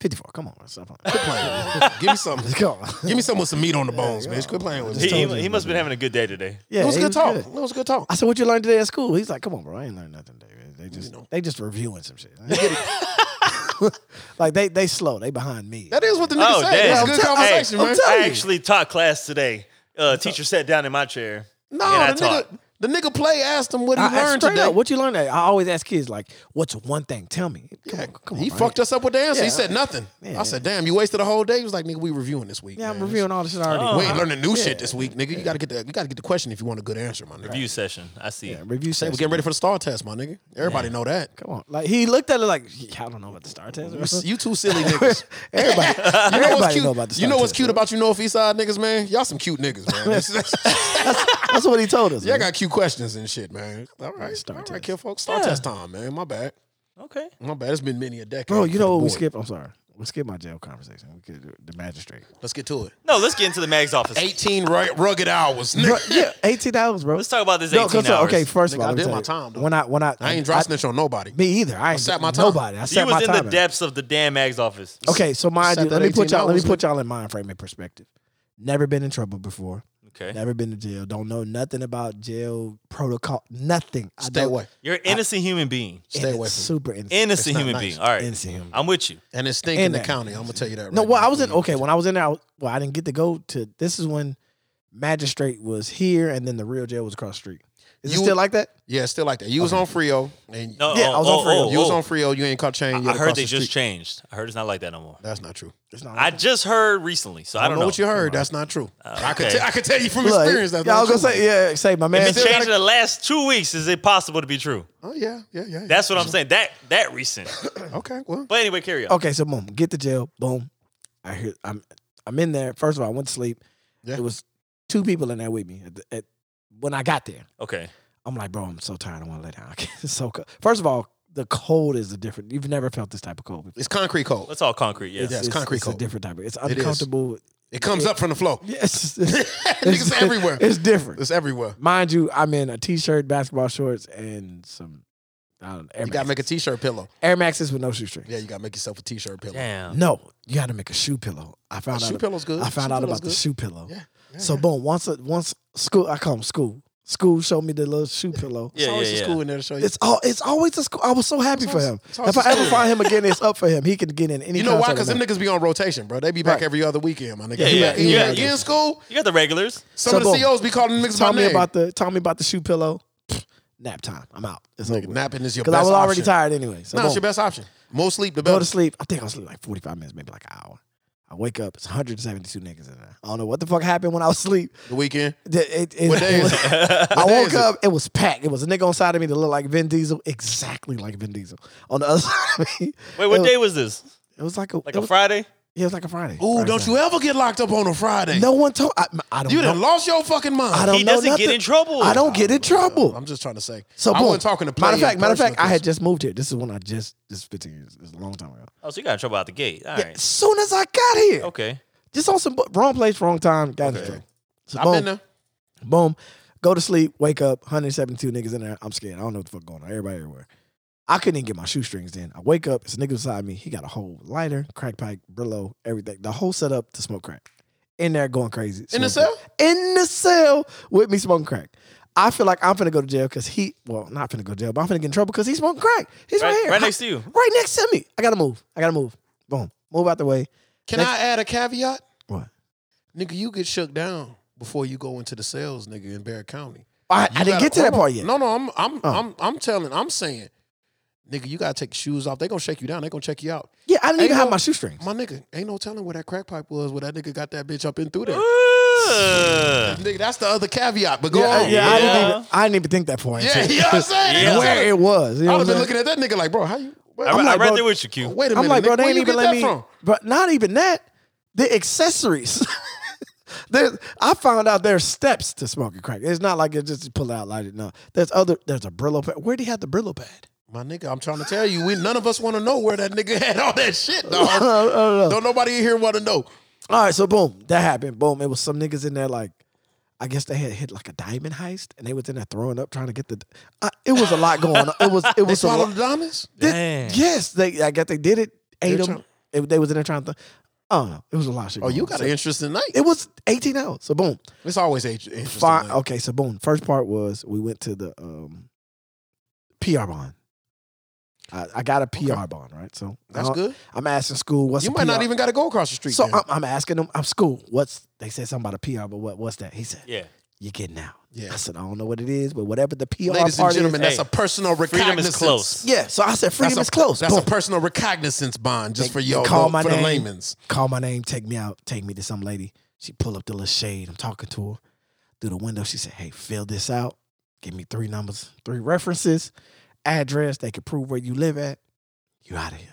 B: fifty-four. Come on, stop playing.
A: Quit playing. Give me something.
B: Come on.
A: Give me something with some meat on the bones, bitch. Quit playing with me.
C: He,
B: Just told you
C: he, he
B: about
C: must have been
B: that.
C: having a good day today.
B: Yeah,
A: it was
B: he
A: good talk.
B: good.
A: It was good talk.
B: I said, "What you learned today at school?" He's like, "Come on, bro, I ain't learned nothing today. man. They just
A: You know.
B: they just reviewing some shit. like they they slow. They behind me.
A: That is what the nigga
C: Oh,
A: said.
C: damn.
A: That's a good
C: I'm tell-
A: conversation,
C: hey,
A: man.
B: tell-
C: I
B: you.
C: actually taught class today. Uh, teacher sat down in my chair.
A: No,
C: and I
A: the
C: taught.
A: nigga, the nigga play asked him what he
B: I- I-
A: learned
B: straight
A: today.
B: up, what you learned? Today? I always ask kids like, "What's one thing? Tell me." Come
A: Yeah,
B: on, come on.
A: he
B: bro.
A: fucked us up with the answer.
B: Yeah.
A: he said nothing.
B: Yeah.
A: I said, damn, you wasted a whole day. He was like, nigga, we reviewing this week.
B: Yeah, I'm
A: man.
B: reviewing all this shit already.
C: Oh.
A: We ain't learning new shit
B: Yeah.
A: this week, nigga. You gotta get the you gotta get the question if you want a good answer, my nigga.
C: Review session. I see.
B: Yeah, review
A: Say we're
B: session.
A: getting ready for the star test, my nigga. Everybody know that.
B: Come on, like he looked at it like, "Yeah, "I don't know about the star test."
A: You s-
B: bro."
A: You two silly niggas.
B: Everybody,
A: You know what's
B: everybody
A: cute?
B: know about the star
A: you know what's
B: test,
A: cute
B: bro.
A: about you North East Side niggas, man? Y'all some cute niggas, man. That's- that's-
B: That's what he told us.
A: y'all
B: man.
A: got cute questions and shit, man. All right, star
B: Star
A: all right,
B: test.
A: kid, folks. Star test time, man. My bad.
C: Okay.
A: My bad. It's been many a decade.
B: bro.
A: for
B: You
A: the
B: know what we
A: boy.
B: skip? I'm sorry. We skip my jail conversation. We could do the magistrate.
A: Let's get to it.
C: No, let's get into the mag's office.
A: 18 ru- rugged hours.
B: Bro,
A: Nigga.
B: yeah, eighteen hours, bro.
C: Let's talk about this
B: No,
C: 18
B: so-
C: hours.
B: Okay, first
A: Nigga,
B: of all,
A: I
B: let me
A: did
B: tell
A: my
B: you,
A: time, though.
B: When I when I
A: I ain't
B: I-
A: drop snitch on nobody.
B: Me either. I ain't
A: sat my time.
B: nobody. I
C: You
B: sat my
C: was in
B: time.
C: the depths of the damn mag's office.
B: Okay, so mind
A: Sat
B: you,
A: that
B: let me put
A: 18
B: y'all let me
A: hours,
B: put y'all in mind frame and perspective. Never been in trouble before.
A: Eh.
C: Okay.
B: Never been to jail. Don't know nothing about jail protocol. Nothing. I
A: Stay
B: don't-
A: away.
C: You're an innocent human being.
B: and
A: Stay
B: it's
A: away from
B: Super innocent.
C: Innocent
A: not
C: human
A: nice.
C: being. All right.
B: Innocent human.
C: I'm with you.
A: And it's stinking in
B: And
A: the
B: that-
A: county. I'm gonna tell you that.
B: No,
A: right
B: well,
A: now.
B: I was in. Okay, when I was in there, I was, well, I didn't get to go to. This is when magistrate was here, and then the real jail was across the street. Is
A: You-
B: it still like that?
A: Yeah, it's still like that. You was on Frio, and
C: No,
B: Yeah,
C: oh,
B: I was
C: oh,
B: on Frio.
C: oh,
A: you was
C: oh.
A: on Frio. You ain't caught chain.
C: I
A: yet
C: heard
A: across
C: they
A: the
C: just
A: street.
C: changed. I heard it's not like that no more.
A: That's not true.
B: It's not.
C: I just heard recently, so I don't,
A: know what you heard. That's not true. I could
C: Uh, okay.
A: te- I could tell you from
B: Look,
A: experience. That's
B: yeah, I
A: not
B: was gonna
A: true.
B: say yeah. Say my man.
C: It's been changed in the last two weeks. Is it possible to be true?
A: Oh yeah, yeah, yeah. yeah.
C: That's what I'm saying. That that recent.
A: okay. Well,
C: But anyway, carry on.
B: Okay, so boom, get to jail. Boom. I hear I'm I'm in there. First of all, I went to sleep.
A: Yeah.
B: There was two people in there with me at, the, at when I got there.
C: Okay.
B: I'm like, bro, I'm so tired. I want to lay down. I can't- it's so cold. First of all, the cold is a different. You've never felt this type of cold. before.
A: it's concrete cold.
C: Let's all concrete. Yes.
A: Yeah, it's concrete
B: it's
A: cold.
B: a different type. Of, it's
A: is.
B: uncomfortable.
A: It comes up from the floor.
B: Yes, it's,
A: Niggas everywhere.
B: It's different.
A: It's everywhere.
B: Mind you, I'm in a t-shirt, basketball shorts, and some I don't know, Air,
A: You gotta
B: Max.
A: make a t-shirt pillow.
B: Air Maxes with no shoestring.
A: Yeah, you gotta make yourself a t-shirt pillow.
C: Damn.
B: No, you got to make a shoe pillow. I found out.
A: Shoe pillow's good.
B: I found
A: Shoe
B: out
A: pillow's
B: about the
A: good.
B: shoe pillow.
A: Yeah, yeah,
B: so
A: yeah.
B: boom, once uh, once school, I come school. School showed me the little shoe pillow.
A: It's
C: Yeah,
A: always
C: yeah,
A: a
C: yeah.
A: school in there to show you.
B: It's all. It's always a school. I was so happy
A: It's
B: for
A: always-
B: him.
A: it's always
B: If I
A: a
B: ever
A: school.
B: find him again, it's up for him. He can get in any.
A: you know why?
B: contract
A: Because
B: with
A: them niggas be on rotation, bro. They be back
B: Right.
A: every other weekend, my nigga.
C: Yeah,
A: You
C: yeah,
A: back- you
C: yeah.
A: back- You in school?
C: You got the regulars.
A: Some
B: So
A: of the
B: boom.
A: COs be calling them niggas
B: Tell
A: by
B: me
A: name.
B: about the. Tell me about the shoe pillow. Pfft, Nap time. I'm out. It's over.
A: napping is your
B: Because I
A: best
B: was already
A: option.
B: tired anyway. So
A: No, it's
B: boom.
A: your best option. More sleep, the
B: Go
A: better.
B: to sleep. I think I was sleep like 45 minutes, maybe like an hour. I wake up. It's 172 niggas in there. I don't know what the fuck happened when I was asleep.
A: The weekend.
B: The- It, it-
A: What day is it?
B: I
A: day
B: woke
A: is it?
B: up. It? was packed. It was a nigga on side of me that looked like Vin Diesel, exactly like Vin Diesel. On the other side of me,
C: Wait,
B: it
C: what
B: was,
C: day was this?
B: It was like a
C: Like
B: it
C: a
B: was-
C: Friday?
B: Yeah, it was like a Friday.
A: Ooh,
B: Friday
A: don't you
B: night.
A: ever get locked up on a Friday.
B: No one told. I, I don't.
A: You
B: know.
A: done lost your fucking mind.
B: I don't
C: He
B: know
C: doesn't get
B: nothing.
C: in trouble.
B: I don't get in trouble.
A: I'm just trying to say.
B: so
A: I
B: boom.
A: wasn't talking to
B: matter of
A: player
B: fact, matter of
A: personal
B: fact, I had
A: things.
B: just moved here. This is when I just this is 15 years. It's a long time ago.
C: Oh, so you got in trouble out the gate. All
B: Yeah,
C: right.
B: as soon as I got here,
C: Okay.
B: just on some bu- wrong place, wrong time. Got in
A: Oh. Okay.
B: trouble. So
A: I've
B: boom,
A: been there.
B: Boom. Go to sleep, wake up, 172 niggas in there. I'm scared. I don't know what the fuck going on. Everybody everywhere. I couldn't even get my shoestrings in. I wake up, it's a nigga beside me. He got a whole lighter, crack pipe, Brillo, everything. The whole setup to smoke crack. In there going crazy.
A: In the
B: smoking
A: cell?
B: crack. In the cell with me smoking crack. I feel like I'm finna go to jail because he, well, not finna go to jail, but I'm finna get in trouble because he's smoking crack. He's right,
C: Right,
B: here.
C: right next to you.
B: Right next to me. I gotta move. I gotta move. Boom. Move out the way.
A: Can
B: Next-
A: I add a caveat?
B: What?
A: Nigga, you get shook down before you go into the cells, nigga, in Barrett County.
B: I, I
A: You
B: didn't
A: gotta-
B: get to
A: hold
B: that
A: on.
B: part yet.
A: No, no, I'm I'm
B: Oh.
A: I'm I'm telling, I'm saying, nigga, you gotta take your shoes off. They gonna shake you down. They gonna check you out.
B: Yeah, I didn't
A: Ain't
B: even have
A: no-
B: my shoestrings.
A: My nigga, ain't no telling where that crack pipe was where that nigga got that bitch up in through there.
C: Ugh.
A: nigga, that's the other caveat. But go
B: yeah,
A: on.
B: yeah, I, didn't
C: Yeah.
B: even, I didn't even think that far.
A: Yeah,
B: into
A: you know what I'm saying?
C: Yeah.
A: That's
B: where it was. You know
A: I'd have
B: what I'm
A: been
B: saying?
A: looking at that nigga like, bro, how you? Where,
C: I'm,
A: I'm,
C: I'm
B: like,
C: right
B: bro-
C: there with you, Q.
A: wait a minute.
B: I'm like, bro,
A: nigga,
B: they
A: where
B: ain't
A: you
B: even
A: get
B: let
A: that
B: me.
A: from?
B: But not even that. The accessories. There's, I found out there's steps to smoking crack. It's not like it just pull out light it. No, there's other. There's a Brillo pad. Where would he have the Brillo pad?
A: My nigga, I'm trying to tell you, we none of us want to know where that nigga had all that shit,
B: I
A: dog.
B: don't know.
A: Don't nobody in here want to know.
B: All right, so boom, that happened. Boom, it was some niggas in there like, I guess they had hit like a diamond heist, and they was in there throwing up trying to get the. I, it was a lot going on. It was it
A: They
B: was a
A: swallow
B: lot.
A: the diamonds?
B: Did-
C: Dang.
B: yes, they. I guess they did it. Ate
A: They're
B: them. It- they was in there trying to. I don't know. It was a lot of shit.
A: Oh,
B: going
A: you
B: on.
A: got
B: So
A: an interesting night.
B: It was 18 hours. So boom.
A: It's always age- interesting.
B: Fine.
A: night.
B: Okay. So boom. First part was we went to the um, PR bond. I, I got a PR bond, right? So
A: That's
B: I-
A: good.
B: I'm asking school what's
A: You
B: a
A: might not
B: PR
A: even got to go across the street.
B: So um,
A: then.
B: I'm, I'm asking them. I'm school. What's they said something about a PR, but what what's that? He said
C: Yeah.
B: you're getting out.
A: Yeah.
B: I said I don't know what it is, but whatever the PR
A: Ladies and
B: part
A: gentlemen,
B: is. eh,
A: that's
C: Hey,
A: a personal
C: Freedom
A: recognizance.
C: is close.
B: Yeah. So I said freedom
A: that's
B: is
A: a,
B: close.
A: That's
B: Boom.
A: a personal recognizance bond just
B: They-
A: for
B: they
A: y'all,
B: call
A: though,
B: my
A: for the
B: name.
A: layman's.
B: call my name, take me out, take me to some lady. She pull up the little shade. I'm talking to her through the window. She said, "Hey, fill this out. Give me three numbers, three references, address. They can prove where you live at. You out of here.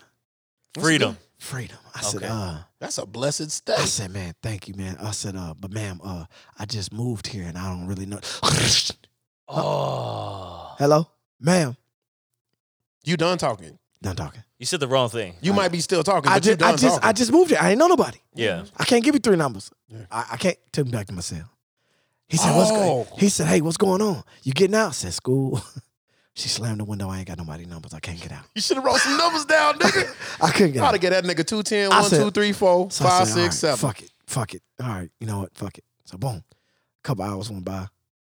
C: Freedom.
B: Freedom." I said,
C: Okay.
B: "Uh."
A: That's a blessed
B: I
A: step.
B: said, "Man, thank you, man." I said, "Uh, but ma'am, uh, I just moved here and I don't really know."
C: Oh.
B: Hello, ma'am.
A: You done talking.
B: Done talking.
C: You said the wrong thing.
A: You might be still talking,
B: I
A: but you
B: just, I
A: done
B: just, I
A: talking.
B: just moved here. I ain't know nobody.
C: Yeah.
B: I can't give you three numbers.
A: Yeah.
B: I, I can't take me back to my cell. He said, "What's
A: Oh.
B: going?" He said, "Hey, what's going on? You getting out?" I said, "School." she slammed the window. I ain't got nobody numbers. I can't get out.
A: You should have wrote some numbers down, nigga.
B: I couldn't get
A: How
B: out.
A: to get that nigga 210,
B: I
A: 1,
B: said-
A: 2, 3, 4,
B: So I
A: 5,
B: said,
A: 6,
B: "All
A: 7.
B: right, Fuck it. Fuck it. All right. You know what? Fuck it. So boom. couple hours went by.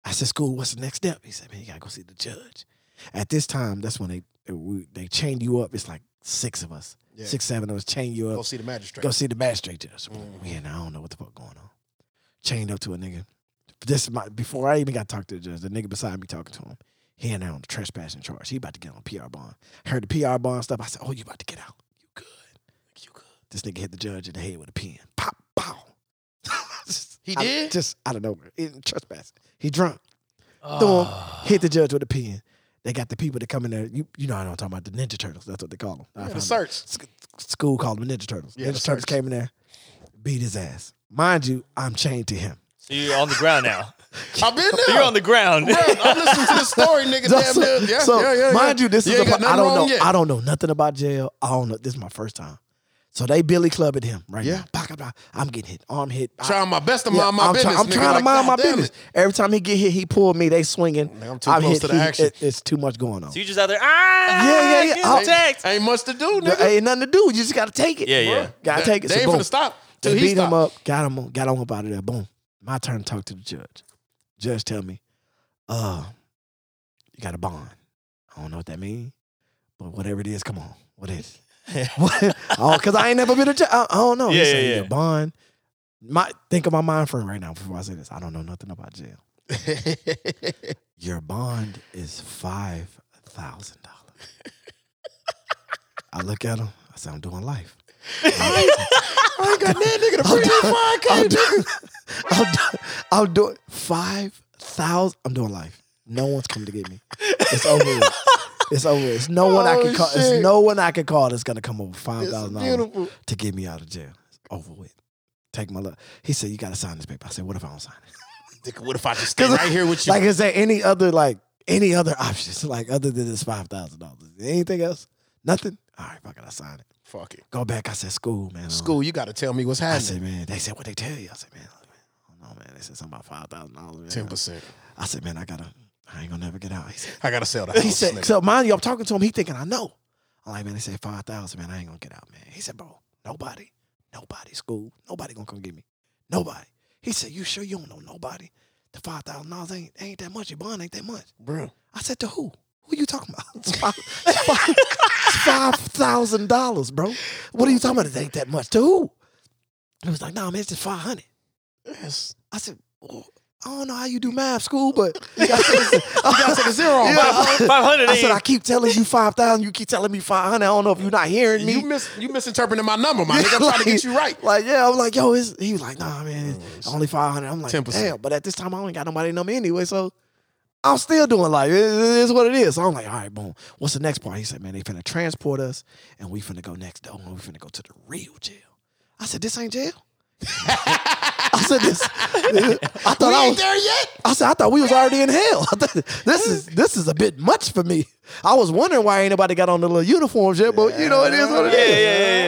B: I said, "School, what's the next step?" He said, "Man, you gotta go see the judge." At this time, that's when they they, we- they chained you up. It's like six of us,
A: Yeah.
B: six, seven of us, chain you up.
A: Go see the magistrate.
B: Go see the magistrate judge. Man, I don't know what the fuck going on. Chained up to a nigga. this is my before I even got to talk to the judge, the nigga beside me talking to him. He and I on the trespassing charge. He about to get on PR bond. I heard the PR bond stuff. I said, Oh, you about to get out. You good. You good. This nigga hit the judge in the head with a pen. Pop, pow.
A: He
B: Out-
A: did?
B: just out of nowhere. In trespassing. He drunk. Thorn
A: Ah.
B: hit the judge with a pen. They got the people that come in there. You you know I don't talk about the Ninja Turtles. That's what they call them. I
A: Yeah, the
B: found
A: search.
B: out. Sc- School called them Ninja Turtles.
A: Yeah, the
B: Ninja Turtles
A: search.
B: came in there, beat his ass. Mind you, I'm chained to him.
C: So you're on the ground now.
A: I've been there.
C: You're on the ground.
A: I'm listening to the story, nigga. Damn,
B: so,
A: near. yeah,
B: so,
A: yeah, yeah, yeah.
B: mind you, this
A: You
B: is
A: ain't
B: a,
A: got
B: part- I
A: nothing
B: don't
A: wrong
B: know.
A: yet.
B: I don't know nothing about jail. I don't know. This is my first time. So they Billy clubbing him right
A: Yeah.
B: now. Bah, bah, bah. I'm getting hit. Arm hit. I-
A: trying my best to
B: Yeah,
A: mind my
B: I'm, try-
A: business.
B: I'm
A: nigga.
B: trying
A: Like,
B: to mind my
A: God damn it.
B: business. Every time he get hit, he pull me. They swinging.
A: Nigga, I'm too
B: I'm
A: close
B: hit,
A: to the
B: he-
A: action.
B: it- it's too much going on.
C: So you're just out there. Ah,
B: Yeah, Oh. yeah, yeah.
C: get
B: I'll-
C: attacked.
A: Ain't much to do,
B: There
A: nigga.
B: ain't nothing to do. You just gotta take it.
C: Yeah, yeah.
B: Gotta
A: They-
B: take it.
A: They
B: so
A: ain't
B: boom.
A: finna stop till
B: They
A: he
B: beat
A: stop.
B: him up. Got him. Got him up out of there. Boom. My turn to talk to the judge. Judge tell me, uh, you got a bond. I don't know what that means, but whatever it is, come on. What is it? What- oh, cause I ain't never been a judge. I, I don't know. He
C: Yeah,
B: said,
C: yeah,
B: "You
C: yeah.
B: got a bond. My think of my mind frame right now before I say this. I don't know nothing about jail. Your bond is five thousand dollars. I look at him. I say, I'm doing life.
A: I ain't got that nigga to bring that
B: I'm
A: 5K.
B: doing, I'm doing, I'm doing five thousand. I'm doing life. No one's coming to get me. It's over. with. It's over. It's no one I can
A: Oh,
B: call.
A: shit.
B: It's no one I can call that's gonna come over five
A: It's
B: thousand dollars
A: beautiful.
B: to get me out of jail. It's over with. Take my love. He said, "You gotta sign this paper." I said, "What if I don't sign it?"
A: Nigga, What if I just stay right here with you?
B: Like, is there any other like any other options like other than this five thousand dollars? Anything else? Nothing. All right, fuck it. I sign it.
A: Fuck it.
B: Go back. I said, "School, man." Um,
A: School, you got to tell me what's
B: I
A: happening.
B: said, man, they said what they tell you. I said, man, I don't know, man. They said something about five thousand dollars.
A: Ten percent.
B: I said, man, I gotta, I ain't gonna never get out. He said,
A: I gotta sell the house.
B: he said
A: nigga.
B: so mind you, I'm talking to him. He thinking I know. I'm like, man, they said five thousand, man. I ain't gonna get out, man. He said, bro, nobody, nobody, school, nobody gonna come get me, nobody. He said, you sure you don't know nobody? The five thousand dollars ain't ain't that much. Your bond ain't that much.
A: bro.
B: I said, to who? Who you talking about? It's five- It's five thousand dollars, bro. What are you talking about? It ain't that much. To who? He was like, nah, man, it's just five hundred.
A: Yes.
B: I said, well, I don't know how you do math school, but you
A: gotta take a zero on
B: I,
A: that.
C: Five hundred.
B: I said, I keep telling you five thousand. You keep telling me five hundred. I don't know if you're not hearing me.
A: You mis you misinterpreting my number, my nigga. I'm trying to get you right.
B: Like, yeah, I'm like, yo, it's, he was like, nah, man, it's
A: Oh,
B: only 500. I'm like,
A: 10%.
B: damn, but at this time, I ain't got nobody to know me anyway, so I'm still doing life. It- it is what it is. So I'm like, all right, boom. What's the next part? He said, man, they finna transport us, and we finna go next door, and we finna go to the real jail. I said, this ain't jail. I said, this. I thought
A: we
B: I
A: ain't
B: was.
A: there yet.
B: I said, I thought we was already in hell. I thought, this is this is a bit much for me. I was wondering why ain't nobody got on the little uniforms yet,
A: Oh,
B: but you know it is what it is.
C: Yeah, yeah,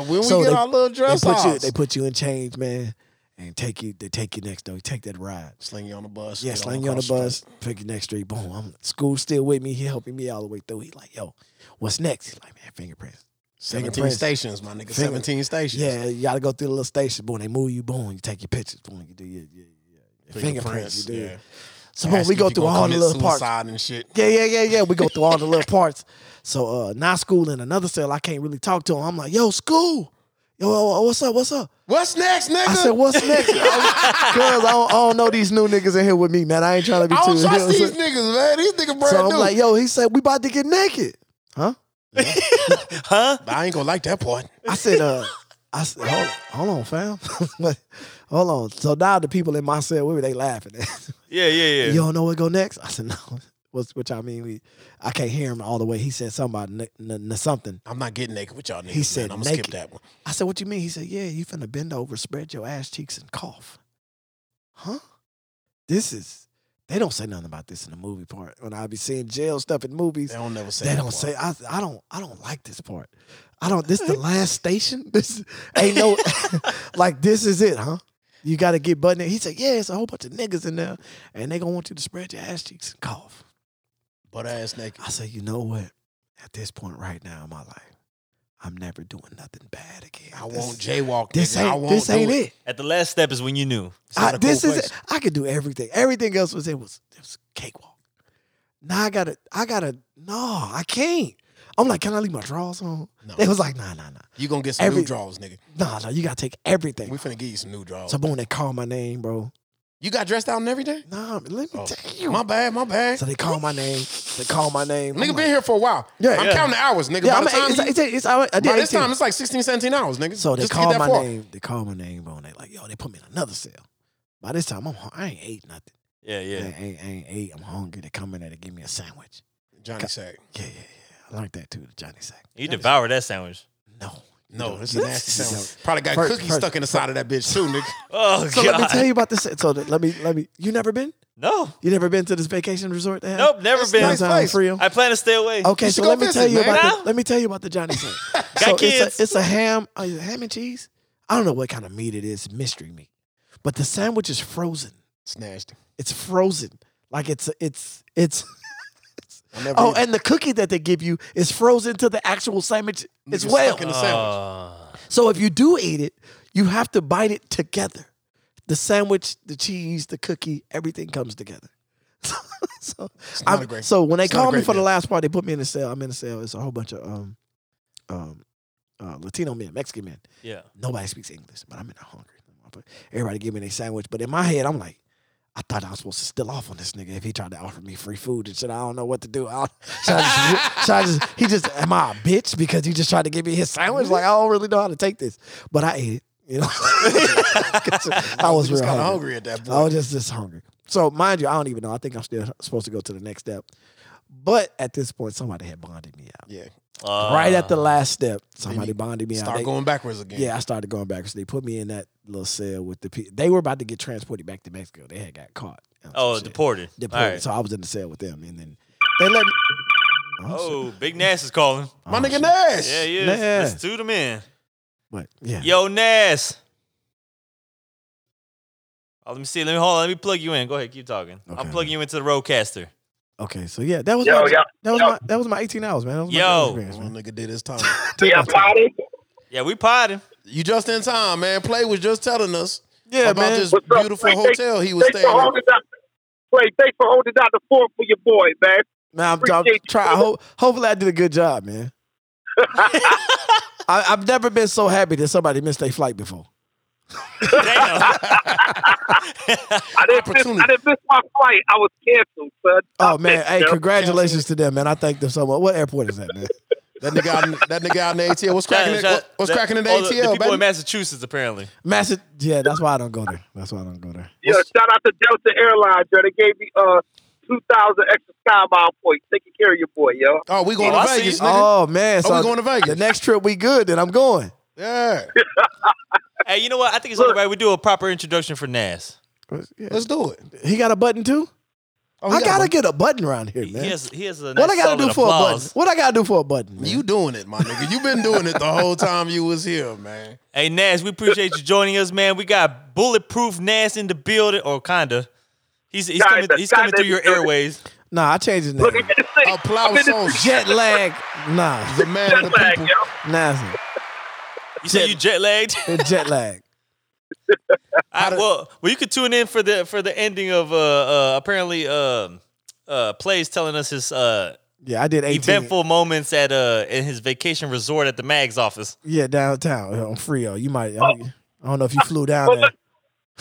C: yeah, yeah,
A: When
B: So
A: we get
B: they-
A: our little
B: They
A: dress
B: put you.
A: off,
B: They put you in chains, man, and take you. They take you next door. You take that ride.
A: sling you on the bus.
B: Yeah,
A: get
B: sling you on the
A: across street.
B: bus. Pick you next street. Boom. I'm school still with me. He helping me all the way through. He like, yo, what's next? He's like, man, fingerprints.
A: Seventeen
B: Fingerprints.
A: stations, my nigga.
B: Finger-
A: Seventeen stations.
B: Yeah, you gotta go through the little station. Boom. They move you. Boom. You take your pictures. Boom. You do your, your, your fingerprints. You do.
A: Yeah.
B: So boom,
A: Ask
B: we
A: you
B: go
A: if you
B: through
A: gonna
B: all the
A: commit
B: little parts.
A: suicide and shit.
B: Yeah, yeah, yeah, yeah. We go through all the little parts. So uh not school in another cell. I can't really talk to him. I'm like, yo, school. Yo, wha- what's up? What's up?
A: What's next, nigga?
B: I said, what's next? Because I, don't- I don't know these new niggas in here with me, man. I ain't trying to be
A: I
B: too.
A: don't trust
B: so,
A: these niggas, man. These niggas brand
B: so I'm
A: new.
B: like, yo, he said, we about to get naked. Huh?
C: huh?
A: I ain't gonna like that part.
B: I said, uh, I said, hold, hold on, fam. Like, hold on. So now the people in my cell, where were they laughing at?
C: Yeah, yeah, yeah.
B: You don't know what go next? I said, no. What's, which I mean, we, I can't hear him all the way. He said something about n- n- n- something.
A: I'm not getting naked with y'all niggas.
B: He said
A: man. I'm
B: naked.
A: gonna skip that one.
B: I said, "What you mean?" He said, "Yeah, you finna bend over, spread your ass cheeks, and cough." Huh? This is they don't say nothing about this in the movie part. When I be seeing jail stuff in movies,
A: They don't never say
B: they
A: that
B: don't
A: part.
B: say. I, I don't. I don't like this part. I don't. This the last station. This ain't no. like this is it, huh? You got to get buttoned. He said, "Yeah, it's a whole bunch of niggas in there, and they gonna want you to spread your ass cheeks and cough."
A: butt ass naked.
B: I said, "You know what? At this point, right now in my life, I'm never doing nothing bad again.
A: I
B: This
A: won't
B: is-
A: jaywalk.
B: this
A: nigga. I
B: ain't
A: won't
B: this
A: do
B: ain't
A: it.
B: it.
C: At the last step is when you knew.
A: It's
B: I,
A: not a cool
B: this is
A: place.
B: it. I could do everything. Everything else was it was it was cakewalk. Now I gotta I gotta no I can't. I'm like, can I leave my drawers on?
A: No.
B: They was like, nah nah nah
A: You gonna get some
B: Every-
A: new draws, nigga.
B: nah nah. You gotta take everything.
A: We finna give you some new draws.
B: So boom, they call my name, bro.
A: You got dressed out and everything?
B: Nah, let me tell you.
A: Oh, My bad, my bad.
B: So they call my name. They call my name. I'm
A: Nigga
B: like,
A: been here for a while.
B: Yeah,
A: I'm
B: yeah.
A: counting the hours, nigga.
B: Yeah,
A: by
B: I'm
A: the time
B: it's,
A: you-
B: it's, it's, I, I did
A: by this
B: 18.
A: time, it's like 16, 17 hours, nigga.
B: So they
A: Just to get
B: call
A: that
B: my
A: far.
B: name. They call my name, bro. And they like, yo, they put me in another cell. By this time, I'm hung- I ain't ate nothing.
C: Yeah,
B: I
C: yeah.
B: ain't, I ain't, I ain't ate. I'm hungry. They come in there to give me a sandwich.
A: Johnny Sack.
B: Yeah, yeah, yeah. I like that too. The Johnny sack.
C: You devour that sandwich.
B: No.
A: No, it's a nasty
B: No.
A: sandwich. Probably got
B: First-
A: cookies
B: first-
A: stuck in the side of that bitch too, nigga.
C: Oh
B: So let me
C: god.
B: tell you about this. So that, let me let me. You never been?
C: no.
B: You never been to this vacation resort? They have?
C: Nope, never
A: It's
C: been.
A: nice.
B: Downtown
A: place.
B: Frio?
C: I plan to stay away.
B: Okay,
A: You should
B: so
A: go
B: let me
A: visit,
B: tell you
A: man.
B: about
C: Nah.
B: the, let me tell you about the Johnny Sack.
C: Got
B: It's
C: kids.
B: a, it's a ham, uh, ham and cheese. I don't know what kind of meat it is, mystery meat, but the sandwich is frozen.
A: It's nasty.
B: It's frozen, like it's it's it's.
A: I never
B: Oh,
A: eat-
B: and the cookie that they give you is frozen to the actual sandwich as
A: Nigga
B: well.
A: stuck in the sandwich.
C: Uh,
B: So if you do eat it, you have to bite it together. The sandwich, the cheese, the cookie, everything comes together. so, so,
A: not
B: I'm-
A: a great-
B: so when they
A: it's not a
B: called me
A: great
B: for the
A: meal.
B: last part, they put me in a cell. I'm in a cell. It's a whole bunch of um, um, uh, Latino men, Mexican men.
C: yeah.
B: Nobody speaks English, but I'm in there hungry. Everybody give me their sandwich, but in my head, I'm like, I thought I was supposed to steal off on this nigga if he tried to offer me free food and shit. I don't know what to do. I don't- should, I just, should I just? He just? Am I a bitch because he just tried to give me his sandwich? Like I don't really know how to take this, but I ate it. You know, 'Cause I was
A: You just
B: real
A: kinda
B: hungry.
A: hungry at that
B: I
A: point.
B: was just just hungry. So mind you, I don't even know. I think I'm still supposed to go to the next step, but at this point, somebody had bonded me out.
A: Yeah.
C: Uh,
B: right at the last step,
A: you
B: somebody bonded me out.
A: Start
B: They-
A: going backwards again.
B: yeah, I started going backwards. They put me in that little cell with the people. They were about to get transported back to Mexico. They had got caught. on some
C: Oh,
B: shit.
C: deported.
B: Deported.
C: All right.
B: So I was in the cell with them, and then they let me. shit.
C: Oh, Big Nass is calling.
A: My
B: Oh,
A: nigga
B: shit.
A: Nash.
C: Yeah, yeah.
B: Nass.
C: Let's do them in.
B: But yeah,
C: Yo, Nass. Oh, let me see. Let me hold on. Let me plug you in. Go ahead. Keep talking.
B: Okay.
C: I'm plugging you into the roadcaster.
B: okay. So yeah, that was
F: Yo,
B: my,
F: yo,
B: that was
F: yo.
B: my that was my eighteen hours, man. That was my
C: Yo.
B: college experience,
A: One
B: man.
A: nigga did his time.
F: We are potty.
C: Yeah, we potting.
A: you just in time, man. Play was just telling us
B: Yeah,
A: about
B: man.
A: this
F: What's up?
A: beautiful
F: Wait, wait,
A: hotel he was
F: Thanks
A: staying
F: for
A: at.
F: holding down. Wait, thanks for holding down the fort for your boy, man.
B: man, I'm, I'm
F: appreciate you.
B: try. I hope, hopefully, I did a good job, man. I, I've never been so happy that somebody missed their flight before.
C: Damn.
F: I didn't, miss,
A: Opportunity.
F: I didn't miss my flight. I was canceled, son.
B: Oh man, hey,
F: yo.
B: congratulations to them, man. I thank them so much. What airport is that, man?
A: That nigga out in, that nigga out in the ATL. What's cracking? in- what- what's
C: That-
A: cracking in the
C: all the- The
A: ATL,
C: people in
A: baby?
C: Massachusetts, apparently.
B: Massive. Yeah, that's why I don't go there. That's why I don't go there.
F: Yeah, shout out to Delta Airlines, yo. They gave me uh two thousand extra sky mile points. Taking care of your boy, yo.
A: Oh, we going
C: Oh, I
A: to
C: see.
A: Vegas, nigga.
B: Oh man, so
A: we going to Vegas?
B: The next trip we good, then I'm going.
A: Yeah,
C: Hey, you know what? I think it's
F: Look.
C: only right we do a proper introduction for Nass.
A: let's do it.
B: He got a button too.
A: Oh, he
B: I
A: got
B: gotta
A: one.
B: get a button around here,
C: He
B: man.
C: has, he has a nice
B: what I gotta do
C: solid
B: for
C: applause.
B: a button? What I gotta do for a button? man?
A: You doing it, my nigga. You been doing it the whole time you was here, man.
C: Hey Nas, we appreciate you joining us, man. We got bulletproof Nas in the building, or kinda. He's he's coming
F: Kinda,
C: he's coming
F: kinda
C: through your
F: doing it.
C: airways.
B: Nah, I changed his
F: Look
B: name.
F: at this thing. I'm
A: Applause
F: in
A: song.
F: the
B: Jet lag. Nah,
A: The man of
F: jet
A: the
F: lag,
A: people.
F: yo.
B: nah.
C: You say you jet lagged?
B: it's Jet lag.
C: I, well, well, you could tune in for the for the ending of uh, uh apparently um uh plays telling us his uh
B: Yeah, I did 18.
C: eventful moments at uh in his vacation resort at the mag's office.
B: Yeah, downtown on Frio. You might. I don't, I don't know if you flew down there.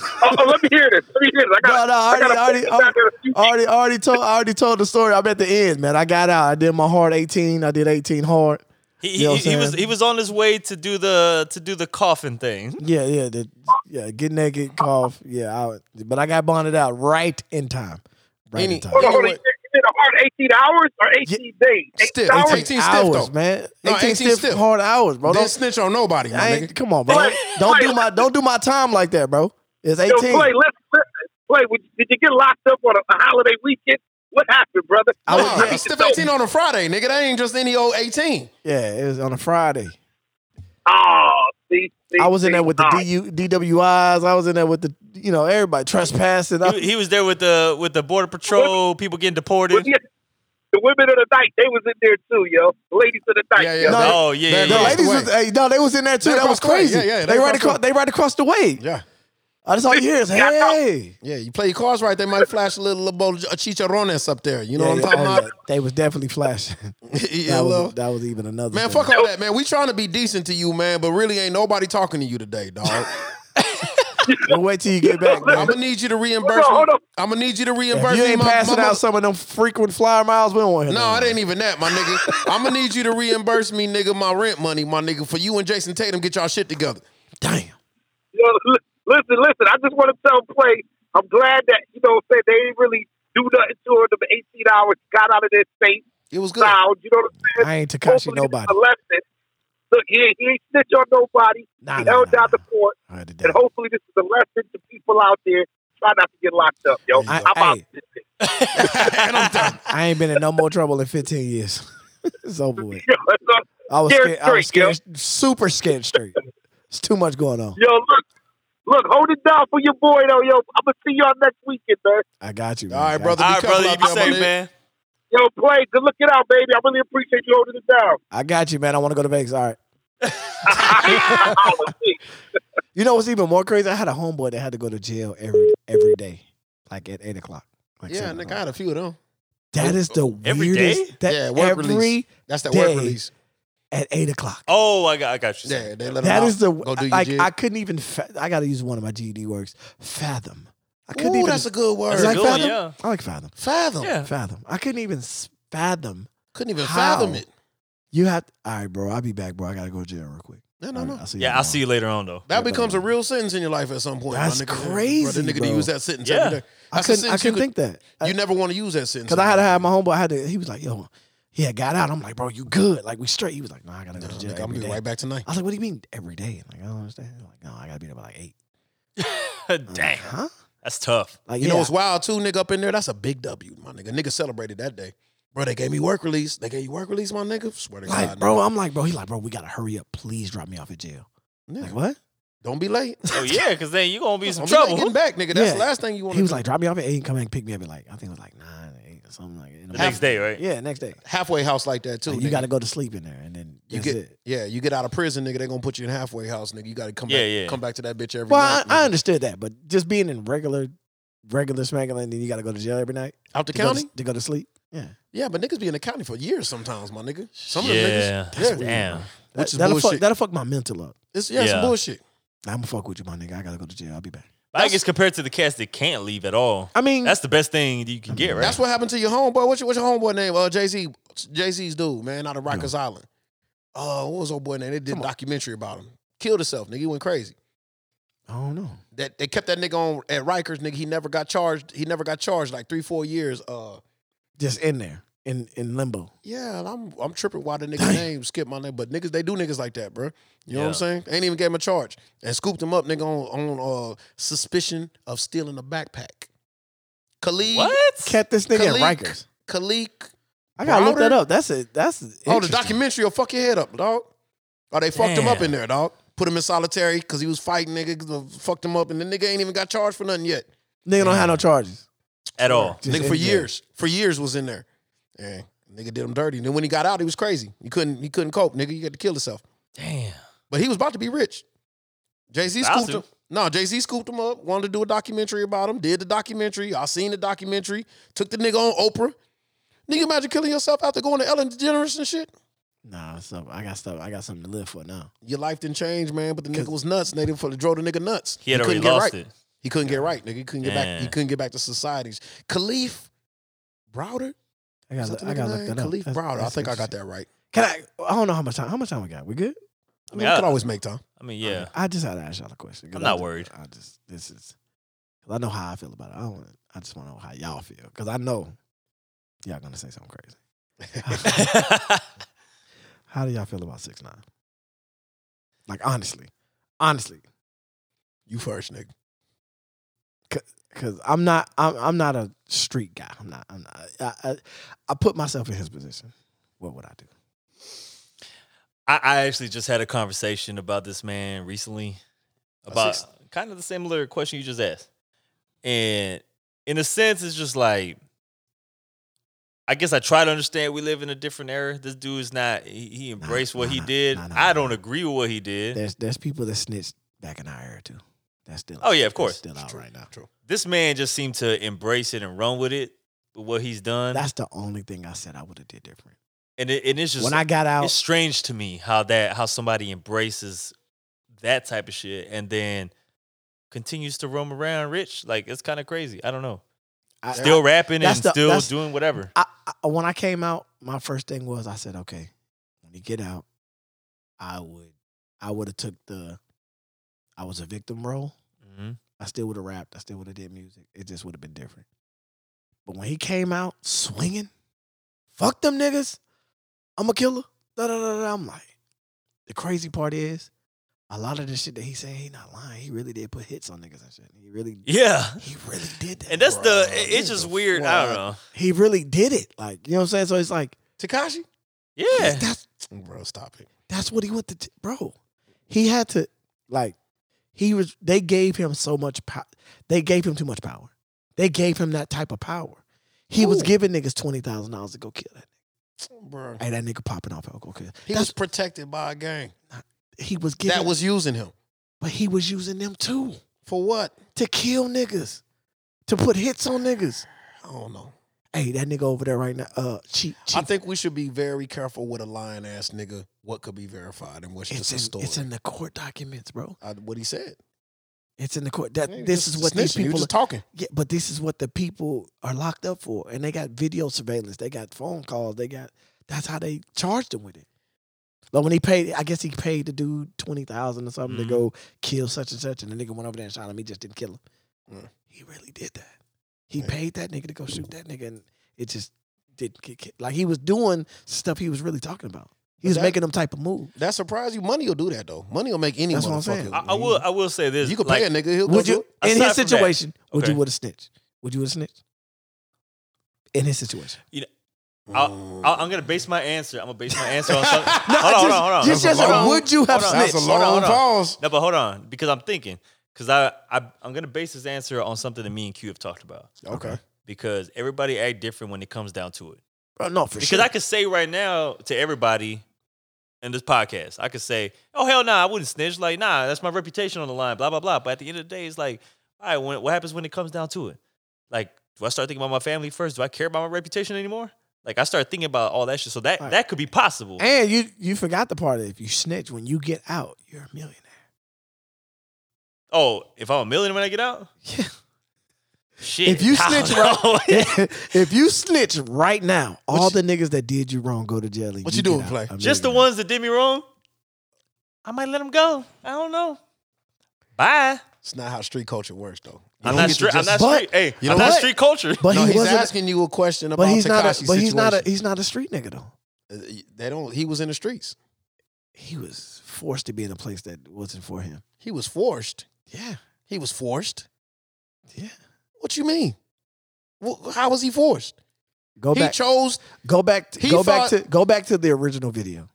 F: Oh, oh, let me hear this. Let me hear this. I
B: No,
F: got.
B: no, I
F: I
B: already,
F: gotta
B: already,
F: put this out there. You-
A: oh,
B: already, already told, I already told the story. I'm at the end, man. I got out. I did my hard 18. I did 18 hard.
C: He,
B: You know
C: he,
B: what I'm
C: he was
B: saying?
C: he was on his way to do the to do the coffin thing.
B: Yeah, yeah, the, yeah. Get naked, cough. Yeah, I, but I got bonded out right in time. Right
A: Any-
B: in time.
F: Hold on, hold on.
A: Anyway.
F: You did a hard eighteen hours or eighteen days? Eight
A: Still,
F: hours.
A: 18 stiff,
B: hours,
A: though.
B: man.
A: No,
B: 18,
A: 18
B: stiff,
A: stiff.
B: hard hours, bro.
A: Don't
B: Don't,
A: snitch on nobody, my
B: I ain't,
A: nigga.
B: come on, bro. Don't, don't do my, don't do my time like that, bro. It's 18.
F: Yo, Clay, listen, listen. Clay, would- did you get locked up on a, a holiday weekend? What happened, brother?
B: I was-
A: Nah,
B: yeah.
A: you stiff 18 on a Friday, nigga. That ain't just any old 18.
B: Yeah, it was on a Friday.
F: Oh, see, see,
B: I was in there with the
F: see.
B: DU, DWIs. I was in there with the, you know, everybody trespassing. I-
C: He, he was there with the with the border patrol, people getting deported.
F: Yeah. The women of the night, they was in there too, yo. The ladies of the night.
A: Yeah, yeah,
F: yo.
A: No,
C: Oh yeah,
A: They're
C: yeah,
B: No,
A: across the
C: yeah.
B: ladies
A: way.
B: was, hey, no, they was in there too.
A: They
B: that was
A: across the way.
B: crazy.
A: Yeah, yeah, they
B: They, right
A: across the-
B: across. They right across the way.
A: Yeah.
B: That's all you hear is hey.
A: Yeah, you play your cards right, they might flash a little, little bowl of chicharrones up there. You know
B: Yeah,
A: what I'm
B: yeah,
A: talking
B: oh,
A: about?
B: yeah. They was definitely flashing.
A: Yeah,
B: that,
A: little-
B: was, that was even another.
A: Man,
B: thing.
A: fuck all that, man. We trying to be decent to you, man, but really ain't nobody talking to you today, dog.
B: We'll wait till you get back,
A: I'm
B: man.
A: gonna need you to reimburse me.
F: hold on.
A: I'm gonna need you to
B: If
A: reimburse
B: you
A: me.
B: ain't
A: my- my
B: passing
A: mother-
B: out some of them frequent flyer miles, we don't want to
A: No, it ain't even that, my nigga. I'm gonna need you to reimburse me, nigga, my rent money, my nigga, for you and Jason Tatum get y'all shit together.
B: Damn.
F: you know, li- listen, listen. I just want to tell Play, I'm glad that you know what I'm saying they didn't really do nothing to her. The 18 hours got out of their state
A: It was good.
F: sound. You know what I'm saying?
B: I ain't Takashi
F: Hopefully it's
B: nobody.
F: A lesson. Look, he ain't, he ain't snitch on nobody.
B: Nah,
F: he
B: nah,
F: held
B: nah,
F: down the
B: nah.
F: court,
B: I had to
F: and hopefully this is a lesson to people out there. Try not to get locked up, yo.
B: I-
F: I'm out.
B: hey. I ain't been in no more trouble in 15 years. it's over with.
F: Yo, it's not-
B: I was
F: Scared
B: scared, I was
F: straight, yo.
B: scared, super scared straight. It's too much going on.
F: yo, look, look, hold it down for your boy, though, yo. I'm gonna see y'all next weekend, man.
B: I got you.
A: All
B: Man.
A: right,
B: Got
A: brother.
B: you.
C: All right,
A: careful
C: brother, you
A: out
C: be
A: there, my
C: safe,
A: nigga.
C: man.
F: Yo, Play, good looking out, baby. I really appreciate you holding it down.
B: I got you, man. I want to go to Vegas. All right.
F: Oh, shit.
B: You know what's even more crazy? I had a homeboy that had to go to jail every every day, like at eight o'clock. Like
A: Yeah,
B: seven
A: nigga, I
B: o'clock.
A: had a few of them.
B: That is the
C: Every day?
B: weirdest. That
A: Yeah, work
B: every
A: release. That's that
B: day.
A: work release.
B: at eight o'clock.
C: Oh, I got, I got you.
A: Yeah, they let
B: That
A: them
B: is the
A: go do your
B: like
A: jig.
B: I couldn't even. Fa- I got to use one of my GED words. Fathom. I couldn't
A: Ooh,
B: even.
A: that's a good word.
C: That's a
B: like
C: good one,
B: fathom?
C: yeah.
B: I like fathom.
A: fathom.
C: Yeah.
B: Fathom. I couldn't even s- fathom.
A: Couldn't even
B: How?
A: fathom it.
B: You have. all right, bro. I'll be back, bro. I gotta go to jail real quick.
A: No, no,
B: All
A: no.
B: right, I'll see you
C: Yeah, I'll
B: tomorrow.
C: see you later on though.
A: That becomes a real sentence in your life at some point. my
B: That's
A: nigga. Bro,
B: crazy,
A: that nigga to
B: bro.
A: use that sentence
C: Yeah.
A: every day.
B: I
A: That's a
B: couldn't. I
A: sentence
B: couldn't
A: you
B: think that.
A: could-
B: I-
A: You never want to use that sentence.
B: Cause I had to have my homeboy. I had to. He was like, "Yo, he had got out." I'm like, "Bro, you good? Like, we straight?" He was like, "No, I gotta
A: No,
B: go to
A: nigga,
B: jail
A: I'm
B: every
A: gonna
B: day."
A: be right back tonight.
B: I was like, "What do you mean every day?" Like, I don't understand. I'm like, no, I gotta be there by like eight. I'm
C: Dang,
B: like, huh?
C: that's tough.
B: Like,
A: You
B: yeah,
A: know what's wild too, nigga? Up in there, that's a big W, my nigga. Nigga celebrated that day, bro. They gave me work release. They gave you work release, my nigga. Swear to
B: like,
A: God,
B: bro.
A: nigga.
B: I'm like, bro. He's like, bro. We gotta hurry up. Please drop me off at jail.
A: Yeah.
B: Like, what?
A: Don't be late.
C: Oh yeah, because then you gonna be in some
A: Don't be late Getting
C: trouble.
A: back, nigga. That's
B: Yeah.
A: the last thing you want.
B: He was like, drop me off at eight and come back and pick me up at like I think it was like nine, or eight or something like. in
C: The
B: morning.
C: next day, right?
B: Yeah, next day.
A: halfway house like that too.
B: Like, you
A: nigga.
B: gotta go to sleep in there, and then
A: You
B: that's
A: get
B: it.
A: yeah, you get out of prison, nigga. They gonna put you in halfway house, nigga. You gotta come
C: Yeah,
A: back,
C: yeah.
A: come back to that bitch every
B: Well,
A: night.
B: I, I
A: nigga.
B: understood that, but just being in regular, regular smuggling, and then you gotta go to jail every night
A: out the
B: to go to-
A: county.
B: to go to sleep. Yeah.
A: Yeah, but niggas be in the county for years sometimes, my nigga. Some of them niggas,
C: yeah,
A: yeah,
C: damn.
B: That,
A: Which is
B: that'll
A: bullshit.
B: Fuck, that'll fuck my mental up.
A: it's yeah, it's
C: Yeah.
A: bullshit.
B: I'm gonna fuck with you, my nigga. I gotta go to jail. I'll be back.
C: I think it's compared to the cats that can't leave at all.
B: I mean,
C: That's the best thing you can get, right?
A: That's what happened to your homeboy. What's your, what's your homeboy name? Uh, Jay Z, Jay Z's dude, man, out of Rikers Island. Uh, what was old boy name? They did a documentary about him. Killed himself, nigga. He went crazy.
B: I don't know.
A: That they kept that nigga on at Rikers, nigga. He never got charged. He never got charged like three, four years. Uh,
B: Just in there, in in limbo.
A: Yeah, and I'm I'm tripping why the nigga
B: Damn.
A: name skip my name, but niggas they do niggas like that, bro. You know what
C: Yeah.
A: I'm saying? Ain't even gave him a charge and scooped him up, nigga, on on uh, suspicion of stealing a backpack. Khalid,
C: What?
B: Kept this nigga in
A: Khalid-
B: Rikers.
A: Khalid.
B: I gotta look that
A: Browder?
B: up. That's it. That's
A: Oh, the
B: interesting.
A: documentary will fuck your head up, dog. Oh, they fucked him up
C: Damn.
A: in there, dog. Put him in solitary because he was fighting, nigga. Fucked him up, and the nigga ain't even got charged for nothing yet.
B: Nigga don't have no charges.
C: at all?
B: Just
A: nigga for
B: in jail.
A: years, for years was in there. Yeah, nigga did him dirty. And then when he got out, he was crazy. He couldn't he couldn't cope, nigga. You had to kill yourself.
C: Damn.
A: But he was about to be rich. Jay Z
C: About
A: scooped
C: to.
A: him. No, Jay Z scooped him up. Wanted to do a documentary about him. Did the documentary. I seen the documentary. Took the nigga on Oprah. Nigga, imagine killing yourself after going to Ellen DeGeneres and shit.
B: Nah, so I got stuff. I got something to live for now.
A: Your life didn't change, man. But the nigga
B: 'Cause-
A: was nuts. And they didn't for drove the nigga nuts.
C: He had already
A: couldn't get
C: lost
A: right.
C: it.
A: He couldn't get right, nigga. He couldn't get back. He
C: Damn.
A: couldn't get back to societies. Khalif Browder.
B: I got.
A: Is that
B: to
A: the
B: I
A: nigga
B: got to look
A: name?
B: that up.
A: Khalif
B: That's-
A: Browder. I
B: that's
A: think I got
B: interesting.
A: that right.
B: Can I? I don't know how much time. How much time we got? We good?
A: I mean,
C: Yeah.
A: we could always make time.
C: I mean, yeah.
B: I just had to ask y'all a question. 'cause
C: I'm
B: I
C: not
B: just-
C: worried.
B: I just this is. 'cause I know how I feel about it. I don't. wanna- I just want to know how y'all feel because I know y'all gonna say something crazy. How do y'all feel about six nine? Like honestly, honestly,
A: You first, nigga.
B: because I'm not. I'm. I'm not a street guy. I'm not. I'm not. I, I, I put myself in his position. What would I do?
C: I, I actually just had a conversation about this man recently about kind of the similar question you just asked. And in a sense, it's just like, I guess I try to understand we live in a different era. This dude is not, he, he embraced what
B: nah,
C: he
B: nah,
C: did.
B: nah, nah,
C: I
B: nah.
C: don't agree with what he did.
B: There's there's people that snitched back in our era too. That's still.
C: Oh, yeah, of
B: that's
C: course.
B: Still out right now.
A: True.
C: This man just seemed to embrace it and run with it, with what he's done.
B: That's the only thing I said I would have did different.
C: and, it, and it's just,
B: when I got out,
C: it's strange to me how that, how somebody embraces that type of shit and then continues to roam around rich. Like it's kind of crazy. I don't know.
B: I-
C: Still rapping and
B: that's the-
C: still
B: that's-
C: doing whatever.
B: I, I when I came out, my first thing was I said, okay, when you get out, I would I would have took the I was a victim role.
A: Mm-hmm.
C: hmm
B: I still would have rapped. I still would have did music. It just would have been different. But when he came out swinging, fuck them niggas. I'm a killer. Da, da, da, da. I'm like, the crazy part is, a lot of the shit that he's saying, he not lying. He really did put hits on niggas and shit. He really,
C: Yeah.
B: he really did that.
C: And that's
A: Bruh,
C: the. it- It's
A: nigga,
C: just weird. I don't
A: what?
C: know.
B: he really did it. Like you know what I'm saying. So it's like,
A: Takashi?
C: Yeah.
B: that's
A: Bro, stop it.
B: That's what he went to, t- bro. He had to, like, he was. They gave him so much power. They gave him too much power. They gave him that type of power. He was
A: Ooh.
B: giving niggas twenty thousand dollars to go kill that.
A: Bro.
B: Hey, that nigga popping off. I'll go kill.
A: He
B: That's-
A: was protected by a gang
B: he was giving.
A: that was using him.
B: but he was using them too
A: For what?
B: to kill niggas, to put hits on niggas.
A: I don't know.
B: Hey, that nigga over there right now. Uh, cheat,
A: I
B: cheat.
A: think we should be very careful with a lying ass nigga. What could be verified and what's
B: It's
A: just a
B: in,
A: story?
B: it's in the court documents, bro.
A: I, what he said.
B: It's in the court. That
A: Yeah, he
B: this
A: just
B: is what these
A: snitching. He was
B: people
A: just talking.
B: Yeah, but this is what the people are locked up for, and they got video surveillance, they got phone calls, they got. That's how they charged him with it. Like when he paid, I guess he paid the dude twenty thousand or something
C: Mhm.
B: to go kill such and such, and the nigga went over there and shot him. He just didn't kill him.
A: Mm.
B: He really did that. He
A: Yeah.
B: paid that nigga to go shoot that nigga, and it just didn't get killed. Like he was doing stuff he was really talking about. He
A: But
B: was
A: that-
B: making them type of move.
A: That surprised you? Money will do that though. Money will make any
B: That's what I'm
A: motherfucker.
B: saying.
C: I, I will. I will say this.
A: You could
C: like,
A: pay a nigga. He'll
B: Would you in
C: aside
B: his
C: from that,
B: situation? Would
C: okay.
B: you would have snitched? Would you would have snitched? In his situation.
A: Mm.
C: I'll, I'll, I'm gonna base my answer. I'm gonna base my answer on something. hold on,
B: just-
C: hold on, hold on.
B: just- just
C: hold
B: a
C: on.
B: would you have
C: hold on,
A: That's a
B: snitched?
C: hold on,
A: long
C: hold on.
A: pause.
C: No, but hold on, because I'm thinking, because I, I I'm gonna base this answer on something that me and Q have talked about.
A: Okay.
C: Because everybody act different when it comes down to it.
B: Bro, no, for
C: because I could say right now to everybody in this podcast, I could say, "Oh hell no, nah, I wouldn't snitch." Like, nah, that's my reputation on the line. Blah blah blah. But at the end of the day, it's like, all right, when, what happens when it comes down to it? Like, do I start thinking about my family first? Do I care about my reputation anymore? Like, I start thinking about all that shit. So that
B: Right.
C: that could be possible.
B: And you you forgot the part that if you snitch when you get out, you're a millionaire.
C: oh, if I'm a millionaire when I get out,
B: Yeah.
C: shit.
B: If you
C: I don't
B: snitch
C: know.
B: right, if you snitch right now,
A: What
B: all
A: you-
B: the niggas that did you wrong go to jail. and
A: What you
B: get
A: doing,
B: out
A: Play?
B: a
C: just the
B: millionaire.
C: ones that did me wrong, I might let them go. I don't know. Bye.
A: It's not how street culture works though. You
C: I'm
A: don't get
C: not
A: to
C: street. I'm
A: just-
C: not
B: But-
C: street. Hey,
A: You
C: I'm
A: know
C: not
B: what?
C: street culture.
B: But
A: no,
B: he
A: he's
B: wasn't.
A: asking you a question about
B: but he's not. A, but
A: Takashi's
B: he's not. A,
A: situation.
B: he's not a street nigga though.
A: Uh, They don't. He was in the streets.
B: He was forced to be in a place that wasn't for him.
A: He was forced.
B: Yeah,
A: He was forced.
B: yeah.
A: What you mean? Wh- How was he forced?
B: Go
A: he
B: back.
A: chose.
B: go back. To,
A: he
B: go
A: thought-
B: back to. Go back to the original video.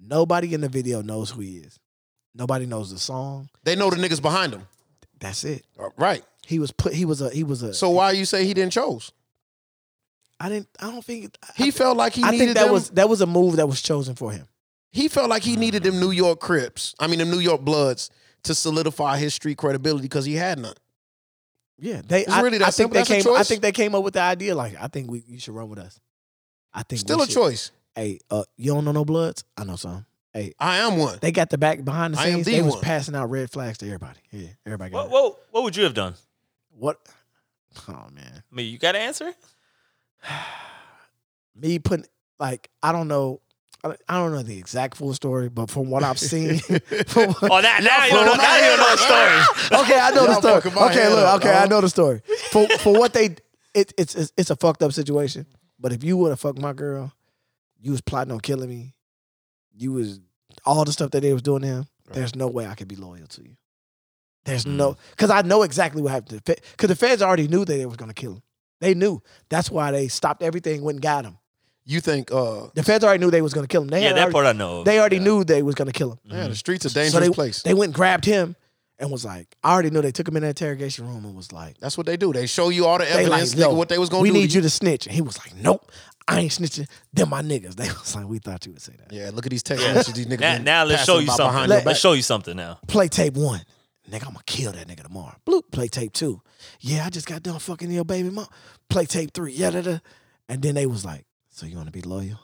B: Nobody in the video knows who he is. Nobody knows the song.
A: They know the niggas behind him.
B: That's it.
A: Uh, Right.
B: He was put. He was a. He was a.
A: So why you say he didn't chose?
B: I didn't. I don't think. I-
A: He felt like he
B: I
A: needed
B: think that
A: them.
B: was that was a move that was chosen for him.
A: he felt like he needed them New York Crips. I mean, them New York Bloods to solidify his street credibility because he had none.
B: Yeah, they.
A: It's
B: I,
A: really
B: really
A: that
B: I think
A: simple.
B: they
A: That's a
B: came. I
A: choice.
B: think they came up with the idea like I think we you should run with us. I think we
A: Still a
B: should-
A: choice.
B: Hey, uh, you don't know no bloods? I know some.
A: I am one.
B: They got the back behind the
A: I am
B: scenes.
A: the
B: they was
A: one.
B: passing out red flags to everybody. Yeah, everybody got
C: What,
B: it.
C: what, what would you have done?
B: what? Oh man,
C: I mean, you got to answer.
B: me putting like I don't know. I I don't know the exact full story, but from what I've seen, from what,
C: Oh, now, now you
A: for
C: don't know,
A: what
C: now
A: I
C: you don't know the
A: am.
C: story.
B: okay, I know
A: Y'all
B: the
A: fucking
B: story.
A: my
B: Okay,
A: head
B: look,
A: up,
B: okay, I
A: dog.
B: know the story. For for what they, it, it's, it's it's a fucked up situation. But if you would have fucked my girl, you was plotting on killing me. You was all the stuff that they was doing to him. There's no way I could be loyal to you. There's
A: Mm.
B: no because I know exactly what happened. to the Because the feds already knew that they was gonna kill him. They knew. That's why they stopped everything. Went and got him.
A: You think uh
B: The feds already knew they was gonna kill him. They
C: Yeah,
B: had
C: that
B: already,
C: part I know. of.
B: They already
C: Yeah.
B: knew they was gonna kill him.
A: man, the streets a
B: So
A: dangerous
B: they,
A: place.
B: they went and grabbed him and was like, I already knew they took him in the interrogation room and was like,
A: That's what they do. They show you all the
B: they
A: evidence,
B: like,
A: nigga,
B: "Yo,
A: what they was gonna
B: we
A: do.
B: need you to snitch. And he was like, Nope, I ain't snitching. They're my niggas. They was like, We thought you would say that.
A: Yeah, look at these text messages. These niggas
C: Now,
A: been
C: now let's
A: passing
C: show you
A: by
C: something.
A: behind your
C: Let,
B: Let-
A: back.
C: us show you something now.
B: Play tape one. Nigga, I'm gonna kill that nigga tomorrow. Bloop, play tape two. Yeah, I just got done fucking your baby mom. Play tape three. Yeah, da, da. And then they was like, So you wanna be loyal?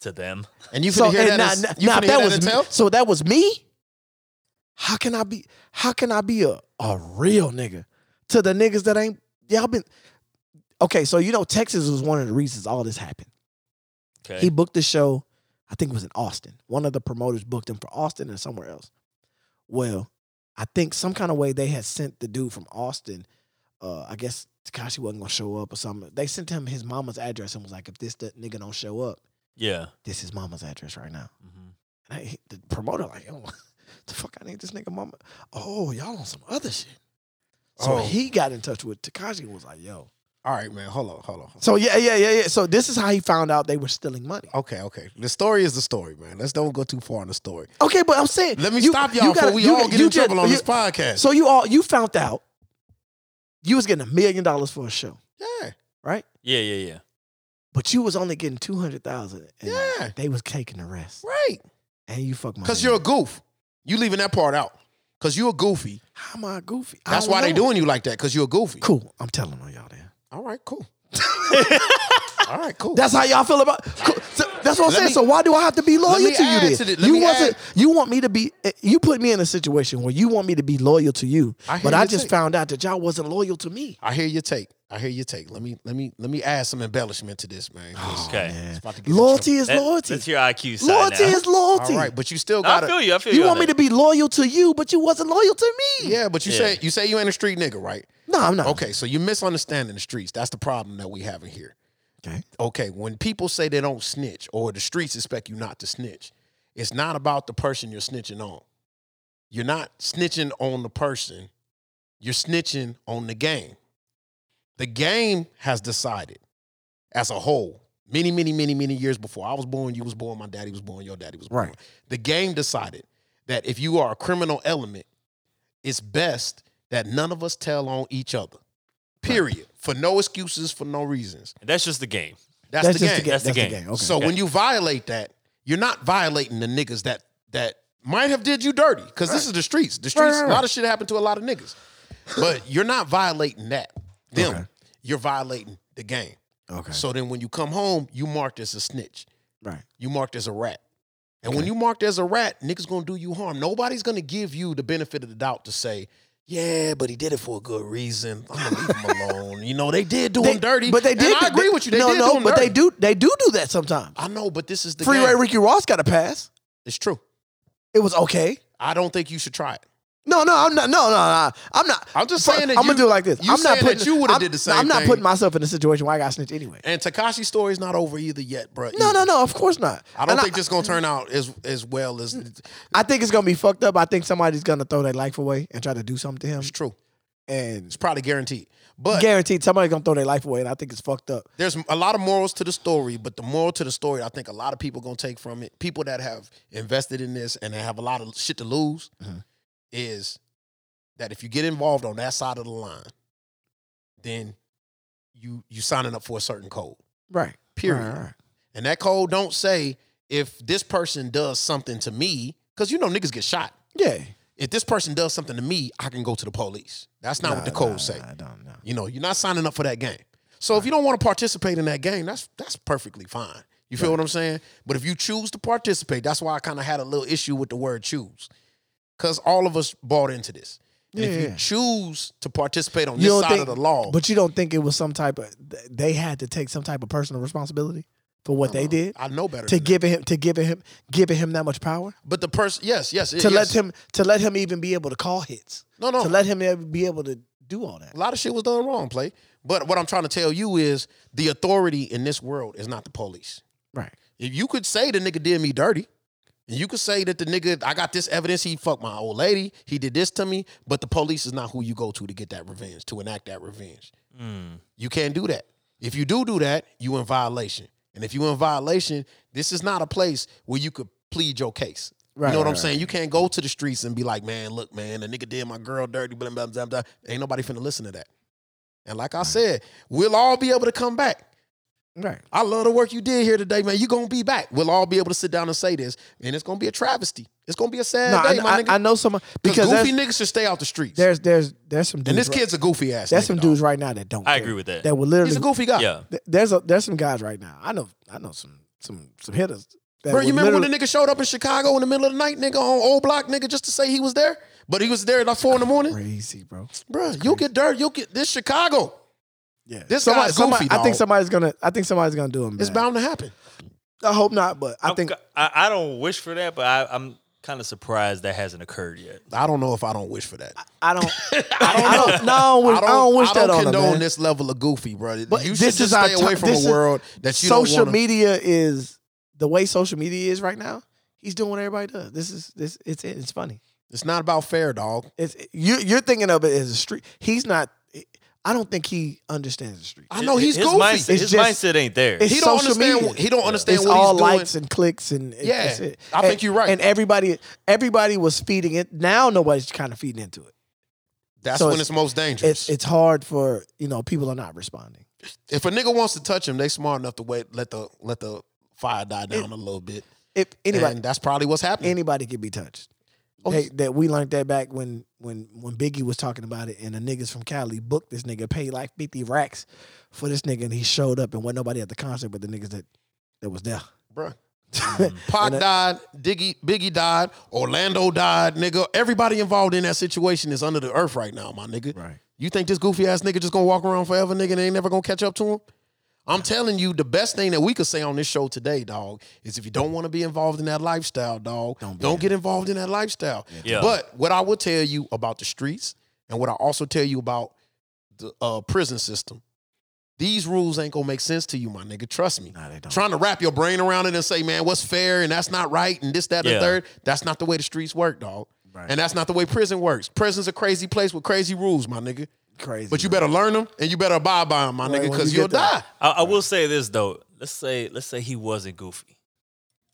C: To them,
A: And you finna
B: so
A: hear
B: and
A: that?
B: nah,
A: as-
B: nah,
A: you
B: nah,
A: finna
B: if
A: hear
B: that
A: that
B: was
A: as
B: me,
A: hell?
B: so that was me. How can I be? How can I be a a real nigga to the niggas that ain't y'all been? Okay, so you know Texas was one of the reasons all this happened.
C: Okay.
B: He booked the show. I think it was in Austin. One of the promoters booked him for Austin and somewhere else. Well, I think some kind of way they had sent the dude from Austin. Uh, I guess Takashi wasn't gonna show up or something. They sent him his mama's address and was like, "If this d- nigga don't show up,
C: yeah.
B: this is mama's address right now."
C: Mhm.
B: And I, the promoter like, yo, the fuck I need this nigga mama. Oh, y'all on some other shit. So
A: Oh.
B: he got in touch with Takashi and was like, yo.
A: All right, man. Hold on, hold on.
B: So yeah, yeah, yeah, yeah. So this is how he found out they were stealing money.
A: Okay, okay. The story is the story, man. Let's don't go too far on the story.
B: Okay, but I'm saying
A: Let me
B: you-
A: stop
B: you
A: y'all
B: gotta-
A: before we
B: you-
A: all get
B: you
A: in
B: just-
A: trouble on
B: you-
A: this podcast.
B: So you all you found out you was getting a million dollars for a show,
A: yeah,
B: right?
C: Yeah, yeah, yeah.
B: Oh, But you was only getting two hundred thousand.
A: Yeah.
B: They was taking the rest.
A: right.
B: And you fuck my
A: Because
B: nigga.
A: you're a goof. You leaving that part out. Because you're a goofy.
B: how am I goofy? I
A: That's
B: don't
A: why they
B: know.
A: doing you like that. Because you're a goofy.
B: Cool. I'm telling on y'all then.
A: All right, cool. all right, cool.
B: That's how y'all feel about. Co- so that's what I'm
A: Let
B: saying.
A: me-
B: so why do I have to be loyal
A: let
B: to
A: me
B: you?
A: add
B: Then
A: to the- let
B: you
A: me
B: wasn't.
A: add-
B: You want me to be. eh, You put me in a situation where you want me to be loyal to you,
A: I hear
B: but I
A: your
B: just
A: take.
B: found out that y'all wasn't loyal to me.
A: I hear your take. I hear your take. Let me let me let me add some embellishment to this, man. 'cause
C: Okay.
A: it's about to get in
B: Loyalty is
C: Let-
B: loyalty.
C: Let's hear IQ side
B: loyalty
C: now.
B: is loyalty.
A: trouble. All right, but you still
C: No, I
A: gotta.
C: feel you. I feel you.
B: you want me to be loyal to you, but you wasn't loyal to me.
A: Yeah, but you
C: Yeah.
A: say you say you ain't a street nigga, right?
B: No, I'm not.
A: Okay, so you misunderstanding the streets. That's the problem that we having here.
B: Okay.
A: Okay, when people say they don't snitch or the streets expect you not to snitch, it's not about the person you're snitching on. You're not snitching on the person. You're snitching on the game. The game has decided as a whole, many, many, many, many years before I was born, you was born, my daddy was born, your daddy was born.
B: Right.
A: The game decided that if you are a criminal element, it's best that none of us tell on each other. Period. For no excuses, for no reasons.
C: That's just the game.
A: That's, the,
B: just
A: game.
C: That's the game.
B: Okay.
A: So when you violate that, you're not violating the niggas that that might have did you dirty because this is the streets. The streets,
B: right,
A: a lot of shit happened to a lot of niggas, but you're not violating that them.
B: Okay.
A: You're violating the game.
B: okay.
A: So then when you come home, you marked as a snitch.
B: right.
A: You marked as a rat. And when you marked as a rat, niggas gonna do you harm. Nobody's gonna give you the benefit of the doubt to say, yeah, but he did it for a good reason. I'm gonna leave him alone. You know, they did do him dirty.
B: But they
A: And
B: did.
A: I agree with you. They
B: no,
A: did
B: no.
A: do him
B: but
A: dirty.
B: they do. They do do that sometimes.
A: I know, but this is the
B: Freeway
A: game.
B: Ricky Ross got a pass.
A: It's true.
B: It was okay.
A: I don't think you should try it.
B: No, no, I'm not. No, no, no. I'm not.
A: I'm just saying that
B: I'm
A: you-
B: gonna do it like this.
A: you
B: I'm not
A: saying that
B: putting.
A: you would've
B: I'm-
A: did the
B: no, I'm
A: same
B: not
A: thing.
B: putting myself in a situation where I got snitched anyway.
A: And Takashi's story is not over either yet, bro.
B: No, no, no. Of course not.
A: I don't
B: And
A: think this is gonna turn out as as well as it's
B: I think it's gonna be fucked up. I think somebody's gonna throw their life away and try to do something to him.
A: true.
B: And
A: It's probably guaranteed. But
B: guaranteed, somebody's gonna throw their life away. And I think it's fucked up.
A: there's a lot of morals to the story, but the moral to the story, I think a lot of people gonna take from it. People that have invested in this and that have a lot of shit to lose,
B: Mhm.
A: is that if you get involved on that side of the line, then you you signing up for a certain code.
B: Right.
A: Period.
B: Right, right.
A: And that code don't say if this person does something to me, because you know niggas get shot.
B: Yeah.
A: If this person does something to me, I can go to the police. That's not what the code say.
B: I don't know.
A: You know, you're not signing up for that game. So if you don't want to participate in that game, that's that's perfectly fine. You feel what I'm saying? But if you choose to participate, that's why I kind of had a little issue with the word choose. Cause all of us bought into this. And if
B: Yeah.
A: you choose to participate on
B: You
A: this
B: don't
A: side
B: think-
A: of the law,
B: But you don't think it was some type of? th- They had to take some type of personal responsibility for what they did
A: I know better.
B: to
A: than that.
B: giving him to giving him giving him that much power.
A: but the person yes, yes,
B: to
A: yes. Oh.
B: let him to let him even be able to call hits.
A: No, no.
B: To let him ev- be able to do all that.
A: A lot of shit was done wrong, play. But what I'm trying to tell you is the authority in this world is not the police.
B: Right.
A: If you could say the nigga did me dirty, and you could say that the nigga, I got this evidence, he fucked my old lady, he did this to me, but the police is not who you go to to get that revenge, to enact that revenge. You can't do that. If you do do that, you in violation. And if you in violation, this is not a place where you could plead your case.
B: Right,
A: you know what
B: right,
A: I'm saying? You can't go to the streets and be like, man, look, man, the nigga did my girl dirty, blah, blah, blah, blah. Ain't nobody finna listen to that. And like I said, we'll all be able to come back.
B: Right.
A: I love the work you did here today, man. You're gonna be back. We'll all be able to sit down and say this, and it's gonna be a travesty. It's gonna be a sad
B: No, I,
A: day, my
B: I,
A: nigga.
B: I know someone because
A: goofy
B: there's,
A: niggas should stay out the streets.
B: there's there's there's some dudes.
A: and this
B: right-
A: kid's a goofy ass.
B: there's
A: nigga,
B: some
A: dog.
B: dudes right now that don't.
C: I
B: care,
C: agree with that.
B: That will literally.
A: He's a goofy guy.
C: Yeah.
B: th- There's a there's some guys right now. I know I know some some some hitters That
A: Bro, you
B: would
A: remember when
B: literally-
A: the nigga showed up in Chicago in the middle of the night, nigga, on old block, nigga, just to say he was there? But he was there at like four in the morning?
B: crazy, bro?
A: Bro, you'll get dirt. You'll get this Chicago.
B: Yeah,
A: This guy's goofy,
B: I
A: dog.
B: think somebody's gonna. I think somebody's gonna do him.
A: It's
B: bad.
A: bound to happen.
B: I hope not, but I
C: I'm
B: think
C: ki- I, I don't wish for that, but I, I'm kind of surprised that hasn't occurred yet.
A: I don't know if I don't wish for that.
B: I don't. I don't. No, I don't wish, I don't, wish
A: I
B: that on
A: condone
B: him, man.
A: this level of goofy, bro.
B: But
A: you should
B: this
A: just
B: is
A: stay
B: our
A: away
B: ti-
A: from
B: this
A: a
B: is-
A: world that you
B: social
A: don't wanna-
B: media is the way social media is right now. He's doing what everybody does. This is this. It's it. It's funny.
A: It's not about fair, dog.
B: It's you. You're thinking of it as a street. He's not. I don't think he understands the street.
A: I know he's
C: his
A: goofy.
C: Mindset,
B: It's
C: his
B: just-
C: mindset ain't there.
B: it's
A: he don't
B: social
A: understand.
B: media.
A: He don't understand
B: it's
A: what
B: all
A: he's
B: likes
A: doing.
B: and clicks and it-
A: Yeah,
B: that's it.
A: I think
B: And-
A: you're right.
B: And everybody, everybody was feeding it. Now nobody's kind of feeding into it.
A: That's
B: so
A: when
B: it's-
A: it's most dangerous.
B: It's it's hard for you know people are not responding.
A: if a nigga wants to touch him, they smart enough to wait. Let the let the fire die down a little bit.
B: If anybody
A: and that's probably what's happening.
B: anybody can be touched.
A: Mm. Oh,
B: They- that we learned that back when when when Biggie was talking about it, and the niggas from Cali booked this nigga, paid like fifty racks for this nigga, and he showed up, and wasn't nobody at the concert but the niggas that that was there.
A: Bruh. Pac died, Diggy, Biggie died, Orlando died, nigga. Everybody involved in that situation is under the earth right now, my nigga.
B: Right.
A: You think this goofy ass nigga just gonna walk around forever, nigga, and ain't never gonna catch up to him? I'm telling you, the best thing that we could say on this show today, dog, is if you don't want to be involved in that lifestyle, dog, don't, get involved in that lifestyle.
C: Yeah.
A: But what I will tell you about the streets and what I also tell you about the uh, prison system, these rules ain't gonna make sense to you, my nigga. Trust me.
B: Nah, they don't.
A: Trying to wrap your brain around it and say, man, what's fair and that's not right and this, that, and
C: Yeah.
A: the third. That's not the way the streets work, dog. And that's not the way prison works. Prison's a crazy place with crazy rules, my nigga.
B: Crazy,
A: But you
B: bro.
A: better learn them and you better abide by them, my
B: Right,
A: nigga,
B: when
A: because
B: you
A: you will
B: get there.
A: die.
C: I, I will say this though. Let's say let's say he wasn't goofy.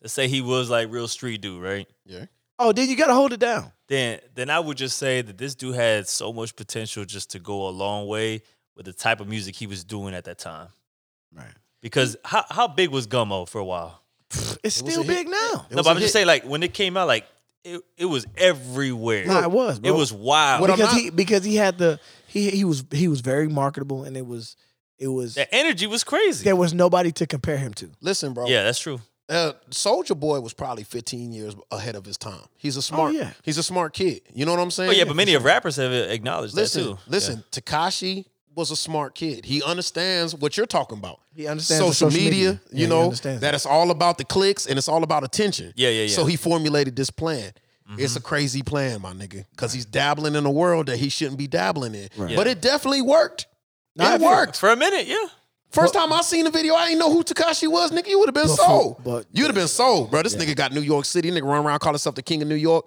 C: Let's say he was like real street dude, right?
A: Yeah.
B: Oh, then you gotta hold it down.
C: Then then I would just say that this dude had so much potential just to go a long way with the type of music he was doing at that time.
B: Right.
C: Because how how big was Gummo for a while?
B: It's
A: was
B: still
A: a hit.
B: big now.
A: It
C: no,
A: was
C: but
A: a
C: I'm just
A: hit.
C: saying like when it came out, like it, it was everywhere.
B: Nah, it was.
C: It
B: bro.
C: was wild.
A: What I'm
B: because
A: not-
B: he because he had the he he was he was very marketable, and it was it was
C: that energy was crazy.
B: there was nobody to compare him to.
A: Listen, bro.
C: yeah, that's true.
A: uh, Soldier Boy was probably 15 years ahead of his time. He's a smart.
B: yeah.
A: He's a smart kid. You know what I'm saying?
C: But Oh, yeah, but many of rappers have acknowledged
A: listen,
C: that too.
A: listen. Takashi was a smart kid. He understands what you're talking about.
B: He understands the
A: social,
B: social
A: media.
B: media. Yeah,
A: You
B: he
A: know
B: understands
A: that
B: that.
A: it's all about the clicks and it's all about attention.
C: Yeah, yeah, Mm-hmm. yeah.
A: So he formulated this plan. It's a crazy plan, my nigga, because he's dabbling in a world that he shouldn't be dabbling in.
B: Right.
A: But it definitely worked. it worked.
C: For a minute, yeah.
A: First time I seen the video, I ain't know who Takashi was, nigga. You would have been
B: But for-
A: sold.
B: but-
A: You'd have been sold, bro. This nigga got New York City. Nigga run around calling himself the king of New York.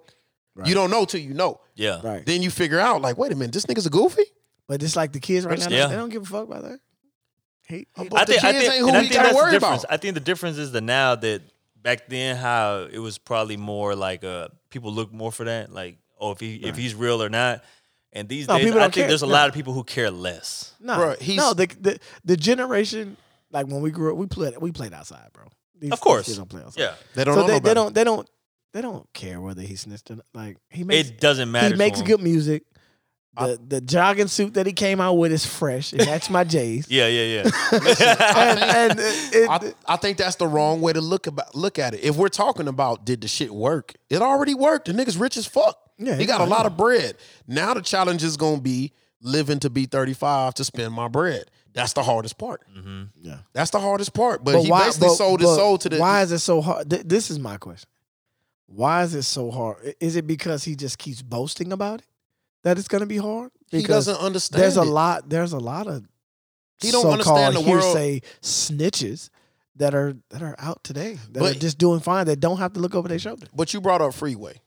A: You don't know till you know.
C: Yeah.
B: Right.
A: Then you figure out, like, wait a minute, this nigga's a goofy.
B: But it's like the kids right now, they-
C: Yeah.
B: they don't give a fuck about that. Hate, hate-
A: But the kids ain't who
C: and I
A: we
C: think
A: gotta
C: that's the
A: worry about.
C: difference. I think the difference is that now that back then, how it was probably more like uh, people look more for that, like oh, if he if he's real or not. And these
B: No,
C: days, I
B: people don't
C: think
B: care.
C: there's a
B: No.
C: lot of people who care less.
B: no,
A: Bruh, he's-
B: no. The, the the generation like when we grew up, we played we played outside, bro. These,
C: Of course.
B: these kids don't play outside.
C: Yeah,
A: They don't
B: so
A: know
B: they,
A: no
B: they
A: better.
B: don't they don't they don't care whether he snitched or not. Like he makes
C: it doesn't matter.
B: he makes
C: to 'em.
B: good music. The the jogging suit that he came out with is fresh. It matched my J's.
C: Yeah, yeah, yeah.
B: and, and it,
A: I, I think that's the wrong way to look about look at it. If we're talking about did the shit work, it already worked. The nigga's rich as fuck.
B: Yeah,
A: he
B: he
A: got a
B: got-
A: lot of bread. Now the challenge is gonna be living to be 35 to spend my bread. That's the hardest part.
C: Mm-hmm.
B: Yeah.
A: That's the hardest part. But, he basically
B: but-
A: sold his
B: but
A: soul to the
B: Why is it so hard? Th- this is my question. Why is it so hard? I- Is it because he just keeps boasting about it that it's going to be hard?
A: he
B: Because
A: doesn't understand.
B: There's a
A: it.
B: lot. There's a lot of
A: He don't
B: so-called
A: understand the world.
B: hearsay snitches that are that are out today that
A: But-
B: are just doing fine. That don't have to look over their shoulder.
A: But you brought up freeway.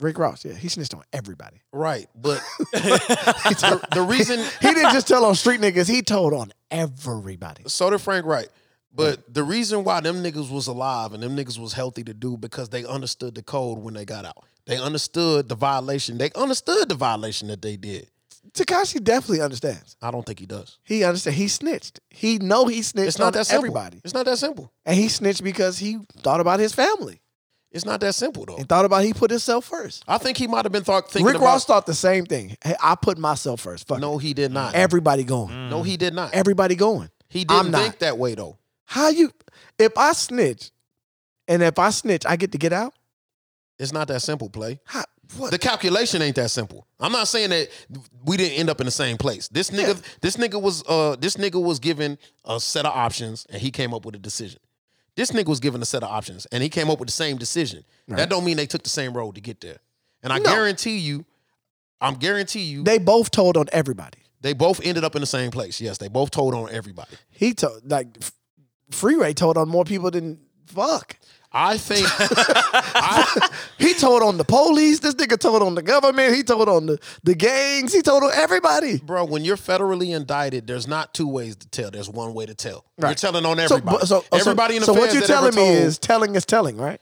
B: Rick Ross, yeah, he snitched on everybody.
A: Right. But the, the reason
B: He didn't just tell on street niggas. He told on everybody.
A: so did Frank Wright. But the reason why them niggas was alive and them niggas was healthy to do because they understood the code when they got out. They understood the violation. They understood the violation that they did.
B: Takashi definitely understands.
A: I don't think he does.
B: He understands. He snitched. He know he snitched
A: It's not
B: on
A: that simple.
B: everybody.
A: It's not that simple.
B: And he snitched because he thought about his family
A: It's not that simple though.
B: and thought about he put himself first.
A: I think he might have been thought thinking
B: Rick
A: about.
B: Ross thought the same thing. Hey, I put myself first. Fuck
A: no, Mm.
B: it.
A: he did not.
B: everybody going.
A: no, he did not.
B: Everybody going.
A: he
B: I'm
A: didn't
B: not.
A: think that way though.
B: How you? If I snitch and if I snitch, I get to get out.
A: It's not that simple, play.
B: How, what?
A: The calculation ain't that simple. I'm not saying that we didn't end up in the same place. This nigga, this nigga was uh this nigga was given a set of options and he came up with a decision. This nigga was given a set of options and he came up with the same decision. That don't mean they took the same road to get there. And I
B: No.
A: guarantee you, I'm guarantee you they,
B: they both told on everybody.
A: both ended up in the same place. Yes, they both told on everybody.
B: He told like F- Free Ray told on more people than fuck.
A: I think
B: He told on the police. This nigga told on the government. He told on the, the gangs. He told on everybody.
A: bro, when you're federally indicted, there's not two ways to tell. There's one way to tell. You're
B: Right.
A: telling on
B: So,
A: everybody.
B: bu- so, so-
A: everybody in the
B: so
A: feds
B: what you're
A: that ever
B: telling me
A: told-
B: is telling is telling, right?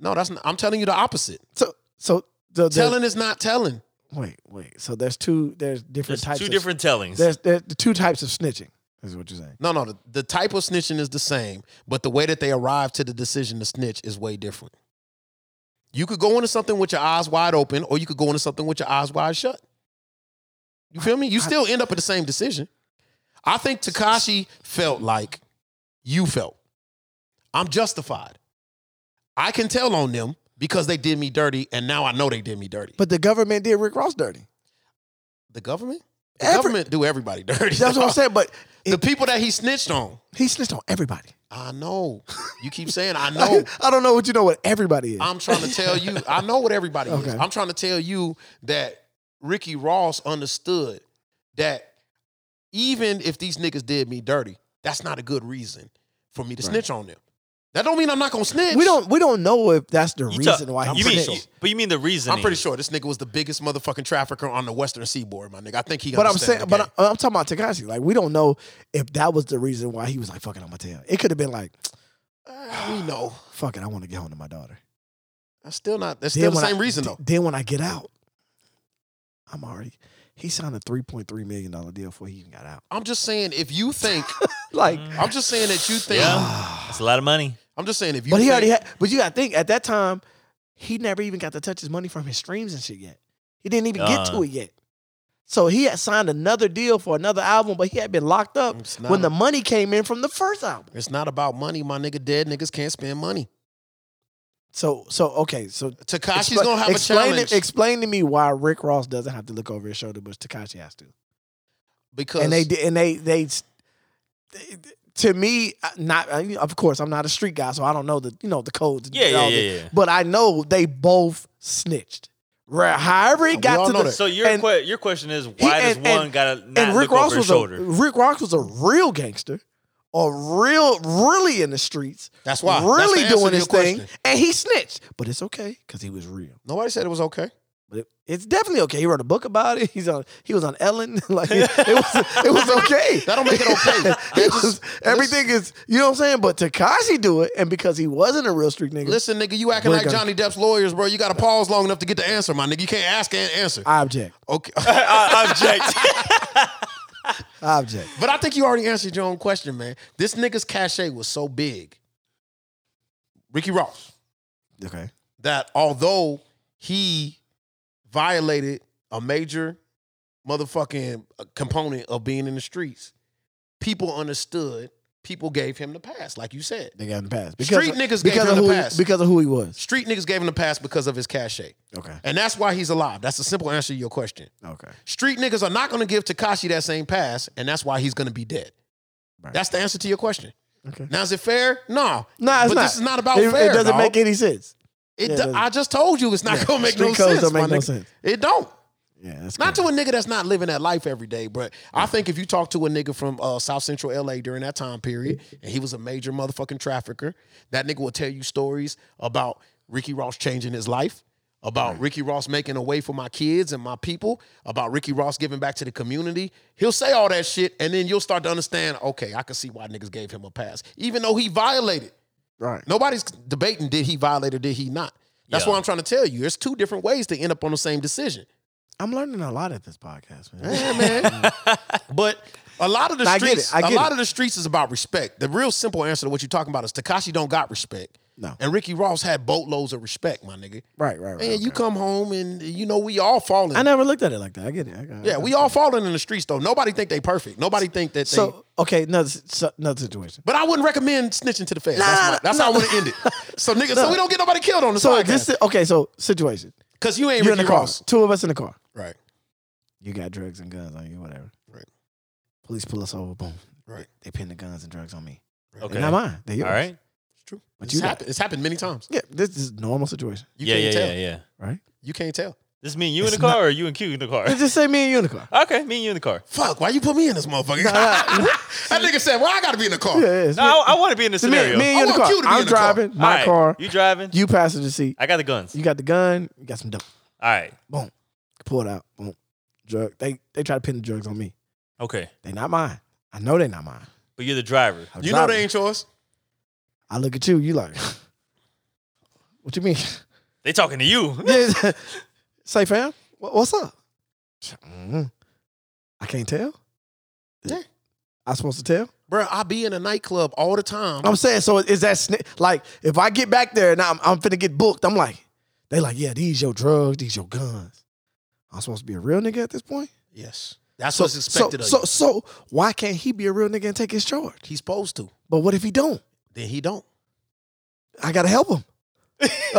A: no, that's not, I'm telling you the opposite.
B: So so the, the
A: Telling is not telling.
B: Wait, wait. So there's two. There's different
C: There's
B: types.
C: two
B: of,
C: different tellings.
B: There's, there's two types of snitching. Is what you're saying.
A: No, no, the, the type of snitching is the same, but the way that they arrive to the decision to snitch is way different. You could go into something with your eyes wide open, or you could go into something with your eyes wide shut. You feel me? You still end up with the same decision. I think Takashi felt like you felt. I'm justified. I can tell on them because they did me dirty, and now I know they did me dirty.
B: But the government did Rick Ross dirty.
A: the government, the
B: Every-
A: government do everybody dirty.
B: That's what I'm saying. But
A: The people that he snitched on.
B: he snitched on everybody.
A: I know. You keep saying I know.
B: I don't know what you know what everybody is.
A: I'm trying to tell you. I know what everybody is.
B: Okay.
A: I'm trying to tell you that Ricky Ross understood that even if these niggas did me dirty, that's not a good reason for me to snitch on them. That don't mean I'm not gonna snitch.
B: we don't. We don't know if that's the
C: You
B: reason
C: tell-
B: why he
C: you mean,
B: snitched.
C: you- but you mean the reason?
A: I'm pretty sure this nigga was the biggest motherfucking trafficker on the Western Seaboard, my nigga. I think he.
B: But I'm
A: understand
B: saying,
A: the
B: but
A: game.
B: I, I'm talking about Takashi. Like, we don't know if that was the reason why he was like, "Fucking, I'm gonna tell." It could have been like,
A: Ah, we know.
B: "Fuck it, I want to get home to my daughter."
A: That's still not. That's still the
B: when I-
A: same reason
B: th-
A: though.
B: Then when I get out, I'm already. He signed a 3.3 million dollar deal before he even got out.
A: I'm just saying if you think.
B: Like,
A: I'm just saying that you think.
C: Yeah, Mm-hmm. it's a lot of money.
A: I'm just saying if you.
B: but he
A: think-
B: already had. But you got to think at that time, he never even got to touch his money from his streams and shit yet. He didn't even get
C: Uh.
B: to it yet. So he had signed another deal for another album, but he had been locked up
A: It's not
B: when
A: a-
B: the money came in from the first album.
A: It's not about money, my nigga. Dead niggas can't spend money.
B: So, so okay, so
A: Takashi's
B: Expla-
A: gonna have a
B: explain
A: challenge
B: To, explain to me why Rick Ross doesn't have to look over his shoulder, but Takashi has to.
A: because
B: And they did. And they, they they- to me I- not. I mean, Of course, I'm not a street guy, so I don't know the you know the codes. and
C: Yeah, yeah,
B: all
C: yeah,
B: that.
C: yeah.
B: But I know they both snitched. Right, however
A: We
B: it got
A: all
B: to
A: know
B: the
A: that.
C: So your
B: and-
C: que- your question is
B: he-
C: why
B: and-
C: does one
B: and-
C: gotta not
B: and Rick
C: look
B: Ross
C: over
B: was
C: his shoulder?
B: a Rick Ross was a real gangster, a real really in the streets.
A: That's why. That's
B: really
A: the answer
B: doing
A: to
B: his
A: your
B: thing,
A: question.
B: and he snitched. But it's okay because he was real.
A: nobody said it was okay.
B: But it, it's definitely okay. He wrote a book about it. He's on. He was on Ellen. like it, it was. It was okay.
A: That don't make it okay.
B: It
A: That just-
B: was- everything is. You know what I'm saying? But Takashi do it, and because he wasn't a real street nigga,
A: Listen, nigga, you acting
B: We're
A: like
B: gonna-
A: Johnny Depp's lawyers, bro. You gotta pause long enough to get the answer, my nigga. You can't ask and answer.
B: I object.
A: okay.
C: I object.
B: I object.
A: but I think you already answered your own question, man. This nigga's cachet was so big. Ricky Ross.
B: Okay.
A: that although he violated a major motherfucking uh, component of being in the streets, people understood, people gave him the pass, like you said.
B: They got him the pass
A: Street niggas gave
B: because
A: him
B: of
A: the
B: who
A: pass.
B: He, because of who he was.
A: Street niggas gave him the pass because of his cachet.
B: Okay.
A: And that's why he's alive. That's the simple answer to your question.
B: Okay.
A: Street niggas are not gonna give Takashi that same pass, and that's why he's gonna be dead.
B: Right.
A: That's the answer to your question.
B: Okay.
A: Now, is it fair? No.
B: No, it's
A: but
B: not.
A: this is not about
B: it,
A: fair.
B: It doesn't
A: dawg.
B: make any sense.
A: It
B: yeah,
A: do-
B: it doesn't.
A: I just told you it's not
B: Yeah.
A: gonna make
B: Street
A: no sense.
B: codes don't make
A: my
B: no
A: nigga.
B: sense.
A: It don't.
B: Yeah. That's
A: Not
B: crazy.
A: to a nigga that's not living that life every day, but I think if you talk to a nigga from uh, South Central LA during that time period, and he was a major motherfucking trafficker, that nigga will tell you stories about Ricky Ross changing his life, about Ricky Ross making a way for my kids and my people, about Ricky Ross giving back to the community. He'll say all that shit, and then you'll start to understand, okay, I can see why niggas gave him a pass, even though he violated.
B: right.
A: Nobody's debating did he violate or did he not. That's
C: Yeah.
A: what I'm trying to tell you. There's two different ways to end up on the same decision.
B: I'm learning a lot at this podcast, man.
A: Yeah, man. but a lot of the
B: I get
A: streets,
B: it. I
A: a
B: get
A: lot
B: it.
A: of the streets is about respect. The real simple answer to what you're talking about is Takashi don't got respect.
B: No.
A: And Ricky Ross had boatloads of respect, my nigga.
B: Right, right, right.
A: And
B: okay.
A: you come home and you know we all falling.
B: I never looked at it like that. I get it. I got
A: Yeah, we all falling in the streets though. Nobody think they perfect. Nobody think that they.
B: So okay, another s- so, another situation.
A: but I wouldn't recommend snitching to the feds. that's my, that's how I want to end it. So nigga, so we don't get nobody killed on the
B: So
A: so
B: this is okay. So situation.
A: because you ain't
B: You're in
A: Ricky
B: the car.
A: Ross,
B: Two of us in the car.
A: right?
B: You got drugs and guns on you, whatever.
A: Right.
B: Police pull us over. Boom.
A: Right.
B: They pin the guns and drugs on me.
C: Okay.
B: They're not mine. They're
C: All
B: yours.
C: right.
A: It's true.
B: But
A: it's,
B: you got-
A: happened, it's happened many times.
B: Yeah. This is a normal situation,
A: You
C: yeah, yeah,
A: can't tell.
C: yeah, yeah.
B: right?
A: You can't tell.
C: This mean you
B: It's
C: in the car or you and Q in the car?
B: Let's just say me and you in the car.
C: okay, me and you in the car.
A: Fuck, why you put me in this motherfucker?
B: nah.
A: that nigga said, "Well, I got to be in the car."
B: Yeah, yeah, it's
C: No,
B: me-
C: Oh. I, I want to be in this
B: it's me,
C: scenario.
B: me and
A: I
B: you in the
A: want
B: car.
A: you to be
B: I'm
A: in the car.
B: driving
C: All
B: my
C: right,
B: car.
C: You driving?
B: You passenger seat.
C: I got the guns.
B: You got the gun. You got some dope.
C: All right.
B: Boom. Pull it out. Boom. Drug. They they try to pin the drugs on me.
C: Okay.
B: They not mine. I know they not mine.
C: But you're the driver.
B: I'm
A: You know
B: driving.
A: they ain't yours.
B: I look at you. You like, what you mean?
C: They talking to you.
B: Yeah. Say, fam, wha- what's up? Mm, I can't tell.
A: Yeah.
B: I supposed to tell?
A: Bruh, I be in a nightclub all the time.
B: I'm saying, so is that sni- like if I get back there and I'm I'm finna get booked? I'm like, they like, yeah, these your drugs, these your guns. I'm supposed to be a real nigga at this point.
A: yes, that's what's expected
B: so,
A: of you.
B: so so why can't he be a real nigga and take his charge?
A: He's supposed to.
B: But what if he don't?
A: Then he don't.
B: I gotta help him.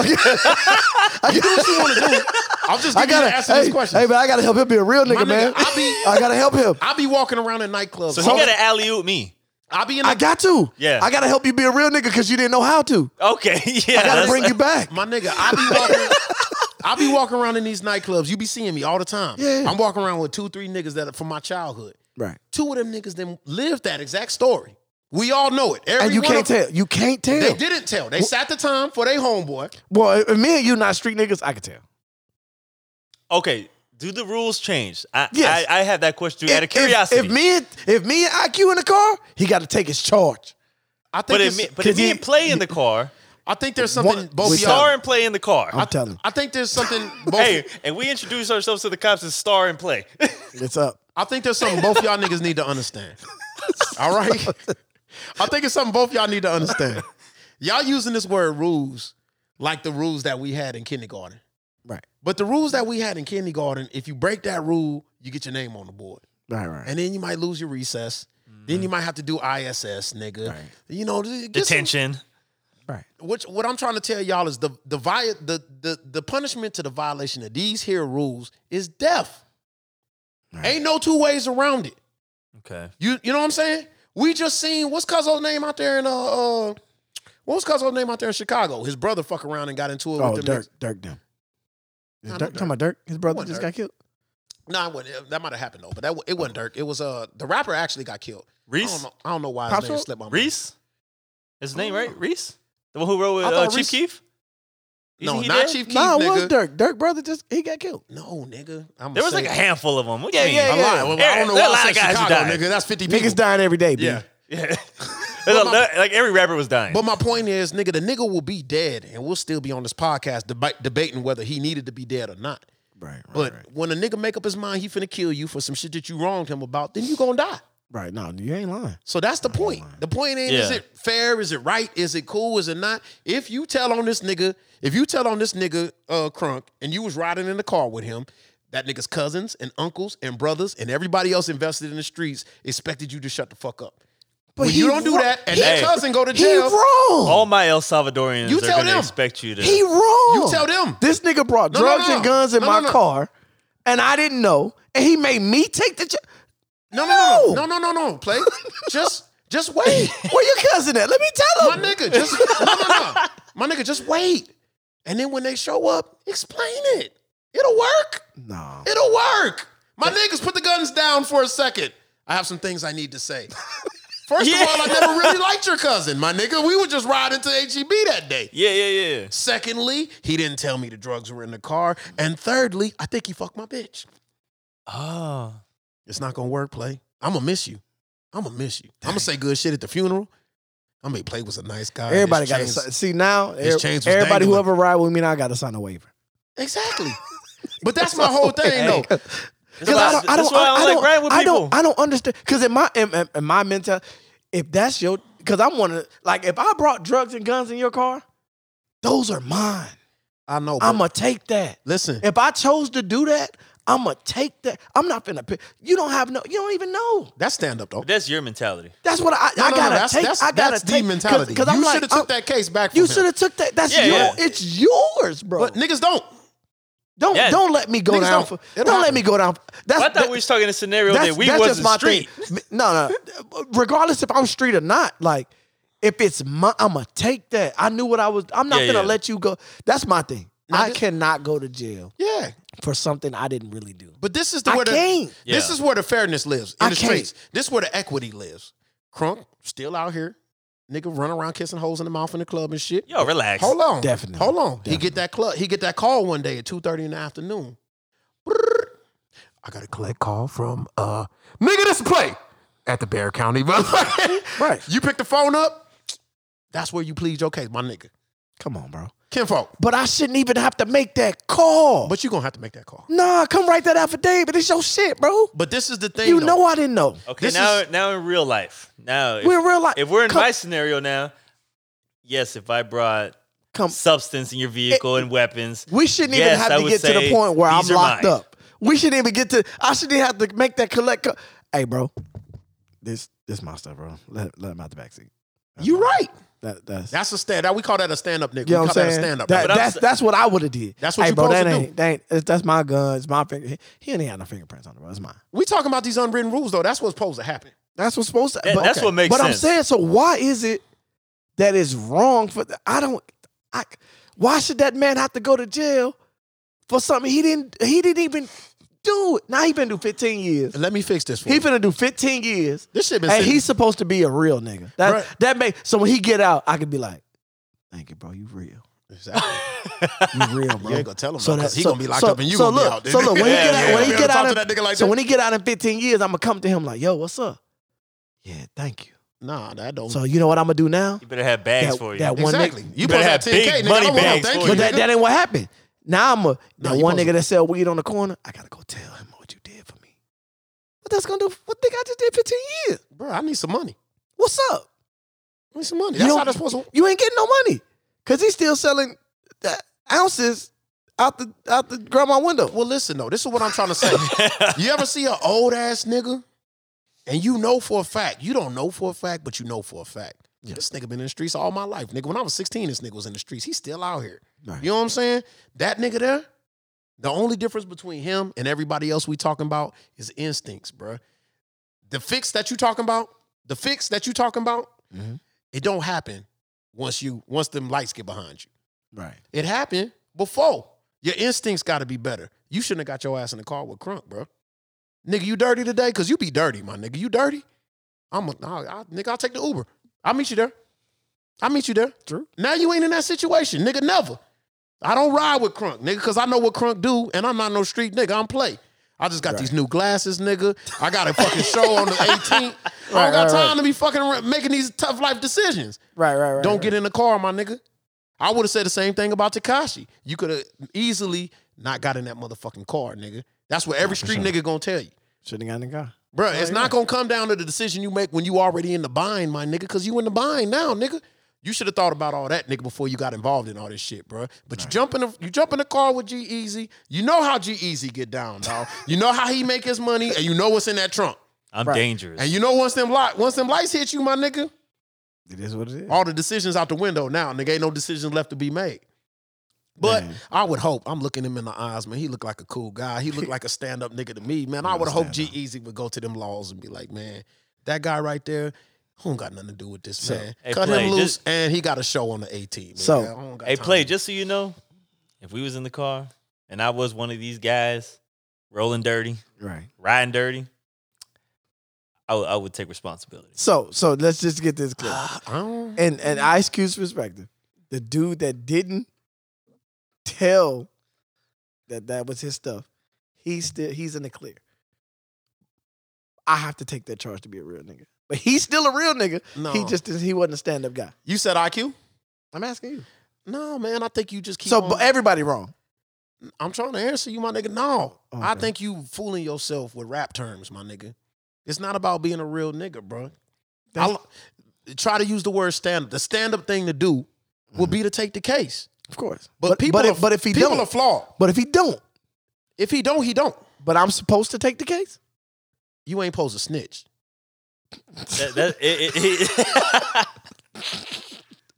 B: I
A: You do what you want to do. I'm just giving
B: I
A: you
B: gotta
A: the answer
B: hey,
A: to this question.
B: Hey, but I gotta help him be a real nigga,
A: My nigga,
B: man.
A: I be-
B: I gotta help him.
A: I be walking around in nightclubs.
C: So he
A: all-
C: got to alley oop me.
A: I be in. A,
B: I got to.
C: Yeah.
B: I gotta help you be a real nigga because you didn't know how to.
C: Okay. Yeah.
B: I gotta
C: that's-
B: bring you back.
A: my nigga, I be walking. I be walking around in these nightclubs. You be seeing me all the time.
B: Yeah.
A: I'm walking around with two, three niggas that are from my childhood.
B: Right.
A: Two of them niggas then lived that exact story. We all know it. Every
B: And you
A: one
B: can't
A: of them-
B: tell. You can't tell.
A: They didn't tell. They sat the time for their homeboy.
B: Well, if me and you not street niggas, I could tell.
C: Okay. Do the rules change? I,
B: Yes.
C: I, I have that question too, out of
B: If- if-
C: curiosity.
B: If, me and if me and IQ in the car, he gotta take his charge.
A: I think.
C: but if
A: it's-
C: me, but
B: could
C: if he
B: he-
C: didn't play in the car,
A: I think there's something
B: One-
A: both
B: with
A: y'all.
C: star and play in the car.
B: I'm telling.
A: I think there's something both.
C: hey, and we introduce ourselves to the cops as star and play.
B: It's up.
A: I think there's something both y'all niggas need to understand. All right? I think it's something both y'all need to understand. Y'all using this word rules like the rules that we had in kindergarten.
B: Right.
A: But the rules that we had in kindergarten, if you break that rule, you get your name on the board.
B: Right, right.
A: And then you might lose your recess.
C: Mm-hmm.
A: Then you might have to do ISS, nigga.
B: Right.
A: You know, th- get some-
C: Detention.
B: right.
A: which what I'm trying to tell y'all is the the vi- the, the the punishment to the violation of these here rules is death.
B: Right.
A: Ain't no two ways around it.
C: Okay.
A: You you know what I'm saying? We just seen what's Cuzzo's name out there in uh, uh what was Cuzzo's name out there in Chicago? His brother fuck around and got into it
B: Oh,
A: with them.
B: Dirk,
A: niggas.
B: Dirk, them. Is
A: Nah,
B: Dirk,
A: no
B: talking about Dirk? His brother
A: wasn't
B: just
A: Dirk.
B: got killed.
A: Nah, it wasn't- that might have happened though, but that wa- it wasn't Dirk. It was uh the rapper actually got killed. I don't
C: Reese.
A: know, I don't know why his
B: Pop
A: name
B: Smoke?
A: slipped my mind.
C: Reese. His name
A: don't
C: right? Reese. The one who wrote with
A: I
C: uh,
A: thought
C: Chief
A: Reese-
C: Keef.
A: No,
C: Isn't he
A: not
C: dead?
A: Chief Keef,
B: Nah, it was
A: nigga.
B: Dirk. Dirk brother just he got killed.
A: No, nigga. I'm
C: There was like a handful of them. What do you
B: Yeah,
C: mean?
B: yeah,
A: I
B: yeah.
A: lied. Well, I don't know
C: There
A: why
C: are a lot
A: I
C: of
A: said
C: guys who
A: Chicago,
C: died.
A: nigga. That's 50 people.
B: Niggas dying every day, B.
A: Yeah.
C: Yeah.
A: But my-
C: like every rapper was dying.
A: But my point is, nigga, the nigga will be dead, and we'll still be on this podcast deba- debating whether he needed to be dead or not.
B: Right, right,
A: But
B: right.
A: when a nigga make up his mind he finna kill you for some shit that you wronged him about, then you gonna die.
B: Right. No, you ain't lying.
A: So that's the point. The point ain't is
C: Yeah.
A: it fair? Is it right? Is it cool? Is it not? If you tell on this nigga, if you tell on this nigga uh crunk and you was riding in the car with him, that nigga's cousins and uncles and brothers and everybody else invested in the streets expected you to shut the fuck up.
B: But
A: when you
B: he
A: don't do
B: wro-
A: that and
B: he-
A: that cousin go to
B: He
A: jail,
B: wrong.
C: All my El Salvadorians
A: You
C: are
A: tell
C: going to
A: them.
C: expect you to.
B: He wrong.
A: You tell them.
B: This nigga brought
A: No, no,
B: drugs
A: no.
B: and guns in
A: No,
B: my
A: no, no.
B: car, and I didn't know, and he made me take the. Ch-
A: No, no,
B: No.
A: no, no, no, no, no. Play. just, just wait,
B: Where your cousin at? Let me tell
A: my
B: him.
A: nigga. Just no, no, no. My nigga, just wait. And then when they show up, explain it. It'll work.
B: No.
A: It'll work. My niggas, put the guns down for a second. I have some things I need to say. First
C: Yeah.
A: of all, I never really liked your cousin, my nigga. We were just riding to HEB that day.
C: yeah, yeah, yeah.
A: Secondly, he didn't tell me the drugs were in the car. And thirdly, I think he fucked my bitch.
C: Oh.
A: It's not gonna work, play. I'm gonna miss you. I'm gonna miss you. I'm gonna say good shit at the funeral. I mean, play was a nice guy.
B: Everybody
A: His
B: got to
A: chains-
B: see now.
A: his
B: er-
A: chains was
B: everybody
A: dangling.
B: whoever ride with me now got to sign a waiver.
A: exactly. But that's my whole thing, though.
B: Because I don't, I
C: That's
B: don't,
C: why I
B: I,
C: don't like
B: don't,
C: riding with
B: I don't,
C: people.
B: I don't understand. Because in my, in, in- in my mentality, if that's your, because I'm one of, the- like, if I brought drugs and guns in your car, Those are mine.
A: I know. Oh, But
B: I'ma take that.
A: listen,
B: If I chose to do that, I'ma take that. I'm not finna pick. You don't have no. You don't even know.
A: that's stand up though.
C: But that's your mentality.
B: That's what I. I
A: No, no, no,
B: gotta
A: that's-
B: take.
A: that's-
B: I gotta
A: that's the
B: take,
A: mentality.
B: Cause, 'cause I'm
A: You
B: like,
A: should've took
B: I'm-
A: that case back from
B: You
A: him.
B: should have took that. That's
C: Yeah,
B: your.
C: yeah.
B: It's yours, bro.
A: But niggas don't.
B: don't
C: Yeah.
B: don't let me go
A: Niggas
B: down.
A: don't.
B: for,
A: It'll
B: don't let
A: happen.
B: me go down. That's
C: But I thought
B: that-
C: we was talking in a scenario
B: that's,
C: that we
B: that's
C: was
B: just
C: the
B: my
C: street.
B: thing. No, no. Regardless if I'm street or not, like if it's my, I'ma take that. I knew what I was. I'm not
C: Yeah,
B: gonna
C: yeah.
B: let you go. That's my thing.
A: Now
B: I
A: thi-
B: cannot go to jail
A: Yeah.
B: for something I didn't really do.
A: But this is the
B: I
A: where the
B: can't.
A: this
C: Yeah.
A: is where the fairness lives in
B: I
A: the
B: can't.
A: streets. This is where the equity lives. Crunk still out here, nigga run around kissing holes in the mouth in the club and shit.
C: Yo, relax.
A: Hold on,
B: Definitely.
A: Hold on. He
B: Definitely.
A: get that club. He get that call one day at two thirty in the afternoon. Brrr. I got a collect call from uh nigga. This play at the Bear County, right? You pick the phone up. That's where you plead your case, my nigga.
B: Come on, bro.
A: Kinfolk.
B: But I shouldn't even have to make that call.
A: But you gonna have to make that call.
B: nah, come write that affidavit. It's your shit, bro.
A: But this is the thing.
B: You
A: though.
B: know I didn't know.
C: Okay,
A: This
C: now
A: is-
C: now in real life. Now if
B: We're in real life.
C: if we're in
B: come,
C: my scenario now, yes, if I brought
B: come,
C: substance in your vehicle and weapons,
B: we shouldn't even
C: yes,
B: have
C: I
B: to
C: would
B: get to the
C: say,
B: point where I'm
C: "These are
B: locked
C: mine."
B: up. We shouldn't even get to. I shouldn't have to make that collect. Co- hey, bro, this this my stuff, bro. Let let him out the backseat.
A: You right.
B: That that's.
A: That's a stand. That we call that a stand up nigga.
B: you know
A: we
B: what I'm
A: call
B: saying?
A: that a stand up.
B: That-
C: But I'm
B: that's
C: sa-
B: that's what I would have did.
A: That's what
B: hey,
A: you
B: bro,
A: supposed
B: that
A: to
B: ain't, That ain't, it's- that's my gun. It's my finger. He, he ain't had no fingerprints on it, bro. It's mine.
A: We talking about these unwritten rules though. That's what's supposed to happen.
B: That's what's supposed to.
C: That-
B: but-
C: that's what makes
B: But I'm
C: sense.
B: saying, so why is it that is wrong for? The, I don't. I. Why should that man have to go to jail for something he didn't? He didn't even do it. Now he been do 15 years.
A: Let me fix this for
B: He
A: you.
B: finna do 15 years,
A: This shit been
B: and
A: sitting.
B: he's supposed to be a real nigga. That
A: Right.
B: that make so when he get out, I could be like, "Thank you, bro. You real.
A: Exactly.
B: You real, bro."
A: You ain't gonna tell him so
B: So that
A: because he
B: so-
A: gonna be locked
B: so-
A: up and you
B: so
A: gonna
B: look,
A: be out. There.
B: So look, when he
C: Yeah,
B: get out,
C: yeah,
B: when he
C: yeah.
B: get
A: Talk
B: out,
A: to that
B: in-
A: nigga like
B: so
A: that.
B: when he get out in 15 years, I'm gonna come to him like, "Yo, what's up? Yeah, thank you."
A: nah, that don't.
B: So you know what I'm gonna do now?
C: you better have bags
B: That-
C: for you.
B: that one-
A: exactly.
B: nigga-
A: you
C: better
A: supposed to
C: have
A: have 10K,
C: big
A: nigga.
C: money
A: I don't want no
C: bags
A: thank
C: for
A: you,
B: But that,
A: nigga.
B: that ain't what happened. Now I'm a
A: No,
B: that
A: you
B: one
A: supposed
B: nigga
A: to-
B: that sell weed on the corner. I gotta go tell him what you did for me. What that's gonna do? What nigga I just did 15 years?
A: Bro, I need some money.
B: What's up?
A: I need some money.
B: You
A: That's
B: don't-
A: how that's supposed to.
B: You ain't getting no money because he's still selling uh, ounces out the out the grandma window.
A: Well, listen though. This is what I'm trying to say. you ever see an old ass nigga, and you know for a fact you don't know for a fact, but you know for a fact. This nigga been in the streets all my life, nigga. When I was 16, this nigga was in the streets. He's still out here. You know what I'm saying? That nigga there, the only difference between him and everybody else we talking about is instincts, bruh. The fix that you talking about, the fix that you talking about,
B: Mhm.
A: it don't happen once you once them lights get behind you.
B: Right.
A: It happened before. Your instincts got to be better. You shouldn't have got your ass in the car with Crunk, bruh. Nigga, you dirty today? Cause you be dirty, my nigga. You dirty? I'm a nah, I, nigga. I'll take the Uber. I'll meet you there. I'll meet you there.
B: True.
A: Now you ain't in that situation, nigga. Never. I don't ride with Crunk, nigga, cause I know what Crunk do, and I'm not no street nigga. I'm play. I just got these new glasses, nigga. I got a fucking show on the 18th. I
B: Right,
A: don't got
B: right,
A: time
B: right.
A: to be fucking around, making these tough life decisions.
B: Right. Right. Right.
A: Don't get in the car, my nigga. I would have said the same thing about Takashi. You could have easily not got in that motherfucking car, nigga. That's what every street nigga gonna tell you.
B: Shouldn't have gotten in the car.
A: Bruh, it's not gonna come down to the decision you make when you already in the bind, my nigga, because you in the bind now, nigga. You should have thought about all that, nigga, before you got involved in all this shit, bruh. But you jump in the you jump in the car with G Easy. You know how G Easy get down, dog. you know how he make his money, and you know what's in that trunk.
C: I'm dangerous.
A: And you know once them light once them lights hit you, my nigga,
B: It is what it is.
A: all the decisions out the window now. Nigga, ain't no decisions left to be made. But
B: Man.
A: I would hope. I'm looking him in the eyes, man. He looked like a cool guy. He looked like a stand up nigga to me, man. I
B: Yeah,
A: would hope G
B: stand-up.
A: Easy would go to them laws and be like, man, that guy right there, who don't got nothing to do with this
B: So,
A: man.
C: hey,
A: Cut
C: Play,
A: him loose,
C: just-
A: and he got a show on the 18. man.
B: So,
A: I don't got
C: hey,
A: time.
C: play. Just so you know, if we was in the car and I was one of these guys rolling dirty,
B: Right.
C: riding dirty, I would I would take responsibility.
B: So so let's just get this clear.
A: I don't-
B: And and Ice Cube's perspective, the dude that didn't tell that that was his stuff, he's still he's in the clear. I have to take that charge to be a real nigga, but he's still a real nigga.
A: No.
B: He just is- he wasn't a stand up guy.
A: you said IQ?
B: I'm asking you.
A: No, man. I think you just keep
B: so
A: on-
B: but everybody wrong.
A: I'm trying to answer you, my nigga. No, I
B: Okay.
A: think you fooling yourself with rap terms, my nigga. It's not about being a real nigga, bro. I
B: That's-
A: lo- try to use the word stand up. The stand up thing to do would be to take the case.
B: Of course.
A: But, people,
B: Mm-hmm. but
A: are,
B: if, but if he
A: people
B: don't,
A: are flawed.
B: but if he don't,
A: If he don't, he don't.
B: but I'm supposed to take the case.
A: You ain't supposed to snitch.
C: That, that, it, it,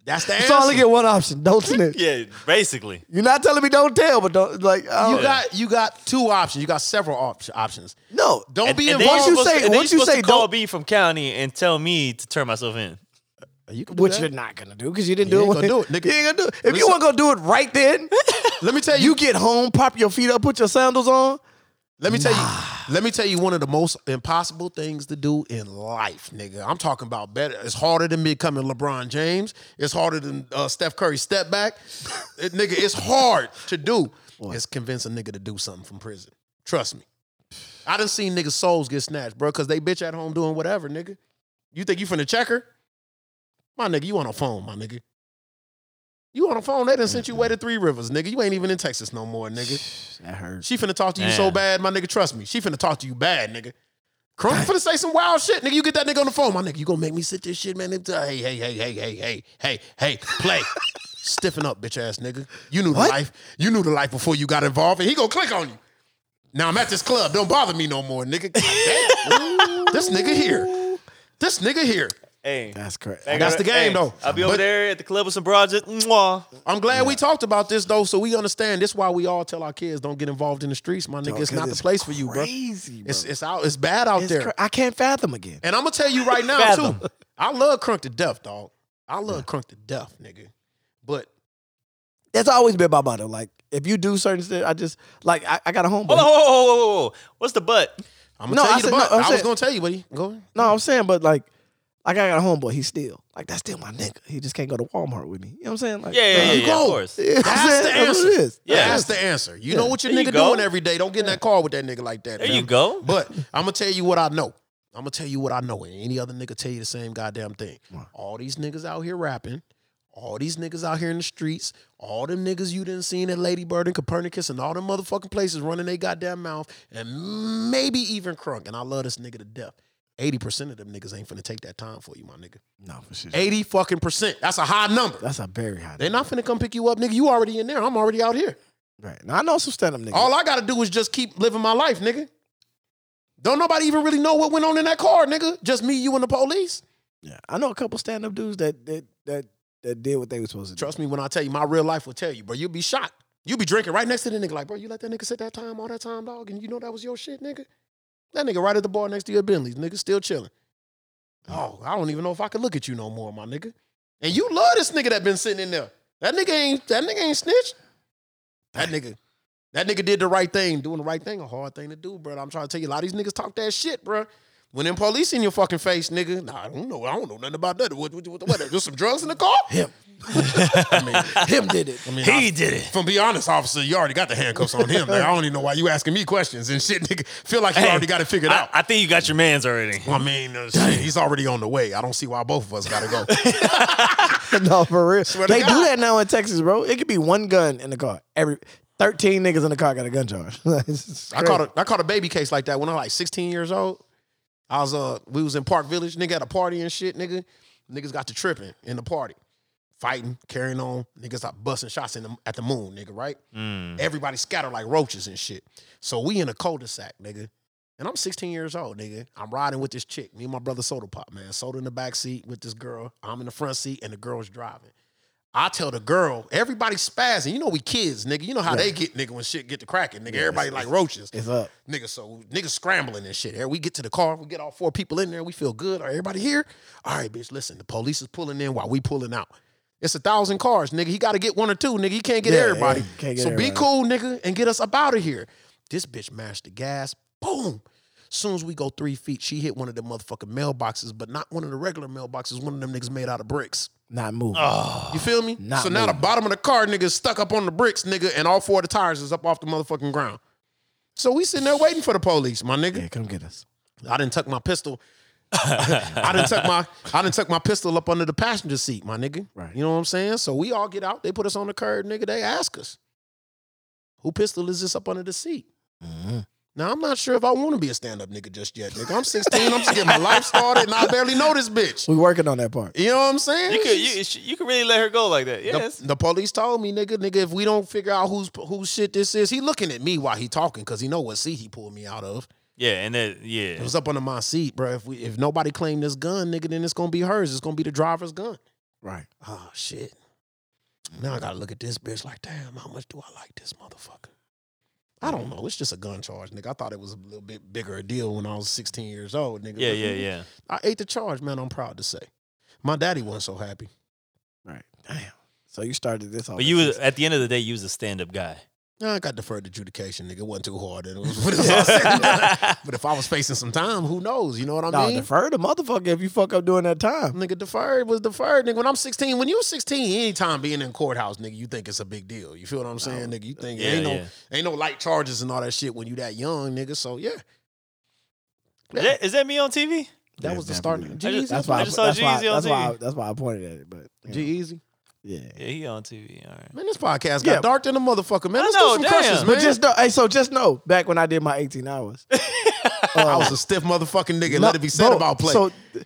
A: That's the answer.
B: So I only get one option. Don't snitch.
C: it, yeah, basically.
B: You're not telling me don't tell, but don't like. oh. I
A: you
B: don't-
A: got you got two options. You got several op- options.
B: no.
A: Don't be
C: then
A: involved.
B: you
C: supposed
B: say-
C: and then
B: once
C: you're
B: you
C: supposed
B: say
C: to call
B: don't-
C: B from county and tell me to turn myself in.
A: You can do
B: Which
A: that.
B: you're not gonna do because you didn't
A: You
B: do
A: ain't
B: it. when-
A: gonna do it, nigga.
B: You ain't gonna do it. If you want to go do it right then,
A: Let me tell you.
B: you get home, pop your feet up, put your sandals on.
A: Let me tell you. Let me tell you one of the most impossible things to do in life, nigga. I'm talking about better. It's harder than becoming LeBron James. It's harder than uh, Steph Curry step back. It- nigga, it's hard to do. It's convince a nigga to do something from prison. Trust me. I done seen niggas' souls get snatched, bro, because they bitch at home doing whatever, nigga. You think you finna check her? My nigga, you on a phone, my nigga. You on a phone. They done sent you way to Three Rivers, nigga. You ain't even in Texas no more, nigga.
B: That hurts.
A: She finna talk to you so
C: Man.
A: bad, my nigga. Trust me, she finna talk to you bad, nigga. Crump finna say some wild shit, nigga. You get that nigga on the phone, my nigga. You gonna make me sit this shit, man? Hey, hey, hey, hey, hey, hey, hey, hey, play. Stiffen up, bitch ass nigga. You knew
B: What?
A: the life. You knew the life before you got involved, and he gonna click on you. Now I'm at this club. Don't bother me no more, nigga. Damn. this nigga here. This nigga here.
C: Hey.
B: That's crazy.
C: I
A: That's
C: gotta-
A: the game,
C: hey,
A: though.
C: I'll be over
A: But- Oh,
C: there at the club with some broads. just, Mwah.
A: I'm glad we talked about this though, so we understand. This why we all tell our kids don't get involved in the streets, my nigga. it's not the place for you, bro.
B: Crazy, bro.
A: It's it's out. It's bad out
B: It's
A: there.
B: cra- I can't fathom again.
A: And I'm gonna tell you right now
C: Fathom.
A: too. I love Crunk to death, dog. I love Crunk to death, nigga. But
B: That's always been my motto. Like if you do certain stuff, I just like I, I got a homeboy.
C: Hold on, whoa, whoa, whoa, whoa, whoa. What's the butt?
A: I'm gonna
B: No,
A: tell
B: I
A: you the
B: said- no,
A: butt.
B: I'm
A: I was
B: saying-
A: gonna tell you, buddy. Go ahead.
B: No, I'm saying, but like, like I got a homeboy. He's still like that's still my nigga. He just can't go to Walmart with me. You know what I'm saying? Like,
C: Yeah,
B: uh,
C: yeah, yeah,
A: you
C: yeah,
A: go.
C: of course.
B: you know what I'm
A: That's the
B: saying? That's
A: answer.
B: what it is.
A: Yeah,
C: Yeah.
A: that's the answer. You know what your
C: There you
A: nigga
C: go.
A: doing every day. Don't get in that car with that nigga like that.
C: There
A: fam.
C: you go.
A: But I'm gonna tell you what I know. I'm gonna tell you what I know. And any other nigga tell you the same goddamn thing. All these niggas out here rapping, all these niggas out here in the streets, all them niggas you didn't seen at Lady Bird and Copernicus and all them motherfucking places running their goddamn mouth, and maybe even crunk. And I love this nigga to death. 80% of them niggas ain't finna take that time for you, my nigga.
B: No, for sure.
A: 80 fucking percent. That's a high number.
B: That's a very high.
A: They're not finna come pick you up, nigga. You already in there. I'm already out here.
B: Right. Now I know some stand up niggas.
A: All I gotta do is just keep living my life, nigga. Don't nobody even really know what went on in that car, nigga. Just me, you, and the police.
B: yeah. I know a couple stand up dudes that that that that did what they were supposed to
A: Trust me when I tell you, my real life will tell you, bro. You'll be shocked. You'll be drinking right next to the nigga, like, bro, you let that nigga sit that time all that time, dog, and you know that was your shit, nigga. That nigga right at the bar next to your Bentley's, nigga, still chilling. Oh, I don't even know if I could look at you no more, my nigga. And you love this nigga that been sitting in there. That nigga ain't that nigga ain't snitched. That nigga, that nigga did the right thing. Doing the right thing, a hard thing to do, bro. I'm trying to tell you, a lot of these niggas talk that shit, bro. When them police in your fucking face, nigga, nah, I don't know, I don't know nothing about that. What, what, what, what there's some drugs in the car? Him. I mean, him did it. I mean, I-
C: He did it.
A: if I'm be honest, officer, you already got the handcuffs on him. Like, I don't even know why you asking me questions and shit, nigga. Feel like you
C: Hey,
A: already got it figured
C: I,
A: out.
C: I think you got your man's already.
A: I mean, uh, shit, he's already on the way. I don't see why both of us gotta go.
B: do. no, for real.
A: to
B: They do
A: God.
B: that now in Texas, bro. It could be one gun in the car. Every thirteen niggas in the car got a gun charge.
A: I caught a I caught a baby case like that when I was like 16 years old. I was uh we was in Park Village, nigga at a party and shit, nigga. Niggas got to tripping in the party. Fighting, carrying on, niggas are busting shots in the, at the moon, nigga, right?
B: Mm.
A: Everybody scattered like roaches and shit. So we in a cul-de-sac, nigga. And I'm 16 years old, nigga. I'm riding with this chick, me and my brother Soda Pop, man. Soda in the back seat with this girl. I'm in the front seat and the girl's driving. I tell the girl, everybody spazzing. You know we kids, nigga. You know how they get, nigga, when shit get to cracking, nigga. Everybody like roaches.
B: It's up.
A: Nigga, so niggas scrambling and shit. Here we get to the car, we get all four people in there, we feel good. Are everybody here? All right, bitch, listen, the police is pulling in while we pulling out. It's a thousand cars, nigga. He gotta get one or two, nigga. He can't get
B: Yeah,
A: everybody.
B: yeah, can't get
A: so
B: everybody.
A: be cool, nigga, and get us up out of here. This bitch mashed the gas. Boom. Soon as we go three feet, she hit one of the motherfucking mailboxes, but not one of the regular mailboxes, one of them niggas made out of bricks.
B: Not moving.
A: You feel me?
B: Not
A: so now the
B: moving.
A: bottom of the car, nigga, is stuck up on the bricks, nigga, and all four of the tires is up off the motherfucking ground. So we sitting there waiting for the police, my nigga.
B: yeah, come get us.
A: I didn't tuck my pistol. I didn't tuck my I didn't tuck my pistol up under the passenger seat, my nigga.
B: Right.
A: You know what I'm saying? So we all get out. They put us on
B: Mm-hmm.
A: the curb, nigga. They ask us, "Who pistol is this up under the seat?" Now I'm not sure if I want to be a stand-up nigga just yet, nigga. I'm 16. I'm just getting my life started, and I barely know this bitch.
B: We working on that part.
A: You know what I'm saying?
C: You could you, you could really let her go like that.
A: the,
C: Yes.
A: the police told me, nigga, nigga, if we don't figure out whose whose shit this is, he looking at me while he talking because he know what seat he pulled me out of.
C: yeah, and then yeah.
A: It was up under my seat, bro. If we if nobody claimed this gun, nigga, then it's gonna be hers. It's gonna be the driver's gun.
B: Right.
A: Oh shit. Now I gotta look at this bitch like, damn, how much do I like this motherfucker? I don't know. It's just a gun charge, nigga. I thought it was a little bit bigger a deal when I was 16 years old, nigga.
C: yeah,
A: But,
C: yeah,
A: mm,
C: yeah.
A: I ate the charge, man. I'm proud to say. My daddy wasn't so happy.
B: Right. Damn. So you started this off.
C: But
B: at
C: you was,
B: six-
C: at the end of the day, you was a stand up guy.
A: Nah, I got deferred adjudication, nigga. It wasn't too hard. And it was, when it was all said and done. But if I was facing some time, who knows? You know what I
B: no,
A: mean?
B: defer the motherfucker if you fuck up during that time.
A: Nigga, deferred was deferred. Nigga, when I'm 16, when you 16, anytime being in courthouse, nigga, you think it's a big deal. You feel what I'm saying, nigga? You think
C: Yeah,
A: ain't no
C: yeah.
A: ain't no light charges and all that shit when you that young, nigga. So yeah,
C: Is that, is that me on TV?
A: that
B: Yeah,
A: was the start.
B: definitely.
A: G E Easy,
B: That's why. I,
C: I
B: that's
C: just
B: why.
C: saw
B: I-
C: Jeezy on
B: That's why. I,
C: TV.
B: that's why I pointed at it. But you know,
A: G E Easy.
B: yeah.
C: Yeah, he on TV. All right.
A: Man, this podcast got
B: Yeah.
A: dark than a motherfucker. Man,
C: I
A: let's
C: know,
A: do some
C: damn.
A: crushes, man.
B: But just know, hey, so just know, back when I did my 18 hours,
A: I was a stiff motherfucking nigga.
B: uh, No,
A: let it be said
B: bro,
A: about play.
B: So th-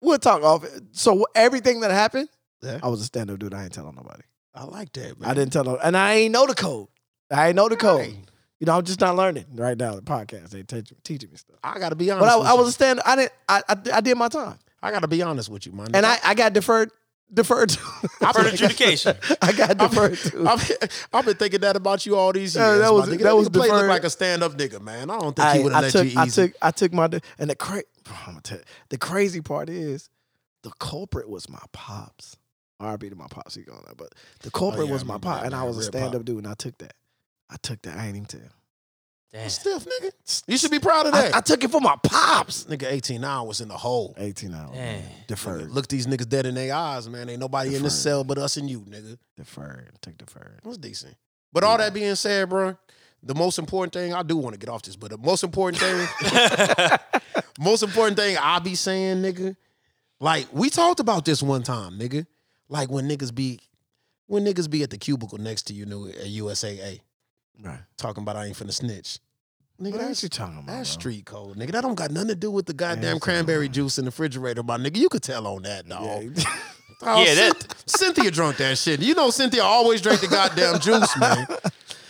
B: we'll talk off. So wh- everything that happened,
A: Yeah.
B: I was a stand up dude. I ain't telling nobody.
A: I like that, man.
B: I didn't tell no, and I ain't know the code. I ain't know the code.
A: Right.
B: You know, I'm just not learning right now. The podcast they teach, teaching me stuff.
A: I gotta be honest.
B: But I,
A: with
B: I was a
A: you.
B: stand. I didn't. I, I I did my time,
A: I gotta be honest with you, man.
B: and I I got deferred. Deferred. To.
C: Deferred adjudication.
B: I got deferred to.
A: I've, I've been thinking that about you all these years.
B: Yeah, that
A: my
B: was-
A: nigga.
B: that was
A: nigga Play look
B: deferred.
A: like a stand up nigga, man. I don't think he
B: I,
A: would have
B: I
A: let
B: took,
A: you easy.
B: I took, I took my, de- and the cra- I'm gonna tell you, the crazy part is, the culprit was my pops. R.B. to my pops, he gone now, but the culprit
A: Oh, yeah, I
B: was my
A: remember
B: pop,
A: that
B: and I
A: man,
B: was a
A: Red
B: stand up dude, and I took that. I took that. I ain't even tell.
C: Damn.
A: Stiff, nigga. You should be proud of
B: I,
A: that.
B: I took it for my pops.
A: nigga, 18 hours in the hole.
B: 18 hours. man.
C: Dang.
B: Deferred.
A: Look these niggas dead in their eyes, man. Ain't nobody in this
B: Deferred.
A: cell but us and you, nigga.
B: Deferred. Took deferred.
A: That's decent. But all that being said, bro, the most important thing, I do want to get off this, but the most important thing, most important thing I be saying, nigga, like we talked about this one time, nigga. Like when niggas be when niggas be at the cubicle next to you new at USAA.
B: Right.
A: talking about I ain't finna snitch. Nigga,
B: What
A: that's,
B: else you talking about?
A: that's
B: bro?
A: street code, nigga. That don't got nothing to do with the
B: Yeah,
A: goddamn
B: that's
A: cranberry
B: all right.
A: juice in the refrigerator, my nigga. You could tell on that, dog.
B: Yeah.
A: Oh,
C: Yeah, that-
A: Cynth- Cynthia drunk that shit. You know Cynthia always drank the goddamn juice, man.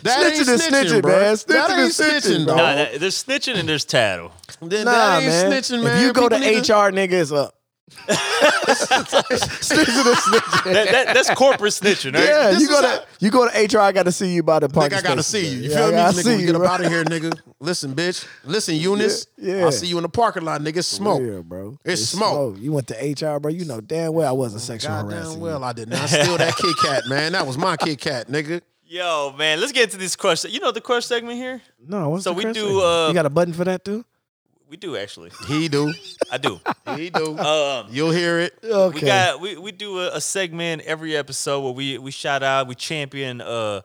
A: That
B: Snitching
A: ain't
B: is
A: snitching,
B: snitching,
A: bro.
B: man. Snitching
A: that ain't
B: is snitching,
A: snitching,
B: bro.
A: dog.
C: Nah, that, there's snitching and there's tattle.
A: Then
B: nah,
A: that ain't
B: man.
A: snitching, man.
B: If you go to
A: People need
B: HR, nigga, it's up. snitching is snitching.
C: That, that, that's corporate snitching, right?
B: Yeah,
A: This
B: you
A: is
B: go to
A: how-
B: you go to HR. I got to see you by the parking.
A: Nigga, I gotta see
B: station,
A: you.
B: bro.
A: You
B: Yeah,
A: feel me?
B: I
A: nigga,
B: see
A: we
B: you,
A: get
B: bro.
A: up out of here, nigga. Listen, bitch. Listen, Eunice.
B: Yeah, yeah.
A: I'll see you in the parking lot, nigga. Smoke.
B: Yeah, bro.
A: It's smoke.
B: You went to HR, bro. You know damn well I wasn't sexual
A: God
B: harassing.
A: damn
B: you.
A: well I did not steal that Kit Kat, man. That was my Kit Kat, nigga.
C: Yo, man, let's get into this crush. You know the crush segment here?
B: No, what's
C: So
B: the
C: we
B: curse
C: do,
B: word?
C: uh,
B: you got a button for that too?
C: We do actually.
A: He do.
C: I do.
A: He do.
C: Um,
A: You'll hear it.
B: Okay.
C: We got we, we do a, a segment every episode where we we shout out, we champion uh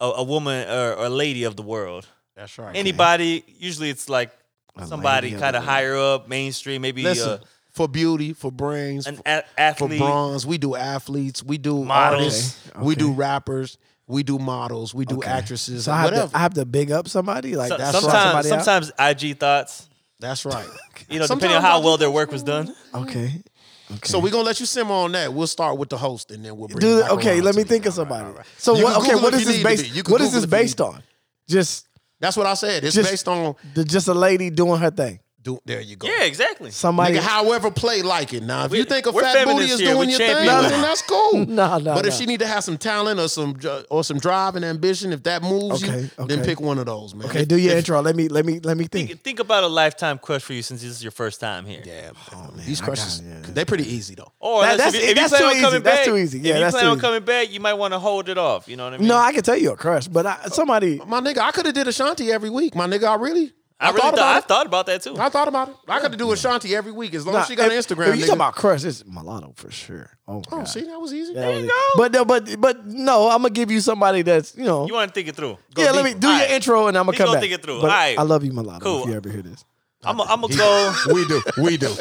C: a, a woman or, or a lady of the world.
A: That's right.
C: Anybody, usually it's like
B: A
C: somebody
B: lady of
C: kind
B: the
C: of
B: world.
C: higher up, mainstream, maybe
A: Listen,
C: uh,
A: for beauty, for brains,
C: an
A: for,
C: a-
A: for
C: athlete.
A: bronze, we do athletes, we do
C: Models.
A: artists,
B: Okay,
A: we
B: okay.
A: do rappers, we do models, we do
B: Okay.
A: actresses,
B: So I have,
A: whatever.
B: to, I have to big up somebody. Like
C: So-
B: that's
A: right.
C: sometimes
B: somebody out?
C: sometimes IG thoughts,
A: That's right.
C: you know, depending on
A: Sometimes
C: how
A: I
C: well their work was done.
B: Okay. Okay.
A: So we're gonna let you simmer on that. We'll start with the host, and then we'll bring it
B: Dude,
A: back
B: okay,
A: around
B: let
A: to
B: me
A: you.
B: think of
A: All right,
B: somebody.
A: all right.
B: So
A: You
B: what,
A: can
B: okay,
A: Google
B: what
A: if
B: is
A: you
B: this
A: need to be.
B: based?
A: You can
B: What is
A: Google
B: this
A: if you need
B: based
A: to.
B: on? Just
A: That's what I said. It's
B: Just-
A: based on.
B: the, just a lady doing her thing.
A: Do, there you go.
C: Yeah, exactly.
B: Somebody.
A: Nigga, however, play like it. Now, if you
C: We-
A: think a
C: we're
A: fat booty
C: feminists
A: is
C: here.
A: doing
C: We
A: your thing,
C: champion
A: then
C: women.
A: that's cool.
B: No, no,
A: But if
B: no.
A: she need to have some talent or some dr- or some drive and ambition, if that moves you,
B: Okay,
A: then
B: okay.
A: pick one of those, man.
B: okay, do your intro. Let me let me let me think.
C: Think, think about a lifetime crush for you since this is your first time here.
A: Yeah,
B: man,
A: these
B: I got
A: crushes,
B: it, yeah.
A: they pretty easy though.
C: Or
B: That-
C: unless
B: that's-
C: if you, if you
B: that's
C: plan
B: too
C: on
B: easy.
C: coming
B: That's
C: back,
B: too easy. Yeah,
C: if you
B: that's
C: plan
B: too
C: on
B: easy.
C: coming back, you might want to hold it off. You know what I mean?
B: No, I can tell you a crush, but I, somebody.
A: My nigga, I could have did Ashanti every week. My nigga, I really,
C: I, really thought, I
A: about
C: thought about that too.
A: it. I thought about it. I could do Ashanti every week as long
B: Nah,
A: as she got
B: if-
A: an Instagram.
B: If you
A: nigga.
B: talking about crush? It's mulatto for sure. Oh, my
A: oh,
B: God.
A: see, that was easy.
B: That was it. But no, but but no, I'm gonna give you somebody that's you know.
C: You want to think it through? Go
B: yeah, let me
C: deeper.
B: do
C: All
B: your
C: right.
B: intro and I'm gonna
C: He's
B: come
C: gonna
B: back.
C: think it through.
B: But
C: All right.
B: I love you, mulatto. If
C: Cool.
B: you ever hear this,
C: I'm a- I'm gonna go.
A: we do, we do.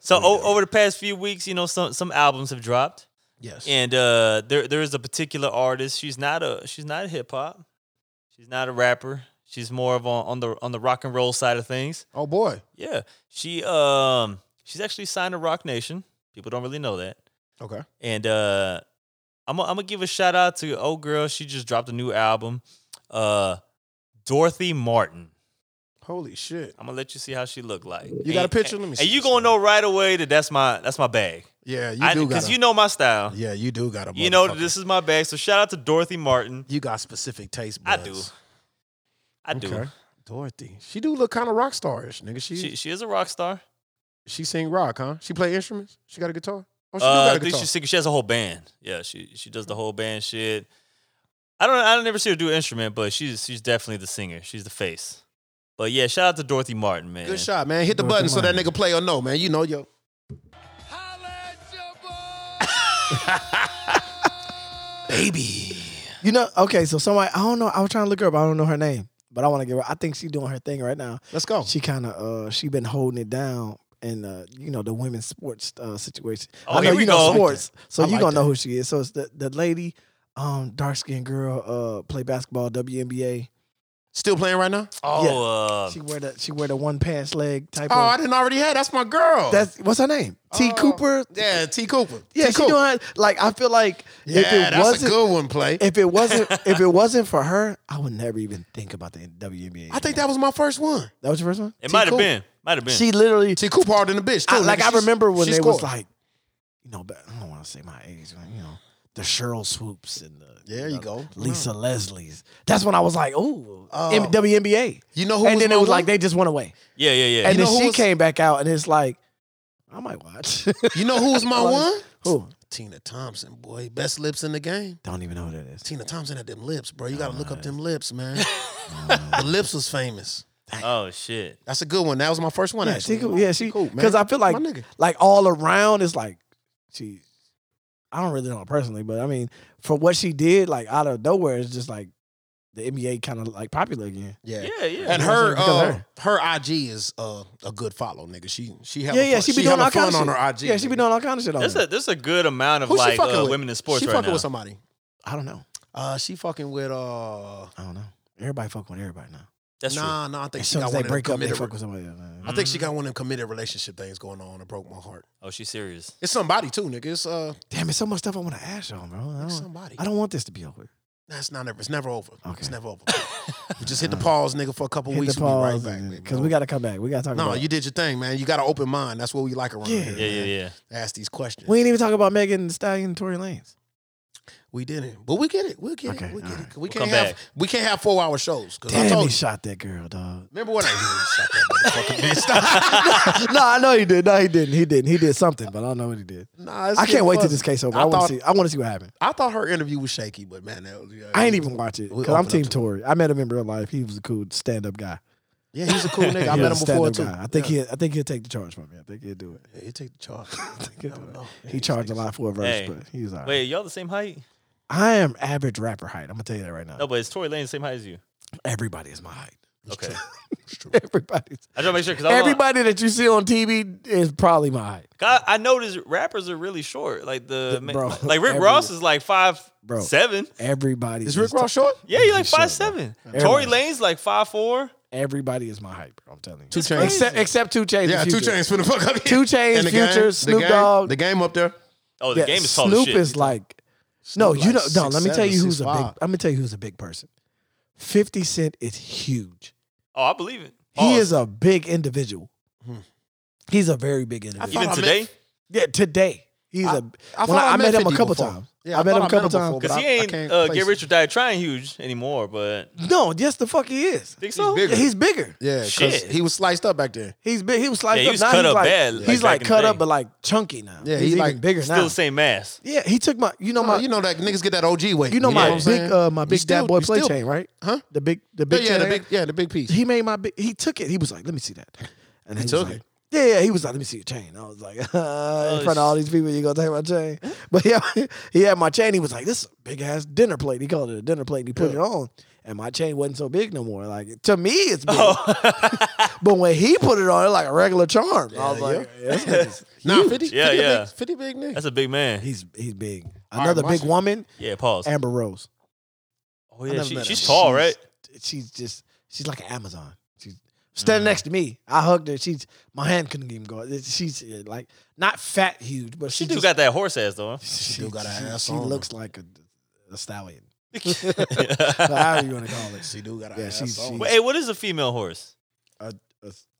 C: So o- over the past few weeks, you know, some some albums have dropped,
A: Yes,
C: and uh, there there is a particular artist. She's not a she's not a hip hop. She's not a rapper. She's more of on, on the on the rock and roll side of things.
A: Oh boy.
C: Yeah, she um she's actually signed to Rock Nation. People don't really know that.
A: Okay.
C: And uh I'm gonna- I'm gonna give a shout out to oh girl. She just dropped a new album. Uh, Dorothy Martin.
A: Holy shit.
C: I'm gonna let you see how she look like.
A: You got a picture? Let me see
C: And you
A: this
C: gonna know right away that that's my that's my bag.
A: Yeah, you
C: I
A: do got.
C: because you know my style.
A: yeah, you do got a.
C: you know
A: motherfucker.
C: that this is my bag. So shout out to Dorothy Martin.
A: You got specific taste.
C: I
A: Buds.
C: do. I do.
A: Okay. Dorothy, she do look kind of rock starish, nigga. She
C: She
A: she,
C: she is a rock star.
A: sing rock, huh? She play instruments. She got a guitar. Oh, she
C: Uh,
A: do got
C: I
A: a
C: think
A: guitar.
C: she's singing. She has a whole band. Yeah, she she does the whole band shit. I don't I don't never see her do an instrument, but she's she's definitely the singer. She's the face. But yeah, shout out to Dorothy Martin, man.
A: Good shot, man. Hit the button so that nigga play or no, man. You know yo. Baby.
B: You know, okay, so somebody I don't know, I was trying to look her up, I don't know her name, but I want to give her I think she's doing her thing right now.
A: Let's go.
B: She kind of uh she been holding it down in uh you know the women's sports uh situation.
C: Oh,
B: I know
C: here we
B: you know
C: go.
B: sports, so
A: I
B: you
A: like
B: going to
A: that.
B: know who she is. So it's the the lady um dark skinned girl uh play basketball WNBA.
A: Still playing right now?
C: Oh, uh,
B: She wear the she wear the one pants leg type
A: Oh, I
B: of
A: didn't already have. That's my girl.
B: That's what's her name? T
A: Oh,
B: Cooper.
A: yeah, T Cooper.
B: Yeah,
A: T.
B: she
A: Cooper.
B: doing her- like I feel like
A: Yeah,
B: if it
A: that's
B: wasn't
A: a good one. Play.
B: if it wasn't if it wasn't for her, I would never even think about the WNBA.
A: I think that was my first one.
B: that was your first one.
C: it might have
A: Cooper.
C: been, might have been.
B: She literally,
A: T Cooper harder than a bitch. Too,
B: I, like
A: nigga.
B: I
A: She-
B: remember when
A: she
B: they
A: scored.
B: was like, you know, but I don't want to say my age, but you know, the Cheryl Swoops and the
A: There you go.
B: Lisa Leslie's. That's when I was like, oh,
A: Oh.
B: WNBA,
A: You know who?
B: and then
A: my
B: it was
A: one?
B: like they just went away,
C: yeah, yeah, yeah.
B: and
A: You know
B: then
A: who
B: she
A: was-
B: came back out, and it's like, I might watch.
A: You know who was my
B: Like-
A: one?
B: Who?
A: Tina Thompson, boy, best lips in the game.
B: Don't even know who that is.
A: Tina Thompson had them lips, bro. You gotta look up them lips, man. the lips was famous.
C: oh shit.
A: That's a good one. That was my first one.
B: Yeah,
A: actually,
B: she cool. Yeah, she
A: cool, man.
B: because I feel like
A: my nigga.
B: like all around it's like she I don't really know her personally, but I mean, for what she did, like out of nowhere, it's just like the NBA kind of like popular again.
A: Yeah.
C: Yeah, yeah.
A: And
B: You know what I'm
A: her,
B: saying? Because
A: uh, her IG is uh, a good follow, nigga. She she hella
B: yeah, yeah,
A: fun.
B: she be doing
A: hella
B: all
A: fun
B: kinds of
A: on
B: shit.
A: her IG.
B: yeah, she be
A: nigga.
B: doing all kind of shit on
C: There's
B: it.
C: a there's a good amount of
A: Who
C: like
A: she fucking
C: uh,
A: with?
C: women in sports
A: She
C: right
A: fucking
C: now.
A: with somebody.
B: I don't know.
A: Uh, she fucking with uh.
B: I don't know. Everybody fuck with everybody now.
C: That's
A: nah, nah. I think
B: As
A: she
B: soon
A: got one
B: as they
A: of them
B: break up, they
A: committed.
B: fuck with Mm. somebody else. man.
A: I think she got one of them committed relationship things going on. It broke my heart.
C: true. Oh, she's serious.
A: It's somebody too, nigga. It's uh,
B: Damn, it's so much stuff I want to ask y'all, bro. I
A: it's
B: don't,
A: somebody.
B: Oh, I don't want this to be over.
A: That's not never. It's never over.
B: Okay.
A: It's never over. we just hit the pause, nigga, for a couple
B: Hit
A: weeks.
B: the
A: We'll be right
B: pause
A: back, nigga.
B: because we got to come back. We got to talk
A: No,
B: about.
A: you did your thing, man. You got an open mind. That's what we like around
B: Yeah.
A: here.
C: Yeah, yeah,
A: man.
C: yeah.
A: Ask these questions.
B: we
A: We,
B: ain't even talk about Megan Thee Stallion and Tory Lanez.
A: didn't, but we get it. We'll get
B: Okay,
A: it. We get
B: all
A: it.
B: right.
A: We
C: come
A: can't have
C: back.
A: we can't have four hour shows. Cause I
B: Damn, he
A: told you.
B: shot that girl, dog.
A: Remember what I you shot that motherfucking bitch. Stop.
B: no, I know he did. No, he didn't. He didn't. He did something, but I don't know what he did.
A: Nah, it's
B: I can't
A: getting
B: wait till
A: fuzzy.
B: this case over.
A: I
B: I, want
A: thought-
B: to see. I want to see what happened.
A: I thought her interview was shaky, but man, that was, yeah,
B: I ain't even watch it
A: We
B: because
A: open
B: I'm
A: up
B: Team
A: to-
B: Tory. I met him in real life. He was a cool stand up guy.
A: Yeah, he's a cool nigga. I
B: He
A: met him
B: was a
A: before
B: stand-up
A: too.
B: guy. I think
A: yeah.
B: he. I think he'll take the charge from me. I think he'll do it.
A: he. take the charge.
B: I think he'll do
A: don't
B: it.
A: know.
B: He charged a lot for a verse,
C: Hey.
B: but he was all right.
C: Wait, y'all the same height?
B: I am average rapper height. I'm gonna tell you that right now.
C: No, but it's Tory Lane the same height as you.
B: Everybody is my height.
C: Okay.
B: Everybody's
C: I just want to make sure because I, was-
B: everybody that you see on TV is probably my height.
C: God, I noticed rappers are really short. Like the,
B: The- bro,
C: like Rick
B: every-
C: Ross is like five
B: Bro.
C: seven.
B: Everybody
A: Is Rick Ross short?
C: Yeah, he's like
B: He's short, bro.
C: five seven.
B: Everybody.
C: Tory Lane's like five four.
B: Everybody is my height, bro. I'm telling you.
A: Two Chainz.
B: Except except two chains.
A: Yeah, two chains for the fuck up. here.
B: Two Chainz,
A: And the
B: Future,
A: game, the
B: Snoop
A: game-
B: Dogg.
A: The game up there.
C: Oh, the
B: Yeah,
C: game is tall
B: Snoop
C: as shit.
B: is like no,
A: Snoop
B: you
A: like
B: know. No,
A: six,
B: let me tell
A: seven,
B: you who's
A: six,
B: a big.
A: five.
B: Let me tell you who's a big person. Fifty Cent is huge.
C: oh, I believe it.
B: He
C: Oh,
B: is a big individual.
A: Hmm.
B: He's a very big
A: thought
B: individual.
C: even
A: I met-
C: today
B: yeah, today he's a.
A: I,
B: When
A: thought
B: I- I met him a
A: 50
B: couple
A: before.
B: times.
A: Yeah,
B: I met
A: thought
B: him a couple
A: before,
B: times.
A: but
C: because he
A: I- I
C: ain't
A: can't
C: uh,
A: place
C: get
A: him.
C: rich or die trying huge anymore. But
B: No, yes, the fuck he is.
C: think so.
A: bigger.
B: Yeah, he's bigger.
A: Yeah, because
C: Shit.
A: he was sliced up back then.
B: He's big. He was sliced
C: Yeah, he
B: up.
C: was
B: now
C: cut
B: he's
C: up
B: like,
C: bad, like
B: He's
C: back
B: like
C: in the
B: cut
C: day.
B: up, but like chunky now.
A: Yeah,
B: he's,
A: he's
B: even
A: like-
B: bigger
C: Still
B: now.
C: the same mass.
B: Yeah, he took my. You know
A: No,
B: my.
A: you know that niggas get that OG weight.
B: You know
C: you
B: my
C: know
A: what I'm
B: big
A: saying?
B: uh, my
A: You
B: big
A: still-
B: dad boy
A: you
B: play
A: still-
B: chain, right?
A: Huh?
B: The big the
A: Yeah,
B: big
A: yeah, the
B: chain.
A: big, yeah, the big piece.
B: He made my big he took it. He was like, Let me see that. And
A: He
B: was
A: took
B: like,
A: it?
B: Yeah, yeah, he was like, Let me see your chain. I was like,
C: Oh,
B: in front of all these people, you gonna take my chain. But yeah, he had my chain. He was like, This is a big ass dinner plate. He called it a dinner plate and he put it on. And my chain wasn't so big no more. Like to me it's big.
C: Oh.
B: but when he put it on, it like a regular charm. I was like, yeah. this nigga's-
A: Nah, 50,
C: Yeah,
A: 50
C: yeah.
A: Big, 50 big nigga.
C: That's a big man.
B: he's he's big.
A: right,
B: Another
A: my
B: big
A: shit-
B: woman,
C: Yeah, pause.
B: Amber Rose.
C: Oh yeah,
A: never
C: she,
A: met
C: she's
A: her.
C: tall, right?
B: She's just She's like an Amazon. She's
C: Mm.
B: standing next to me. I hugged her. She's my hand couldn't even go. She's uh, like not fat huge, but
C: She
B: she
C: do
B: just-
C: got that horse ass though.
B: She,
A: do got
B: she,
A: her ass
B: she
A: on her.
B: looks like a, a stallion.
C: huh?
B: However you want to call it.
A: She do got a
B: Yeah,
A: ass
B: she's-
A: on.
B: she's-
C: Wait, hey, what is a female horse?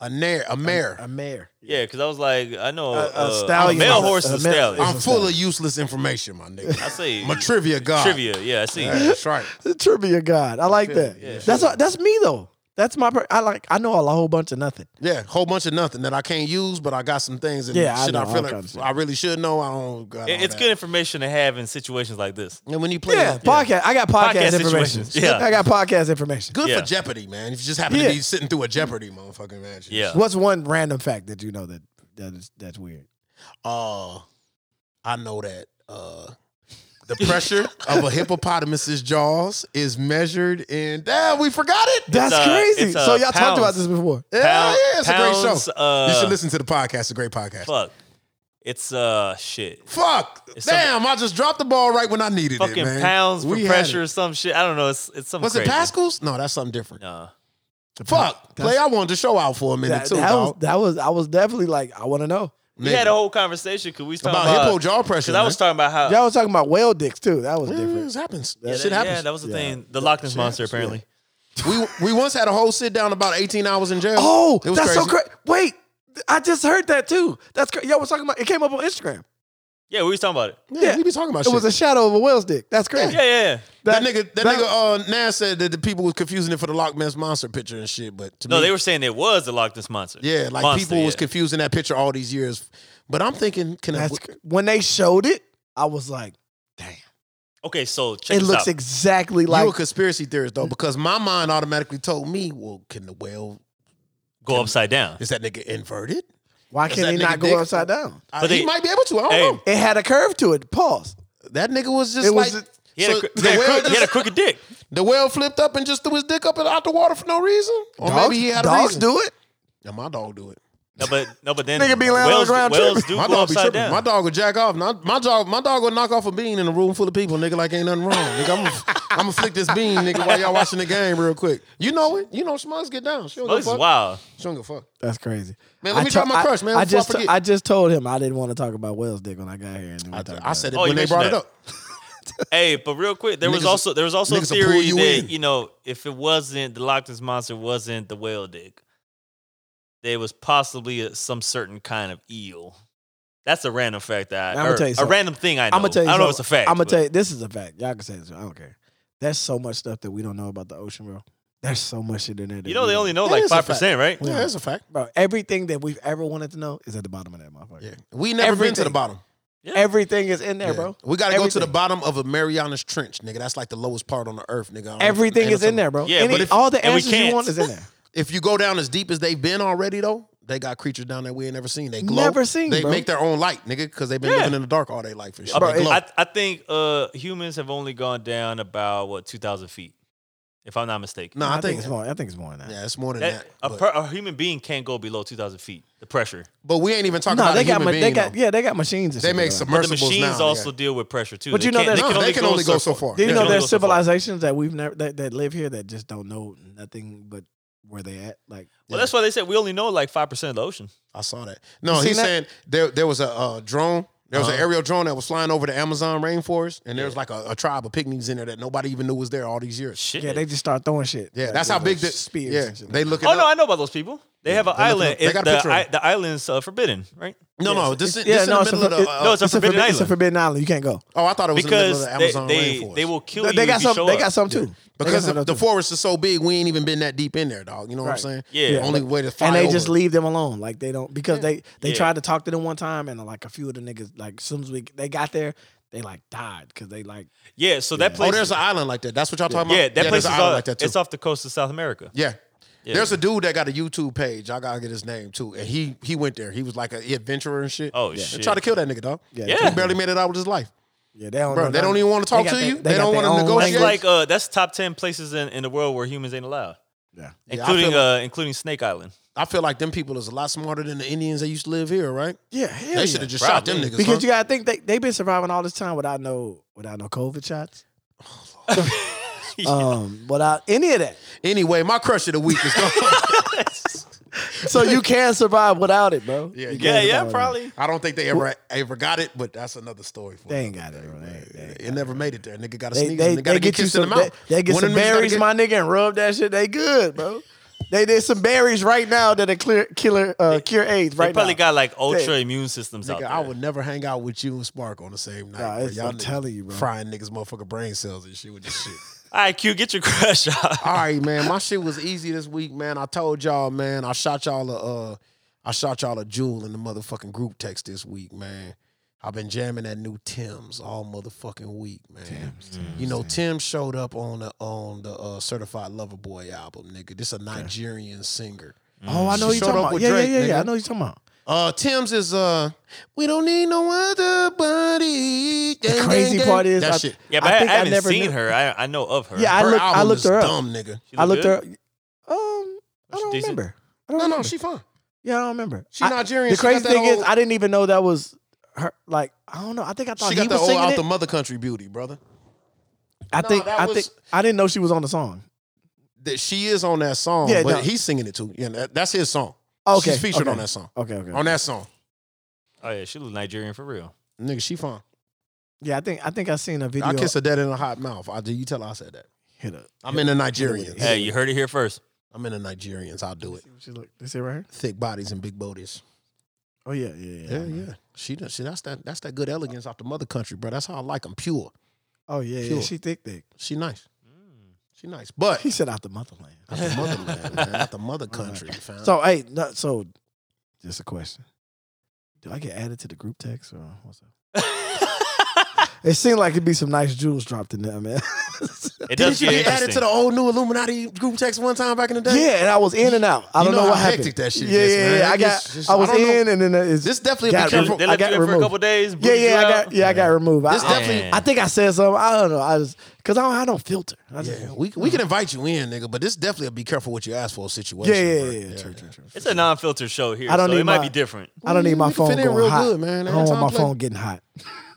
A: a mare, a mare.
B: A, mare.
C: Yeah, because I was like, I know
B: A,
C: uh,
B: a stallion.
C: A male horse is a
B: male-
C: stallion.
B: is
A: I'm
B: a
A: full of
B: stallion.
A: useless information, my nigga.
C: I say
A: I'm a trivia god.
C: trivia. Yeah, I see.
A: Yeah, that's right.
B: The trivia god. I like
A: Trivia,
B: that.
A: yeah.
B: That's all, that's me though. That's my. Per- I like. I know a whole bunch of nothing.
A: Yeah, whole bunch of nothing that I can't use, but I got some things and
B: Yeah, I
A: shit I,
B: know, all
A: feel
B: kinds of
A: like
B: shit.
A: I really should know. I don't got
C: It-
A: all
C: it's
A: that.
C: good information to have in situations like this.
A: And when you play
B: Yeah,
A: that,
B: podcast. I got podcast,
C: Podcast
B: information.
C: situations, yeah.
B: I got podcast information.
A: good
C: Yeah.
A: for Jeopardy, man. If you just happen
B: Yeah.
A: to be sitting through a Jeopardy motherfucking match.
C: Yeah.
B: What's one random fact that you know that that is that's weird?
A: Uh I know that uh the pressure of a hippopotamus's jaws is measured in damn, we forgot it.
B: That's
C: uh,
B: crazy.
C: it's, uh,
B: so y'all talked about
C: pounds.
B: this before.
A: Yeah,
C: Pound-
A: yeah, it's a great
C: pounds,
A: show.
C: Uh,
A: you should listen to the podcast. It's a great podcast. Fuck.
C: Fuck. It's uh shit. It's some-
A: Damn, I just dropped the ball right when I needed it,
C: Fucking
A: man.
C: pounds per
A: We had
C: pressure
A: it.
C: or some shit. I don't know. It's it's something.
A: Was it
C: crazy.
A: Pascal's? No, that's something different.
C: No.
A: Fuck.
B: That's-
A: Play, I wanted to show out for a minute
B: That,
A: too,
B: that was
A: dog.
B: that was I was definitely like I want to know.
C: We
A: Nigga.
C: had a whole conversation because we was talking
A: about,
C: about,
A: hippo jaw pressure.
C: Because I was talking about how
B: Y'all was talking about whale dicks too. That was
A: man. Yeah,
B: different.
A: This happens.
C: yeah,
A: shit
C: that,
A: happens.
C: yeah, that was the
B: Yeah.
C: thing. The Loch Ness
A: shit
C: monster
A: happens, yeah.
C: apparently.
A: we we once had a whole sit down about 18 hours in jail.
B: Oh,
A: It was
B: that's so great. Wait, th- I just heard that too. That's cra- y'all was talking about. It came up on Instagram.
C: Yeah, we was talking about it.
A: Yeah,
B: Yeah.
A: we be talking about
B: It
A: shit.
B: was a shadow of a whale's dick. That's crazy.
C: Yeah, yeah. yeah.
A: that, nigga, that, nigga, uh, Nas said that the people was confusing it for the Loch Ness monster picture and shit. But to
C: No,
A: me,
C: they were saying it was the Loch Ness monster.
A: yeah, like
C: Monster,
A: people was
C: yeah.
A: confusing that picture all these years. But I'm thinking, can I?
B: That's cr- when they showed it. I was like, damn.
C: Okay, so check
B: it
C: this
B: looks
C: out.
B: exactly
A: you
B: like
A: a conspiracy theorist though, because my mind automatically told me, well, can the whale
C: Go upside down.
A: is that nigga inverted?
B: why
A: Is
B: can't
A: that
B: he not
A: nigga
B: go
A: dick?
B: upside down?
A: I-
C: But
A: he
C: they-
A: might be able to. I don't
C: Hey.
A: know.
B: It had a curve to it. Pause.
A: That nigga was just
B: It was
A: like
B: a-
C: He had,
A: so
C: a, cr- he,
A: the,
C: had a
A: whale
C: crook- he had a
A: just-
C: crooked dick.
A: the whale flipped up and just threw his dick up and out the water for no reason. Or
B: Dogs,
A: maybe he had a
B: dogs
A: reason.
B: do it.
A: Yeah, my dog do it.
C: No, but no, but then
B: Nigga be laying on the
C: whales-
B: ground
C: whales
B: tripping.
C: do
A: my
C: go
A: dog be
C: upside
A: tripping.
C: down.
A: My dog will jack off. Not- My dog, my dog will knock off a bean in a room full of people, nigga. Like ain't nothing wrong. Nigga, I'm gonna I'm gonna flick this bean, nigga, while y'all watching the game real quick. You know it. You know Smugs get down. She don't
C: Bugs
A: give
C: is
A: a fuck.
C: wild.
A: She don't give a fuck.
B: That's crazy.
A: Man, let me try
B: to-
A: my crush, man,
B: I
A: before I
B: just,
A: forget.
B: I just told him I didn't want to talk about Wells dick when I got here. And then we talked
A: I, I
B: about
A: said
B: it.
A: it
C: Oh, you
A: when they brought it
C: mentioned
A: up.
C: Hey, but real quick, there was
A: Niggas-
C: also there was also a
A: niggas will pull
C: theory
A: you
C: that
A: in.
C: you know if it wasn't the Loch Ness monster wasn't the whale dick, there was possibly a, some certain kind of eel. That's a random fact that I,
B: I'ma
C: or
B: tell you
C: a
B: something.
C: random thing Oh, I know.
B: I'm gonna tell you.
C: I don't know if it's a fact.
B: I'm gonna
C: but-
B: tell you. This is a fact. Y'all can say this. I don't care. There's so much stuff that we don't know about the ocean, bro. There's so much shit in there. That
C: You know
B: we
C: they
B: don't-
C: only know
A: That
C: Oh, like
A: is a
C: five
A: fact.
C: percent, right?
A: Yeah, that's a fact.
B: bro. Everything that we've ever wanted to know is at the bottom of that motherfucker.
A: Yeah, we never been to the
B: Everything.
A: bottom.
B: Everything is in there,
A: Yeah.
B: bro.
A: We gotta go to the
B: Everything.
A: bottom of a Marianas Trench, nigga. That's like the lowest part on the earth, nigga. I don't-
B: Everything
A: ain't
B: is
A: nothing-
B: in there, bro.
C: Yeah,
B: Any-
C: but if-
B: all the
C: and we
B: answers you
C: can't.
B: want is in there.
A: If you go down as deep as they've been already, though, they got creatures down there we ain't never seen. They glow.
B: Never seen,
A: They
B: bro.
A: make their own light, nigga, because they've been
C: Yeah.
A: living in the dark all their life and shit.
B: Bro,
A: They glow.
C: I, I think uh, humans have only gone down about what two thousand feet, if I'm not mistaken.
A: no, I, think,
B: it's more. I think it's more than that.
A: yeah, it's more than
C: That-
A: that.
C: a,
A: but,
C: per, a human being can't go below two thousand feet. The pressure.
A: but we ain't even talking
B: No,
A: about
B: they
A: a
B: got
A: human
B: ma-
A: being.
B: they got
A: though.
B: yeah they got machines. And
A: they
B: shit
A: make
B: now.
C: But the
A: submersibles
C: machines
A: now.
C: also
A: yeah.
C: deal with pressure too.
B: But you know
C: can't-
B: that-
A: No, they can only go so far.
B: Do you
A: Yeah.
B: know
A: They
B: there's
C: only go so far.
B: civilizations that we've never that, that live here that just don't know nothing but where they at? Like
C: Well, that's why they said we only know like five percent of the ocean.
A: I saw that. No,
B: seen
A: he's
B: that?
A: saying there there was a uh, drone. There was an
C: Uh-huh.
A: aerial drone that was flying over the Amazon rainforest, and there was
C: Yeah.
A: like a, a tribe of pygmies in there that nobody even knew was there all these years.
C: Shit.
B: yeah, they just start throwing shit.
A: Yeah,
B: Like,
A: that's how
B: those
A: big the
B: spears.
A: Yeah,
B: and shit.
A: they look. it
C: Oh no,
A: up.
C: I know about those people. They have an
A: they're looking
C: island.
A: up- they
C: It-
A: got a
C: the,
A: picture of
C: i-
A: it.
C: the island's uh, forbidden, right?
A: no, no, this is
B: yeah,
A: this in
B: no,
A: the
B: it's a
A: middle of the.
B: for-
C: No,
A: uh,
C: it's a forbidden
B: forbi- It's a
C: island.
B: forbidden island. You can't go.
A: Oh, I thought it was
C: Because
A: in the middle
C: they,
A: of the Amazon
C: they,
A: rainforest.
C: they will kill
B: They,
C: you.
B: they got
C: if you
B: some.
C: show
B: They
C: up.
B: got some too. They got
A: Because
B: some
A: the,
B: of
A: the
B: those too.
A: forest is so big, we ain't even been that deep in there, dog. You know what I'm
B: Right.
A: saying?
C: Yeah.
A: The only way to fly
B: and they
A: over
B: just
A: it.
B: leave them alone. Like they don't because they they
C: Yeah.
B: tried to talk to them one time and like a few of the niggas like as soon as we they got there they like died because they like
C: Yeah. So that
A: Oh,
C: place.
A: there's an island like that. That's what y'all talking about.
C: yeah, that place
A: there's
C: is
A: an island
C: off,
A: like that too.
C: It's off the coast of South America.
A: Yeah.
C: Yeah.
A: There's a dude that got a YouTube page. I gotta get his name too. And he he went there. He was like an adventurer and shit.
C: Oh
A: yeah.
C: shit.
A: And tried to kill that nigga, dog.
B: Yeah.
A: He barely made it out with his life.
B: yeah they don't
A: Bro,
B: know
A: they don't
B: nothing.
A: even wanna talk
B: got
A: to
B: their-
A: you. They
B: got
A: don't
B: their
A: wanna
B: own
A: negotiate.
C: That's
A: Yeah.
B: language.
C: like uh, that's top ten places in, in the world where humans ain't allowed,
B: yeah.
A: Yeah, I
C: including
A: feel
C: uh, including Snake Island.
A: I feel like them people is a lot smarter than the Indians that used to live here, right?
B: Yeah, hell
A: they
B: yeah.
A: should have just shot them
C: Probably.
A: niggas.
B: because
A: huh?
B: you gotta think they they've been surviving all this time without no without no COVID shots. um, without any of that.
A: Anyway, my crush of the week is gone.
B: So you can survive without it, bro.
A: Yeah,
B: You can
C: yeah, yeah,
B: survive without
C: probably.
A: I don't think they ever ever got it, but that's another story for
B: it. They ain't
A: another
B: got
A: day,
B: it, bro. They,
A: man.
B: ain't- they ain't
A: It never made it there. Nigga got to
B: They,
A: sneeze.
B: they,
A: Nigga got
B: they
A: to
B: get you
A: kissed in
B: some.
A: the
B: They,
A: mouth.
B: they get
A: One
B: some
A: of them niggas gotta
B: berries,
A: get-
B: my nigga, and rub that shit. They good, bro. They did some berries right now that are clear, killer, uh, cure AIDS
C: They
B: right
C: probably
B: now.
C: got like ultra immune systems out
A: Nigga,
C: there.
A: I would never hang out with you and Spark on the same night.
B: Nah,
A: bro.
B: it's- I'm
A: niggas
B: telling you, bro.
A: Frying niggas' motherfucking brain cells and shit with this shit.
C: All right, Q, get your crush out.
A: All right, man. My shit was easy this week, man. I told y'all, man. I shot y'all a, uh, I shot y'all a jewel in the motherfucking group text this week, man. I've been jamming that new Tim's all motherfucking week, man. you know, Tim showed up on the on the uh, Certified Lover Boy album, nigga. This a Nigerian singer.
B: Oh, I know
A: She showed
B: you talking
A: up
B: about.
A: with
B: Yeah,
A: Drake,
B: yeah, yeah, yeah. I
A: nigga.
B: know you talking about.
A: Uh, Tim's is uh, we don't need no other body.
B: The crazy part is,
A: that
B: I-
A: shit.
C: Yeah, but I,
B: I think
C: I
B: I
C: haven't
B: never
C: seen
B: knew-
C: her. I, I know of her.
B: Yeah, I
A: Her
B: looked. I
A: album
B: looked
A: is
B: her up.
A: dumb, nigga.
C: She
B: I
C: look
B: looked her.
C: good?
B: up. Um, I
C: she
B: don't
C: decent?
B: remember. I
A: No,
B: don't
A: no,
B: remember.
A: she fine.
B: Yeah, I don't remember.
A: She
B: I-
A: Nigerian.
B: The
A: She got
B: crazy
A: that
B: thing is,
A: old-
B: I didn't even know that was her. Like, I don't know. I think I thought
A: She
B: he
A: got the
B: was
A: old
B: singing
A: out
B: it.
A: the mother country beauty, brother.
B: I
A: No,
B: think.
A: that
B: I
A: was-
B: think. I didn't know she was on the song.
A: that she is on that song,
B: Yeah,
A: but
B: no.
A: he's singing it too. Yeah, that, that's his song.
B: Okay,
A: she's featured
B: okay.
A: on that song.
B: Okay, okay.
A: On that song,
C: Oh yeah, she look Nigerian for real.
A: nigga, she fine.
B: Yeah, I think. I think I seen a video.
A: I kiss her dead in a hot mouth. I do. You tell her I said that.
B: Hit up.
A: I'm in the Nigerians.
C: Hey, you heard it here first.
A: I'm in the Nigerians. I'll do it.
B: She look. This it right here.
A: Thick bodies and big bodies.
B: Oh yeah, yeah, yeah.
A: Yeah, yeah. She does. She, that's that. That's that good elegance out the mother country, bro. That's how I like them. Pure.
B: Oh yeah, yeah.
A: Sure.
B: She thick, thick.
A: She nice.
B: Mm.
A: She nice, but
B: He said out the motherland.
A: out the motherland, man, out the mother country. fam.
B: So hey, no, so just a question. Do I get added to the group text or what's up? It seemed like it'd be some nice jewels dropped in there, man.
C: It does
A: did you get added
C: get interesting.
A: to the old new Illuminati group text one time back in the day?
B: yeah, and I was in and out. I
A: You
B: don't
A: know
B: know, what
A: how
B: happened.
A: hectic that shit
B: yeah,
A: gets,
B: yeah,
A: man.
B: yeah. I
A: It
B: got.
A: gets- just-
B: I
A: I
B: was
A: don't know.
B: in, and then it's
A: This definitely
B: Got
A: be
B: it.
A: careful.
C: they
B: I
C: left
B: got
C: you in for a
B: removed.
C: couple days.
B: yeah,
C: booted you
B: yeah. I
C: out.
B: got, yeah, I got removed. I,
A: This
B: I-
A: definitely-
B: I think I said something. I don't know. I just because I don't, I don't filter. I just,
A: Yeah, we, we can invite you in, nigga, but this definitely a be careful what you ask for situation.
B: yeah, yeah, yeah,
A: bro.
B: yeah, True, true, true.
C: It's a non-filter show here,
B: I don't
C: so
B: need
C: it might
B: my-
C: be different.
B: I don't need my
A: We can
B: phone
A: fit in
B: going
A: real
B: hot.
A: good, man.
B: I don't
A: Every
B: want my
A: time I play-
B: phone getting hot.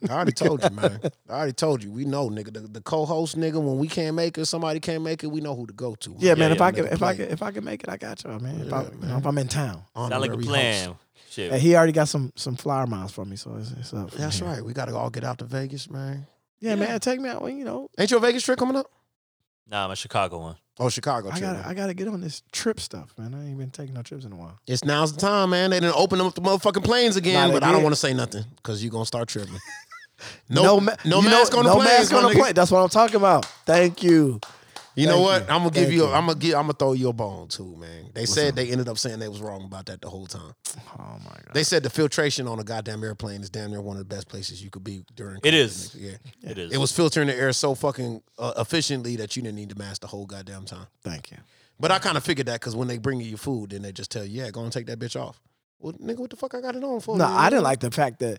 A: I already told you, man. I already told you. We know, nigga. The, the co-host, nigga, when we can't make it, somebody can't make it, we know who to go to.
B: Yeah, man.
C: yeah,
B: if I
A: make
B: can,
A: a
B: if I
A: play.
B: can, if I can make it, I got y'all, man. If, I, you know, if I'm in town,
C: Sound like a
A: Honorary
C: plan.
A: host.
C: Shit.
B: And he already got some some flyer miles for me, so it's, it's up. from
A: That's
B: here.
A: right. We gotta all get out to Vegas, man.
B: Yeah, man. Take me out. Well, you know,
A: Ain't your Vegas trip coming up?
C: Nah, my Chicago one.
A: Oh, Chicago
B: I
A: trip.
B: got
A: man.
B: to I got to get on this trip stuff, man. I ain't been taking no trips in a while.
A: It's now's the time, man. They didn't open up the motherfucking planes again,
B: Nah, they
A: but I don't
B: did.
A: want to say nothing because you're gonna start tripping.
B: ma-
A: no
B: you know-
A: mask on the
B: no
A: planes,
B: mask
A: my
B: on the
A: nigga.
B: plane. That's what I'm talking about. Thank you.
A: You know
B: Thank
A: what?
B: you.
A: I'm gonna give
B: Thank
A: you.
B: you.
A: I'm gonna give. I'm gonna throw you a bone too, man. They said they ended up saying they was wrong about that the whole time.
B: Oh my god.
A: They said the filtration on a goddamn airplane is damn near one of the best places you could be during.
C: It
A: COVID,
C: is.
A: nigga. Yeah.
C: It is.
A: It was filtering the air so fucking uh, efficiently that you didn't need to mask the whole goddamn time.
B: Thank you.
A: But I kind of figured that because when they bring you your food, then they just tell you, yeah, go and take that bitch off. Well, nigga, what the fuck I got it on for?
B: No,
A: nigga?
B: I didn't like the fact that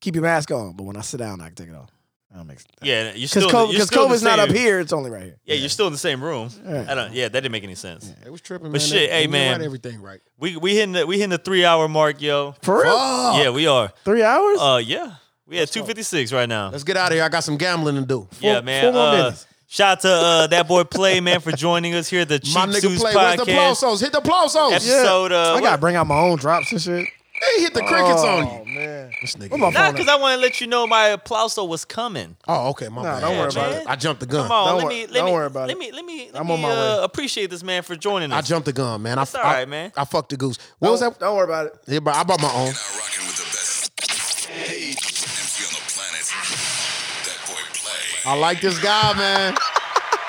B: keep your mask on, but when I sit down, I can take it off. That makes
C: yeah, you're
B: because
C: still
B: COVID,
C: you're
B: because
C: still in the
B: COVID's not up
C: same-
B: here. It's only right here.
C: Yeah, you're still in the same room.
B: Yeah.
C: I don't. Yeah, that didn't make any sense.
A: They was tripping, man.
C: But shit,
A: They-
C: hey,
A: they didn't
C: man.
A: write everything right.
C: We we hitting the, we hitting the three hour mark, yo.
B: For real?
A: Fuck.
C: Yeah, we are.
B: Three hours?
C: Uh, yeah, we at two fifty six right now.
A: Let's get out of here. I got some gambling to do.
C: yeah,
B: four-
C: man.
B: four more
C: uh,
B: minutes.
C: Shout out to uh, that boy Play, man, for joining us here at the Cheap
A: My nigga
C: Suits
A: play. Where's the
C: podcast.
A: plausos? Hit the plausos.
C: Episode- soda.
B: I
C: What-
B: gotta bring out my own drops and shit.
A: They hit the crickets on you.
B: Oh man.
A: This nigga.
B: Where my
A: is-
C: Not because I want to let you know my applause was coming.
A: Oh, okay, my
B: Nah,
A: bad.
B: don't worry
C: about it.
A: I jumped the gun.
C: Come on,
B: Don't
C: let
B: wor-
C: me let
B: don't
C: me
B: worry about
C: let
B: it.
C: me let me let
B: I'm
C: me
B: on my
C: uh,
B: way.
C: appreciate this man for joining
A: I
C: us.
A: jumped the gun, man. I,
C: It's all
A: I-
C: right, man.
A: I fucked the goose. What was that?
B: Don't worry about it.
A: Yeah, but I brought my own.
D: Now rocking with the best hey. MC on the planet. That boy play.
A: I like this guy, man.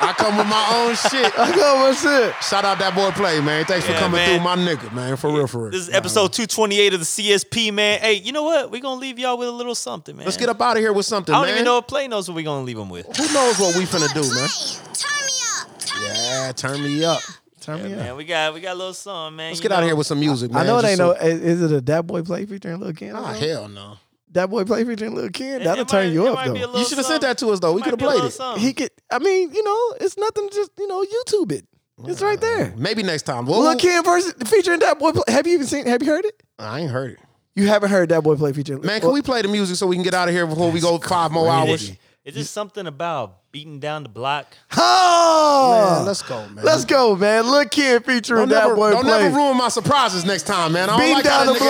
A: I come with my own shit.
B: I got my shit.
A: Shout out that boy play, man. Thanks for
C: Yeah,
A: coming
C: man.
A: through, my nigga, man. For real, for real.
C: This is episode 228 of the CSP, man. Hey, you know what? We're going to leave y'all with a little something, man.
A: Let's get up out of here with something,
C: I don't
A: man.
C: even know if Play knows what we're going to leave him with.
A: Who knows what we finna do, man?
G: Turn me up. Turn
A: Yeah, turn me up.
B: Turn me
C: Man,
B: up.
C: we got we got a little something, man.
A: Let's
C: you
A: get out of
C: know.
A: here with some music, man.
B: I know it
A: Just
B: ain't
A: so-
B: no. Is, is it a that boy play featuring Lil Ken?
A: Ah,
B: or something?
A: hell no.
B: that boy play featuring Lil Ken.
C: It-
B: That'll
C: it
B: turn
C: might-
B: you
C: it
B: up
C: might be a
B: though.
C: little
A: You should have sent
C: something.
A: that to us though. We could
C: Might
A: have
C: be a
A: played
C: little
A: it.
C: something.
B: He could. I mean, you know, it's nothing. Just you know, YouTube it. It's right there.
A: Maybe next time. Well,
B: Lil Ken versus featuring that boy. Play. Have you even seen? Have you heard it?
A: I ain't heard it.
B: You haven't heard that boy play featuring.
A: Man, can we play the music so we can get out of here before we go five more hours?
C: Is this something about beating down the block?
B: Oh,
A: Man, let's go, man.
B: Let's go, man. Look here, featuring
A: Don't,
B: that
A: never,
B: boy
A: don't
B: play.
A: never ruin my surprises next time, man. I don't
B: Beat
A: like
B: down
A: how
B: the
A: niggas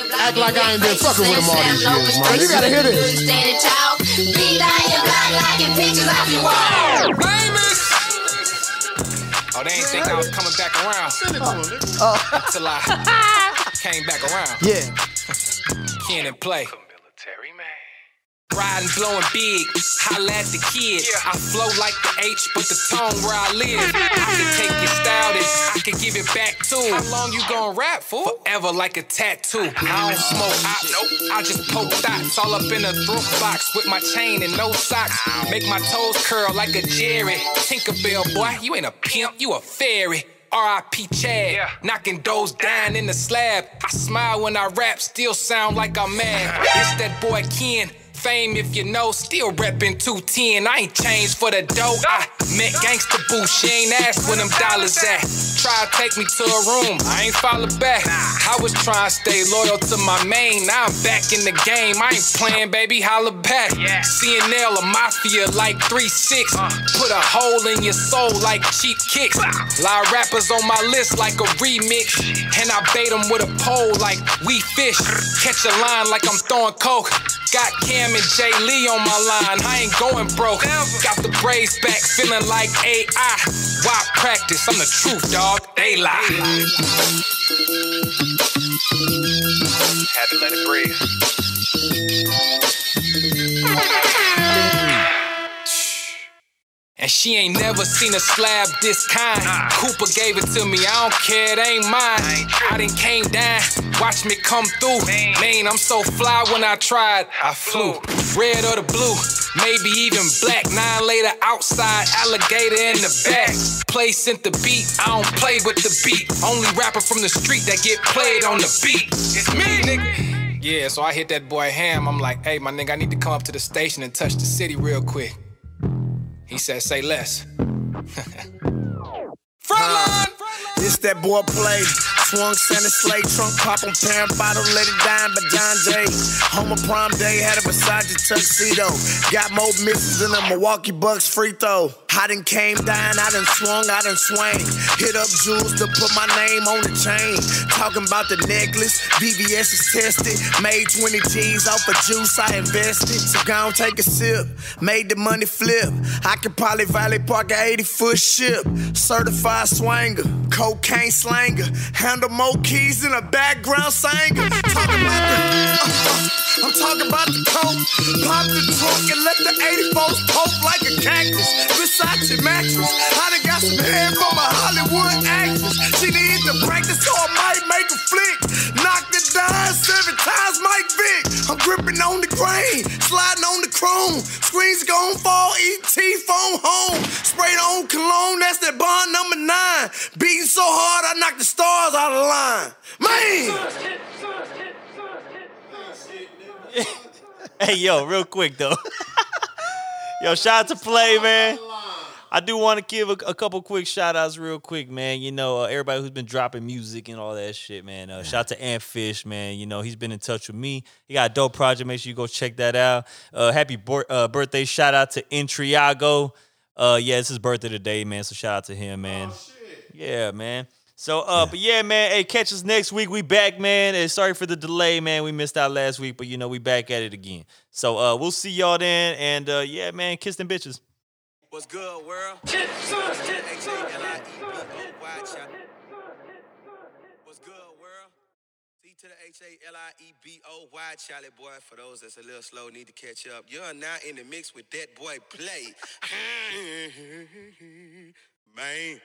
B: block.
A: Act like I ain't been fucking with him all these years, man.
B: You gotta hit it.
H: Oh, they ain't think I was coming back around. That's a lie. Came back around.
B: Yeah,
H: Ken and play. Riding, blowing big, holla at the kid. I flow like the H, but the tone where I live. I can take your style, this I can give it back too. How long you gonna rap for? Forever like a tattoo. I don't smoke, I, nope. I just poke dots all up in a throat box with my chain and no socks. Make my toes curl like a Jerry. Tinkerbell, boy, you ain't a pimp, you a fairy. R.I.P. Chad, knocking those down in the slab. I smile when I rap, still sound like I'm mad. It's that boy Ken. Fame, if you know, still reppin' 210. I ain't changed for the dough. I met gangsta boo. She ain't asked where them dollars at. Try to take me to a room. I ain't follow back. I was trying to stay loyal to my main. Now I'm back in the game. I ain't playing, baby. Holla back. CNL or Mafia like 3-6. Put a hole in your soul like cheap kicks. Lot of rappers on my list like a remix. And I bait them with a pole like we fish. Catch a line like I'm throwing coke. Got Cam and Jay Lee on my line. I ain't going broke. Got the braids back, feeling like AI. Why practice? I'm the truth, dog. They lie. Had to let it breathe. And she ain't never seen a slab this kind. Cooper gave it to me, I don't care, it ain't mine. I, done came down, watch me come through. Man. I'm so fly when I tried. I flew. Red or the blue, maybe even black. Nine later outside, alligator in the back. Play sent the beat, I don't play with the beat. Only rapper from the street that get played on the beat. It's me, nigga. Yeah, so I hit that boy ham. I'm like, hey, my nigga, I need to come up to the station and touch the city real quick. He said, say less. Frontline!
I: It's that boy play. Swung center slate, trunk poppin', parent bottle, let it dine by John Jay. Home of prom day, had a Versace tuxedo. Got more misses than a Milwaukee Bucks free throw. I done came down, I done swung, I done swang. Hit up Jules to put my name on the chain. Talking about the necklace, BVS is tested. Made 20 G's off of juice I invested. So gone take a sip, made the money flip. I could probably valet park a 80 foot ship. Certified swanger, cocaine slanger. Handle more keys than a background singer. Talking about the, I'm talking about the coke. Pop the trunk and let the 84s poke like a cactus. Versace mattress. I done got some hair from a Hollywood actress. She needs to practice so I might make a flick. Knock the dime seven times, Mike Vick. I'm gripping on the grain, sliding on the chrome. Screens gon' fall, ET phone home. Sprayed on cologne, that's that bond number nine. Beating so hard, I knocked the stars out of line. Man!
C: Hey, yo, real quick though. yo, shout out to Play, man. I do want to give a, a couple quick shout outs, real quick, man. You know, uh, everybody who's been dropping music and all that shit, man. Uh, shout out to Ant Fish, man. You know, he's been in touch with me. He got a dope project. Make sure you go check that out. Uh, happy bor- uh, birthday. Shout out to Intriago. Uh, yeah, it's his birthday today, man. So shout out to him, man. Yeah, man. So, uh, but yeah, man. Hey, catch us next week. We back, man. And sorry for the delay, man. We missed out last week, but you know we back at it again. So uh, we'll see y'all then. And uh, yeah, man, kiss them bitches.
D: What's good, world? What's good, world? C to the H A L I E B O Y, Charlie Boy. For those that's a little slow, need to catch up. You're now in the mix with that boy Play. Man.